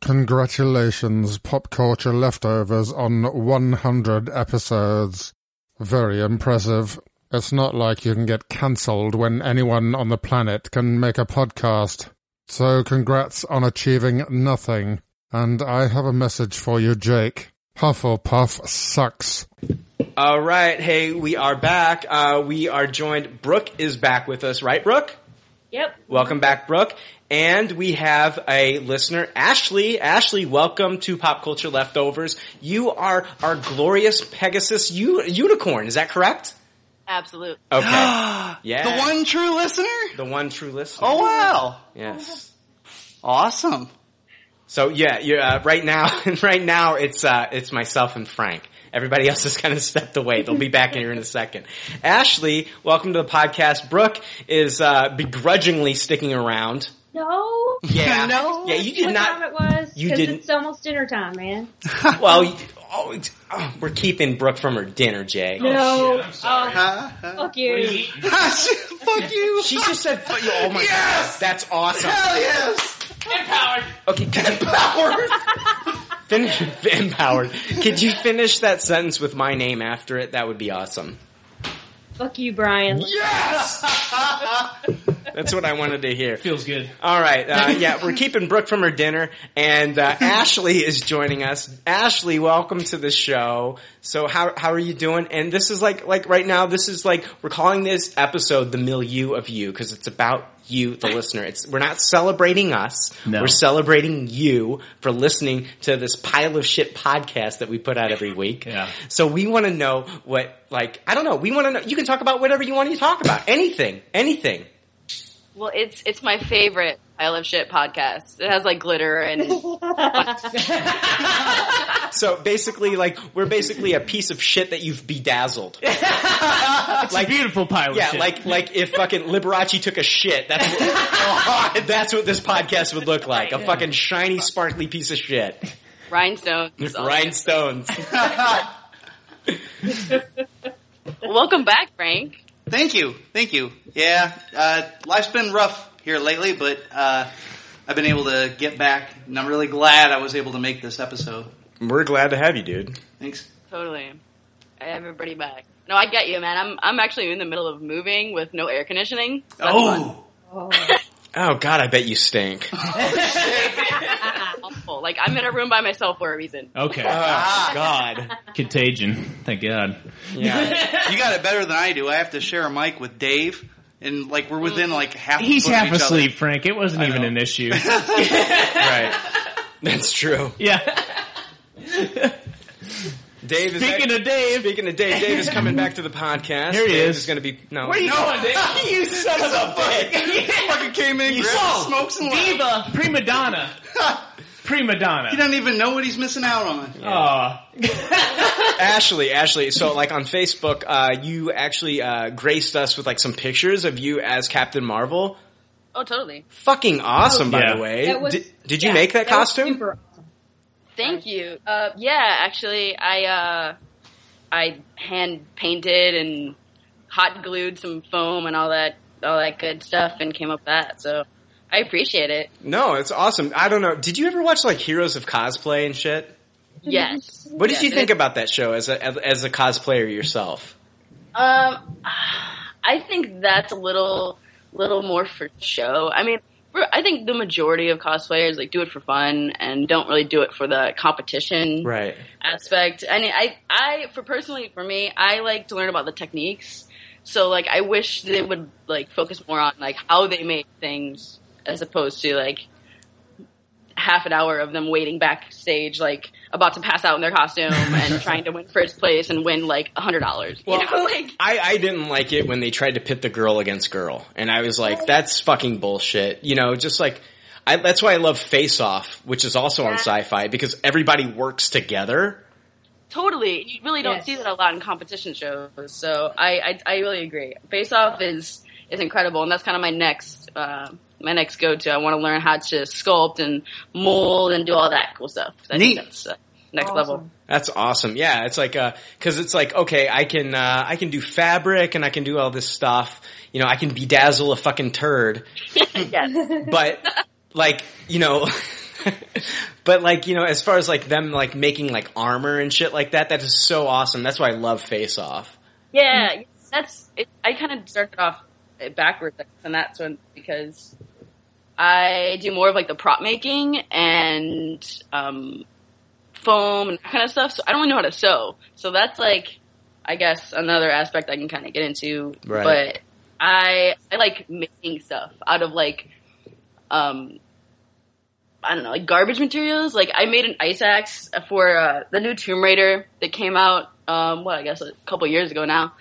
[SPEAKER 16] Congratulations, Pop Culture Leftovers, on 100 episodes. Very impressive. It's not like you can get cancelled when anyone on the planet can make a podcast. So congrats on achieving nothing. And I have a message for you, Jake. Hufflepuff sucks.
[SPEAKER 3] All right, hey, we are back. Uh, we are joined. Brooke is back with us, right, Brooke?
[SPEAKER 15] Yep.
[SPEAKER 3] Welcome back, Brooke. And we have a listener, Ashley. Ashley, welcome to Pop Culture Leftovers. You are our glorious Pegasus u- unicorn. Is that correct?
[SPEAKER 15] <laughs> Absolute.
[SPEAKER 3] Okay. yeah.
[SPEAKER 15] The
[SPEAKER 7] one true listener?
[SPEAKER 3] The one true listener.
[SPEAKER 7] Oh, wow.
[SPEAKER 3] Yes.
[SPEAKER 7] Awesome.
[SPEAKER 3] So yeah, you're, uh, right now, <laughs> right now it's uh, it's myself and Frank. Everybody else has kind of stepped away. They'll be back here in a second. Ashley, welcome to the podcast. Brooke is uh, begrudgingly sticking around.
[SPEAKER 30] No.
[SPEAKER 3] Yeah.
[SPEAKER 30] no.
[SPEAKER 3] Yeah, you did
[SPEAKER 30] what
[SPEAKER 3] not-
[SPEAKER 30] Time it was.
[SPEAKER 3] you
[SPEAKER 30] 'Cause
[SPEAKER 3] didn't-
[SPEAKER 30] It's almost dinner time, man.
[SPEAKER 3] well, you- oh, it's- oh, we're keeping Brooke from her dinner, Jay.
[SPEAKER 30] no. Oh, fuck you.
[SPEAKER 7] fuck you.
[SPEAKER 3] She just said, fuck you. Oh my god. That's awesome.
[SPEAKER 7] Hell yes!
[SPEAKER 3] Empowered. Okay.
[SPEAKER 7] Empowered.
[SPEAKER 3] <laughs> Finish, empowered. Could you finish that sentence with my name after it? That would be awesome.
[SPEAKER 30] Fuck you, Brian. <laughs>
[SPEAKER 7] Yes.
[SPEAKER 3] <laughs> That's what I wanted to hear.
[SPEAKER 5] Feels good.
[SPEAKER 3] All right, uh, yeah, we're keeping Brooke from her dinner, and uh, Ashley is joining us. Ashley, welcome to the show. So, how how are you doing? And this is like like right now, this is like we're calling this episode "The Milieu of You" because it's about you, the listener. It's we're not celebrating us.
[SPEAKER 5] No.
[SPEAKER 3] We're celebrating you for listening to this pile of shit podcast that we put out every week.
[SPEAKER 5] Yeah.
[SPEAKER 3] So we want to know what like I don't know. We want to know. You can talk about whatever you want to talk about. Anything. Anything.
[SPEAKER 15] <gasps> Well, it's it's my favorite I Love Shit podcast. It has like glitter
[SPEAKER 4] <laughs>
[SPEAKER 15] and.
[SPEAKER 3] So basically, like we're basically a piece of shit that you've bedazzled.
[SPEAKER 5] It's a beautiful pile of
[SPEAKER 3] yeah,
[SPEAKER 5] shit.
[SPEAKER 3] like like if fucking Liberace took a shit, that's what, <laughs> that's what this podcast would look like—a fucking shiny, sparkly piece of shit.
[SPEAKER 4] <laughs>
[SPEAKER 15] Rhinestone.
[SPEAKER 3] Rhinestones.
[SPEAKER 15] Welcome back, Frank.
[SPEAKER 7] Thank you. Thank you. Yeah, uh, life's been rough here lately, but uh, I've been able to get back, and I'm really glad I was able to make this episode.
[SPEAKER 3] We're glad to have you, dude.
[SPEAKER 7] Thanks.
[SPEAKER 15] Totally. Everybody back. No, I get you, man. I'm I'm actually in the middle of moving with no air conditioning. So that's fun.
[SPEAKER 3] Oh. Oh God, I bet you stink.
[SPEAKER 15] awful. Like I'm in a room by myself for a reason. <laughs>
[SPEAKER 5] Okay.
[SPEAKER 3] Uh-huh.
[SPEAKER 15] Ah.
[SPEAKER 3] Oh, God.
[SPEAKER 5] Contagion. Thank God.
[SPEAKER 7] Yeah, you got it better than I do. I have to share a mic with Dave, and like we're within like half. a
[SPEAKER 5] He's
[SPEAKER 7] foot of
[SPEAKER 5] half
[SPEAKER 7] each other.
[SPEAKER 5] asleep, Frank. It wasn't even an <laughs> issue.
[SPEAKER 3] <laughs> right. That's true.
[SPEAKER 5] Yeah.
[SPEAKER 3] Dave is
[SPEAKER 5] Speaking
[SPEAKER 3] of Dave, speaking of Dave, Dave is coming back to the podcast.
[SPEAKER 5] Here he
[SPEAKER 3] Dave
[SPEAKER 5] is.
[SPEAKER 3] going to be no.
[SPEAKER 5] Where you
[SPEAKER 3] no.
[SPEAKER 5] going, Dave?
[SPEAKER 3] you son of a <laughs> bitch!
[SPEAKER 7] fucking came in,
[SPEAKER 5] You
[SPEAKER 7] grabbed
[SPEAKER 5] saw.
[SPEAKER 7] the smokes and left.
[SPEAKER 5] Diva. Prima donna. Prima donna.
[SPEAKER 7] He doesn't even know what he's missing out on.
[SPEAKER 5] Aw.
[SPEAKER 3] <laughs> Ashley, Ashley. So, like on Facebook, uh, you actually uh, graced us with like some pictures of you as Captain Marvel.
[SPEAKER 15] Oh, totally.
[SPEAKER 3] Fucking awesome, by
[SPEAKER 5] Yeah.
[SPEAKER 3] the way.
[SPEAKER 15] That was-
[SPEAKER 3] did, did you
[SPEAKER 15] yeah,
[SPEAKER 3] make that,
[SPEAKER 15] that was
[SPEAKER 3] costume?
[SPEAKER 15] Thank you. Uh, yeah, actually, I uh, I hand painted and hot glued some foam and all that all that good stuff and came up with that. So I appreciate it.
[SPEAKER 3] No, it's awesome. I don't know. Did you ever watch like Heroes of Cosplay and shit? <laughs>
[SPEAKER 15] Yes.
[SPEAKER 3] What did
[SPEAKER 15] Yes,
[SPEAKER 3] you
[SPEAKER 15] it-
[SPEAKER 3] think about that show as a as, as a cosplayer yourself?
[SPEAKER 15] Um, I think that's a little, little more for show. I mean, for, I think the majority of cosplayers like do it for fun and don't really do it for the competition
[SPEAKER 3] Right.
[SPEAKER 15] aspect. I mean, I, I, for personally, for me, I like to learn about the techniques. So like, I wish they would like focus more on like how they make things as opposed to like half an hour of them waiting backstage, like about to pass out in their costume and trying to win first place and win like a hundred dollars. <laughs> you know, like.
[SPEAKER 3] I, I didn't like it when they tried to pit the girl against girl, and I was like, that's fucking bullshit. You know, just like I, that's why I love Face Off, which is also on Sci-Fi because everybody works together.
[SPEAKER 15] Totally. You really don't
[SPEAKER 30] Yes.
[SPEAKER 15] see that a lot in competition shows. So I, I, I really agree. Face off is, is incredible. And that's kind of my next, uh, my next go to. I want to learn how to sculpt and mold and do all that cool stuff. 'Cause I think
[SPEAKER 3] Neat.
[SPEAKER 15] that's uh, next
[SPEAKER 3] Awesome.
[SPEAKER 15] level.
[SPEAKER 3] That's awesome. Yeah, it's like because it's like okay, I can uh, I can do fabric and I can do all this stuff. You know, I can bedazzle a fucking turd.
[SPEAKER 15] yes.
[SPEAKER 3] but like you know <laughs> but like you know as far as like them like making like armor and shit like that that is so awesome that's why i love face off
[SPEAKER 15] Yeah. That's, it, I kind of started off backwards and that's when, because I do more of like the prop making and, um, foam and that kind of stuff. So I don't really know how to sew. So that's like, I guess another aspect I can kind of get into.
[SPEAKER 30] Right.
[SPEAKER 15] But I, I like making stuff out of like, um, I don't know, like garbage materials. Like I made an ice axe for uh, the new Tomb Raider that came out, um, what I guess a couple years ago now.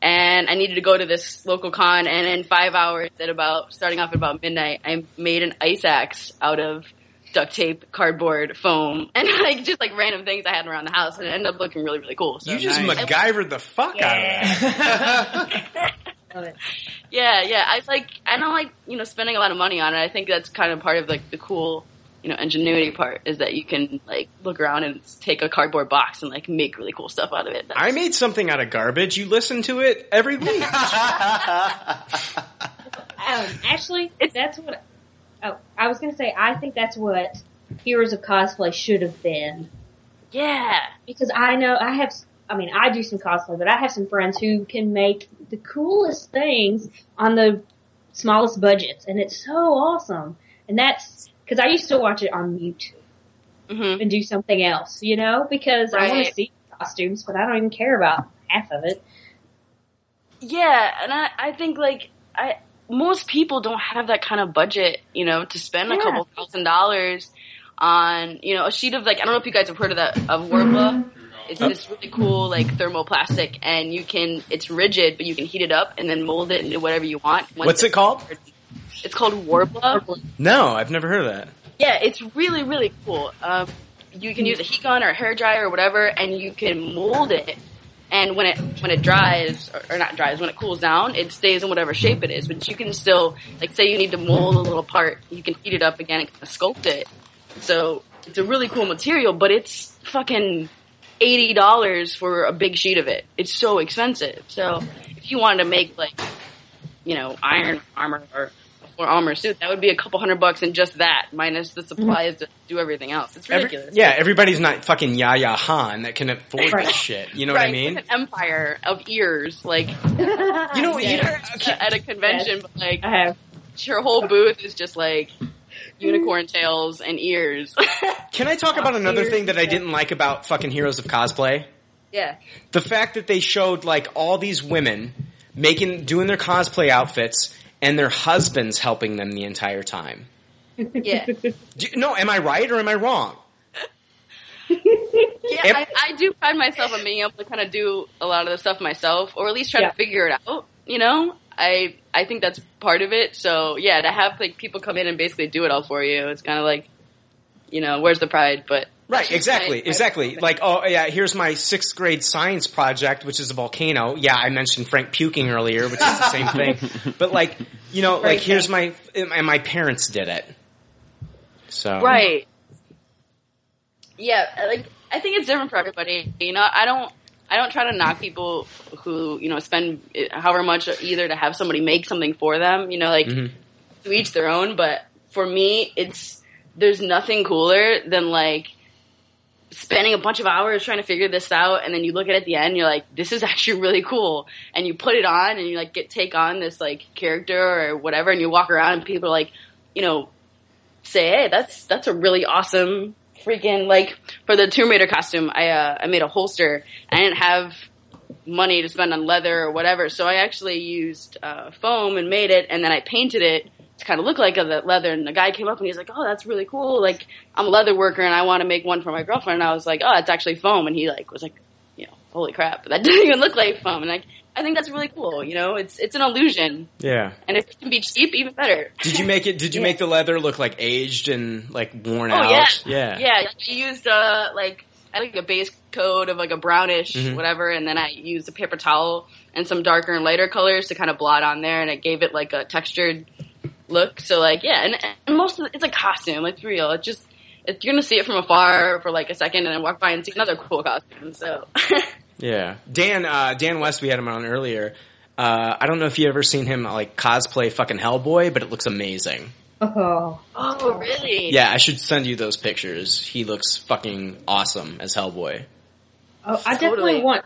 [SPEAKER 15] And I needed to go to this local con, and in five hours, at about starting off at about midnight, I made an ice axe out of duct tape, cardboard, foam, <laughs> and like just like random things I had around the house, and it ended up looking really really cool. So
[SPEAKER 3] you just
[SPEAKER 15] I-
[SPEAKER 3] MacGyvered the fuck out of that
[SPEAKER 15] yeah, yeah. I like I don't like you know spending a lot of money on it. I think that's kind of part of like the cool you know ingenuity part is that you can like look around and take a cardboard box and like make really cool stuff out of it.
[SPEAKER 3] i made something out of garbage you listen to it every
[SPEAKER 15] <laughs>
[SPEAKER 3] week
[SPEAKER 30] <laughs> Um, actually, that's what. Oh, I was gonna say. I think that's what Heroes of Cosplay should have been.
[SPEAKER 15] Yeah,
[SPEAKER 30] because I know I have. I mean, I do some cosplay, but I have some friends who can make the coolest things on the smallest budgets, and it's so awesome. And that's because I used to watch it on mute and do something else, you know, because I want to
[SPEAKER 15] Mm-hmm. Right.
[SPEAKER 30] see costumes, but I don't even care about half of it.
[SPEAKER 15] Yeah, and I, I think like I most people don't have that kind of budget, you know, to spend a
[SPEAKER 30] Yeah.
[SPEAKER 15] couple thousand dollars on, you know, a sheet of like I don't know if you guys have heard of that of Warbla. It's this really cool like thermoplastic and you can it's rigid but you can heat it up and then mold it into whatever you want. Once
[SPEAKER 3] what's it called
[SPEAKER 15] It's called Warbla.
[SPEAKER 3] no i've never heard of that
[SPEAKER 15] Yeah, it's really really cool. Um, you can use a heat gun or a hair dryer or whatever, and you can mold it. And when it when it dries or, or not dries, when it cools down, it stays in whatever shape it is. But you can still like say you need to mold a little part, you can heat it up again and kind of sculpt it. So it's a really cool material, but it's fucking eighty dollars for a big sheet of it. It's so expensive. So if you wanted to make like you know iron armor or or armor suit, that would be a couple hundred bucks in just that, minus the supplies to do everything else. It's
[SPEAKER 3] Every-
[SPEAKER 15] ridiculous.
[SPEAKER 3] yeah everybody's not fucking yaya han that can afford
[SPEAKER 15] Right.
[SPEAKER 3] this shit you know
[SPEAKER 15] right,
[SPEAKER 3] what i mean
[SPEAKER 15] it's an empire of ears, <laughs> like you
[SPEAKER 3] know,
[SPEAKER 15] you at a convention, but like your whole booth is just like unicorn tails and ears. <laughs>
[SPEAKER 3] can i talk about another thing that i didn't like about fucking heroes of cosplay
[SPEAKER 15] yeah.
[SPEAKER 3] the fact that they showed like all these women making doing their cosplay outfits and their husbands helping them the entire time.
[SPEAKER 15] <laughs> Yeah.
[SPEAKER 3] Do, no, am I right or am I wrong?
[SPEAKER 15] Yeah,
[SPEAKER 3] Em-
[SPEAKER 15] I, I do pride myself on being able to kind of do a lot of the stuff myself, or at least try
[SPEAKER 30] Yeah.
[SPEAKER 15] to figure it out. You know, I I think that's part of it. So yeah, to have like people come in and basically do it all for you, it's kind of like, you know, where's the pride? But
[SPEAKER 3] Right, exactly, exactly. Like, oh yeah, here's my sixth grade science project, which is a volcano. Yeah, I mentioned Frank puking earlier, which is the
[SPEAKER 15] <laughs>
[SPEAKER 3] same thing. But like, you know, like
[SPEAKER 15] Frank
[SPEAKER 3] here's my and my parents did it. So
[SPEAKER 15] Right. Yeah, like I think it's different for everybody. You know, I don't I don't try to knock people who you know spend eh, however much either to have somebody make something for them. You know, like to each their own, but for me, it's there's nothing cooler than like spending a bunch of hours trying to figure this out and then you look at it at the end and you're like this is <laughs> actually really cool and you put it on and you like get take on this like character or whatever and you walk around and people are like you know say hey that's that's a really awesome freaking like for the tomb raider costume i uh i made a holster i didn't have money to spend on leather or whatever so i actually used uh foam and made it and then i painted it to kind of look like a le- leather. And the guy came up and he's like, "Oh, that's really cool. Like, I'm a leather worker and I want to make one for my girlfriend." And I was like, "Oh, it's actually foam." And he like was like, "You know, holy crap, that <laughs> didn't even look like foam." And like, I think that's really cool. You know, it's it's an illusion,
[SPEAKER 3] Yeah.
[SPEAKER 15] and if it can be cheap, even better.
[SPEAKER 3] Did you make it? Did you
[SPEAKER 15] Yeah.
[SPEAKER 3] make the leather look like aged and like worn
[SPEAKER 15] Oh,
[SPEAKER 3] out?
[SPEAKER 15] yeah, I used uh like I had like a base coat of like a brownish
[SPEAKER 3] Mhm.
[SPEAKER 15] whatever, and then I used a paper towel and some darker and lighter colors to kind of blot on there, and it gave it like a textured look. So like yeah, and, and most of the, it's a costume. It's real. It's just it, you're gonna see it from afar for like a second, and then walk by and see another cool costume. So
[SPEAKER 3] Yeah. Dan uh, Dan West, we had him on earlier. Uh, I don't know if you ever seen him like cosplay fucking Hellboy, but it looks amazing.
[SPEAKER 30] Oh.
[SPEAKER 15] oh really?
[SPEAKER 3] Yeah, I should send you those pictures. He looks fucking awesome as Hellboy.
[SPEAKER 30] Oh, I definitely
[SPEAKER 15] Totally.
[SPEAKER 30] want.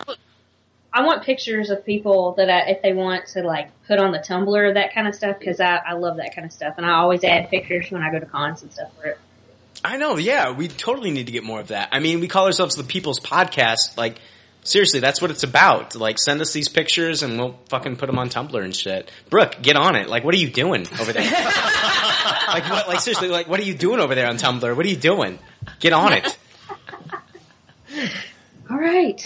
[SPEAKER 30] I want pictures of people that I, if they want to like put on the Tumblr that kind of stuff because I, I love that kind of stuff and I always add pictures when I go to cons and stuff for it.
[SPEAKER 3] I know. Yeah, we totally need to get more of that. I mean, we call ourselves the People's Podcast. Like, seriously, that's what it's about. Like, send us these pictures and we'll fucking put them on Tumblr and shit. Brooke, get on it. Like, what are you doing over <laughs> there? like, what? Like, seriously, like, what are you doing over there on Tumblr? What are you doing? Get on it.
[SPEAKER 30] All <laughs> right.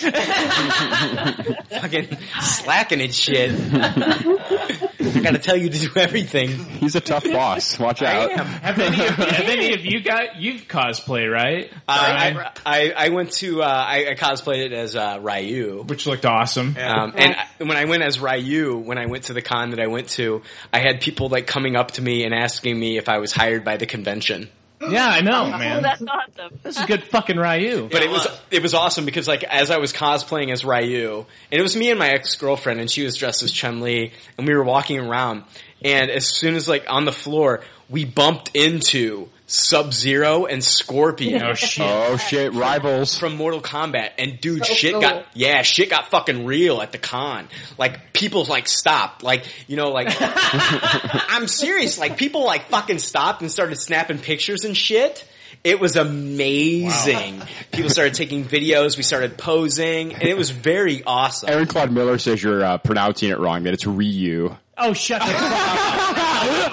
[SPEAKER 3] fucking slacking and shit. I gotta tell you to do everything.
[SPEAKER 8] He's a tough boss. Watch
[SPEAKER 3] out.
[SPEAKER 5] Have any, of, <laughs> have any of you got you've cosplay right?
[SPEAKER 3] Uh, I, I, I went to uh, I, I cosplayed it as uh, Ryu,
[SPEAKER 5] which looked awesome.
[SPEAKER 3] Um, and I, when I went as Ryu, when I went to the con that I went to, I had people like coming up to me and asking me if I was hired by the convention.
[SPEAKER 5] yeah, I know,
[SPEAKER 15] Oh,
[SPEAKER 5] man.
[SPEAKER 15] that's awesome.
[SPEAKER 5] This is good fucking Ryu.
[SPEAKER 3] But it was it was awesome because like as I was cosplaying as Ryu, and it was me and my ex girlfriend, and she was dressed as Chun Li, and we were walking around, and as soon as like on the floor, we bumped into Sub Zero and Scorpion.
[SPEAKER 8] Oh, shit. Oh,
[SPEAKER 3] shit! Rivals from Mortal Kombat, and dude,
[SPEAKER 8] So
[SPEAKER 3] shit
[SPEAKER 8] cool.
[SPEAKER 3] got yeah, shit got fucking real at the con. Like people like stopped, like you know,
[SPEAKER 8] <laughs>
[SPEAKER 3] like I'm serious. Like people like fucking stopped and started snapping pictures and shit. It was amazing.
[SPEAKER 8] <laughs>
[SPEAKER 3] People started taking videos. We started posing, and it was very
[SPEAKER 8] <laughs>
[SPEAKER 3] awesome.
[SPEAKER 8] Aaron Claude Miller says you're uh, pronouncing it wrong. That it's Ryu. <laughs>
[SPEAKER 5] Oh, shut the fuck
[SPEAKER 3] <laughs>
[SPEAKER 5] up.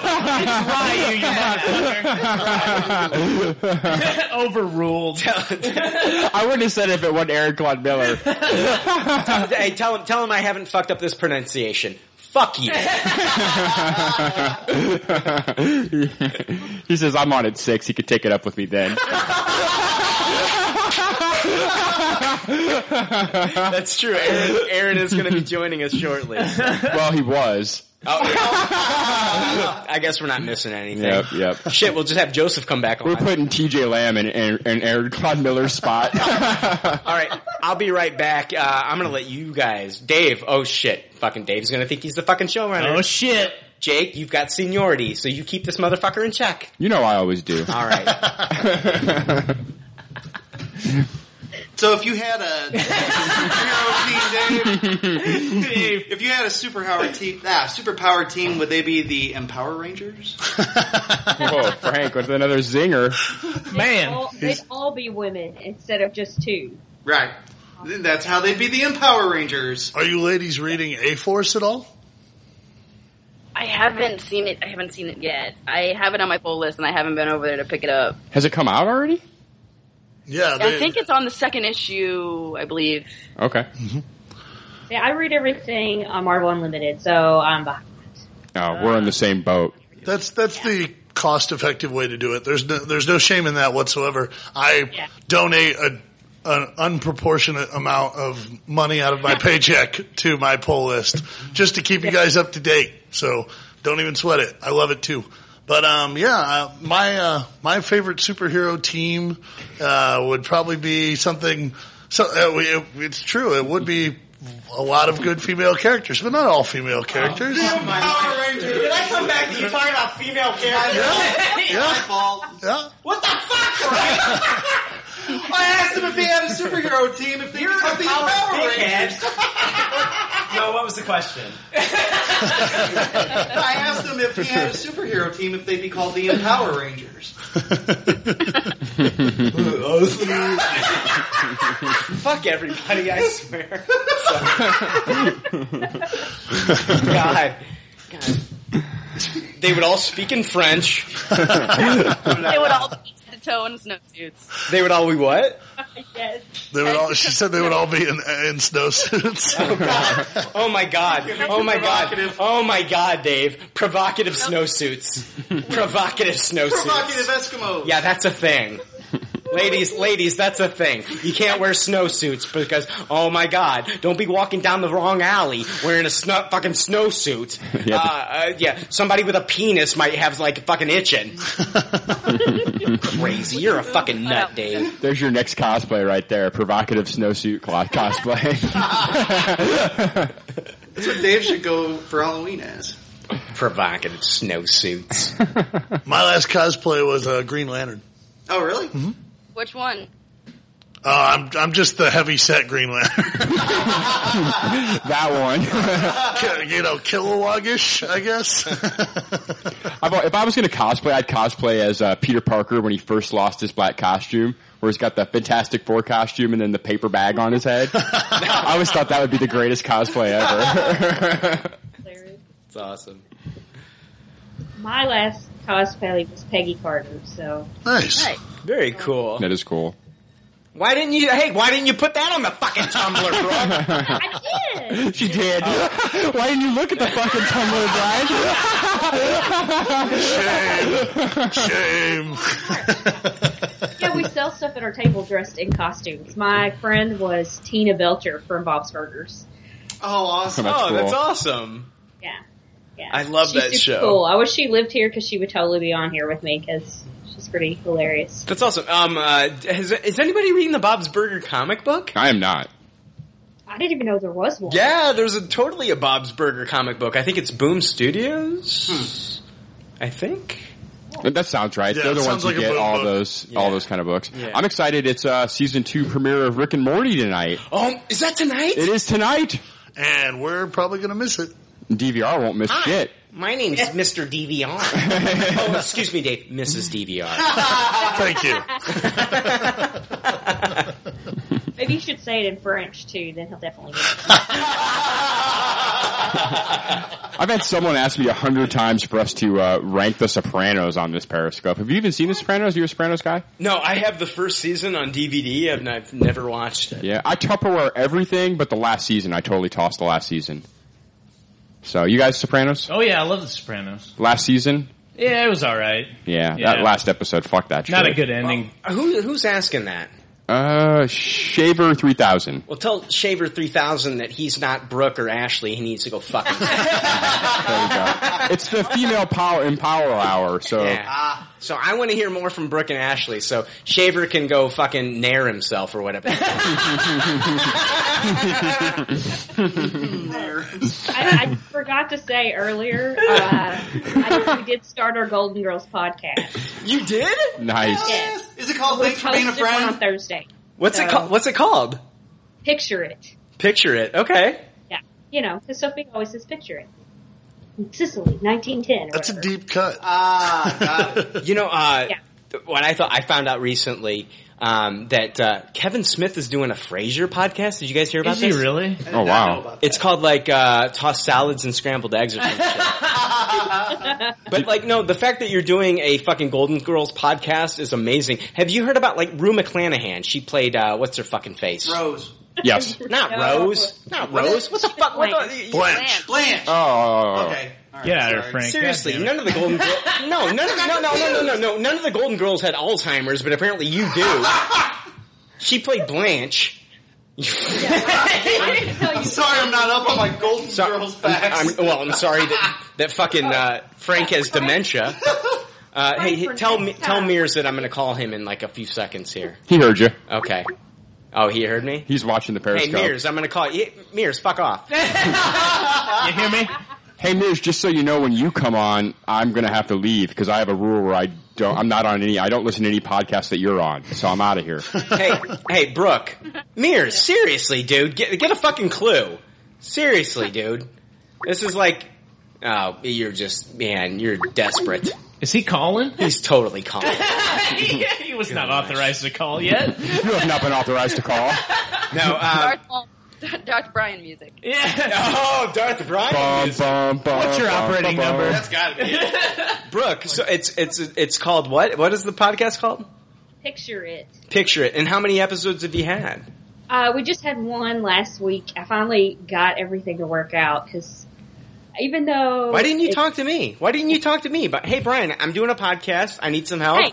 [SPEAKER 8] I
[SPEAKER 5] Overruled.
[SPEAKER 3] <laughs> wouldn't have said it if it wasn't Aaron Claude <laughs> Miller. hey, tell him, tell him I haven't fucked up this pronunciation. Fuck
[SPEAKER 8] <laughs>
[SPEAKER 3] you.
[SPEAKER 8] he says I'm on at six. He could take it up with me then. <laughs>
[SPEAKER 3] That's true. Aaron, Aaron is going to be joining us shortly. Oh,
[SPEAKER 8] well, he was.
[SPEAKER 3] I guess we're not missing anything.
[SPEAKER 8] Yep, yep.
[SPEAKER 3] Shit, we'll just have Joseph come back on.
[SPEAKER 8] We're putting T.J. Lamb in, in, in Aaron Claude Miller's spot. <laughs>
[SPEAKER 3] All right, I'll be right back. Uh, I'm gonna let you guys. Dave, oh shit, fucking Dave's gonna think he's the fucking showrunner.
[SPEAKER 5] Oh, shit.
[SPEAKER 3] Jake, you've got seniority, so you keep this motherfucker in check.
[SPEAKER 8] you know I always do.
[SPEAKER 3] All right.
[SPEAKER 7] So if you had a <laughs> superhero team, Dave, if you had a superpower team, ah, superpower team, would they be the Empower Rangers?
[SPEAKER 8] Whoa, Frank with another zinger.
[SPEAKER 5] Man,
[SPEAKER 30] all, they'd all be women instead of just two.
[SPEAKER 7] Right. Then That's how they'd be the Empower Rangers.
[SPEAKER 2] Are you ladies reading A Force at all?
[SPEAKER 15] I haven't seen it. I haven't seen it yet. I have it on my full list, and I haven't been over there to pick it up.
[SPEAKER 8] Has it come out already?
[SPEAKER 2] Yeah,
[SPEAKER 15] I think it's on the second issue, I believe.
[SPEAKER 8] Okay.
[SPEAKER 3] Mm-hmm.
[SPEAKER 30] Yeah, I read everything on Marvel Unlimited, so I'm behind.
[SPEAKER 8] Oh, we're in the same boat.
[SPEAKER 2] That's that's the cost-effective way to do it. There's no, there's no shame in that whatsoever. I donate a, an unproportionate amount of money out of my paycheck to my poll list just to keep you guys up to date. So don't even sweat it. I love it too. But um, yeah, uh, my uh, my favorite superhero team uh, would probably be something So uh, we, it, it's true. It would be a lot of good female characters, but not all female characters.
[SPEAKER 3] Power Rangers. Did I come back to you talking about female characters?
[SPEAKER 2] Yeah.
[SPEAKER 7] My
[SPEAKER 2] Yeah.
[SPEAKER 7] fault.
[SPEAKER 2] Yeah.
[SPEAKER 7] What the fuck? I asked him if he had a superhero team. If they You're could be
[SPEAKER 3] power
[SPEAKER 7] Power
[SPEAKER 3] dickhead.
[SPEAKER 7] Rangers.
[SPEAKER 3] no, what was the question?
[SPEAKER 7] I asked him if he had a superhero team. If they'd be called the Empower Rangers.
[SPEAKER 3] Fuck everybody, I swear. <laughs> So- <laughs> God. God. They would all speak in French. <laughs>
[SPEAKER 15] they would all be to the toe in snowsuits.
[SPEAKER 3] They would all be what?
[SPEAKER 15] <laughs> Yes.
[SPEAKER 2] They would all. She said they would all be in, in <laughs> snowsuits.
[SPEAKER 3] Oh my god. Oh my god. Oh my god, Dave. Provocative
[SPEAKER 15] <laughs>
[SPEAKER 3] snowsuits. Provocative
[SPEAKER 8] Oh,
[SPEAKER 3] snowsuits.
[SPEAKER 7] Provocative Eskimos.
[SPEAKER 3] Yeah, that's a thing. Ladies, ladies, that's a thing. You can't wear snowsuits because, oh my god, don't be walking down the wrong alley wearing a snow, fucking snowsuit.
[SPEAKER 8] <laughs> Yeah.
[SPEAKER 3] Uh, uh, yeah, somebody with a penis might have like fucking
[SPEAKER 8] <laughs>
[SPEAKER 3] itching. Crazy, you're a fucking nut, Dave.
[SPEAKER 8] There's your next cosplay right there. Provocative snowsuit cloth
[SPEAKER 3] <laughs>
[SPEAKER 8] cosplay.
[SPEAKER 7] That's what Dave should go for Halloween as.
[SPEAKER 3] <laughs> Provocative snowsuits.
[SPEAKER 2] <laughs> My last cosplay was a uh, Green Lantern. Mm-hmm.
[SPEAKER 7] Oh, really?
[SPEAKER 15] Which one?
[SPEAKER 2] Uh, I'm I'm just the heavy set Green Lantern. <laughs>
[SPEAKER 8] that
[SPEAKER 2] one. you know, Kilowagish, I guess.
[SPEAKER 8] I've, al- if I was going to cosplay, I'd cosplay as uh, Peter Parker when he first lost his black costume, where he's got the Fantastic Four costume and then the paper bag on
[SPEAKER 3] <laughs>
[SPEAKER 8] his head. I always thought that would be the greatest cosplay
[SPEAKER 3] <laughs>
[SPEAKER 8] ever.
[SPEAKER 3] It's awesome.
[SPEAKER 30] My last cosplay was Peggy Carter, so.
[SPEAKER 2] Nice.
[SPEAKER 3] Very cool.
[SPEAKER 8] that is cool.
[SPEAKER 3] Why didn't you? Hey, why didn't you put that on the fucking
[SPEAKER 8] <laughs>
[SPEAKER 3] Tumblr, bro?
[SPEAKER 8] She did. <laughs> Why didn't you look at the fucking Tumblr,
[SPEAKER 2] Brian? Shame.
[SPEAKER 30] Yeah, we sell stuff at our table dressed in costumes. My friend was Tina Belcher from Bob's Burgers.
[SPEAKER 7] Oh, awesome.
[SPEAKER 3] oh, that's awesome.
[SPEAKER 30] Yeah. Yeah.
[SPEAKER 3] I love
[SPEAKER 30] She's
[SPEAKER 3] that
[SPEAKER 30] super
[SPEAKER 3] show.
[SPEAKER 30] Cool. I wish she lived here because she would totally be on here with me because she's pretty hilarious.
[SPEAKER 3] That's awesome. Um, uh, has, is anybody reading the Bob's Burger comic book?
[SPEAKER 8] I am not.
[SPEAKER 30] I didn't even know there
[SPEAKER 3] <laughs>
[SPEAKER 30] was one.
[SPEAKER 3] Yeah, there's a totally a Bob's Burger comic book. I think it's Boom Studios. I think.
[SPEAKER 8] That sounds right.
[SPEAKER 3] Yeah,
[SPEAKER 8] They're
[SPEAKER 3] it
[SPEAKER 8] the
[SPEAKER 3] sounds
[SPEAKER 8] ones who
[SPEAKER 3] like a
[SPEAKER 8] get
[SPEAKER 3] book.
[SPEAKER 8] all those all those kind of books. I'm excited. It's uh, season two premiere of Rick and Morty tonight.
[SPEAKER 3] Um, is that tonight?
[SPEAKER 8] It is tonight.
[SPEAKER 2] And we're probably gonna miss it.
[SPEAKER 8] DVR won't miss
[SPEAKER 3] Hi.
[SPEAKER 8] shit.
[SPEAKER 3] My name's Mr. DVR.
[SPEAKER 8] <laughs>
[SPEAKER 3] oh, excuse me, Dave. Mrs. <laughs> DVR.
[SPEAKER 2] Thank you.
[SPEAKER 30] Maybe you should say it in French too, then he'll definitely get
[SPEAKER 3] <laughs>
[SPEAKER 30] it.
[SPEAKER 8] I've had someone ask me a hundred times for us to uh, rank The Sopranos on this Periscope. Have you even seen The Sopranos? You're a Sopranos guy?
[SPEAKER 3] No, I have the first season on DVD and I've never watched it.
[SPEAKER 8] Yeah, I Tupperware everything, but the last season I totally tossed the last season. So you guys Sopranos?
[SPEAKER 5] Oh yeah, I love The Sopranos.
[SPEAKER 8] Last season?
[SPEAKER 5] Yeah, it was all right.
[SPEAKER 8] Yeah,
[SPEAKER 5] Yeah.
[SPEAKER 8] that last episode. Fuck that.
[SPEAKER 5] Not
[SPEAKER 8] shit.
[SPEAKER 5] a good ending.
[SPEAKER 3] Who who's asking that?
[SPEAKER 8] Uh, Shaver three thousand.
[SPEAKER 3] Well, tell Shaver three thousand that he's not Brooke or Ashley. He needs to go fuck
[SPEAKER 8] <laughs>
[SPEAKER 3] himself.
[SPEAKER 8] It's the female power empower hour. So
[SPEAKER 3] Yeah. So I want to hear more from Brooke and Ashley. So Shaver can go fucking nair himself or
[SPEAKER 8] <laughs>
[SPEAKER 3] whatever.
[SPEAKER 30] I, I forgot to say earlier, uh, I, we did start our Golden Girls podcast.
[SPEAKER 3] You did?
[SPEAKER 8] nice.
[SPEAKER 30] Yes.
[SPEAKER 7] Is it called
[SPEAKER 30] We
[SPEAKER 7] Thanks for Being a
[SPEAKER 30] posted one
[SPEAKER 7] Friend?
[SPEAKER 30] on Thursday?
[SPEAKER 3] What's it called? What's it called?
[SPEAKER 30] Picture it.
[SPEAKER 3] Picture it. Okay.
[SPEAKER 30] Yeah. You know, because Sophie always says picture it. Sicily, 1910. That's a
[SPEAKER 2] deep cut.
[SPEAKER 7] Ah,
[SPEAKER 3] <laughs> You know, uh, what I thought I found out recently um, that uh, Kevin Smith is doing a Frasier podcast. Did you guys hear about
[SPEAKER 5] Is he
[SPEAKER 3] this?
[SPEAKER 5] really?
[SPEAKER 8] Oh, I did not wow. know about
[SPEAKER 3] It's called like uh, tossed salads and scrambled eggs
[SPEAKER 8] <laughs>
[SPEAKER 3] or something. But like, no, the fact that you're doing a fucking Golden Girls podcast is amazing. Have you heard about like Rue McClanahan? She played uh, what's her fucking face?
[SPEAKER 7] Rose.
[SPEAKER 8] Yes.
[SPEAKER 3] Not
[SPEAKER 7] No.
[SPEAKER 3] Rose. Not Rose. What the fuck? What the,
[SPEAKER 2] Blanche.
[SPEAKER 7] Blanche.
[SPEAKER 8] Oh.
[SPEAKER 7] Okay.
[SPEAKER 3] Yeah,
[SPEAKER 7] sorry. Frank,
[SPEAKER 3] Seriously,
[SPEAKER 7] goddamn it.
[SPEAKER 3] none of the Golden Girls. No, none of, no, no, no, no, no, no. None of the Golden Girls had Alzheimer's, but apparently you do. She played Blanche.
[SPEAKER 7] I'm sorry I'm not up on my Golden Girls facts.
[SPEAKER 3] I'm, well, I'm sorry that that fucking uh, Frank has dementia. Uh, hey, hey, tell me, tell Mears that I'm going to call him in like a few seconds here.
[SPEAKER 8] He heard you.
[SPEAKER 3] Okay. Oh, he heard me.
[SPEAKER 8] He's watching the
[SPEAKER 3] Hey,
[SPEAKER 8] Periscope.
[SPEAKER 3] Mears, I'm going to call you. Mears, fuck off.
[SPEAKER 8] you hear me? Hey, Miz, just so you know, when you come on, I'm going to have to leave because I have a rule where I don't, I'm not on any, I don't listen to any podcasts that you're on. So I'm out of here.
[SPEAKER 3] hey, hey, Brooke. Mears, seriously, dude. Get, get a fucking clue. Seriously, dude. This is like, oh, you're just, man, you're desperate.
[SPEAKER 5] Is he calling?
[SPEAKER 3] He's totally calling.
[SPEAKER 5] <laughs> he was not authorized to call yet.
[SPEAKER 8] you have not been authorized to call.
[SPEAKER 3] No, uh,
[SPEAKER 15] Darth, <laughs> Darth Bryan music.
[SPEAKER 5] Yeah.
[SPEAKER 7] <laughs>
[SPEAKER 3] Oh, Darth Bryan.
[SPEAKER 5] What's your operating number?
[SPEAKER 3] That's gotta be it. Brooke, so it's, it's, it's called what? What is the podcast called?
[SPEAKER 30] Picture it.
[SPEAKER 3] Picture it. And how many episodes have you had?
[SPEAKER 30] Uh, we just had one last week. I finally got everything to work out because even though
[SPEAKER 3] Why didn't you
[SPEAKER 30] it-
[SPEAKER 3] talk to me? Why didn't you talk to me? But hey, Brian, I'm doing a podcast. I need some help.
[SPEAKER 30] Hey,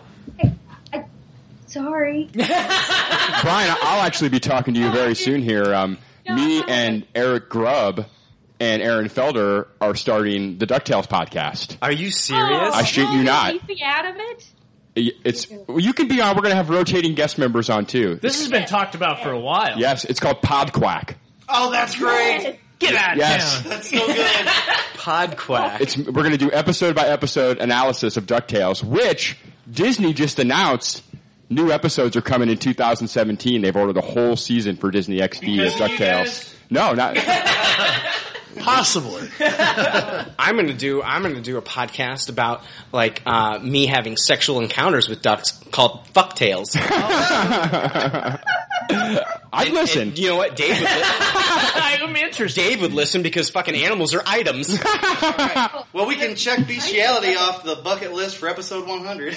[SPEAKER 30] Sorry.
[SPEAKER 8] Brian, I'll actually be talking to you very soon here. Um, me and Eric Grubb and Aaron Felder are starting the DuckTales podcast.
[SPEAKER 3] Are you serious?
[SPEAKER 8] I shoot you not.
[SPEAKER 30] Keep me out of it.
[SPEAKER 8] It's, you can be on, we're going to have rotating guest members on too.
[SPEAKER 5] This has been talked about for a while.
[SPEAKER 8] Yes, it's called Podquack.
[SPEAKER 7] Oh, that's great.
[SPEAKER 5] Get out of
[SPEAKER 8] Yes.
[SPEAKER 5] town.
[SPEAKER 7] That's so good.
[SPEAKER 3] Podquack.
[SPEAKER 8] It's we're going to do episode by episode analysis of Ducktales, which Disney just announced. New episodes are coming in 2017. They've ordered the whole season for Disney XD
[SPEAKER 3] Because
[SPEAKER 8] of
[SPEAKER 3] of you
[SPEAKER 8] Ducktales.
[SPEAKER 3] guys?
[SPEAKER 8] No, not
[SPEAKER 3] Possibly. I'm gonna do. I'm gonna do a podcast about like uh, me having sexual encounters with ducks called Fuck Tales.
[SPEAKER 8] <laughs> I listen.
[SPEAKER 3] you know what, Dave? Would I'm interested. Dave would listen because fucking animals are
[SPEAKER 8] <laughs>
[SPEAKER 3] items.
[SPEAKER 7] Well, we can check bestiality off the bucket list for episode 100.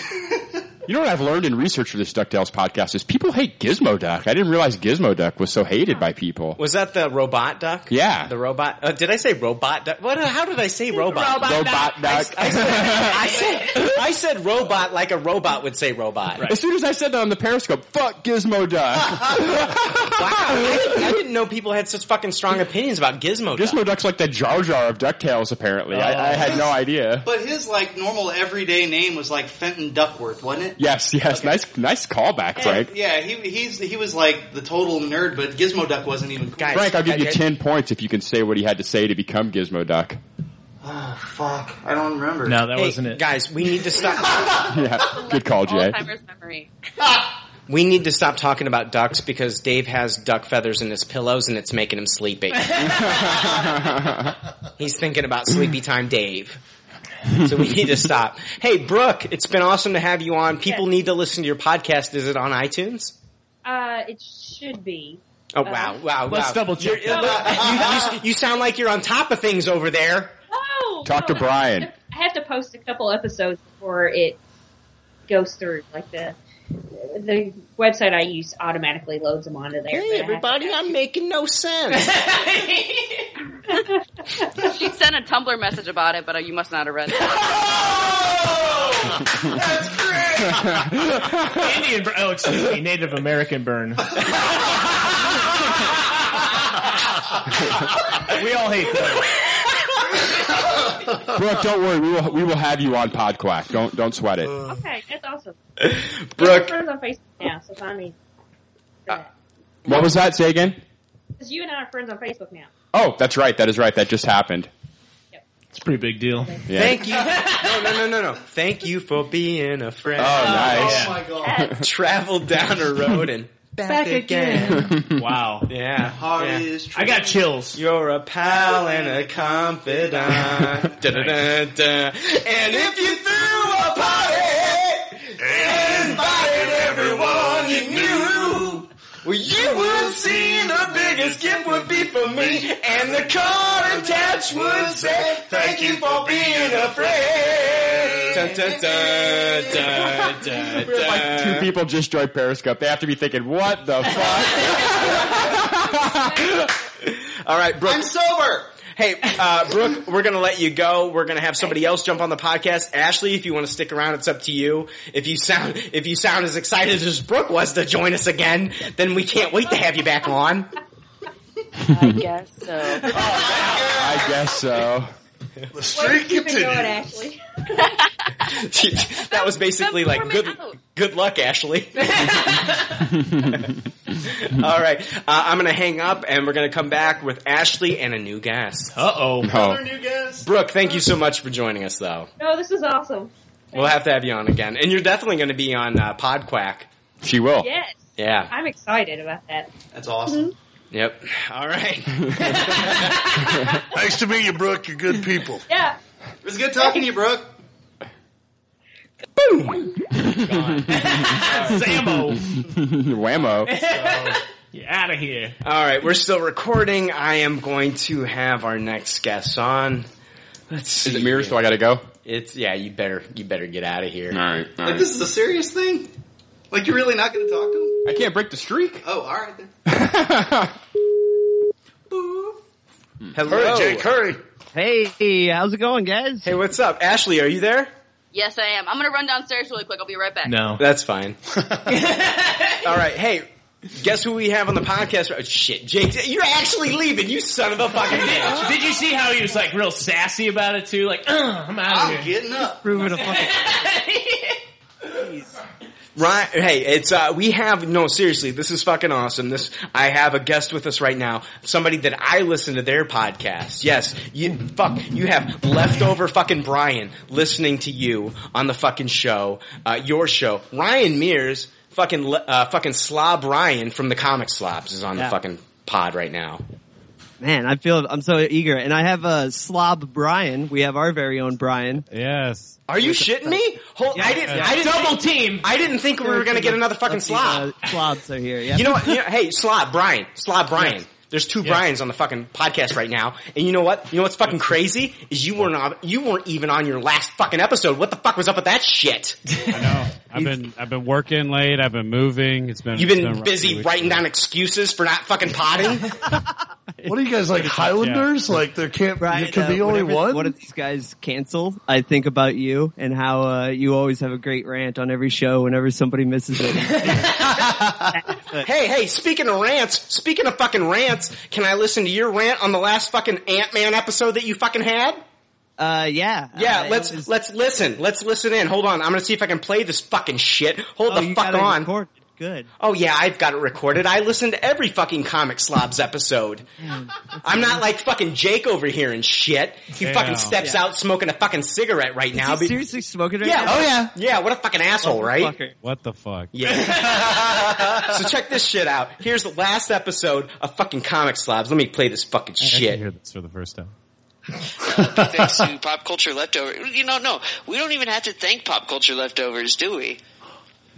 [SPEAKER 8] You know what I've learned in research for this Ducktales podcast is people hate Gizmo Duck. I didn't realize Gizmo Duck was so hated by people.
[SPEAKER 3] Was that the robot duck?
[SPEAKER 8] Yeah.
[SPEAKER 3] The robot. Uh, did I say robot duck? What? uh, How did I say robot?
[SPEAKER 8] Robot Robot duck. duck.
[SPEAKER 3] I, I said, I said. I said robot like a robot would say robot.
[SPEAKER 8] As soon as I said that on the Periscope, fuck Gizmo Duck. <laughs>
[SPEAKER 3] I, I didn't know people had such fucking strong opinions about Gizmo. Duck.
[SPEAKER 8] Gizmo Duck's like the Jar Jar of Ducktales. Apparently, I, I
[SPEAKER 7] <laughs>
[SPEAKER 8] had no idea.
[SPEAKER 7] but his like normal everyday name was like Fenton Duckworth, wasn't it?
[SPEAKER 8] Yes, yes, nice, nice callback, Frank.
[SPEAKER 7] Yeah, he he's he was like the total nerd, but Gizmo Duck wasn't even cool.
[SPEAKER 8] Frank, I'll give you ten points if you can say what he had to say to become Gizmo Duck.
[SPEAKER 7] Oh fuck, I don't remember.
[SPEAKER 8] No, that wasn't it.
[SPEAKER 3] Guys, we need to stop.
[SPEAKER 8] <laughs> yeah, good call, <laughs> Jay.
[SPEAKER 7] <laughs>
[SPEAKER 15] Alzheimer's memory.
[SPEAKER 3] We need to stop talking about ducks because Dave has duck feathers in his pillows and it's making him
[SPEAKER 8] <laughs>
[SPEAKER 3] sleepy. He's thinking about sleepy time Dave. So we need to stop. Hey, Brooke, it's been awesome to have you on. People need to listen to your podcast. Is it on iTunes?
[SPEAKER 30] Uh, it should be.
[SPEAKER 3] Oh wow, wow,
[SPEAKER 30] Let's
[SPEAKER 3] wow.
[SPEAKER 30] double check.
[SPEAKER 3] You're- You, you, you sound like you're on top of things over there.
[SPEAKER 30] Oh,
[SPEAKER 3] Talk to
[SPEAKER 30] no,
[SPEAKER 3] Brian.
[SPEAKER 30] I have to post a couple episodes before it goes through. Like the the website I use automatically loads them onto there.
[SPEAKER 3] Hey, everybody, I'm making no
[SPEAKER 30] <laughs>
[SPEAKER 3] sense.
[SPEAKER 15] She sent a Tumblr message about it, but uh, you must not have
[SPEAKER 3] <laughs>
[SPEAKER 15] read it.
[SPEAKER 5] Indian. bur- Oh, excuse me. Native American burn. we all hate that.
[SPEAKER 8] Brooke, don't worry, we will we will have you on Podquack. Don't don't sweat it.
[SPEAKER 30] Okay, that's awesome.
[SPEAKER 8] Brooke.
[SPEAKER 30] Friends on Facebook now, so find me.
[SPEAKER 8] What was that? Say again.
[SPEAKER 30] Because you and I are friends on Facebook now.
[SPEAKER 8] Oh, that's right. That is right. That just happened.
[SPEAKER 5] It's a pretty big deal.
[SPEAKER 8] Yeah.
[SPEAKER 3] Thank
[SPEAKER 30] <laughs>
[SPEAKER 3] you. No, no, no, no, no. Thank you for being a friend.
[SPEAKER 8] Oh, nice.
[SPEAKER 7] Oh,
[SPEAKER 3] my <laughs> god. Traveled down a road and back,
[SPEAKER 5] Back
[SPEAKER 3] again.
[SPEAKER 5] Wow.
[SPEAKER 3] Yeah.
[SPEAKER 7] Heart
[SPEAKER 3] yeah.
[SPEAKER 7] is
[SPEAKER 5] I got chills.
[SPEAKER 3] You're a pal and a
[SPEAKER 5] <laughs>
[SPEAKER 3] confidant. Da-da-da-da. And if you threw a party, invited everyone you knew. Well, you would see the biggest gift would be for me, and the card attached would say, "Thank you for being a friend." Dun, dun, dun, dun, dun,
[SPEAKER 8] We're like two
[SPEAKER 3] dun.
[SPEAKER 8] people just joined Periscope. They have to be thinking, what <laughs> the fuck?
[SPEAKER 3] <laughs> All right, Brooke. I'm
[SPEAKER 7] sober.
[SPEAKER 3] Hey, uh, Brooke, we're gonna let you go. We're gonna have somebody else jump on the podcast. Ashley, if you want to stick around, it's up to you. If you sound if you sound as excited as Brooke was to join us again, then we can't wait to have you back on.
[SPEAKER 15] I guess so.
[SPEAKER 8] I guess so.
[SPEAKER 2] The
[SPEAKER 30] Where
[SPEAKER 2] streak
[SPEAKER 30] you been going,
[SPEAKER 2] continues.
[SPEAKER 30] Ashley?
[SPEAKER 3] <laughs> that was basically like good good luck, Ashley.
[SPEAKER 5] <laughs>
[SPEAKER 3] All right, uh, I'm gonna hang up, and we're gonna come back with Ashley and a new guest. Uh oh,
[SPEAKER 30] Another new guest.
[SPEAKER 3] Brooke, thank you so much for joining us, though.
[SPEAKER 30] No, this is awesome.
[SPEAKER 3] We'll have to have you on again, and you're definitely going to be on uh, Podquack. She
[SPEAKER 30] Yes.
[SPEAKER 3] Yeah.
[SPEAKER 30] I'm excited about that. Mm-hmm.
[SPEAKER 3] That's awesome. Yep. All right.
[SPEAKER 2] <laughs> nice to meet you, Brooke. You're good people.
[SPEAKER 30] Yeah.
[SPEAKER 7] It was good talking to you, Brooke.
[SPEAKER 8] <laughs>
[SPEAKER 3] <laughs> Sambo. Whammo.
[SPEAKER 5] You're out of here.
[SPEAKER 3] All right, we're still recording. I am going to have our next guest on. Let's see. Is it mirrors? Do I got to go? It's yeah. You better you better get out of here. All right.
[SPEAKER 7] <laughs> Like this is a serious thing. Like you're really not going to talk to him?
[SPEAKER 3] I can't break the streak.
[SPEAKER 7] Oh, all right then.
[SPEAKER 3] Hello,
[SPEAKER 2] Hey, Jay
[SPEAKER 3] Curry.
[SPEAKER 17] Hey, how's it going, guys?
[SPEAKER 3] Hey, what's up, Ashley? Are you there?
[SPEAKER 15] Yes, I am. I'm gonna run downstairs really quick. I'll be right back.
[SPEAKER 3] That's <laughs> fine. All right. Hey, guess who we have on the podcast? Oh, shit. Jake, you're actually leaving, you son of a
[SPEAKER 5] <laughs>
[SPEAKER 3] fucking bitch.
[SPEAKER 5] Did you see how he was like real sassy about it too? Like, <clears throat> "Ugh, I'm out of here. I'm
[SPEAKER 7] getting <laughs> up.
[SPEAKER 17] Proving a fucking.
[SPEAKER 3] Right. Hey, it's uh we have no seriously, this is fucking awesome. This I have a guest with us right now. Somebody that I listen to their podcast. Yes. You fuck you have leftover fucking Brian listening to you on the fucking show. Uh your show. Ryan Mears, fucking le- uh fucking slob Ryan from the Comic Slobs is on the
[SPEAKER 17] Yeah.
[SPEAKER 3] fucking pod right now.
[SPEAKER 17] Man, I feel I'm so eager, and I have a uh, slob Brian. We have our very own Brian.
[SPEAKER 18] Yes.
[SPEAKER 3] Are you shitting me? Hold, I didn't. I didn't
[SPEAKER 17] Double
[SPEAKER 3] team. I didn't think we were gonna get another fucking
[SPEAKER 17] uh,
[SPEAKER 3] slob.
[SPEAKER 17] slobs are here. Yeah.
[SPEAKER 3] You know what? You know, hey, Slob Brian, Slob Brian. There's two Brian's on the fucking podcast right now, and you know what? You know what's fucking crazy is you weren't on, you weren't even on your last fucking episode. What the fuck was up with that shit?
[SPEAKER 18] I've been I've been working late. I've been moving. It's been
[SPEAKER 3] You've
[SPEAKER 18] it's
[SPEAKER 3] been
[SPEAKER 18] rough
[SPEAKER 3] busy
[SPEAKER 18] week.
[SPEAKER 3] writing down excuses for not fucking
[SPEAKER 17] <laughs>
[SPEAKER 3] potting.
[SPEAKER 2] <laughs> What are you guys like Highlanders? Like there can't
[SPEAKER 17] Brian,
[SPEAKER 2] there can
[SPEAKER 17] uh,
[SPEAKER 2] be only
[SPEAKER 17] whenever
[SPEAKER 2] one.
[SPEAKER 17] One of these guys cancel. I think about you and how uh, you always have a great rant on every show whenever somebody misses
[SPEAKER 3] <laughs>
[SPEAKER 17] it.
[SPEAKER 3] hey, hey, speaking of rants, speaking of fucking rants, can I listen to your rant on the last fucking Ant Man episode that you fucking had?
[SPEAKER 17] Uh, yeah.
[SPEAKER 3] Yeah,
[SPEAKER 17] Uh,
[SPEAKER 3] let's
[SPEAKER 17] it was-
[SPEAKER 3] let's listen. Let's listen in. Hold on, I'm gonna see if I can play this fucking shit. Hold
[SPEAKER 17] Oh,
[SPEAKER 3] the
[SPEAKER 17] you
[SPEAKER 3] fuck
[SPEAKER 17] got it
[SPEAKER 3] on.
[SPEAKER 17] recorded. Good.
[SPEAKER 3] Oh yeah, I've got it recorded. I listened to every fucking Comic Slobs episode. I'm not like fucking Jake over here and shit. He
[SPEAKER 17] Yeah.
[SPEAKER 3] fucking steps out smoking a fucking cigarette right now.
[SPEAKER 17] Is he seriously smoking right
[SPEAKER 3] yeah,
[SPEAKER 17] now?
[SPEAKER 3] oh yeah. Yeah, what a fucking asshole, right?
[SPEAKER 18] What the fuck?
[SPEAKER 17] <laughs>
[SPEAKER 3] Yeah. <laughs> so check this shit out. Here's the last episode of fucking Comic Slobs. Let me play this fucking
[SPEAKER 18] I can
[SPEAKER 3] shit.
[SPEAKER 18] hear this for the first time.
[SPEAKER 19] thanks to pop culture leftover. You know, no, we don't even have to thank pop culture leftovers, do we?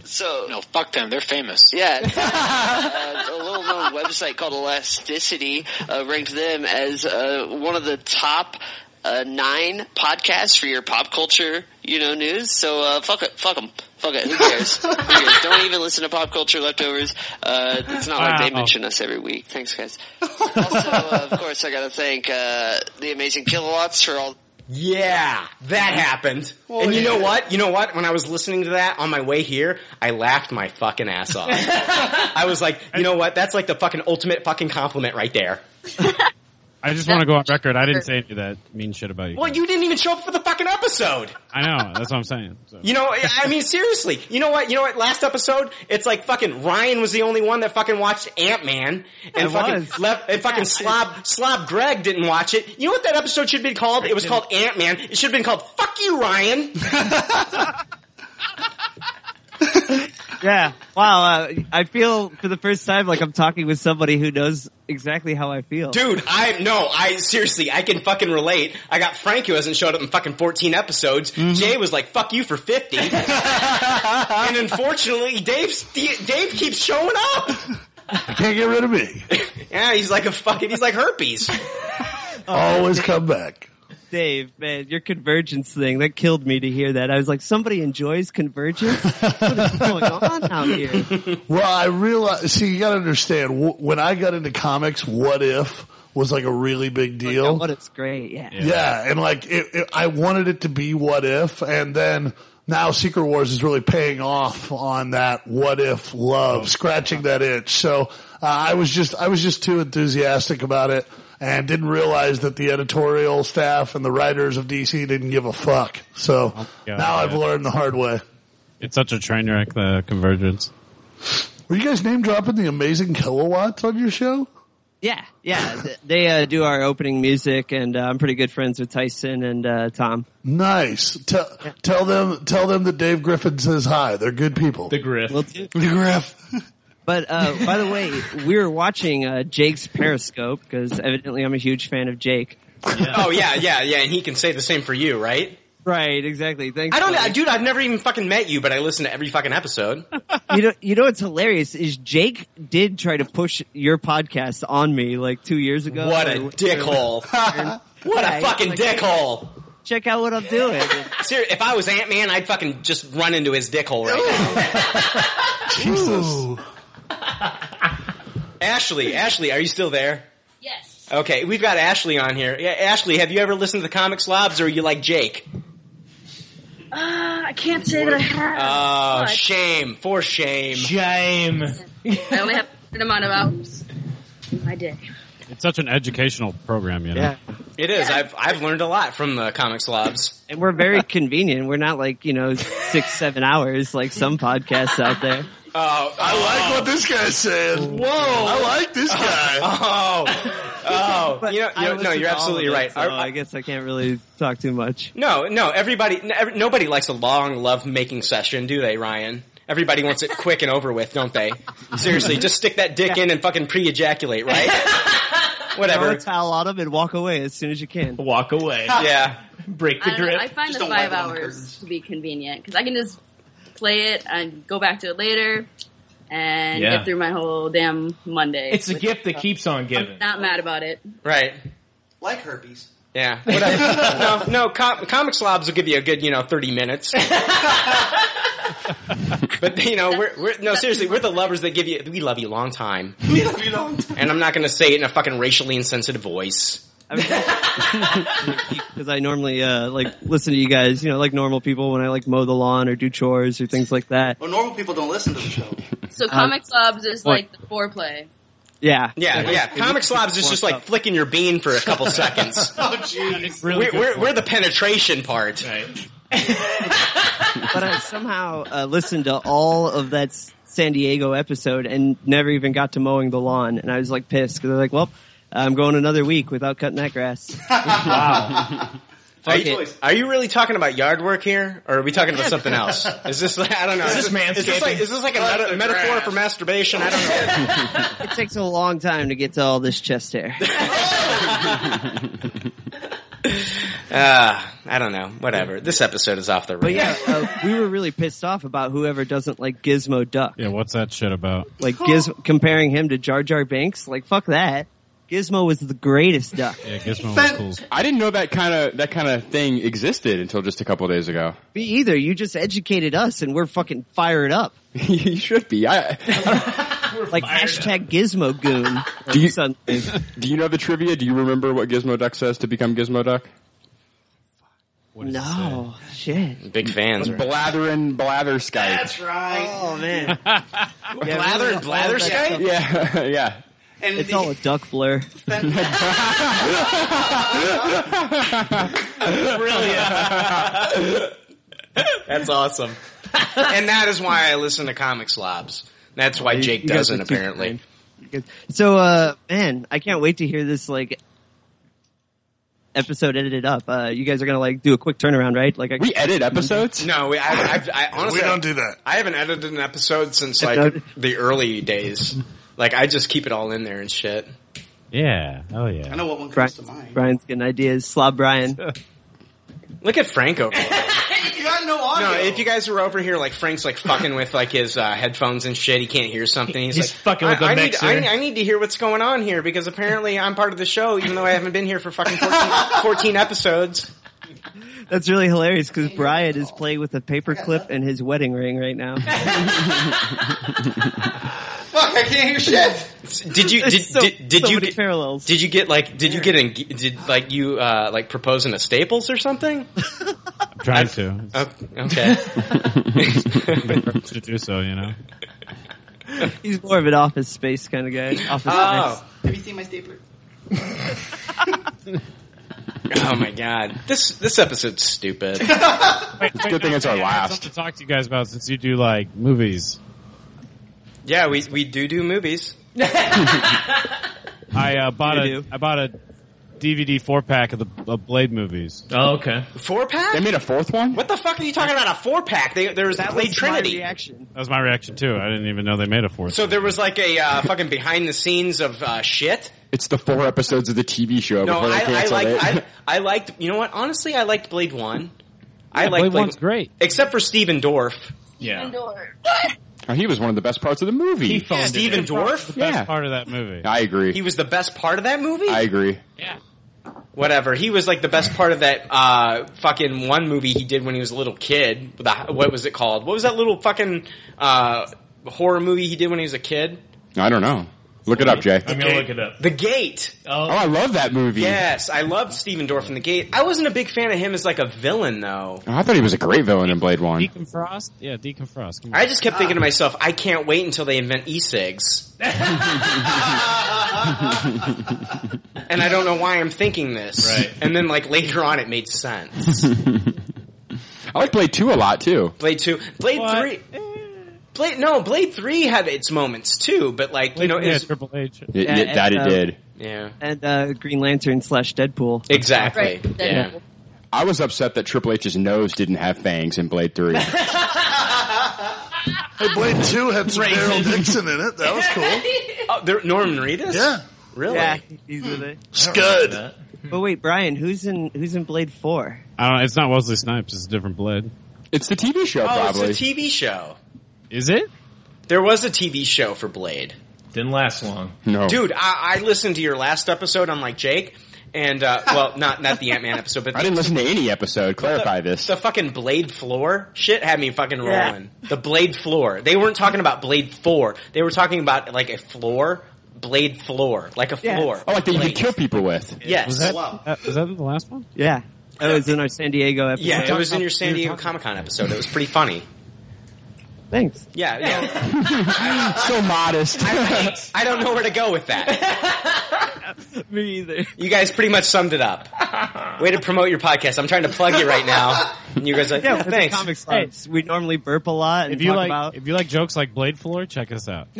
[SPEAKER 19] So no, fuck them. They're famous. Yeah, uh, a little-known website called Elasticity uh, ranked them as uh, one of the top uh, nine podcasts for your pop culture, you know, news. So uh, fuck it, fuck them, fuck it. Who cares? Who cares? Don't even listen to pop culture leftovers. Uh, it's not like they
[SPEAKER 33] Wow.
[SPEAKER 19] mention us every week. Thanks, guys. also, uh, of course, I got to thank uh, the amazing Kilowatts for all
[SPEAKER 3] Yeah, that happened.
[SPEAKER 19] Well,
[SPEAKER 3] and you know
[SPEAKER 19] yeah.
[SPEAKER 3] what? You know what? When I was listening to that on my way here, I laughed my fucking ass off. I was like, you know what? That's like the fucking ultimate fucking compliment right there.
[SPEAKER 18] I just want to go on record. I didn't say any of that mean shit about you.
[SPEAKER 3] Well, you didn't even show up for the fucking episode.
[SPEAKER 18] I know. That's what I'm
[SPEAKER 3] <laughs>
[SPEAKER 18] saying. So.
[SPEAKER 3] You know, I mean, seriously. You know what? You know what? Last episode, it's like fucking Ryan was the only one that fucking watched Ant Man, and
[SPEAKER 17] I
[SPEAKER 3] fucking
[SPEAKER 17] was.
[SPEAKER 3] left, and fucking slob slob Greg didn't watch it. You know what that episode should have been called? It was called Ant Man. It should have been called Fuck You, Ryan.
[SPEAKER 17] Yeah. Wow. Uh, I feel for the first time like I'm talking with somebody who knows exactly how I feel.
[SPEAKER 3] Dude, I no, I seriously, I can fucking relate. I got Frank who hasn't showed up in fucking fourteen episodes. Jay was like, "Fuck you for 50. and unfortunately, Dave's, Dave keeps showing up.
[SPEAKER 2] I can't get rid of me.
[SPEAKER 3] Yeah, he's like a fucking, he's like herpes.
[SPEAKER 2] Always come
[SPEAKER 17] Oh,
[SPEAKER 2] back.
[SPEAKER 17] Dave, man, your convergence thing, that killed me to hear that. I was like, somebody enjoys
[SPEAKER 2] <laughs>
[SPEAKER 17] convergence? what is going on out here?
[SPEAKER 2] Well, I realize. See, you got to understand. wh- When I got into comics, what if was like a really big deal.
[SPEAKER 17] But it's great, yeah.
[SPEAKER 2] Yeah, and like it, it, I wanted it to be what if, and then now Secret Wars is really paying off on that what if
[SPEAKER 18] Oh.
[SPEAKER 2] love, scratching that itch. So uh, I was just I was just too enthusiastic about it. and didn't realize that the editorial staff and the writers of DC didn't give a fuck. So
[SPEAKER 18] yeah,
[SPEAKER 2] now I've
[SPEAKER 18] yeah.
[SPEAKER 2] learned the hard way.
[SPEAKER 18] It's such a train wreck, the convergence.
[SPEAKER 2] Were you guys name dropping the amazing kilowatts on your show?
[SPEAKER 17] Yeah, yeah. th- They uh, do our opening music, and uh, I'm pretty good friends with Tyson and uh, Tom.
[SPEAKER 2] Nice. Tell tell them tell them that Dave Griffin says hi. They're good people. The
[SPEAKER 5] Griff.
[SPEAKER 2] The Griff.
[SPEAKER 17] But uh, by the way, we were watching uh, Jake's Periscope because evidently I'm a huge fan of Jake.
[SPEAKER 3] Oh yeah, yeah, yeah, and he can say the same for you, right?
[SPEAKER 17] Right, exactly. Thanks.
[SPEAKER 3] I don't,
[SPEAKER 17] Blake.
[SPEAKER 3] dude. I've never even fucking met you, but I listen to every fucking
[SPEAKER 17] <laughs>
[SPEAKER 3] episode.
[SPEAKER 17] you know, you know what's hilarious is Jake did try to push your podcast on me like two years ago.
[SPEAKER 3] What
[SPEAKER 17] I
[SPEAKER 3] a
[SPEAKER 17] went- <laughs>
[SPEAKER 3] dickhole! <laughs> what a
[SPEAKER 17] Right,
[SPEAKER 3] fucking
[SPEAKER 17] like-
[SPEAKER 3] dickhole!
[SPEAKER 17] Check out what I'm doing.
[SPEAKER 3] Seriously, if I was Ant Man, I'd fucking just run into his dickhole right
[SPEAKER 17] <laughs>
[SPEAKER 2] Jesus.
[SPEAKER 3] now. Ashley, Ashley, are you still there?
[SPEAKER 15] Yes.
[SPEAKER 3] Okay, we've got Ashley on here. Yeah, Ashley, have you ever listened to the Comic Slobs, or are you like Jake?
[SPEAKER 15] Uh, I can't say that I have.
[SPEAKER 3] Oh,
[SPEAKER 15] but
[SPEAKER 3] shame, for shame,
[SPEAKER 18] shame.
[SPEAKER 15] I only have a certain amount of hours in my day.
[SPEAKER 18] It's such an educational program, you know.
[SPEAKER 3] It is. I've I've learned a lot from the Comic Slobs.
[SPEAKER 17] And we're very convenient. We're not like you know six seven hours like some podcasts out there.
[SPEAKER 3] Oh,
[SPEAKER 2] Uh, I like what this guy's saying. Whoa, I like this guy.
[SPEAKER 3] <laughs> Oh, oh, <laughs> you know, you know-
[SPEAKER 17] I
[SPEAKER 3] no,
[SPEAKER 17] listen
[SPEAKER 3] you're
[SPEAKER 17] to all
[SPEAKER 3] absolutely
[SPEAKER 17] of it,
[SPEAKER 3] right.
[SPEAKER 17] so
[SPEAKER 3] Our-
[SPEAKER 17] I guess I can't really talk too much.
[SPEAKER 3] No, no, everybody, n- every- nobody likes a long love making session, do they, Ryan? Everybody wants it quick and over with, don't they? Seriously, just stick that dick in and fucking pre-ejaculate, right? Whatever.
[SPEAKER 17] Throw a towel on them and walk away as soon as you can.
[SPEAKER 5] Walk away.
[SPEAKER 3] <laughs> Yeah.
[SPEAKER 5] Break
[SPEAKER 15] I, don't know, I find the five hours to be convenient because I can just play it and go back to it later and
[SPEAKER 5] Yeah.
[SPEAKER 15] get through my whole damn Monday.
[SPEAKER 5] It's a
[SPEAKER 15] with-
[SPEAKER 5] gift that keeps on giving.
[SPEAKER 15] Not mad about it.
[SPEAKER 3] Right.
[SPEAKER 7] Like herpes. <laughs>
[SPEAKER 3] Yeah. Whatever. no, no, com- comic slobs will give you a good, you know, 30 minutes. but, you know, we're, we're, no, seriously, we're the lovers that give you, we love you a long time.
[SPEAKER 7] We love you,
[SPEAKER 3] <laughs>
[SPEAKER 7] don't.
[SPEAKER 3] And I'm not gonna say it in a fucking racially insensitive voice.
[SPEAKER 17] <laughs> because I normally uh, like listen to you guys, you know, like normal people when I like mow the lawn or do chores or things like that.
[SPEAKER 7] Well, normal people don't listen to the <laughs> show.
[SPEAKER 15] So
[SPEAKER 17] Um,
[SPEAKER 15] comic slobs is
[SPEAKER 17] what?
[SPEAKER 15] like the foreplay.
[SPEAKER 17] Yeah,
[SPEAKER 3] Yeah, yeah. Comic slobs is just like flicking your bean for a couple
[SPEAKER 17] <laughs>
[SPEAKER 3] seconds.
[SPEAKER 15] Oh jeez.
[SPEAKER 3] we're, we're, we're the penetration part.
[SPEAKER 17] but I somehow uh, listened to all of that S- San Diego episode and never even got to mowing the lawn, and I was like pissed because I was like, well, I'm going another week without cutting that grass. <laughs>
[SPEAKER 3] Are you, are you really talking about yard work here, or are we talking about something
[SPEAKER 17] <laughs>
[SPEAKER 3] else? Is this like, I don't know.
[SPEAKER 17] Is this
[SPEAKER 3] Is this like,
[SPEAKER 17] manscaping?
[SPEAKER 3] is this like a
[SPEAKER 17] Cut
[SPEAKER 3] meta-
[SPEAKER 17] the
[SPEAKER 3] metaphor
[SPEAKER 17] grass.
[SPEAKER 3] for masturbation? I don't know.
[SPEAKER 17] it takes a long time to get to all this chest hair. <laughs>
[SPEAKER 3] Uh, I don't know. Whatever. This episode is off the
[SPEAKER 17] But
[SPEAKER 3] rails.
[SPEAKER 17] yeah, uh, we were really pissed off about whoever doesn't like Gizmo Duck.
[SPEAKER 18] Yeah, what's that shit about?
[SPEAKER 17] Like Giz- comparing him to Jar Jar Binks, like fuck that. Gizmo was the greatest duck.
[SPEAKER 18] Yeah, Gizmo
[SPEAKER 17] was
[SPEAKER 18] cool.
[SPEAKER 8] I didn't know that kind of that kind of thing existed until just a couple days ago.
[SPEAKER 17] Me either. You just educated us, and we're fucking fired up.
[SPEAKER 8] <laughs> you should be. I,
[SPEAKER 17] <laughs> like hashtag Gizmo Goon.
[SPEAKER 8] Do you <laughs> do you know the trivia? Do you remember what Gizmo Duck says to become Gizmo Duck?
[SPEAKER 17] No shit.
[SPEAKER 3] Big fans. Right?
[SPEAKER 8] Blatherin Blatherskite.
[SPEAKER 7] That's
[SPEAKER 3] <laughs>
[SPEAKER 7] right.
[SPEAKER 17] Oh man.
[SPEAKER 3] Blather and blather skate?
[SPEAKER 8] Yeah,
[SPEAKER 2] <laughs>
[SPEAKER 8] yeah.
[SPEAKER 7] And
[SPEAKER 5] <laughs>
[SPEAKER 17] it's all a duck blur.
[SPEAKER 3] Brilliant. That's awesome.
[SPEAKER 17] <laughs>
[SPEAKER 3] And that is why I listen to Comic Slobs. That's why Jake
[SPEAKER 17] you guys
[SPEAKER 3] doesn't,
[SPEAKER 17] are too
[SPEAKER 3] apparently.
[SPEAKER 17] So, uh, man, I can't wait to hear this like episode edited up. Uh, you guys are gonna like do a quick turnaround, right? Like I-
[SPEAKER 8] we edit episodes.
[SPEAKER 3] No, we, I, I've, I honestly
[SPEAKER 17] We don't
[SPEAKER 2] do that.
[SPEAKER 3] I haven't edited an episode since like the early days. Like I just keep it all in there and shit.
[SPEAKER 18] Yeah. Oh yeah.
[SPEAKER 7] I know what one
[SPEAKER 17] Brian,
[SPEAKER 7] comes to mind.
[SPEAKER 17] Brian's getting ideas.
[SPEAKER 8] <laughs>
[SPEAKER 17] Slob Brian.
[SPEAKER 3] Look at Frank over. there.
[SPEAKER 7] You got no audio.
[SPEAKER 3] No, if you guys were over here, like Frank's like fucking with like his uh, headphones and shit. He can't hear something. He's,
[SPEAKER 5] He's
[SPEAKER 3] like,
[SPEAKER 5] fucking with
[SPEAKER 3] I,
[SPEAKER 5] the
[SPEAKER 3] I need,
[SPEAKER 5] mixer.
[SPEAKER 3] I, I need to hear what's going on here because apparently I'm part of the show, even though I haven't been here for fucking <laughs> 14, 14 episodes.
[SPEAKER 17] That's really hilarious because Brian is playing with a paper clip and his wedding ring right now.
[SPEAKER 7] Fuck, I can't hear shit.
[SPEAKER 3] Did you did
[SPEAKER 17] So-
[SPEAKER 3] did, did
[SPEAKER 17] so
[SPEAKER 3] you
[SPEAKER 17] many
[SPEAKER 3] get,
[SPEAKER 17] parallels?
[SPEAKER 3] Did you get like did you get in, did like you uh like propose in a Staples or something?
[SPEAKER 18] I'm trying
[SPEAKER 5] <laughs>
[SPEAKER 3] <laughs>
[SPEAKER 18] to.
[SPEAKER 3] Oh, okay.
[SPEAKER 18] to do so, you know.
[SPEAKER 17] He's more of an office space kind of guy. Office
[SPEAKER 3] Oh.
[SPEAKER 7] Have you seen my stapler?
[SPEAKER 9] oh my god,
[SPEAKER 3] this this episode's <laughs> stupid.
[SPEAKER 18] It's a good thing it's
[SPEAKER 7] <laughs>
[SPEAKER 18] our last. to talk to you guys about since you do like movies.
[SPEAKER 3] yeah, we we do do movies.
[SPEAKER 18] I uh, bought a I bought a DVD four pack of the of Blade movies.
[SPEAKER 5] Oh, okay.
[SPEAKER 3] Four pack?
[SPEAKER 18] They made a fourth one.
[SPEAKER 3] What the fuck are you talking about? A four pack? They, there was that Blade Trinity.
[SPEAKER 18] That was my reaction too. I didn't even know they made a fourth.
[SPEAKER 3] So there was like a uh, fucking behind the scenes of uh, shit.
[SPEAKER 8] It's the four episodes of the TV show
[SPEAKER 3] No,
[SPEAKER 8] Oh, before they
[SPEAKER 3] I, I
[SPEAKER 8] canceled
[SPEAKER 3] liked.
[SPEAKER 8] it.
[SPEAKER 3] I, I liked. You know what? Honestly, I liked Blade One. I
[SPEAKER 8] Yeah,
[SPEAKER 3] liked
[SPEAKER 8] Blade One's
[SPEAKER 3] great, except for Steven Dorff.
[SPEAKER 18] Yeah,
[SPEAKER 8] Oh, he was one of the best parts of the movie.
[SPEAKER 3] He phoned it. Steven Dorff? The best
[SPEAKER 8] yeah.
[SPEAKER 18] part of that movie.
[SPEAKER 8] I agree.
[SPEAKER 3] He was the best part of that movie.
[SPEAKER 8] I agree.
[SPEAKER 3] Whatever. He was like the best part of that uh, fucking one movie he did when he was a little kid. The, what was it called? What was that little fucking uh, horror movie he did when he was a kid?
[SPEAKER 8] I don't know. Look it up, Jay.
[SPEAKER 3] it up. The Gate.
[SPEAKER 8] Oh, I love that movie.
[SPEAKER 3] Yes, I loved Steven Dorff in The Gate. I wasn't a big fan of him as like a villain though.
[SPEAKER 8] Oh, I thought he was a great villain in Blade
[SPEAKER 17] <laughs>
[SPEAKER 8] One. <laughs>
[SPEAKER 18] Deacon Frost. Yeah, Deacon Frost. Come on.
[SPEAKER 3] I just
[SPEAKER 18] <laughs>
[SPEAKER 3] kept thinking to myself, I can't wait until they invent e-cigs. and I don't know why I'm thinking this. Right. And then like later on it made sense.
[SPEAKER 8] I like Blade Two a lot too.
[SPEAKER 3] Blade 2, Blade 3. Blade no, Blade 3 had its moments too, but like, you know,
[SPEAKER 17] yeah,
[SPEAKER 3] it's
[SPEAKER 18] Triple H.
[SPEAKER 8] It- it- that it did.
[SPEAKER 3] Yeah.
[SPEAKER 17] And uh, Green Lantern slash Deadpool.
[SPEAKER 3] Exactly. Right,
[SPEAKER 8] Yeah. I was upset that Triple H's nose didn't have fangs in Blade Three.
[SPEAKER 2] Hey, Blade 2 had some Daryl Dixon in it. That was cool.
[SPEAKER 3] <laughs> Oh, there, Norman Reedus?
[SPEAKER 2] Yeah.
[SPEAKER 3] Really?
[SPEAKER 17] Yeah, these
[SPEAKER 33] Hmm.
[SPEAKER 17] are the
[SPEAKER 2] Scud.
[SPEAKER 17] But wait, Brian, who's in who's in Blade Four?
[SPEAKER 18] I don't. know. It's not Wesley Snipes. It's a different Blade.
[SPEAKER 8] It's the TV show.
[SPEAKER 3] oh, it's a TV show.
[SPEAKER 18] Is it?
[SPEAKER 3] There was a TV show for Blade.
[SPEAKER 5] Didn't last long.
[SPEAKER 8] No.
[SPEAKER 3] Dude, I, I listened to your last episode. I'm like Jake, and uh, well, not not the Ant Man episode, but
[SPEAKER 8] I didn't listen to any episode. Clarify this.
[SPEAKER 3] The fucking Blade Floor shit had me fucking
[SPEAKER 8] Yeah.
[SPEAKER 3] rolling. The Blade Floor. They weren't talking about Blade Four. They were talking about like a floor, Blade Floor, like a floor.
[SPEAKER 8] I like that you
[SPEAKER 3] Blade.
[SPEAKER 8] could kill people with.
[SPEAKER 3] Yes.
[SPEAKER 17] Was
[SPEAKER 18] that- That, was that the last one?
[SPEAKER 17] Yeah. Oh, it was in our San Diego episode.
[SPEAKER 3] yeah, it was in your San Diego Comic Con episode. It was pretty funny.
[SPEAKER 17] Thanks.
[SPEAKER 3] Yeah, yeah.
[SPEAKER 18] <laughs>
[SPEAKER 8] so modest.
[SPEAKER 3] I, I don't know where to go with that.
[SPEAKER 17] <laughs> Me either.
[SPEAKER 3] You guys pretty much summed it up. Way to promote your podcast. I'm trying to plug you right now, and you guys are like, yeah,
[SPEAKER 17] with the
[SPEAKER 3] thanks.
[SPEAKER 17] Comic Slabs. We normally burp a lot and
[SPEAKER 18] If you
[SPEAKER 17] talk
[SPEAKER 18] like,
[SPEAKER 17] about.
[SPEAKER 18] if you like jokes like Blade Floor, check us out.
[SPEAKER 3] <laughs>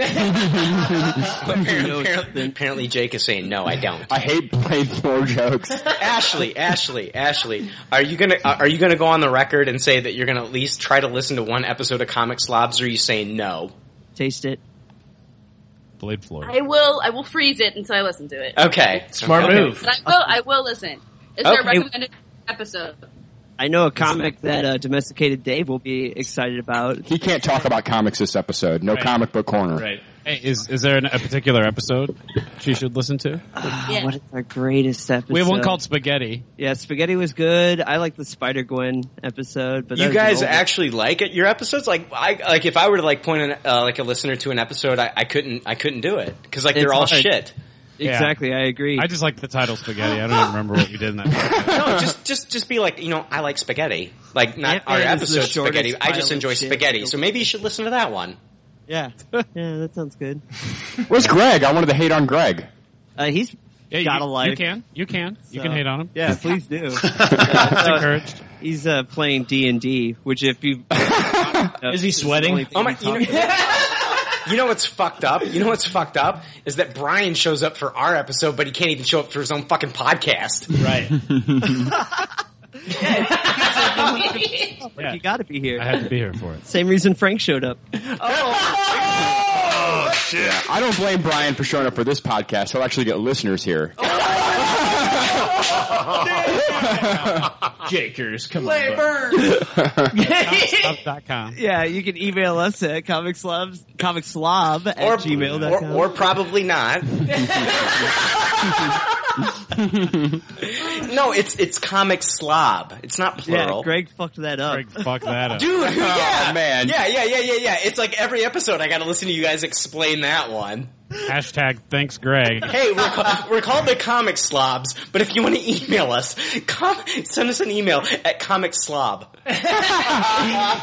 [SPEAKER 3] apparently, apparently- apparently Jake is saying no, I don't.
[SPEAKER 8] I hate Blade Four jokes.
[SPEAKER 3] Ashley, Ashley, Ashley, are you gonna uh, are you gonna go on the record and say that you're gonna at least try to listen to one episode of Comic Slobs? Or are you saying no?
[SPEAKER 17] Taste it.
[SPEAKER 18] Blade Floor.
[SPEAKER 15] I will. I will freeze it until I listen to it.
[SPEAKER 3] Okay,
[SPEAKER 17] Smart
[SPEAKER 3] Okay.
[SPEAKER 17] move.
[SPEAKER 15] But I will. I will listen. Is there a
[SPEAKER 17] Okay.
[SPEAKER 15] recommended <laughs> episode?
[SPEAKER 17] I know a comic that uh, Domesticated Dave will be excited about.
[SPEAKER 8] He can't talk about comics this episode. No
[SPEAKER 18] Right.
[SPEAKER 8] comic book corner.
[SPEAKER 18] Right. Hey, is is there an, a particular episode she should listen to?
[SPEAKER 17] Oh, what is our greatest episode?
[SPEAKER 18] We have one called Spaghetti.
[SPEAKER 17] Yeah, Spaghetti was good. I like the Spider Gwen episode, but that
[SPEAKER 3] you
[SPEAKER 17] was an
[SPEAKER 3] guys
[SPEAKER 17] old one.
[SPEAKER 3] actually like it. Your episodes, like I like, if I were to like point an, uh, like a listener to an episode, I, I couldn't, I couldn't do it because like they're
[SPEAKER 17] It's
[SPEAKER 3] all
[SPEAKER 17] hard. <laughs>
[SPEAKER 3] shit.
[SPEAKER 17] Exactly, I agree.
[SPEAKER 18] I just like the title Spaghetti. I don't even remember what we did in that.
[SPEAKER 17] <laughs>
[SPEAKER 3] no, just just just be like, you know, I like spaghetti. Like not
[SPEAKER 17] Ant-Man
[SPEAKER 3] our
[SPEAKER 17] is the
[SPEAKER 3] episode
[SPEAKER 17] shortest
[SPEAKER 3] spaghetti. I just
[SPEAKER 17] pile of
[SPEAKER 3] enjoy
[SPEAKER 17] shit.
[SPEAKER 3] spaghetti. So maybe you should listen to that one.
[SPEAKER 17] Yeah, <laughs> yeah, that sounds good.
[SPEAKER 8] Where's Greg? I wanted to hate on Greg.
[SPEAKER 17] Uh, he's got a life.
[SPEAKER 18] You can. You can. You can
[SPEAKER 17] So-
[SPEAKER 18] hate on him.
[SPEAKER 17] Yeah,
[SPEAKER 3] <laughs>
[SPEAKER 17] please do.
[SPEAKER 18] encouraged.
[SPEAKER 17] He's uh, playing D and D, which
[SPEAKER 18] <laughs>
[SPEAKER 17] if you is he sweating?
[SPEAKER 3] Oh my! You know, <laughs> you know what's fucked up? You know what's fucked up is that Brian shows up for our episode, but he can't even show up for his own fucking podcast.
[SPEAKER 18] Right.
[SPEAKER 17] <laughs> You got to be here.
[SPEAKER 18] I had to be here for it.
[SPEAKER 17] Same reason Frank showed up.
[SPEAKER 8] I don't blame Brian for showing up for this podcast. He'll actually get listeners here.
[SPEAKER 5] <laughs> Jakers, come
[SPEAKER 17] Blade
[SPEAKER 5] on. bud.
[SPEAKER 17] Yeah, you can email us at comicslob comicslob at
[SPEAKER 3] Or-
[SPEAKER 17] gmail.com.
[SPEAKER 3] or- or probably
[SPEAKER 17] <laughs>
[SPEAKER 3] not. <laughs> no, it's it's comic slob. It's not plural.
[SPEAKER 17] yeah, Greg fucked that up. Greg
[SPEAKER 18] fucked that uh,
[SPEAKER 3] Dude, <laughs> yeah,
[SPEAKER 8] man,
[SPEAKER 5] Oh,
[SPEAKER 3] yeah, yeah, yeah, yeah, yeah. It's like every episode I got to listen to you guys explain that one.
[SPEAKER 18] Hashtag thanks,
[SPEAKER 3] <laughs>
[SPEAKER 18] Greg.
[SPEAKER 3] Hey, we're, ca- we're called the Comic Slobs, but if you want to email us, com- send us an email at Comic Slob.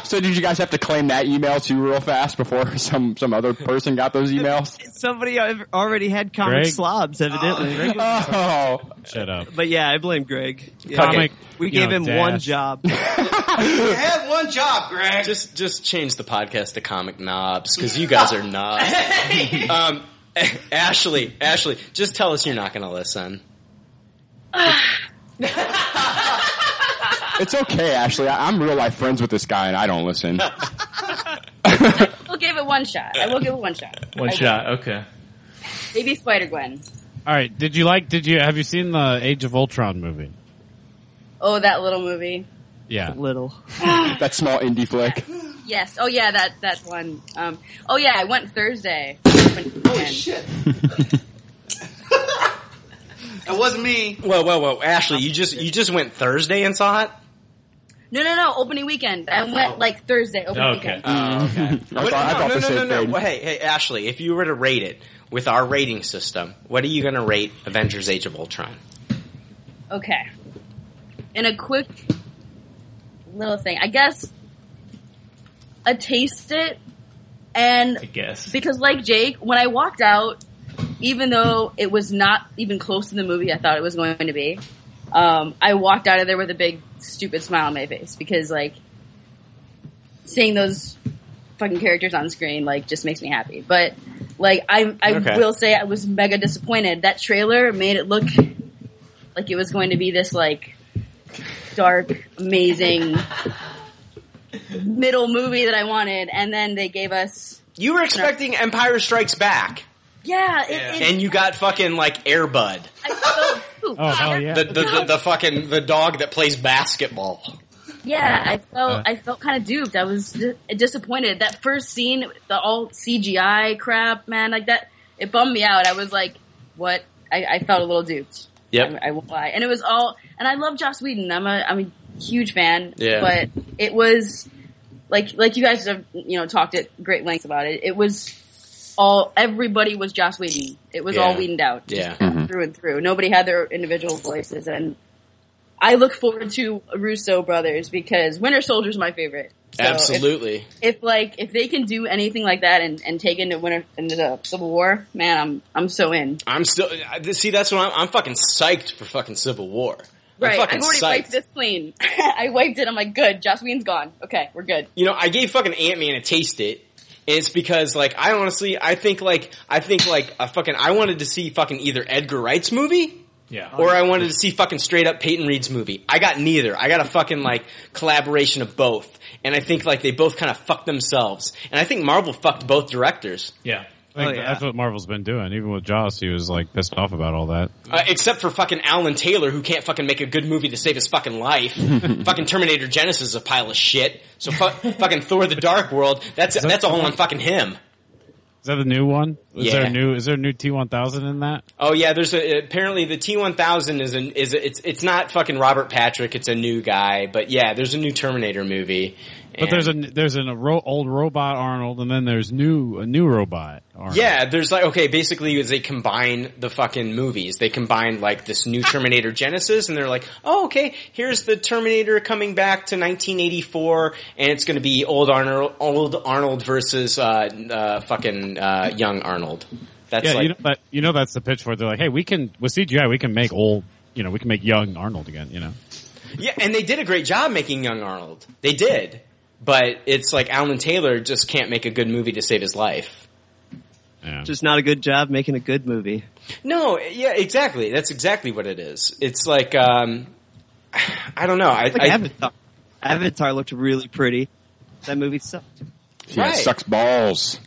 [SPEAKER 8] So did you guys have to claim that email too real fast before <laughs> some some other person got those emails?
[SPEAKER 17] Somebody al- already had comic
[SPEAKER 8] Greg?
[SPEAKER 17] slobs, evidently. Greg was-
[SPEAKER 8] Oh,
[SPEAKER 18] shut up.
[SPEAKER 17] But yeah, I blame Greg. Yeah.
[SPEAKER 3] Comic,
[SPEAKER 17] we
[SPEAKER 3] you
[SPEAKER 17] gave
[SPEAKER 3] know,
[SPEAKER 17] him
[SPEAKER 3] dash.
[SPEAKER 17] one job.
[SPEAKER 7] You have one job, Greg.
[SPEAKER 3] Just just change the podcast to Comic Knobs because you guys are knobs. um, Ashley, Ashley, just tell us you're not going to listen.
[SPEAKER 8] It's okay, Ashley. I, I'm real life friends with this guy, and I
[SPEAKER 3] <laughs>
[SPEAKER 8] don't listen.
[SPEAKER 15] We'll give it one shot. I will give it one shot.
[SPEAKER 18] One shot. Okay.
[SPEAKER 15] Maybe Spider Gwen.
[SPEAKER 18] All right. Did you like? Did you have you seen the Age of Ultron movie?
[SPEAKER 15] Oh, that little movie.
[SPEAKER 18] Yeah.
[SPEAKER 3] <laughs>
[SPEAKER 17] Little.
[SPEAKER 8] that small indie flick.
[SPEAKER 15] Yes. Oh yeah, that that one. Um, oh yeah, I went Thursday. Holy shit!
[SPEAKER 3] It wasn't me. Whoa, whoa, whoa, Ashley, you just you just went Thursday and saw it.
[SPEAKER 15] No, no, no. Opening weekend. I went like Thursday. Opening weekend.
[SPEAKER 3] Oh, okay.
[SPEAKER 8] <laughs> I thought- I thought
[SPEAKER 3] no, no,
[SPEAKER 8] the
[SPEAKER 3] no,
[SPEAKER 8] same
[SPEAKER 3] no,
[SPEAKER 8] thing.
[SPEAKER 3] no. Hey, hey, Ashley, if you were to rate it with our rating system, what are you going to rate Avengers: Age of Ultron?
[SPEAKER 15] Okay. And a quick little thing, I guess. A taste it, and
[SPEAKER 5] I guess.
[SPEAKER 15] because like Jake, when I walked out, even though it was not even close to the movie I thought it was going to be, um, I walked out of there with a big stupid smile on my face because like seeing those fucking characters on screen like just makes me happy. But like I I
[SPEAKER 27] Okay.
[SPEAKER 15] will say I was mega disappointed. That trailer made it look like it was going to be this like dark, amazing middle movie that I wanted, and then they gave us
[SPEAKER 3] You were expecting Empire Strikes Back,
[SPEAKER 15] yeah, it, it,
[SPEAKER 3] and you got fucking like Airbud,
[SPEAKER 15] I felt,
[SPEAKER 3] Oh hell yeah! The, the, the, the fucking the dog that plays basketball.
[SPEAKER 15] yeah, I felt, I felt kind of duped. I was di- disappointed. That first scene, the all CGI crap, man, like that, it bummed me out. I was like, what? I, I felt a little duped.
[SPEAKER 3] Yep.
[SPEAKER 15] I won't lie. And it was all, and I love Joss Whedon. I'm a, I'm a huge fan.
[SPEAKER 3] Yeah.
[SPEAKER 15] But it was, like, like you guys have, you know, talked at great lengths about it. It was all, everybody was Joss Whedon. It was all
[SPEAKER 3] Yeah.
[SPEAKER 15] Whedoned out.
[SPEAKER 3] Yeah.
[SPEAKER 15] through and through. Nobody had their individual voices, and I look forward to Russo brothers because Winter Soldier's my favorite. So
[SPEAKER 3] Absolutely.
[SPEAKER 15] If, if like if they can do anything like that and, and take into Winter into the Civil War, man, I'm I'm so in.
[SPEAKER 3] I'm still I- see. That's what I'm, I'm fucking psyched for. Fucking Civil War.
[SPEAKER 15] Right,
[SPEAKER 3] I'm fucking
[SPEAKER 15] I've already
[SPEAKER 3] psyched.
[SPEAKER 15] wiped this clean. <laughs> I wiped it. I'm like, good. Joss Whedon's gone. Okay, we're good. <laughs>
[SPEAKER 3] you know, I gave fucking Ant Man a taste it. And it's because like I honestly I think like I think like a fucking I wanted to see fucking either Edgar Wright's movie
[SPEAKER 5] Oh, Yeah.
[SPEAKER 3] or I wanted to see fucking straight up Peyton Reed's movie. I got neither. I got a fucking like collaboration of both. And I think like they both kind of fucked themselves. And I think Marvel fucked both directors.
[SPEAKER 5] Yeah.
[SPEAKER 3] Oh,
[SPEAKER 18] I think That's what Marvel's been doing. Even with Joss, he was like pissed off about all that.
[SPEAKER 3] Uh, except for fucking Alan Taylor, who can't fucking make a good movie to save his fucking life. fucking Terminator Genesis is a pile of shit. So fu- fucking Thor: The Dark World. That's that's all on fucking him.
[SPEAKER 18] Is that the new one? Is there
[SPEAKER 3] Yeah.
[SPEAKER 18] a new? Is there a new T one thousand in that?
[SPEAKER 3] Oh yeah, there's a apparently the T1000 is an is a, it's it's not fucking Robert Patrick, it's a new guy, but yeah, there's a new Terminator movie.
[SPEAKER 18] But there's a there's an a ro- old robot Arnold, and then there's new a new robot. Arnold.
[SPEAKER 3] yeah, there's like okay, basically is they combine the fucking movies. They combine like this new Terminator Genesis, and they're like, oh okay, here's the Terminator coming back to 1984, and it's going to be old Arnold old Arnold versus uh, uh fucking uh young Arnold. That's
[SPEAKER 18] yeah,
[SPEAKER 3] like
[SPEAKER 18] you know that you know that's the pitch for it. They're like, hey, we can with CGI, we can make old, you know, we can make young Arnold again. You know,
[SPEAKER 3] Yeah, and they did a great job making young Arnold. They did. But it's like Alan Taylor just can't make a good movie to save his life.
[SPEAKER 17] Just not a good job making a good movie.
[SPEAKER 3] No, yeah, exactly. That's exactly what it is. It's like um <sighs> I don't know. I,
[SPEAKER 17] Like
[SPEAKER 3] I
[SPEAKER 17] Avatar. Avatar looked really pretty. That movie sucked.
[SPEAKER 8] Yeah, it sucks balls.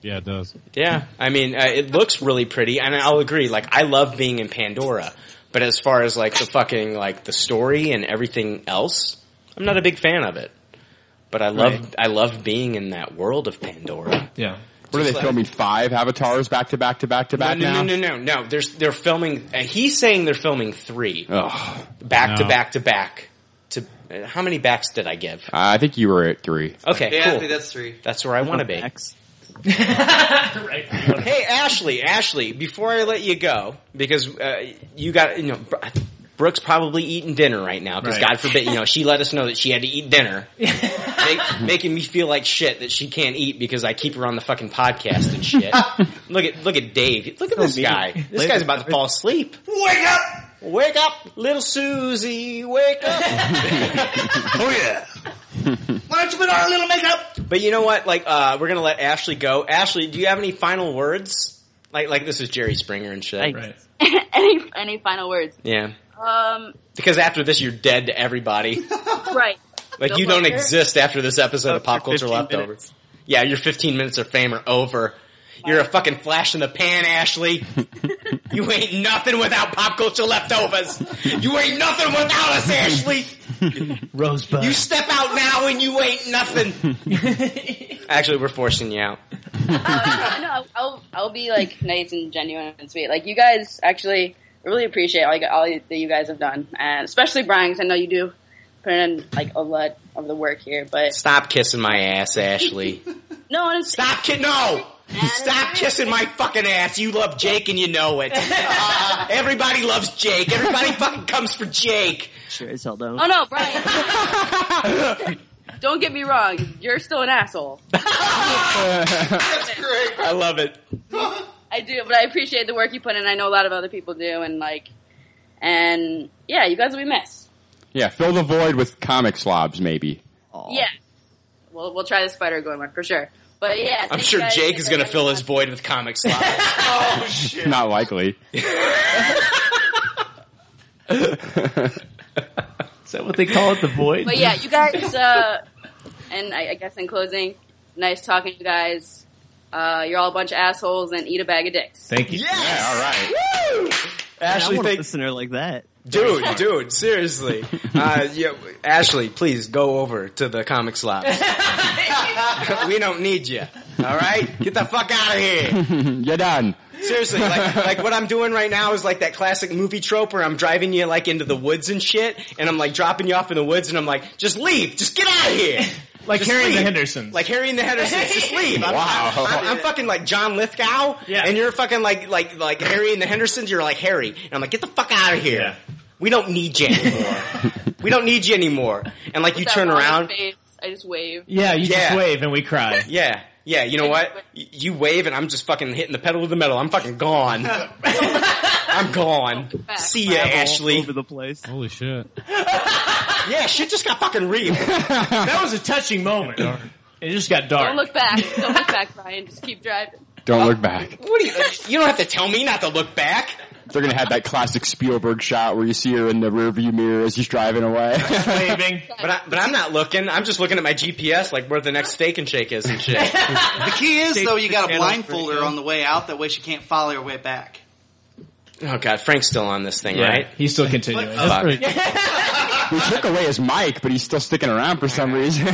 [SPEAKER 18] Yeah, it does.
[SPEAKER 3] Yeah, I mean, uh, it looks really pretty, and I'll agree. Like, I love being in Pandora, but as far as like the fucking like the story and everything else, I'm not a big fan of it. But I love
[SPEAKER 8] Right.
[SPEAKER 3] I love being in that world of Pandora.
[SPEAKER 5] Yeah.
[SPEAKER 8] What are they filming? Five avatars back to back to back to back
[SPEAKER 3] Uh, no,
[SPEAKER 8] now.
[SPEAKER 3] No, no, no, no. There's they're filming. Uh, he's saying they're filming three, back to
[SPEAKER 8] No.
[SPEAKER 3] back to back. To uh, how many backs did I give?
[SPEAKER 8] Uh, I think you were at three.
[SPEAKER 3] Okay,
[SPEAKER 7] Yeah, I
[SPEAKER 3] cool. <laughs>
[SPEAKER 7] think that's three.
[SPEAKER 3] That's where I want to be.
[SPEAKER 17] Backs.
[SPEAKER 3] Hey, Ashley, Ashley, before I let you go, because uh, you got, you know, Br- Brooke's probably eating dinner right now, because
[SPEAKER 29] Right.
[SPEAKER 3] God forbid, you know, she let us know that she had to eat dinner, Make- making me feel like shit that she can't eat because I keep her on the fucking podcast and shit. look at, look at Dave. Look at this guy. This guy's about to fall asleep. Wake up! Wake up, little Susie, wake <laughs> up. oh yeah.
[SPEAKER 7] Why don't you put on a little makeup?
[SPEAKER 3] But you know what? Like, uh, we're gonna let Ashley go. Ashley, do you have any final words? Like, like this is Jerry Springer and shit. Right.
[SPEAKER 15] any any final words?
[SPEAKER 3] Yeah.
[SPEAKER 15] <laughs> Um,
[SPEAKER 3] Because after this, you're dead to
[SPEAKER 15] <laughs>
[SPEAKER 3] everybody.
[SPEAKER 15] right.
[SPEAKER 3] Like, you don't exist after this episode of Pop Culture Leftovers. Yeah, your 15 minutes of fame are over. You're a fucking flash in the pan,
[SPEAKER 15] <laughs>
[SPEAKER 3] Ashley. you ain't nothing without Pop Culture Leftovers. You ain't nothing without us, Ashley.
[SPEAKER 5] Rosebud.
[SPEAKER 3] You step out now and you ain't
[SPEAKER 15] <laughs>
[SPEAKER 3] nothing. Actually, we're forcing you out.
[SPEAKER 15] I know. Uh, I'll, I'll I'll be like nice and genuine and sweet. Like you guys actually I really appreciate all, you, all that you guys have done, and especially Brian, 'cause I know you do put in like a lot of the work here. But
[SPEAKER 3] Stop kissing my ass,
[SPEAKER 15] <laughs>
[SPEAKER 3] Ashley.
[SPEAKER 15] no, and
[SPEAKER 3] stop kid. No, stop kissing my fucking ass. You love Jake and you know
[SPEAKER 15] <laughs>
[SPEAKER 3] it. Uh, everybody loves Jake. Everybody fucking comes for Jake.
[SPEAKER 17] Sure as hell don't.
[SPEAKER 15] Oh no,
[SPEAKER 3] <laughs>
[SPEAKER 15] Brian. Don't get me wrong. You're still an asshole.
[SPEAKER 3] <laughs> I
[SPEAKER 5] <laughs>
[SPEAKER 3] love it.
[SPEAKER 15] I do, but I appreciate the work you put in. I know a lot of other people do, and like, and yeah, you guys will be missed.
[SPEAKER 8] Yeah, fill the void with comic slobs, maybe.
[SPEAKER 15] Yeah, we'll we'll try this spider going one for sure. But yeah,
[SPEAKER 3] I'm
[SPEAKER 15] thank
[SPEAKER 3] sure
[SPEAKER 15] you guys.
[SPEAKER 3] Jake is Oh, going to fill his void with comic
[SPEAKER 7] <laughs>
[SPEAKER 3] slop.
[SPEAKER 8] <laughs>
[SPEAKER 3] <laughs>
[SPEAKER 8] Not likely. <laughs>
[SPEAKER 5] Is that what they call it? The void? <laughs>
[SPEAKER 15] But yeah, you guys. Uh, and I, I guess in closing, nice talking to you guys. Uh, you're all a bunch of assholes and eat a bag of dicks.
[SPEAKER 5] Thank you.
[SPEAKER 8] Yeah, all right.
[SPEAKER 3] Ashley,
[SPEAKER 17] I want a
[SPEAKER 3] thank-
[SPEAKER 17] listener like that.
[SPEAKER 3] Dude, dude, seriously. Uh, yeah, Ashley, please go over to the comic slop. we don't need you. All right? Get the fuck out of here.
[SPEAKER 8] You're done.
[SPEAKER 3] Seriously, like, like what I'm doing right now is like that classic movie trope where I'm driving you like into the woods and shit, and I'm like dropping you off in the woods, and I'm like, just leave, just get out of here.
[SPEAKER 5] Like
[SPEAKER 3] Just
[SPEAKER 5] Harry and the
[SPEAKER 3] leave.
[SPEAKER 5] Hendersons.
[SPEAKER 3] Like Harry and the Hendersons, just leave. I'm,
[SPEAKER 5] Wow.
[SPEAKER 3] I'm, I'm, I'm fucking like John Lithgow, and you're fucking like like like Harry and the Hendersons. You're like Harry, and I'm like, get the fuck out of here. We don't need you anymore. we don't need you anymore. And like you
[SPEAKER 15] That
[SPEAKER 3] turn
[SPEAKER 15] long
[SPEAKER 3] around,
[SPEAKER 15] Face, I just wave.
[SPEAKER 5] wave and we cry.
[SPEAKER 3] <laughs> Yeah, yeah. You know what? Y- You wave and I'm just fucking hitting the pedal to the metal. I'm fucking gone.
[SPEAKER 7] <laughs>
[SPEAKER 3] I'm gone. See ya,
[SPEAKER 17] Travel
[SPEAKER 3] Ashley.
[SPEAKER 17] Over the place.
[SPEAKER 18] Holy shit.
[SPEAKER 3] Yeah, shit just got fucking real.
[SPEAKER 5] that was a touching moment. It just got dark.
[SPEAKER 15] Don't look back. Don't look back, Brian. Just keep driving.
[SPEAKER 8] Don't look back.
[SPEAKER 3] What do you? You don't have to tell me not to look back.
[SPEAKER 8] They're gonna have that classic Spielberg shot where you see her in the rearview mirror as she's driving away.
[SPEAKER 7] <laughs>
[SPEAKER 3] Waving, but I, but I'm not looking. I'm just looking at my GPS, like where the next steak and shake is
[SPEAKER 5] <laughs>
[SPEAKER 3] and shit.
[SPEAKER 7] The key is though, you got to
[SPEAKER 3] Channel
[SPEAKER 7] blindfold her on the way out. That way, she can't follow her way back.
[SPEAKER 3] Oh god, Frank's still on this thing,
[SPEAKER 5] Yeah,
[SPEAKER 3] right?
[SPEAKER 5] <laughs> He's still continuing.
[SPEAKER 7] <laughs>
[SPEAKER 8] we took away his mic, but he's still sticking around for some reason. <laughs>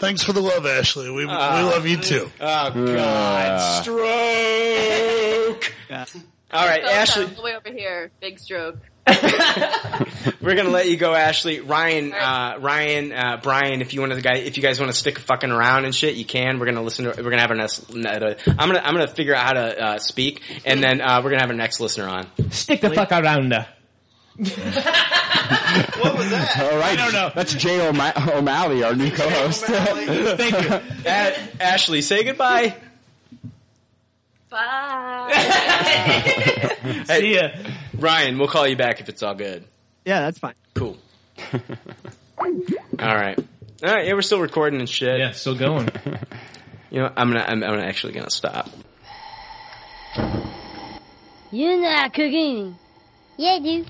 [SPEAKER 2] Thanks for the love, Ashley. We, we
[SPEAKER 33] Ah.
[SPEAKER 2] love you too.
[SPEAKER 3] Oh God, stroke. All right,
[SPEAKER 15] Both
[SPEAKER 3] Ashley.
[SPEAKER 15] of them, all the way over here. Big stroke.
[SPEAKER 3] We're gonna let you go, Ashley. Ryan, uh, Ryan, uh, Brian. If you want to, guy, if you guys want to stick fucking around and shit, you can. We're gonna listen to. We're gonna have our next. n- uh, I'm gonna. I'm gonna figure out how to uh, speak, and then uh, we're gonna have our next listener on.
[SPEAKER 5] Stick the fuck around.
[SPEAKER 8] All right, That's Jay O'Ma- O'Malley, our new co-host.
[SPEAKER 3] Thank you, <laughs> A- Ashley. Say goodbye. <laughs>
[SPEAKER 15] Bye.
[SPEAKER 3] See ya, Ryan. We'll call you back if it's all good.
[SPEAKER 17] Yeah, that's fine.
[SPEAKER 3] Cool. All right. All right. Yeah, we're still recording and shit. Yeah,
[SPEAKER 5] still going.
[SPEAKER 3] you know, I'm gonna. I'm, I'm actually gonna stop.
[SPEAKER 27] You're not cooking. Yeah, you.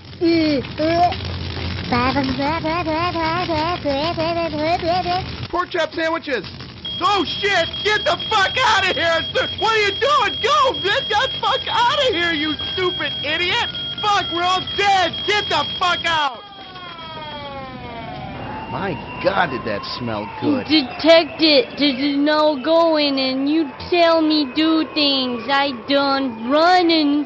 [SPEAKER 8] <laughs>
[SPEAKER 27] Pork chop sandwiches. Oh shit! Get the fuck out of here! It's- What are you doing? Go! Get the fuck out of here, you stupid idiot! Fuck, we're all dead! Get the fuck out!
[SPEAKER 33] My God, did that smell good?
[SPEAKER 34] Detect it. This is no going, and you tell me do things. I done running.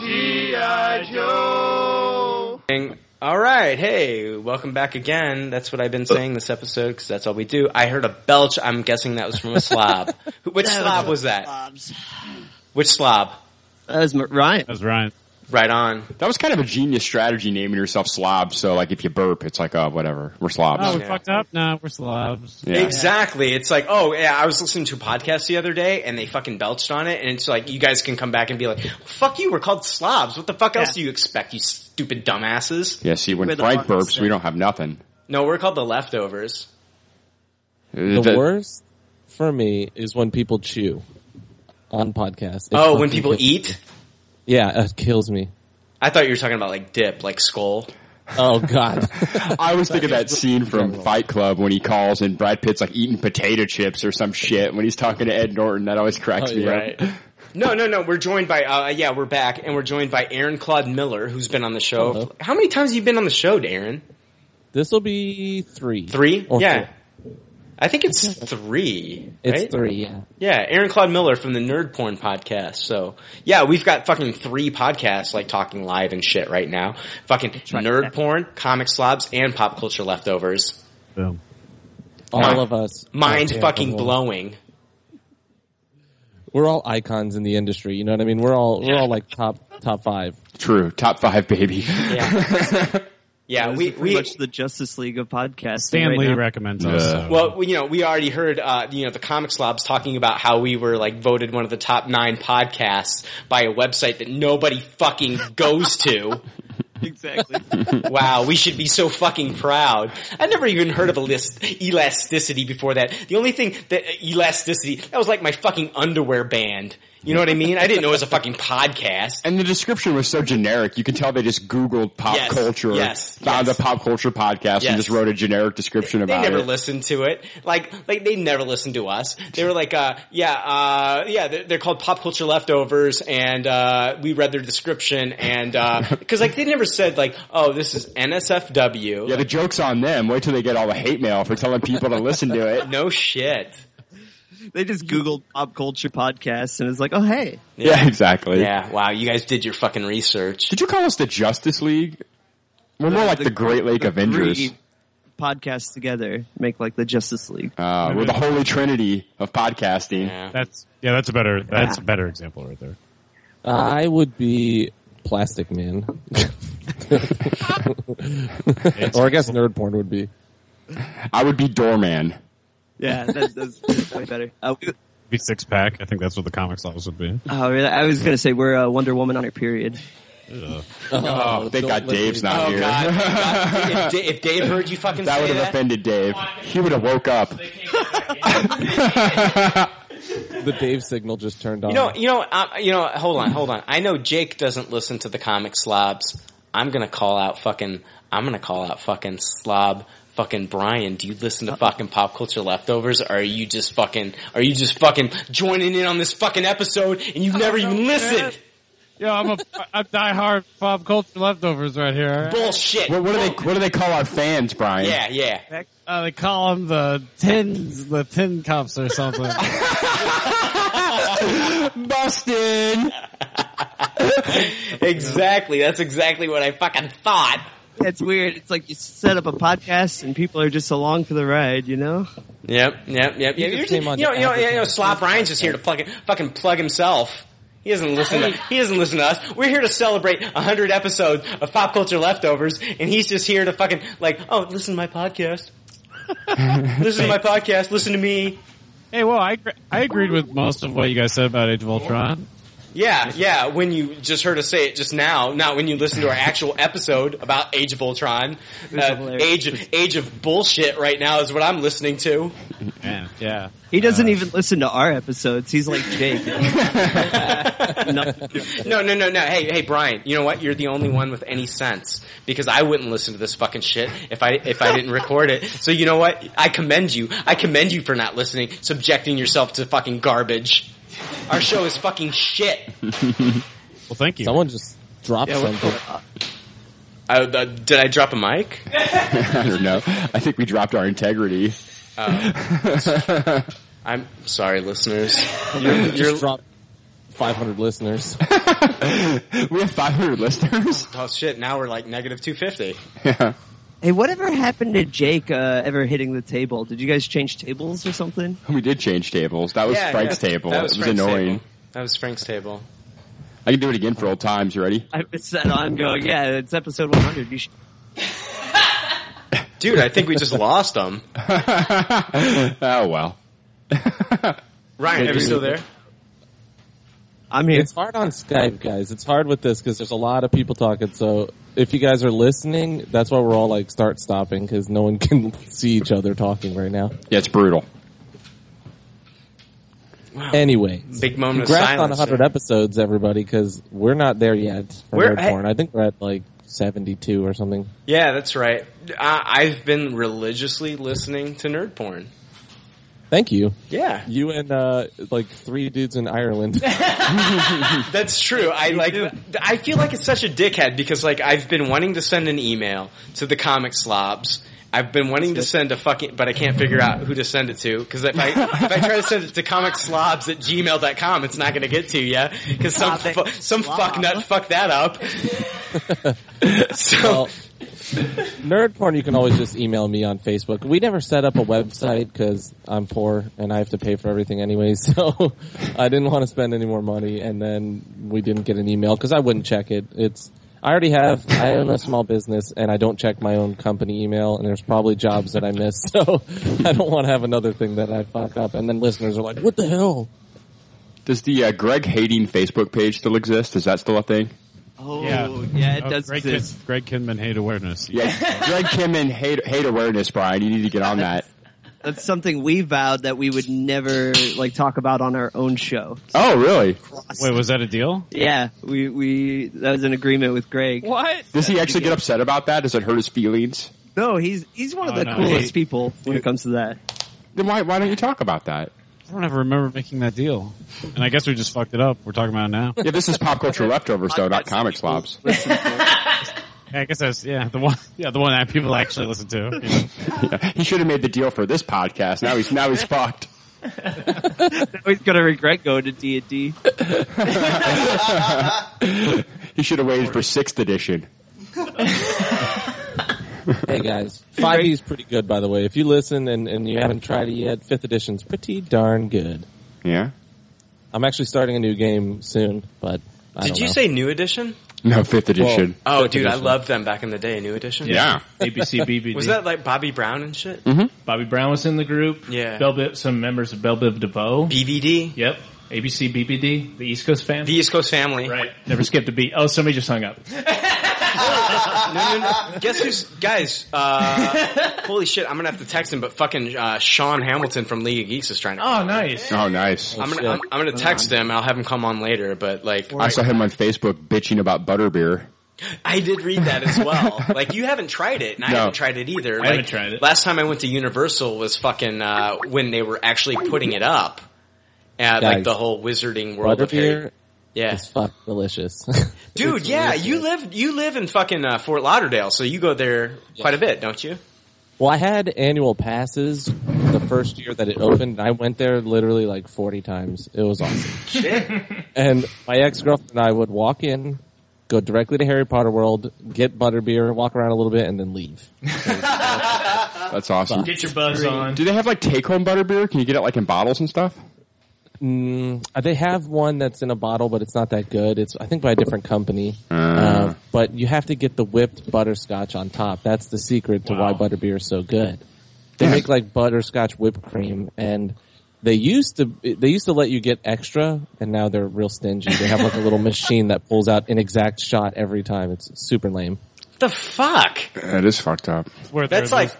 [SPEAKER 33] G.I. Joe!
[SPEAKER 3] Thing. All right, hey, welcome back again. That's what I've been saying this episode because that's all we do. I heard a belch. I'm guessing that was from
[SPEAKER 6] <laughs>
[SPEAKER 3] a slob. Who- Which
[SPEAKER 6] That was
[SPEAKER 3] slob was that? Which slob?
[SPEAKER 17] That was Ryan. That
[SPEAKER 18] was Ryan.
[SPEAKER 3] Right on.
[SPEAKER 8] That was kind of a genius strategy naming yourself slob. So like if you burp, it's like uh whatever. We're slobs.
[SPEAKER 18] Oh, we fucked up. No, we're slobs.
[SPEAKER 3] Exactly. It's like, oh yeah, I was listening to a podcast the other day and they fucking belched on it and it's like, you guys can come back and be like, fuck you, we're called slobs. What the fuck else do you expect, you stupid dumbasses?
[SPEAKER 8] Yeah, see, when
[SPEAKER 3] We're the
[SPEAKER 8] Frank
[SPEAKER 3] ones
[SPEAKER 8] burps, we don't have nothing.
[SPEAKER 3] No, we're called the leftovers.
[SPEAKER 8] Uh,
[SPEAKER 9] the
[SPEAKER 8] that-
[SPEAKER 9] worst for me is when people chew on podcasts. It
[SPEAKER 3] Oh, when
[SPEAKER 9] fucking
[SPEAKER 3] people
[SPEAKER 9] kills me.
[SPEAKER 3] eat?
[SPEAKER 9] Yeah, it kills me.
[SPEAKER 3] I thought you were talking about like dip, like skull.
[SPEAKER 9] Oh god.
[SPEAKER 8] <laughs> I always think of that scene from Fight Club when he calls and Brad Pitt's like eating potato chips or some shit when he's talking to Ed Norton. That always cracks
[SPEAKER 3] Oh,
[SPEAKER 8] me
[SPEAKER 3] right.
[SPEAKER 8] up.
[SPEAKER 3] No, no, no. We're joined by uh, yeah, we're back, and we're joined by Aaron Claude Miller, who's been on the show.
[SPEAKER 9] Hello.
[SPEAKER 3] How many times have you been on the show, Aaron?
[SPEAKER 9] This will be three.
[SPEAKER 3] Three?
[SPEAKER 9] Or
[SPEAKER 3] yeah.
[SPEAKER 9] four.
[SPEAKER 3] I think it's three.
[SPEAKER 9] It's
[SPEAKER 3] right?
[SPEAKER 9] three, yeah.
[SPEAKER 3] Yeah, Aaron Claude Miller from the Nerd Porn podcast. So yeah, we've got fucking three podcasts like talking live and shit right now. Fucking Nerd Porn, Comic Slobs, and Pop Culture Leftovers.
[SPEAKER 18] Boom.
[SPEAKER 9] All
[SPEAKER 3] Mind-
[SPEAKER 9] of us.
[SPEAKER 3] Mind
[SPEAKER 9] goddamn,
[SPEAKER 3] fucking
[SPEAKER 9] everyone.
[SPEAKER 3] blowing.
[SPEAKER 9] We're all icons in the industry. You know what I mean? We're all we're all like top top five.
[SPEAKER 8] <laughs> True. Top five, baby.
[SPEAKER 3] Yeah, <laughs> we
[SPEAKER 17] pretty
[SPEAKER 3] we
[SPEAKER 17] much the Justice League of podcasts.
[SPEAKER 9] Stan
[SPEAKER 17] right
[SPEAKER 9] Lee
[SPEAKER 17] now.
[SPEAKER 9] recommends
[SPEAKER 18] us, Yeah. so-
[SPEAKER 3] Well, we- you know, we already heard, uh, you know, the comic slobs talking about how we were like voted one of the top nine podcasts by a website that nobody fucking goes to.
[SPEAKER 17] <laughs> Exactly.
[SPEAKER 3] wow, we should be so fucking proud. I never even heard of a list elasticity before that. The only thing that elasticity that was like my fucking underwear band. You know what I mean? I didn't know it was a fucking podcast.
[SPEAKER 8] And the description was so generic, you can tell they just Googled pop
[SPEAKER 3] Yes,
[SPEAKER 8] culture,
[SPEAKER 3] yes,
[SPEAKER 8] found a pop culture podcast,
[SPEAKER 3] Yes.
[SPEAKER 8] and just wrote a generic description
[SPEAKER 3] They
[SPEAKER 8] about
[SPEAKER 3] never
[SPEAKER 8] it.
[SPEAKER 3] listened to it. Like, like they never listened to us. They were like, uh, yeah, uh, yeah, they're, they're called pop culture leftovers and, uh, we read their description and,
[SPEAKER 8] <laughs>
[SPEAKER 3] uh, cause like they never said like, oh, this is NSFW.
[SPEAKER 8] yeah, the joke's on them. Wait till they get all the hate mail for telling people to listen to it.
[SPEAKER 3] No shit.
[SPEAKER 17] They just Googled pop culture podcasts and it's like, oh hey,
[SPEAKER 8] <laughs> Yeah, exactly.
[SPEAKER 3] Yeah. Wow. You guys did your fucking research.
[SPEAKER 8] Did you call us the Justice League? We're more like the, Great Lake Avengers.
[SPEAKER 17] three podcasts together make like the Justice League.
[SPEAKER 8] Uh, we're the holy trinity of podcasting.
[SPEAKER 18] That's yeah. That's a better. That's
[SPEAKER 3] Ah.
[SPEAKER 18] a better example right there.
[SPEAKER 9] I would be Plastic Man. or I guess nerd porn would be.
[SPEAKER 8] I would be Doorman.
[SPEAKER 3] <laughs>
[SPEAKER 17] Yeah, that, that's, that's way better. Uh, we-
[SPEAKER 18] Be six pack. I think that's what the comic slobs would be.
[SPEAKER 17] oh, really? I was gonna say we're uh, Wonder Woman on her period. Uh-huh.
[SPEAKER 18] <laughs>
[SPEAKER 8] Oh, thank God Dave's not
[SPEAKER 17] Oh,
[SPEAKER 8] here.
[SPEAKER 17] God.
[SPEAKER 3] God, if, if Dave heard you fucking
[SPEAKER 8] that
[SPEAKER 3] say
[SPEAKER 8] would have
[SPEAKER 3] that-
[SPEAKER 8] offended Dave. He would have
[SPEAKER 18] <laughs>
[SPEAKER 8] woke up.
[SPEAKER 9] The Dave signal just turned on.
[SPEAKER 3] You know, you know, uh, you know. Hold on, hold on. I know Jake doesn't listen to the comic slobs. I'm gonna call out fucking. I'm gonna call out fucking slob. Fucking Brian, do you listen to fucking pop culture leftovers? Or are you just fucking? Are you just fucking joining in on this fucking episode and
[SPEAKER 5] Oh,
[SPEAKER 3] you've never even listened?
[SPEAKER 18] Yo, I'm a I'm diehard pop culture leftovers right here. all right?
[SPEAKER 3] Bullshit.
[SPEAKER 8] What, what do they What do they call our fans, Brian?
[SPEAKER 3] Yeah, yeah.
[SPEAKER 18] Uh, they call them the tins, the tin cups or <laughs> something.
[SPEAKER 3] <laughs>
[SPEAKER 8] Busted.
[SPEAKER 3] exactly. That's exactly what I fucking thought.
[SPEAKER 17] That's weird. <laughs> It's like you set up a podcast and people are just along for the ride, you know?
[SPEAKER 3] Yep, yep, yep.
[SPEAKER 17] You
[SPEAKER 3] Yeah, you're
[SPEAKER 17] just
[SPEAKER 3] just,
[SPEAKER 17] came
[SPEAKER 3] you know,
[SPEAKER 17] on
[SPEAKER 3] you know,
[SPEAKER 17] to
[SPEAKER 3] you know, you know,
[SPEAKER 17] advertise.
[SPEAKER 3] Slop Ryan's just here to plug it, fucking plug himself. He doesn't listen to, he doesn't listen to us. We're here to celebrate 100 episodes of Pop Culture Leftovers, and he's just here to fucking, like, oh, listen to my podcast. listen
[SPEAKER 17] <laughs>
[SPEAKER 3] to my podcast, listen to me.
[SPEAKER 18] Hey, well, I, I agreed with most of what you guys said about Age of Ultron.
[SPEAKER 3] Yeah, yeah, when you just heard us say it just now, not when you listen to our actual episode about Age of Ultron. Uh, age, age of bullshit right now is what I'm listening to.
[SPEAKER 18] Yeah, yeah.
[SPEAKER 17] He doesn't even listen to our episodes. He's like
[SPEAKER 9] <laughs>
[SPEAKER 17] Jake.
[SPEAKER 3] No, no, no, no. Hey, hey, Brian. You know what? You're the only one with any sense because I wouldn't listen to this fucking shit if I if I didn't record it. So you know what? I commend you. I commend you for not listening, subjecting yourself to fucking garbage. Our show is fucking shit.
[SPEAKER 9] well,
[SPEAKER 18] thank you.
[SPEAKER 9] Someone just dropped
[SPEAKER 3] Yeah, what-
[SPEAKER 9] something.
[SPEAKER 3] I, uh, did I drop a
[SPEAKER 9] <laughs>
[SPEAKER 3] mic?
[SPEAKER 8] <laughs> I don't know. I think we dropped our integrity.
[SPEAKER 3] Oh. Uh, I'm sorry, listeners. You're,
[SPEAKER 17] <laughs>
[SPEAKER 9] Just
[SPEAKER 3] you're-
[SPEAKER 9] dropped 500 listeners.
[SPEAKER 8] we have 500 listeners.
[SPEAKER 3] Oh shit! Now we're like negative 250.
[SPEAKER 8] Yeah.
[SPEAKER 17] Hey, whatever happened to Jake uh, ever hitting the table? Did you guys change tables or something?
[SPEAKER 8] <laughs> We did change tables. That was
[SPEAKER 3] Yeah,
[SPEAKER 8] Frank's
[SPEAKER 3] yeah.
[SPEAKER 8] table.
[SPEAKER 3] That was
[SPEAKER 8] it was
[SPEAKER 3] Frank's
[SPEAKER 8] annoying.
[SPEAKER 3] table. That was Frank's table.
[SPEAKER 8] I can do it again for old times. You ready?
[SPEAKER 17] I, it's that ongoing. Yeah, it's episode 100. You should,
[SPEAKER 3] Dude, I think we just lost them.
[SPEAKER 8] <laughs> oh well.
[SPEAKER 3] Ryan,
[SPEAKER 9] Yeah,
[SPEAKER 3] are you
[SPEAKER 9] dude.
[SPEAKER 3] still there?
[SPEAKER 17] I'm here.
[SPEAKER 9] It's hard on Skype, guys. It's hard with this because there's a lot of people talking. So if you guys are listening, that's why we're all like start stopping because no one can <laughs> see each other talking right now.
[SPEAKER 8] Yeah, it's brutal.
[SPEAKER 9] Anyway,
[SPEAKER 3] Big moment of
[SPEAKER 9] congrats on
[SPEAKER 3] silence
[SPEAKER 9] 100
[SPEAKER 3] there.
[SPEAKER 9] episodes, everybody, because we're not there yet. For
[SPEAKER 3] We're
[SPEAKER 9] Nerd
[SPEAKER 3] at-
[SPEAKER 9] Porn. I think we're at like 72 or something.
[SPEAKER 3] Yeah, that's right. I, I've been religiously listening to nerd porn.
[SPEAKER 9] Thank you.
[SPEAKER 3] Yeah.
[SPEAKER 9] You and uh, like three dudes
[SPEAKER 3] <laughs>
[SPEAKER 9] in Ireland.
[SPEAKER 3] That's true. I like. I feel like it's such a dickhead because like I've been wanting to send an email to the comic slobs. I've been wanting to send a fucking, but I can't figure out who to send it to because if I if I try to send it to comicslobs at gmail.com, it's not going to get to you because some fu- some fucknut fucked that
[SPEAKER 9] <laughs>
[SPEAKER 3] up.
[SPEAKER 9] well, nerd porn, you can always just email me on Facebook. We never set up a website because I'm poor and I have to pay for everything anyway. <laughs> So I didn't want to spend any more money, and then we didn't get an email because I wouldn't check it. It's I already have. I own a small business, and I don't check my own company email. And there's probably jobs that I missed, <laughs> so I don't want to have another thing that I fuck up. And then listeners are like, "What the hell?"
[SPEAKER 8] Does the uh, Greg hating Facebook page still exist? Is that still a thing?
[SPEAKER 17] oh,
[SPEAKER 9] yeah,
[SPEAKER 17] it
[SPEAKER 18] Oh,
[SPEAKER 17] does
[SPEAKER 18] Greg, Kin-
[SPEAKER 17] exist.
[SPEAKER 18] Greg Kinman hate awareness.
[SPEAKER 8] Yeah, Greg Kimmin hate hate awareness, Brian. You need to get on that.
[SPEAKER 17] That's something we vowed that we would never like talk about on our own show.
[SPEAKER 8] Oh, really?
[SPEAKER 18] Wait, was that a deal?
[SPEAKER 17] Yeah, we we that was an agreement with Greg.
[SPEAKER 28] What?
[SPEAKER 8] Does he actually get upset about that? Does it hurt his feelings?
[SPEAKER 17] No, he's he's one of
[SPEAKER 18] Oh,
[SPEAKER 17] the
[SPEAKER 18] no,
[SPEAKER 17] coolest
[SPEAKER 18] he-
[SPEAKER 17] people when it comes to that.
[SPEAKER 8] Then why why don't you talk about that?
[SPEAKER 18] I don't ever remember making that deal. And I guess we just fucked it up. We're talking about it now.
[SPEAKER 8] Yeah, this is pop culture leftovers though, not comic slobs.
[SPEAKER 18] Yeah, I guess that's yeah the one <laughs> yeah the one that people actually listen to. you know.
[SPEAKER 8] Yeah, he should have made the deal for this podcast. Now he's now he's fucked.
[SPEAKER 17] he's gonna regret going to D and D.
[SPEAKER 8] He should have waited for sixth edition.
[SPEAKER 9] hey guys, five E is pretty good, by the way. If you listen and, and you haven't tried it yet, fifth edition's pretty darn good.
[SPEAKER 8] <laughs> Yeah.
[SPEAKER 9] I'm actually starting a new game soon, but I
[SPEAKER 3] Did
[SPEAKER 9] don't
[SPEAKER 3] you
[SPEAKER 9] know.
[SPEAKER 3] say New Edition?
[SPEAKER 8] No, fifth edition.
[SPEAKER 3] Oh, dude, I loved them back in the day. New Edition.
[SPEAKER 8] Yeah.
[SPEAKER 5] ABC BBD.
[SPEAKER 3] Was that like Bobby Brown and
[SPEAKER 8] <laughs>
[SPEAKER 3] shit?
[SPEAKER 5] Bobby Brown was in the group.
[SPEAKER 3] Yeah.
[SPEAKER 5] Bell Biv, some members of Bell Biv DeVoe.
[SPEAKER 3] BBD.
[SPEAKER 5] Yep. ABC BBD, the East Coast family. The
[SPEAKER 3] East Coast family.
[SPEAKER 5] Right. Never skipped a beat. Oh, somebody just hung
[SPEAKER 3] <laughs>
[SPEAKER 5] up.
[SPEAKER 3] no, no, no. Guess who's guys? Uh, holy shit! I'm gonna have to text him, but fucking uh, Sean Hamilton from League of Geeks is trying to.
[SPEAKER 5] Oh, nice.
[SPEAKER 8] Oh, nice.
[SPEAKER 3] I'm gonna I'm, I'm gonna text him. I'll have him come on later. But like,
[SPEAKER 8] I <laughs> saw him on Facebook bitching about butterbeer.
[SPEAKER 3] I did read that as well. like, you haven't tried it, and I
[SPEAKER 8] No.
[SPEAKER 3] haven't tried it either.
[SPEAKER 5] I
[SPEAKER 3] like,
[SPEAKER 5] haven't tried it.
[SPEAKER 3] Last time I went to Universal was fucking uh, when they were actually putting it up at like
[SPEAKER 9] Guys.
[SPEAKER 3] the whole Wizarding World of Harry
[SPEAKER 9] Butterbeer
[SPEAKER 3] Yeah.
[SPEAKER 9] is fuck delicious. <laughs>
[SPEAKER 3] Dude, yeah, you live you live in fucking uh, Fort Lauderdale, so you go there quite a bit, don't you?
[SPEAKER 9] well, I had annual passes the first year that it opened, and I went there literally like 40 times. It was awesome. <laughs> and my ex-girlfriend and I would walk in, go directly to Harry Potter World, get butterbeer, walk around a little bit, and then leave.
[SPEAKER 3] <laughs>
[SPEAKER 8] That's awesome.
[SPEAKER 5] Get your buzz on.
[SPEAKER 8] Do they have like take home butterbeer? Can you get it like in bottles and stuff?
[SPEAKER 9] Mm, uh, they have one that's in a bottle, but it's not that good. It's I think by a different company.
[SPEAKER 8] Ah.
[SPEAKER 9] Uh, but you have to get the whipped butterscotch on top. That's the secret to why butterbeer is so good. They make like butterscotch whipped cream, and they used to they used to let you get extra, and now they're real stingy. They have like
[SPEAKER 8] <laughs>
[SPEAKER 9] a little machine that pulls out an exact shot every time. It's super lame.
[SPEAKER 3] The fuck?
[SPEAKER 8] It is fucked up.
[SPEAKER 9] where they're
[SPEAKER 3] That's like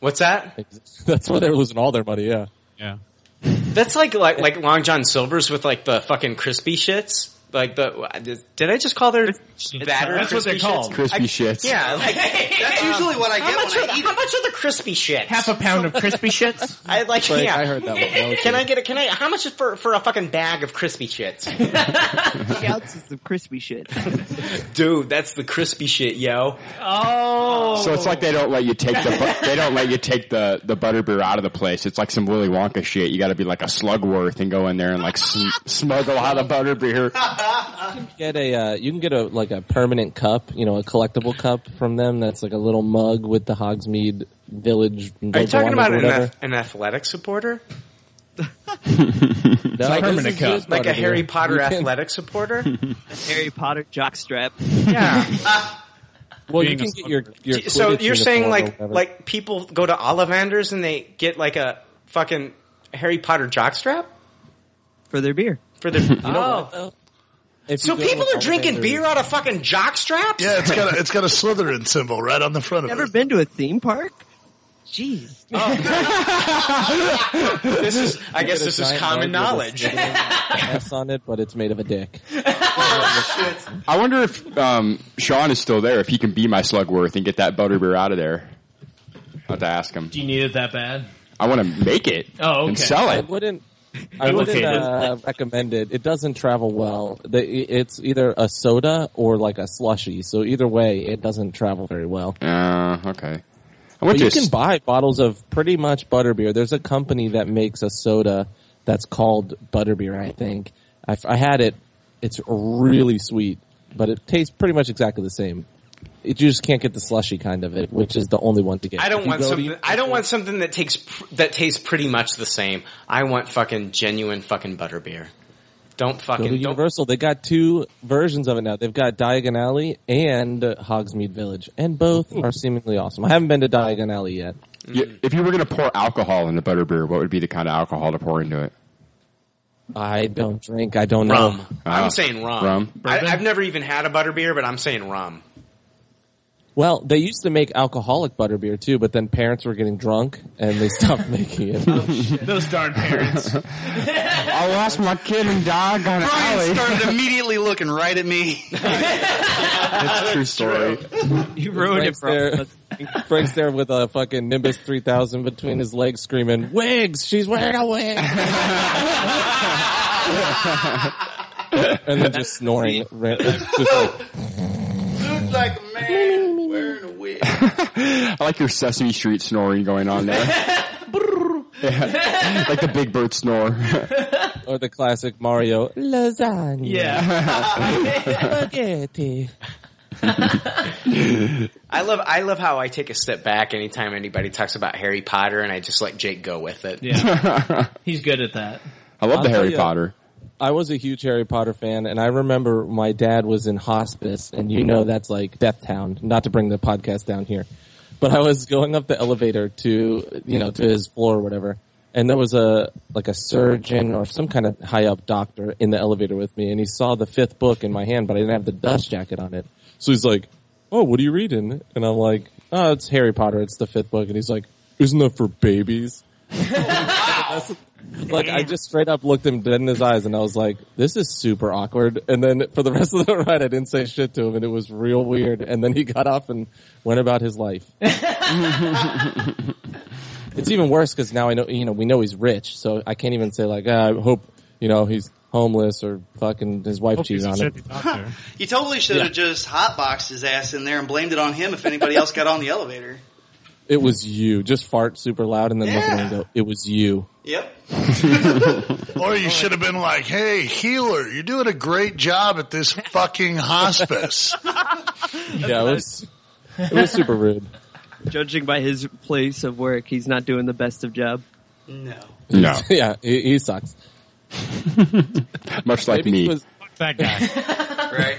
[SPEAKER 3] What's that?
[SPEAKER 9] <laughs> That's why they're losing all their money. Yeah.
[SPEAKER 3] That's like like like Long John Silver's with like the fucking crispy shits. Like the did I just call their batter?
[SPEAKER 5] that's what they're called.
[SPEAKER 8] Crispy shits.
[SPEAKER 3] Yeah, like
[SPEAKER 7] That's usually what I
[SPEAKER 3] how
[SPEAKER 7] get
[SPEAKER 3] much
[SPEAKER 7] when
[SPEAKER 3] are the, How much are the crispy shits?
[SPEAKER 5] Half a pound of crispy shits.
[SPEAKER 3] I like.
[SPEAKER 5] Like,
[SPEAKER 3] yeah,
[SPEAKER 5] I heard that one. That was
[SPEAKER 3] can
[SPEAKER 5] good.
[SPEAKER 3] I get a? Can I? How much is for for a fucking bag of crispy shits?
[SPEAKER 17] Ounces of crispy shit.
[SPEAKER 3] <laughs> Dude, that's the crispy shit, yo.
[SPEAKER 5] Oh.
[SPEAKER 8] So it's like they don't let you take the
[SPEAKER 5] <laughs>
[SPEAKER 8] bu- they don't let you take the the butter beer out of the place. It's like some Willy Wonka shit. You got to be like a Slugworth and go in there and like sm- smuggle out a butter beer.
[SPEAKER 9] Get a uh, you can get a like a permanent cup, you know, a collectible cup from them. That's like a little mug with the Hogsmeade Village.
[SPEAKER 3] Are you
[SPEAKER 9] logo on it
[SPEAKER 3] talking
[SPEAKER 9] or
[SPEAKER 3] about an,
[SPEAKER 9] whatever.
[SPEAKER 3] ath- an athletic supporter?
[SPEAKER 9] No,
[SPEAKER 3] Like-
[SPEAKER 9] this is just
[SPEAKER 3] Like a
[SPEAKER 9] butter
[SPEAKER 3] Harry
[SPEAKER 9] beer.
[SPEAKER 3] Potter
[SPEAKER 9] You can-
[SPEAKER 3] athletic
[SPEAKER 8] <laughs>
[SPEAKER 3] supporter?
[SPEAKER 17] Harry Potter jockstrap. <laughs>
[SPEAKER 3] Yeah.
[SPEAKER 9] Well,
[SPEAKER 3] Being
[SPEAKER 9] you
[SPEAKER 3] a
[SPEAKER 9] can get your, your
[SPEAKER 3] so
[SPEAKER 9] Quidditch
[SPEAKER 3] you're saying
[SPEAKER 9] uniform or
[SPEAKER 3] like
[SPEAKER 9] whatever.
[SPEAKER 3] like people go to Ollivanders and they get like a fucking Harry Potter jockstrap
[SPEAKER 17] for their beer.
[SPEAKER 3] for their
[SPEAKER 9] You know <laughs> what,
[SPEAKER 3] oh.
[SPEAKER 9] If
[SPEAKER 3] So
[SPEAKER 9] you go to
[SPEAKER 3] people are drinking
[SPEAKER 9] Ollivanders-
[SPEAKER 3] beer out of fucking jockstraps?
[SPEAKER 2] Yeah, it's got a, it's got a Slytherin symbol right on
[SPEAKER 18] <laughs>
[SPEAKER 2] the front of
[SPEAKER 17] Never
[SPEAKER 2] it.
[SPEAKER 17] been to a theme park? Jeez.
[SPEAKER 18] Oh.
[SPEAKER 3] this is I
[SPEAKER 9] You
[SPEAKER 3] guess
[SPEAKER 9] get a
[SPEAKER 3] this is
[SPEAKER 9] giant
[SPEAKER 3] common
[SPEAKER 9] mug
[SPEAKER 3] knowledge.
[SPEAKER 9] with a Slytherin S on it, but it's made of
[SPEAKER 3] <laughs>
[SPEAKER 9] a dick.
[SPEAKER 8] I wonder if um, Sean is still there. If he can be my Slugworth and get that butter beer out of there. I'll have to ask him.
[SPEAKER 5] Do you need it that bad?
[SPEAKER 8] I want to make it
[SPEAKER 5] Oh, okay.
[SPEAKER 8] and sell
[SPEAKER 9] I
[SPEAKER 8] it.
[SPEAKER 9] wouldn't. I wouldn't
[SPEAKER 5] Replicated.
[SPEAKER 9] uh, recommend it. It doesn't travel well. The- It's either a soda or like a slushy. So either way, it doesn't travel very well.
[SPEAKER 8] Uh, okay. I
[SPEAKER 9] But
[SPEAKER 8] went
[SPEAKER 9] you
[SPEAKER 8] to a
[SPEAKER 9] can
[SPEAKER 8] s-
[SPEAKER 9] buy bottles of pretty much butterbeer. There's a company that makes a soda that's called butterbeer, I think. I, I had it. It's really sweet, but it tastes pretty much exactly the same. It, you just can't get the slushy kind of it, which is the only one to
[SPEAKER 3] <laughs>
[SPEAKER 9] get.
[SPEAKER 3] I
[SPEAKER 9] If
[SPEAKER 3] don't
[SPEAKER 9] you
[SPEAKER 3] want
[SPEAKER 9] go to-
[SPEAKER 3] something. I don't want something that takes pr- that tastes pretty much the same. I want fucking genuine fucking butterbeer. Don't
[SPEAKER 9] Go to
[SPEAKER 3] fucking don't.
[SPEAKER 9] Universal. They got two versions of it now. They've got Diagon Alley and uh, Hogsmeade Village, and both
[SPEAKER 3] Hmm.
[SPEAKER 9] are seemingly awesome. I haven't been to Diagon Alley yet.
[SPEAKER 8] you- if you were going to pour alcohol in the butter beer, what would be the kind of alcohol to pour into it? <laughs>
[SPEAKER 9] I don't drink. I don't know.
[SPEAKER 3] Rum. I'm saying rum.
[SPEAKER 8] Rum.
[SPEAKER 3] I, I've never even had a butterbeer, but I'm saying rum.
[SPEAKER 9] Well, they used to make alcoholic butterbeer too, but then parents were getting drunk and they stopped making
[SPEAKER 5] <laughs>
[SPEAKER 9] it.
[SPEAKER 5] Those darn
[SPEAKER 8] <laughs>
[SPEAKER 5] parents.
[SPEAKER 8] I lost my kid and dog on
[SPEAKER 7] Brian
[SPEAKER 8] <laughs>
[SPEAKER 7] started immediately looking right at me.
[SPEAKER 8] That's true story.
[SPEAKER 17] You
[SPEAKER 9] Frank's there, Frank's there with a fucking Nimbus 3000 between his legs screaming, wigs! She's wearing a wig! and then just snoring. Ra- just like,
[SPEAKER 7] Dude's like a man wearing a wig.
[SPEAKER 8] I like your Sesame Street snoring going on there. Yeah. Like the Big Bird snore. <laughs>
[SPEAKER 9] or the classic Mario, lasagna.
[SPEAKER 3] Yeah.
[SPEAKER 9] Spaghetti.
[SPEAKER 3] I love. I love how I take a step back anytime anybody talks about Harry Potter, and I just let Jake go with it.
[SPEAKER 5] Yeah. He's good at that.
[SPEAKER 8] I love
[SPEAKER 9] I'll
[SPEAKER 8] the
[SPEAKER 9] tell
[SPEAKER 8] Harry
[SPEAKER 9] you-
[SPEAKER 8] Potter.
[SPEAKER 9] I was a huge Harry Potter fan, and I remember my dad was in hospice, and you know that's like Death Town. Not to bring the podcast down here, but I was going up the elevator to you know to his floor or whatever, and there was a like a surgeon or some kind of high up doctor in the elevator with me, and he saw the fifth book in my hand, but I didn't have the dust jacket on it, so he's like, "Oh, what are you reading?" And I'm like, "Oh, it's Harry Potter. It's the fifth book," and he's like, "Isn't that for babies?" Like I just straight up looked him dead in his eyes and I was like, this is super awkward. And then for the rest of the <laughs> ride, I didn't say shit to him and it was real weird. And then he got off and went about his life. <laughs> it's even worse because now I know, you know, we know he's rich. So I can't even say like, ah, I hope, you know, he's homeless or fucking his wife cheated on him.
[SPEAKER 7] <laughs> You totally should have just hotboxed his ass in there and blamed it on him if anybody else got on the elevator.
[SPEAKER 9] It was you. Just fart super loud and then look at him and go, it was you.
[SPEAKER 7] Yep.
[SPEAKER 2] <laughs> Or you should have been like, "Hey, healer, you're doing a great job at this fucking
[SPEAKER 33] <laughs>
[SPEAKER 2] hospice."
[SPEAKER 9] Yeah, it was, it was super rude.
[SPEAKER 17] <laughs> Judging by his place of work, he's not doing the best of job.
[SPEAKER 7] No.
[SPEAKER 8] No.
[SPEAKER 9] <laughs> yeah, he, he sucks.
[SPEAKER 8] <laughs> Much like
[SPEAKER 9] Maybe he
[SPEAKER 8] me.
[SPEAKER 9] was-
[SPEAKER 18] that guy.
[SPEAKER 7] Right.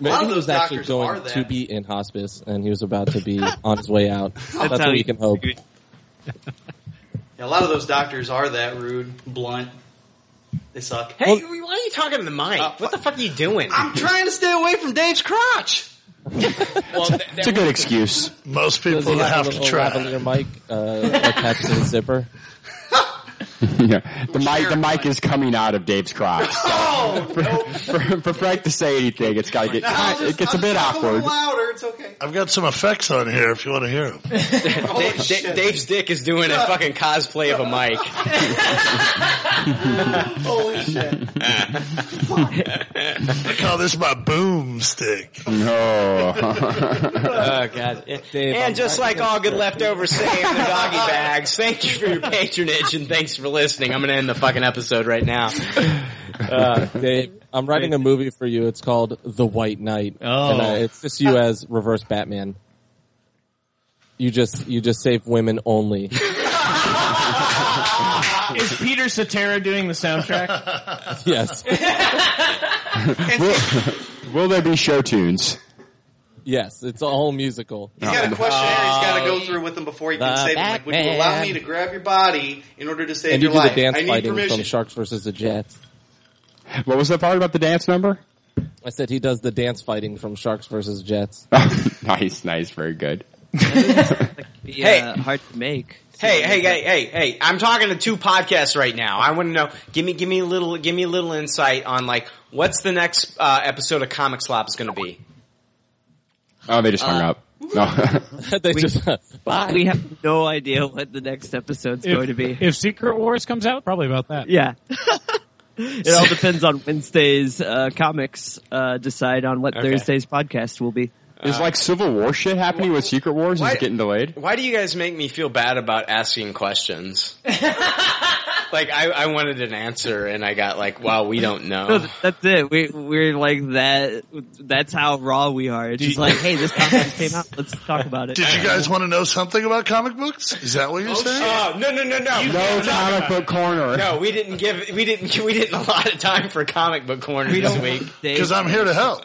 [SPEAKER 9] Maybe
[SPEAKER 7] lot of
[SPEAKER 9] he
[SPEAKER 7] those
[SPEAKER 9] was actually
[SPEAKER 7] doctors are
[SPEAKER 9] going
[SPEAKER 7] that.
[SPEAKER 9] to be in hospice, and he was about to be on his
[SPEAKER 7] <laughs>
[SPEAKER 9] way out. That's,
[SPEAKER 17] how
[SPEAKER 9] what
[SPEAKER 17] you-
[SPEAKER 9] we can hope.
[SPEAKER 7] Yeah, a lot of those doctors are that rude, blunt. They suck. Uh,
[SPEAKER 3] Hey, why are you talking to the mic? what the fuck are you doing?
[SPEAKER 7] I'm trying to stay away from Dave's crotch.
[SPEAKER 3] well,
[SPEAKER 8] It's a good excuse.
[SPEAKER 2] Most
[SPEAKER 9] Does
[SPEAKER 2] people
[SPEAKER 9] he
[SPEAKER 2] have
[SPEAKER 9] a
[SPEAKER 2] to
[SPEAKER 9] little
[SPEAKER 2] try.
[SPEAKER 9] lavalier mic uh, attached to the zipper?
[SPEAKER 8] <laughs> yeah. The mic, the mic is coming out of Dave's crotch. So
[SPEAKER 7] <laughs> Oh,
[SPEAKER 8] for, for Frank to say anything, it's got to get
[SPEAKER 7] No, I'll
[SPEAKER 8] it
[SPEAKER 7] just-
[SPEAKER 8] gets a
[SPEAKER 7] I'll
[SPEAKER 8] bit
[SPEAKER 7] talk A
[SPEAKER 8] awkward.
[SPEAKER 7] little louder, it's <laughs> okay.
[SPEAKER 2] I've got some effects on here if you want to
[SPEAKER 3] <laughs>
[SPEAKER 2] hear them.
[SPEAKER 3] Dave, Da- Dave's dick is doing a fucking cosplay
[SPEAKER 2] <laughs>
[SPEAKER 3] of a <laughs> mic.
[SPEAKER 2] Oh,
[SPEAKER 7] Holy shit.
[SPEAKER 2] I call this my boomstick.
[SPEAKER 8] No.
[SPEAKER 3] <laughs> oh
[SPEAKER 8] <laughs>
[SPEAKER 3] god! and just like all good leftovers say in the doggy bags, thank you for your patronage and thanks for listening. I'm gonna end the fucking episode right now.
[SPEAKER 9] Uh, Dave, I'm writing a movie for you. It's called The White Knight,
[SPEAKER 3] Oh.
[SPEAKER 9] and uh, it's just you as reverse Batman. You just you just save women
[SPEAKER 7] <laughs>
[SPEAKER 9] only.
[SPEAKER 5] <laughs> Is Peter Cetera doing the soundtrack?
[SPEAKER 8] <laughs>
[SPEAKER 9] yes.
[SPEAKER 7] <laughs>
[SPEAKER 8] will, will there be show tunes?
[SPEAKER 9] Yes, it's a whole musical.
[SPEAKER 8] He's
[SPEAKER 7] got a questionnaire he's got to go through with them before he can
[SPEAKER 9] Uh, The
[SPEAKER 7] save them. Like, would you allow
[SPEAKER 9] Batman.
[SPEAKER 7] me to grab your body in order to save
[SPEAKER 9] and you
[SPEAKER 7] your
[SPEAKER 9] do
[SPEAKER 7] life?
[SPEAKER 9] the dance
[SPEAKER 7] I need
[SPEAKER 9] fighting from
[SPEAKER 7] permission.
[SPEAKER 9] Sharks versus the Jets.
[SPEAKER 8] What was the part about the dance number?
[SPEAKER 9] I said he does the dance fighting from Sharks versus Jets.
[SPEAKER 8] <laughs> nice, nice, very good.
[SPEAKER 3] Hey.
[SPEAKER 17] uh, hard to make.
[SPEAKER 3] Hey, hey, hey, hey, hey! I'm talking to two podcasts right now. I want to know. Give me, give me a little, give me a little insight on like what's the next uh, episode of Comic Slop is going to be.
[SPEAKER 8] Oh, they just hung
[SPEAKER 3] Uh,
[SPEAKER 8] up. No. <laughs>
[SPEAKER 9] they
[SPEAKER 17] just,
[SPEAKER 9] bye.
[SPEAKER 17] We have no idea what the next episode's
[SPEAKER 18] If-
[SPEAKER 17] going to be.
[SPEAKER 18] If Secret Wars comes out, probably about that.
[SPEAKER 5] <laughs>
[SPEAKER 17] Yeah. it all depends on Wednesday's uh, comics uh, decide on what Thursday's podcast will be.
[SPEAKER 8] Is like Civil War shit happening with Secret Wars? Is
[SPEAKER 3] why-
[SPEAKER 8] it getting delayed?
[SPEAKER 3] Why do you guys make me feel bad about
[SPEAKER 18] <laughs>
[SPEAKER 3] asking questions? like I, I wanted an answer, and I got like, "Wow, we don't
[SPEAKER 17] No,
[SPEAKER 3] know."
[SPEAKER 17] th- that's it. We we're like that. That's how raw we are. It's just like, hey, this comic came out. Let's talk about it.
[SPEAKER 2] Did you guys want to know something about comic books? Is that what you're saying?
[SPEAKER 3] Oh, no, no, no, no,
[SPEAKER 2] No
[SPEAKER 8] comic book corner.
[SPEAKER 3] No, we didn't give, we didn't, <laughs> we didn't a lot of time for comic book corner this week
[SPEAKER 2] Because I'm here to help.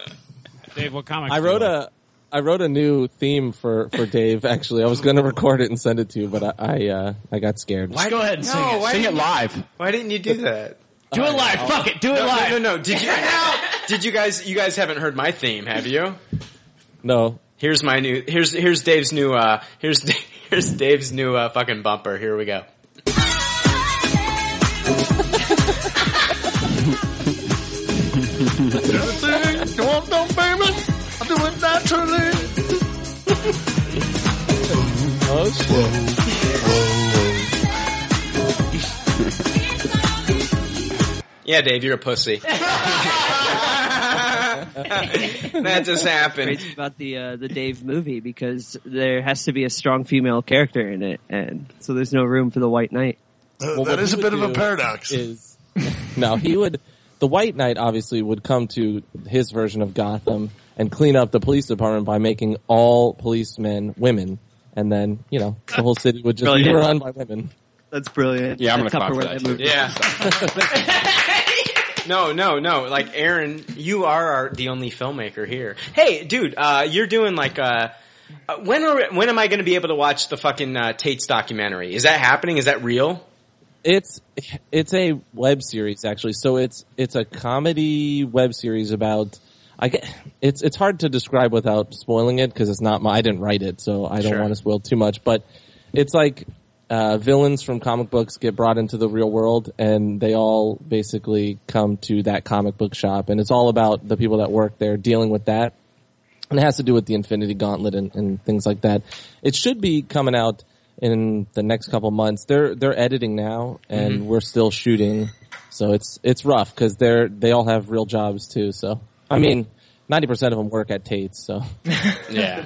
[SPEAKER 18] Dave, what comic?
[SPEAKER 9] I wrote a I wrote a new theme for for Dave. Actually, I was going to record it and send it to you, but I I, uh, I got scared.
[SPEAKER 5] Just go ahead and sing
[SPEAKER 3] No,
[SPEAKER 5] it.
[SPEAKER 3] why
[SPEAKER 5] Sing it
[SPEAKER 3] didn't-
[SPEAKER 8] live.
[SPEAKER 3] Why didn't you do that?
[SPEAKER 5] Do it live. Fuck it. Do it
[SPEAKER 3] No, no,
[SPEAKER 5] live.
[SPEAKER 3] No, no, Did you? no. Did you guys? You guys haven't heard my theme, have you?
[SPEAKER 9] No.
[SPEAKER 3] Here's my new. Here's here's Dave's new. uh Here's <laughs> here's Dave's new uh, fucking bumper. Here we go.
[SPEAKER 2] Everything you want, don't baby. I do it naturally.
[SPEAKER 3] Yeah, Dave, you're a
[SPEAKER 5] <laughs>
[SPEAKER 3] pussy. that just happened.
[SPEAKER 17] It's about the uh, the Dave movie because there has to be a strong female character in it, and so there's no room for the White Knight.
[SPEAKER 2] Uh, that is a bit of a paradox.
[SPEAKER 9] Is no, he would. The White Knight obviously would come to his version of Gotham and clean up the police department by making all policemen women, and then you know the whole city would just be
[SPEAKER 17] Brilliant.
[SPEAKER 9] run by women.
[SPEAKER 17] That's brilliant.
[SPEAKER 9] Yeah, I'm
[SPEAKER 17] That's
[SPEAKER 9] gonna clap for
[SPEAKER 17] Tupperware
[SPEAKER 9] that, too.
[SPEAKER 17] movie.
[SPEAKER 3] Yeah. <laughs> no, no, no. Like Aaron, you are our, the only filmmaker here. Hey, dude, uh, you're doing like uh, uh, when are when am I going to be able to watch the fucking uh, Tate's documentary? Is that happening? Is that real?
[SPEAKER 9] It's it's a web series actually. So it's it's a comedy web series about I get, it's it's hard to describe without spoiling it because it's not my I didn't write it, so I don't
[SPEAKER 28] Sure.
[SPEAKER 9] want to spoil too much, but it's like uh, villains from comic books get brought into the real world and they all basically come to that comic book shop and it's all about the people that work there dealing with that and it has to do with the Infinity Gauntlet and, and things like that. It should be coming out in the next couple months. They're they're editing now, and
[SPEAKER 3] Mm-hmm.
[SPEAKER 28] Mhm.
[SPEAKER 9] we're still shooting, so it's it's rough because they're they all have real jobs too. So I mean, ninety percent of them work at
[SPEAKER 3] <laughs>
[SPEAKER 9] Tate's. So
[SPEAKER 3] Yeah.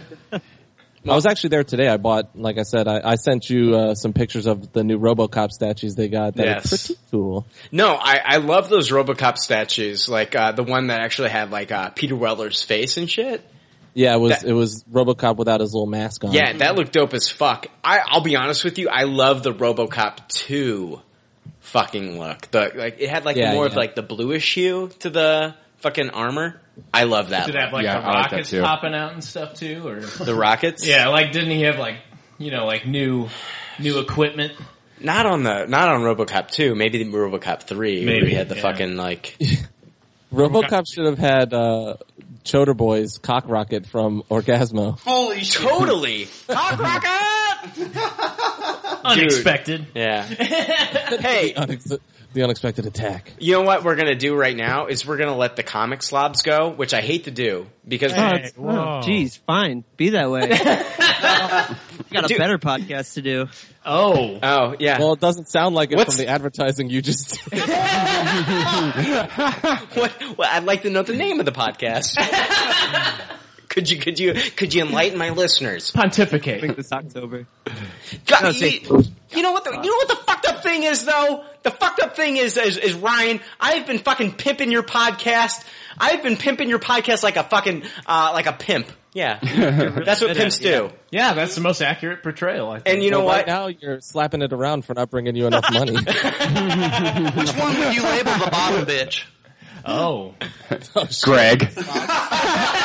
[SPEAKER 9] I was actually there today. I bought, like I said, I, I sent you uh, some pictures of the new RoboCop statues they got. That
[SPEAKER 3] Yes.
[SPEAKER 9] are pretty cool.
[SPEAKER 3] No, I, I love those RoboCop statues, like uh, the one that actually had like uh, Peter Weller's face and shit.
[SPEAKER 9] Yeah, it was
[SPEAKER 3] That-
[SPEAKER 9] it was RoboCop without his little mask on.
[SPEAKER 3] Yeah, that looked dope as fuck. I, I'll be honest with you, I love the RoboCop two fucking look. The like it had like
[SPEAKER 9] Yeah,
[SPEAKER 3] more of
[SPEAKER 9] yeah.
[SPEAKER 3] like the bluish hue to the fucking armor. I love that.
[SPEAKER 5] Did it
[SPEAKER 3] look.
[SPEAKER 5] have like the rockets popping out and stuff too, or
[SPEAKER 3] The rockets?
[SPEAKER 5] Yeah, like didn't he have like you know like new new equipment?
[SPEAKER 3] Not on the not on RoboCop two. Maybe the RoboCop three. where
[SPEAKER 5] Maybe,
[SPEAKER 3] he had the
[SPEAKER 5] yeah.
[SPEAKER 3] fucking like.
[SPEAKER 9] RoboCop should have had uh, Choder Boy's cock rocket from Orgasmo.
[SPEAKER 7] Holy
[SPEAKER 3] totally. Cock rocket.
[SPEAKER 5] Unexpected.
[SPEAKER 9] <laughs> Yeah.
[SPEAKER 3] hey,
[SPEAKER 9] Unex- the unexpected attack.
[SPEAKER 3] You know what we're gonna do right now is we're gonna let the comic slobs go, which I hate to do because
[SPEAKER 17] Hey, oh, Jeez, fine. Be that
[SPEAKER 9] <laughs>
[SPEAKER 17] way. We got a
[SPEAKER 3] Dude.
[SPEAKER 17] better podcast to do.
[SPEAKER 3] Oh. Oh, yeah.
[SPEAKER 9] Well, it doesn't sound like it
[SPEAKER 3] What's-
[SPEAKER 9] from the advertising you just
[SPEAKER 3] <laughs>
[SPEAKER 9] did.
[SPEAKER 3] what, well, I'd like to know the name of the <laughs> podcast. could you could you could you enlighten my listeners?
[SPEAKER 5] <laughs> Pontificate.
[SPEAKER 17] this October.
[SPEAKER 3] God,
[SPEAKER 17] No, see-
[SPEAKER 3] you, you know what the you know what the fucked up thing is though. The fucked up thing is is, is Ryan. I've been fucking pimping your podcast. I've been pimping your podcast like a fucking uh, like a <laughs> pimp. Yeah, that's what
[SPEAKER 5] It
[SPEAKER 3] pimps
[SPEAKER 5] is,
[SPEAKER 3] do.
[SPEAKER 5] Yeah, that's the most accurate portrayal. I think.
[SPEAKER 3] And you know
[SPEAKER 9] Well,
[SPEAKER 3] what?
[SPEAKER 9] Right now you're slapping it around for not bringing you enough
[SPEAKER 3] <laughs>
[SPEAKER 9] money.
[SPEAKER 7] Which one would you label the bottom bitch?
[SPEAKER 5] <laughs> Oh.
[SPEAKER 8] Greg.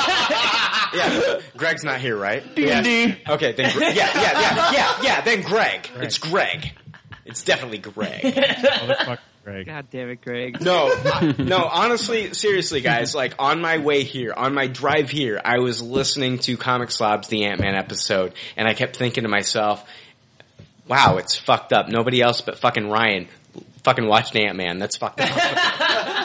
[SPEAKER 3] yeah, Greg's not here, right?
[SPEAKER 8] D&D.
[SPEAKER 3] Yeah. Okay, then Gre- yeah, yeah, yeah, yeah, yeah. Then Greg. It's Greg. It's definitely Greg.
[SPEAKER 17] God damn it, Greg.
[SPEAKER 3] No, I- <laughs>
[SPEAKER 17] <laughs>
[SPEAKER 3] no. Honestly, seriously, guys. Like on my way here, on my drive here, I was listening to Comic Slobs, the Ant Man episode, and I kept thinking to myself, "Wow, it's fucked up. Nobody else but fucking Ryan." Fucking watched Ant Man. That's fucked up.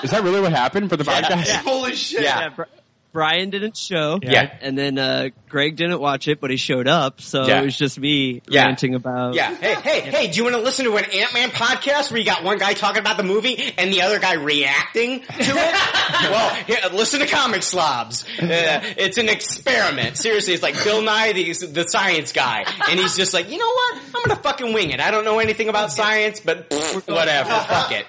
[SPEAKER 8] Is that really what happened for the podcast?
[SPEAKER 7] Holy shit.
[SPEAKER 3] Yeah.
[SPEAKER 17] Bri- Brian didn't show.
[SPEAKER 3] Yeah.
[SPEAKER 17] And then uh, Greg didn't watch it, but he showed up. So
[SPEAKER 3] Yeah.
[SPEAKER 17] it was just me
[SPEAKER 3] Yeah.
[SPEAKER 17] ranting about.
[SPEAKER 3] Yeah. Hey, hey, hey, do you want to listen to an Ant-Man podcast where you got one guy talking about the movie and the other guy reacting to it? well, here, listen to Comic Slobs. Uh, it's an experiment. Seriously, it's like Bill Nye, the, the science guy. And he's just like, you know what? I'm going to fucking wing it. I don't know anything about science, but pfft, whatever. Fuck it.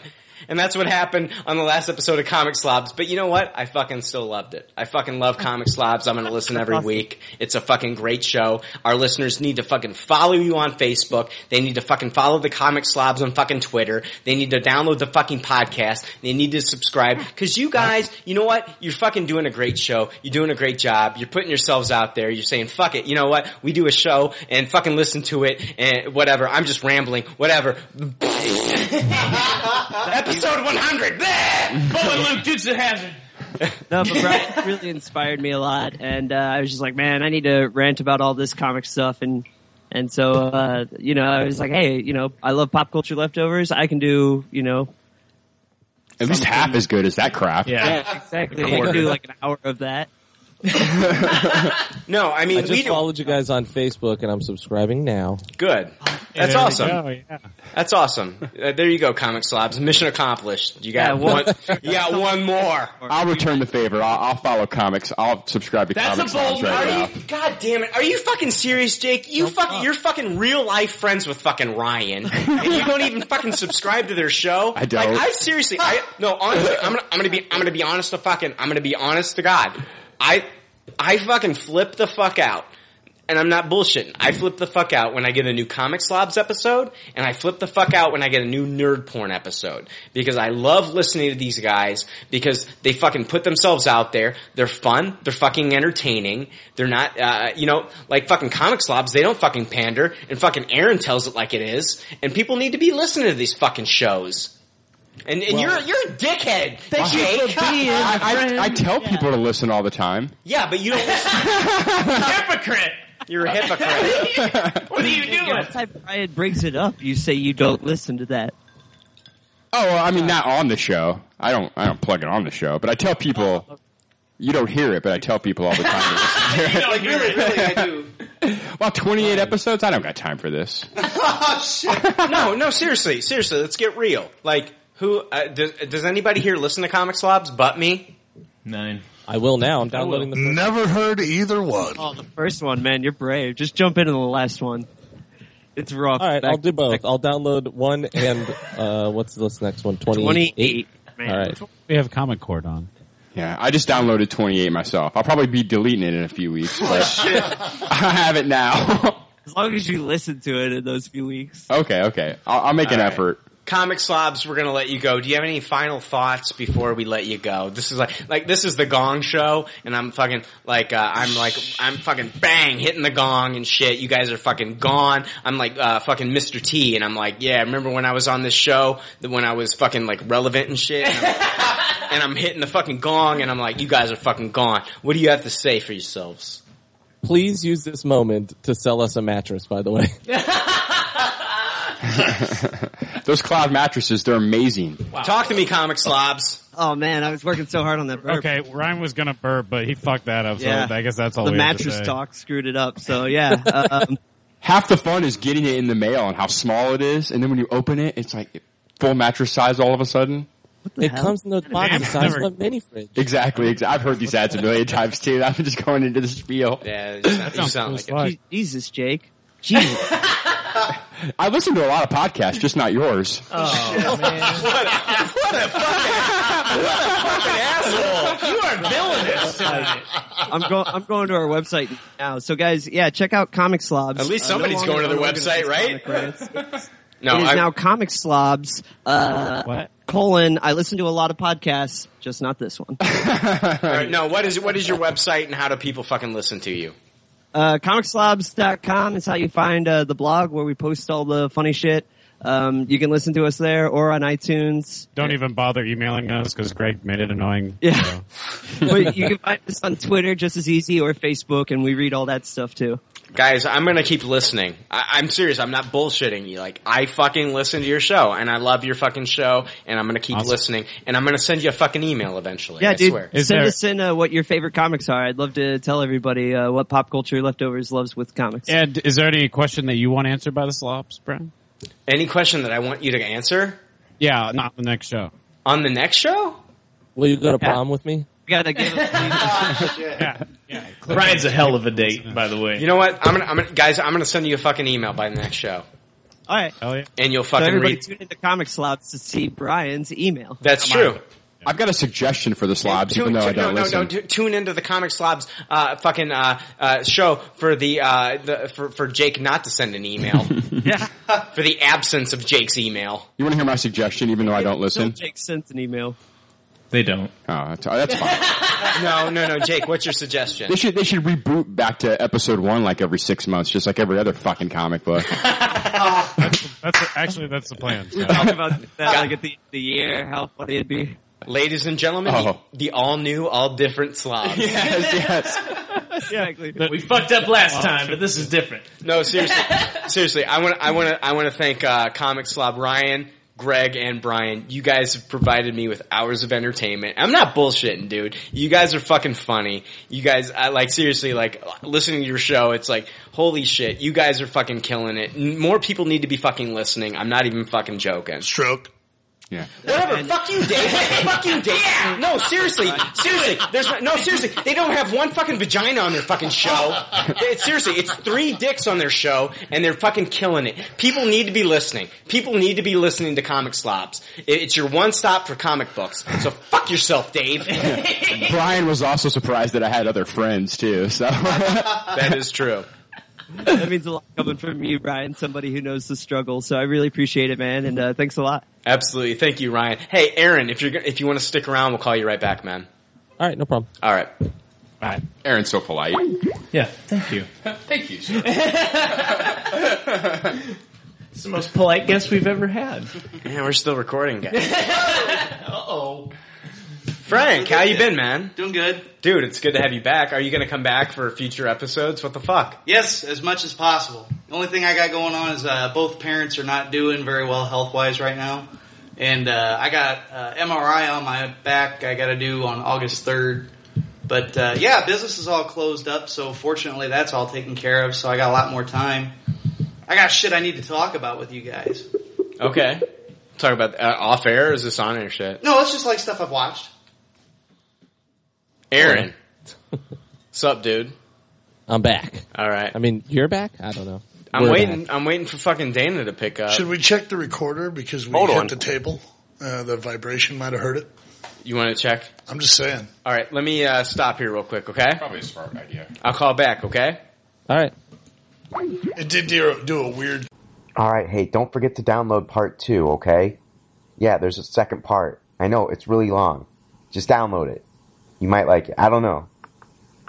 [SPEAKER 3] And that's what happened on the last episode of Comic Slobs. But you know what? I fucking still loved it. I fucking love Comic Slobs. I'm gonna listen every
[SPEAKER 17] Awesome.
[SPEAKER 3] week. It's a fucking great show. Our listeners need to fucking follow you on Facebook. They need to fucking follow the Comic Slobs on fucking Twitter. They need to download the fucking podcast. They need to subscribe. Cause you guys, you know what? You're fucking doing a great show. You're doing a great job. You're putting yourselves out there. You're saying, fuck it. You know what? We do a show and fucking listen to it and whatever. I'm just rambling. Whatever. <laughs> Episode 100.
[SPEAKER 5] Bullet Luke Dukes of Hazard.
[SPEAKER 17] No, but Brian <laughs> really inspired me a lot, and uh, I was just like, man, I need to rant about all this comic stuff, and and so uh, you know, I was like, hey, you know, I love pop culture leftovers. I can do, you know,
[SPEAKER 8] At least half as good as that crap.
[SPEAKER 17] exactly. I can do like an hour of that.
[SPEAKER 3] No, I mean,
[SPEAKER 9] I just followed you guys on Facebook and I'm subscribing now.
[SPEAKER 3] Good. That's
[SPEAKER 9] There we
[SPEAKER 3] awesome.
[SPEAKER 9] go,
[SPEAKER 3] That's awesome. Uh, there you go, comic slobs. Mission accomplished. You got
[SPEAKER 8] Yeah,
[SPEAKER 3] <laughs>
[SPEAKER 8] well-
[SPEAKER 3] one. You got one more.
[SPEAKER 8] I'll return the favor. I'll, I'll follow comics. I'll subscribe to comics. right now.
[SPEAKER 3] Are you, God damn it! Are you fucking serious, Jake? You fucking you're fucking real life friends with fucking Ryan, and you don't even fucking subscribe to their show.
[SPEAKER 8] I don't.
[SPEAKER 3] Like, I seriously, I no. Honestly, I'm gonna I'm gonna be I'm gonna be honest to fucking I'm gonna be honest to God. I I fucking flip the fuck out. And I'm not bullshitting. I flip the fuck out when I get a new Comic Slobs episode, and I flip the fuck out when I get a new Nerd Porn episode. Because I love listening to these guys, because they fucking put themselves out there. They're fun. They're fucking entertaining. They're not, uh, you know, like fucking Comic Slobs, they don't fucking pander, and fucking Aaron tells it like it is, and people need to be listening to these fucking shows. And, and
[SPEAKER 9] Well-
[SPEAKER 3] you're, you're a dickhead,
[SPEAKER 8] Thank you
[SPEAKER 3] Jake.
[SPEAKER 8] I, I, I tell people to listen all the time.
[SPEAKER 3] Yeah, but you don't listen. <laughs> hypocrite. You're a hypocrite. what are you doing?
[SPEAKER 17] Every time Brian brings it up, you say you don't listen to that.
[SPEAKER 8] Oh, well, I mean, not on the show. I don't. I don't plug it on the show, but I tell people. You don't hear it, but I tell people all the time. to listen.
[SPEAKER 7] like, really, really, I
[SPEAKER 17] <laughs>
[SPEAKER 7] do.
[SPEAKER 8] <laughs> well, twenty-eight episodes. I don't got time for this.
[SPEAKER 7] oh, shit.
[SPEAKER 3] no, no, seriously, seriously, let's get real. Like, who, uh, does, does anybody here listen to Comic Slobs but me?
[SPEAKER 5] Nine.
[SPEAKER 9] I will now. I'm downloading the
[SPEAKER 17] Mm,
[SPEAKER 2] Never heard either one.
[SPEAKER 17] Oh, the first one, man, you're brave. Just jump into the last one. It's rough.
[SPEAKER 9] All right, I'll do both. I'll download one and uh, what's this next one? Twenty eight. All right.
[SPEAKER 8] We have Common Cord on. Yeah, I just downloaded twenty-eight myself. I'll probably be deleting it in a few weeks,
[SPEAKER 5] <laughs>
[SPEAKER 3] Oh,
[SPEAKER 5] Oh,
[SPEAKER 8] but I have it now.
[SPEAKER 17] as long as you listen to it in those few weeks.
[SPEAKER 8] okay, okay. I'll, I'll make an
[SPEAKER 3] All right.
[SPEAKER 8] effort.
[SPEAKER 3] Comic Slobs, we're gonna let you go. Do you have any final thoughts before we let you go? This is like, like this is the Gong Show, and I'm fucking like, uh, I'm like, I'm fucking bang hitting the gong and shit. You guys are fucking gone. I'm like, uh, fucking Mr. T, and I'm like, yeah. Remember when I was on this show? that When I was fucking like relevant and shit. And I'm, and I'm hitting the fucking gong, and I'm like, you guys are fucking gone. What do you have to say for
[SPEAKER 8] <laughs>
[SPEAKER 3] yourselves? <laughs>
[SPEAKER 9] Please use this moment to sell us a mattress. By the way,
[SPEAKER 8] Those cloud mattresses, they're amazing.
[SPEAKER 3] Talk to me, comic slobs.
[SPEAKER 17] Oh man, I was working so hard on that. Burp.
[SPEAKER 18] Okay, Ryan was gonna burp, but he fucked that up.
[SPEAKER 17] Yeah.
[SPEAKER 18] So I guess that's all.
[SPEAKER 17] the
[SPEAKER 18] we have to
[SPEAKER 17] mattress
[SPEAKER 18] say.
[SPEAKER 17] talk screwed it up.
[SPEAKER 18] <laughs>
[SPEAKER 17] So yeah, uh, um,
[SPEAKER 8] <laughs> Half the fun is getting it in the mail and how small it is, and then when you open it, it's like full mattress size all of a sudden.
[SPEAKER 9] <laughs> It comes in the box the size of a mini fridge.
[SPEAKER 8] Exactly, ex- I've heard these ads a million times too. I'm just going into the spiel.
[SPEAKER 3] Yeah,
[SPEAKER 17] Jesus, Jake. Jesus.
[SPEAKER 3] <laughs>
[SPEAKER 8] I listen to a lot of podcasts, just not yours.
[SPEAKER 17] <laughs> Oh, man.
[SPEAKER 3] what, a, what a fucking, what a fucking asshole. You are villainous.
[SPEAKER 17] I'm going. I'm going to our website now. So guys, yeah, check out Comic Slobs.
[SPEAKER 3] At least
[SPEAKER 17] Uh,
[SPEAKER 3] somebody's
[SPEAKER 17] no
[SPEAKER 3] going to
[SPEAKER 17] longer
[SPEAKER 3] their website,
[SPEAKER 17] unorganized
[SPEAKER 3] right?
[SPEAKER 17] No,
[SPEAKER 3] No,
[SPEAKER 17] it is
[SPEAKER 3] I-
[SPEAKER 17] now Comic Slobs. Uh,
[SPEAKER 3] What?
[SPEAKER 17] Colon. I listen to a lot of podcasts, just not this
[SPEAKER 3] <laughs>
[SPEAKER 17] one.
[SPEAKER 3] All right, no, what is what is your website and how do people fucking listen to you?
[SPEAKER 17] Uh, comicslobs.com is how you find uh, the blog where we post all the funny shit. Um, you can listen to us there or on iTunes.
[SPEAKER 18] Don't even bother emailing us because Greg made it annoying.
[SPEAKER 17] Yeah. <laughs> but you can find us on Twitter just as easy or Facebook, and we read all that stuff too.
[SPEAKER 3] Guys, I'm gonna keep listening. I, I'm serious. I'm not bullshitting you. Like, I fucking listen to your show, and I love your fucking show, and I'm gonna keep
[SPEAKER 17] Awesome.
[SPEAKER 3] listening, and I'm gonna send you a fucking email eventually.
[SPEAKER 17] yeah,
[SPEAKER 3] I
[SPEAKER 17] dude,
[SPEAKER 3] swear.
[SPEAKER 17] send us in uh, what your favorite comics are. I'd love to tell everybody uh, what pop culture leftovers loves with comics.
[SPEAKER 18] And is there any question that you want answered by the slops, Brian?
[SPEAKER 3] any question that I want you to answer
[SPEAKER 18] Yeah, not the next show.
[SPEAKER 3] on the next show?
[SPEAKER 9] Will you go to
[SPEAKER 3] Yeah.
[SPEAKER 9] prom with me?
[SPEAKER 17] We gotta give
[SPEAKER 3] <laughs> Oh,
[SPEAKER 5] Ryan's a hell of a date, by the way.
[SPEAKER 3] You know what? I'm gonna, I'm gonna, guys, I'm gonna send you a fucking email by the next show,
[SPEAKER 17] All right.
[SPEAKER 3] and you'll
[SPEAKER 17] So
[SPEAKER 3] fucking
[SPEAKER 17] everybody
[SPEAKER 3] read.
[SPEAKER 17] tune into Comic Slobs to see Brian's email.
[SPEAKER 3] That's true.
[SPEAKER 8] I've got a suggestion for the slobs,
[SPEAKER 3] Tune,
[SPEAKER 8] even though Uh, I
[SPEAKER 3] tune- no,
[SPEAKER 8] don't
[SPEAKER 3] no,
[SPEAKER 8] listen.
[SPEAKER 3] no, tu- Tune into the Comic Slobs uh, fucking uh, uh, show for the, uh, the for, for Jake not to send an
[SPEAKER 8] <laughs>
[SPEAKER 3] email.
[SPEAKER 17] yeah.
[SPEAKER 3] <laughs> For the absence of Jake's email.
[SPEAKER 8] You want to hear my suggestion, even though I don't listen?
[SPEAKER 17] Jake sends an email.
[SPEAKER 8] They don't. Oh, that's, oh, that's
[SPEAKER 3] <laughs>
[SPEAKER 8] fine.
[SPEAKER 3] no, no, no, Jake. What's your suggestion? <laughs>
[SPEAKER 8] They should they should reboot back to episode one like every six months, just like every other fucking
[SPEAKER 3] <laughs>
[SPEAKER 8] comic book.
[SPEAKER 18] <laughs> That's actually that's the plan.
[SPEAKER 17] We
[SPEAKER 18] <laughs>
[SPEAKER 17] talk about that like at the end of the year, how funny it'd be.
[SPEAKER 3] Ladies and gentlemen,
[SPEAKER 17] Oh.
[SPEAKER 3] the, all new, all different
[SPEAKER 8] <laughs>
[SPEAKER 3] slobs. <laughs>
[SPEAKER 8] yes,
[SPEAKER 17] exactly.
[SPEAKER 5] We fucked up last time, but this is different.
[SPEAKER 3] No, seriously, <laughs> seriously. I want, I want to, I want to thank uh, Comic Slob Ryan, Greg, and Brian. You guys have provided me with hours of entertainment. I'm not bullshitting, dude. You guys are fucking funny. You guys, I like seriously, like listening to your show. It's like, holy shit, you guys are fucking killing it. N- More people need to be fucking listening. I'm not even fucking joking.
[SPEAKER 2] Stroke.
[SPEAKER 8] Yeah.
[SPEAKER 3] Whatever. fuck you, Dave. fuck you, Dave. No, <laughs> seriously, seriously. There's no, no, seriously. They don't have one fucking vagina on their fucking <laughs> show. They- seriously, it's three dicks on their show, and they're fucking killing it. People need to be listening. People need to be listening to Comic Slobs. It- It's your one stop for comic books. So fuck yourself, Dave.
[SPEAKER 8] Brian was also surprised that I had other friends too.
[SPEAKER 3] <laughs>
[SPEAKER 8] So
[SPEAKER 3] that is true.
[SPEAKER 17] that means a lot coming from you, Brian, somebody who knows the struggle. So I really appreciate it, man, and uh, thanks a lot.
[SPEAKER 3] <laughs> Absolutely. Thank you, Ryan. Hey, Aaron, if you're go- if you want to stick around, we'll call you right back, man.
[SPEAKER 9] All right, no problem.
[SPEAKER 3] All right.
[SPEAKER 18] All right.
[SPEAKER 8] Aaron's so polite.
[SPEAKER 5] Yeah, thank you.
[SPEAKER 3] Thank you, sir.
[SPEAKER 5] It's the most polite guest we've ever had.
[SPEAKER 3] Yeah, we're still recording, guys.
[SPEAKER 29] oh.
[SPEAKER 3] <laughs> Frank, how you been, man?
[SPEAKER 7] Doing good.
[SPEAKER 3] Dude, it's good to have you back. Are you going to come back for future episodes? What the fuck?
[SPEAKER 7] Yes, as much as possible. The only thing I got going on is uh, both parents are not doing very well health wise right now, and uh, I got uh, MRI on my back. I got to do on August third. But uh, yeah, business is all closed up, so fortunately that's all taken care of. So I got a lot more time. I got shit I need to talk about with you guys.
[SPEAKER 3] Okay. Talk about uh, off air. Or is this on air shit?
[SPEAKER 7] No, it's just like stuff I've watched.
[SPEAKER 9] <laughs>
[SPEAKER 3] Aaron. What's up, dude?
[SPEAKER 9] I'm back.
[SPEAKER 3] All right. I
[SPEAKER 9] mean, you're back. I don't know.
[SPEAKER 3] I'm
[SPEAKER 9] We're
[SPEAKER 3] waiting.
[SPEAKER 9] back.
[SPEAKER 3] I'm waiting for fucking Dana to pick up.
[SPEAKER 2] Should we check the recorder because we
[SPEAKER 3] uh, Hold
[SPEAKER 2] hit
[SPEAKER 3] on.
[SPEAKER 2] the table? Uh, the vibration might have hurt it.
[SPEAKER 3] You want to check?
[SPEAKER 2] I'm just saying.
[SPEAKER 3] All right. Let me uh, stop here real quick. Okay. Probably a smart idea. I'll call back. Okay.
[SPEAKER 9] All right.
[SPEAKER 2] It did do, do a weird.
[SPEAKER 28] All right, hey, don't forget to download part two, okay? Yeah, there's a second part. I know, it's really long. Just download it. You might like it. I don't know.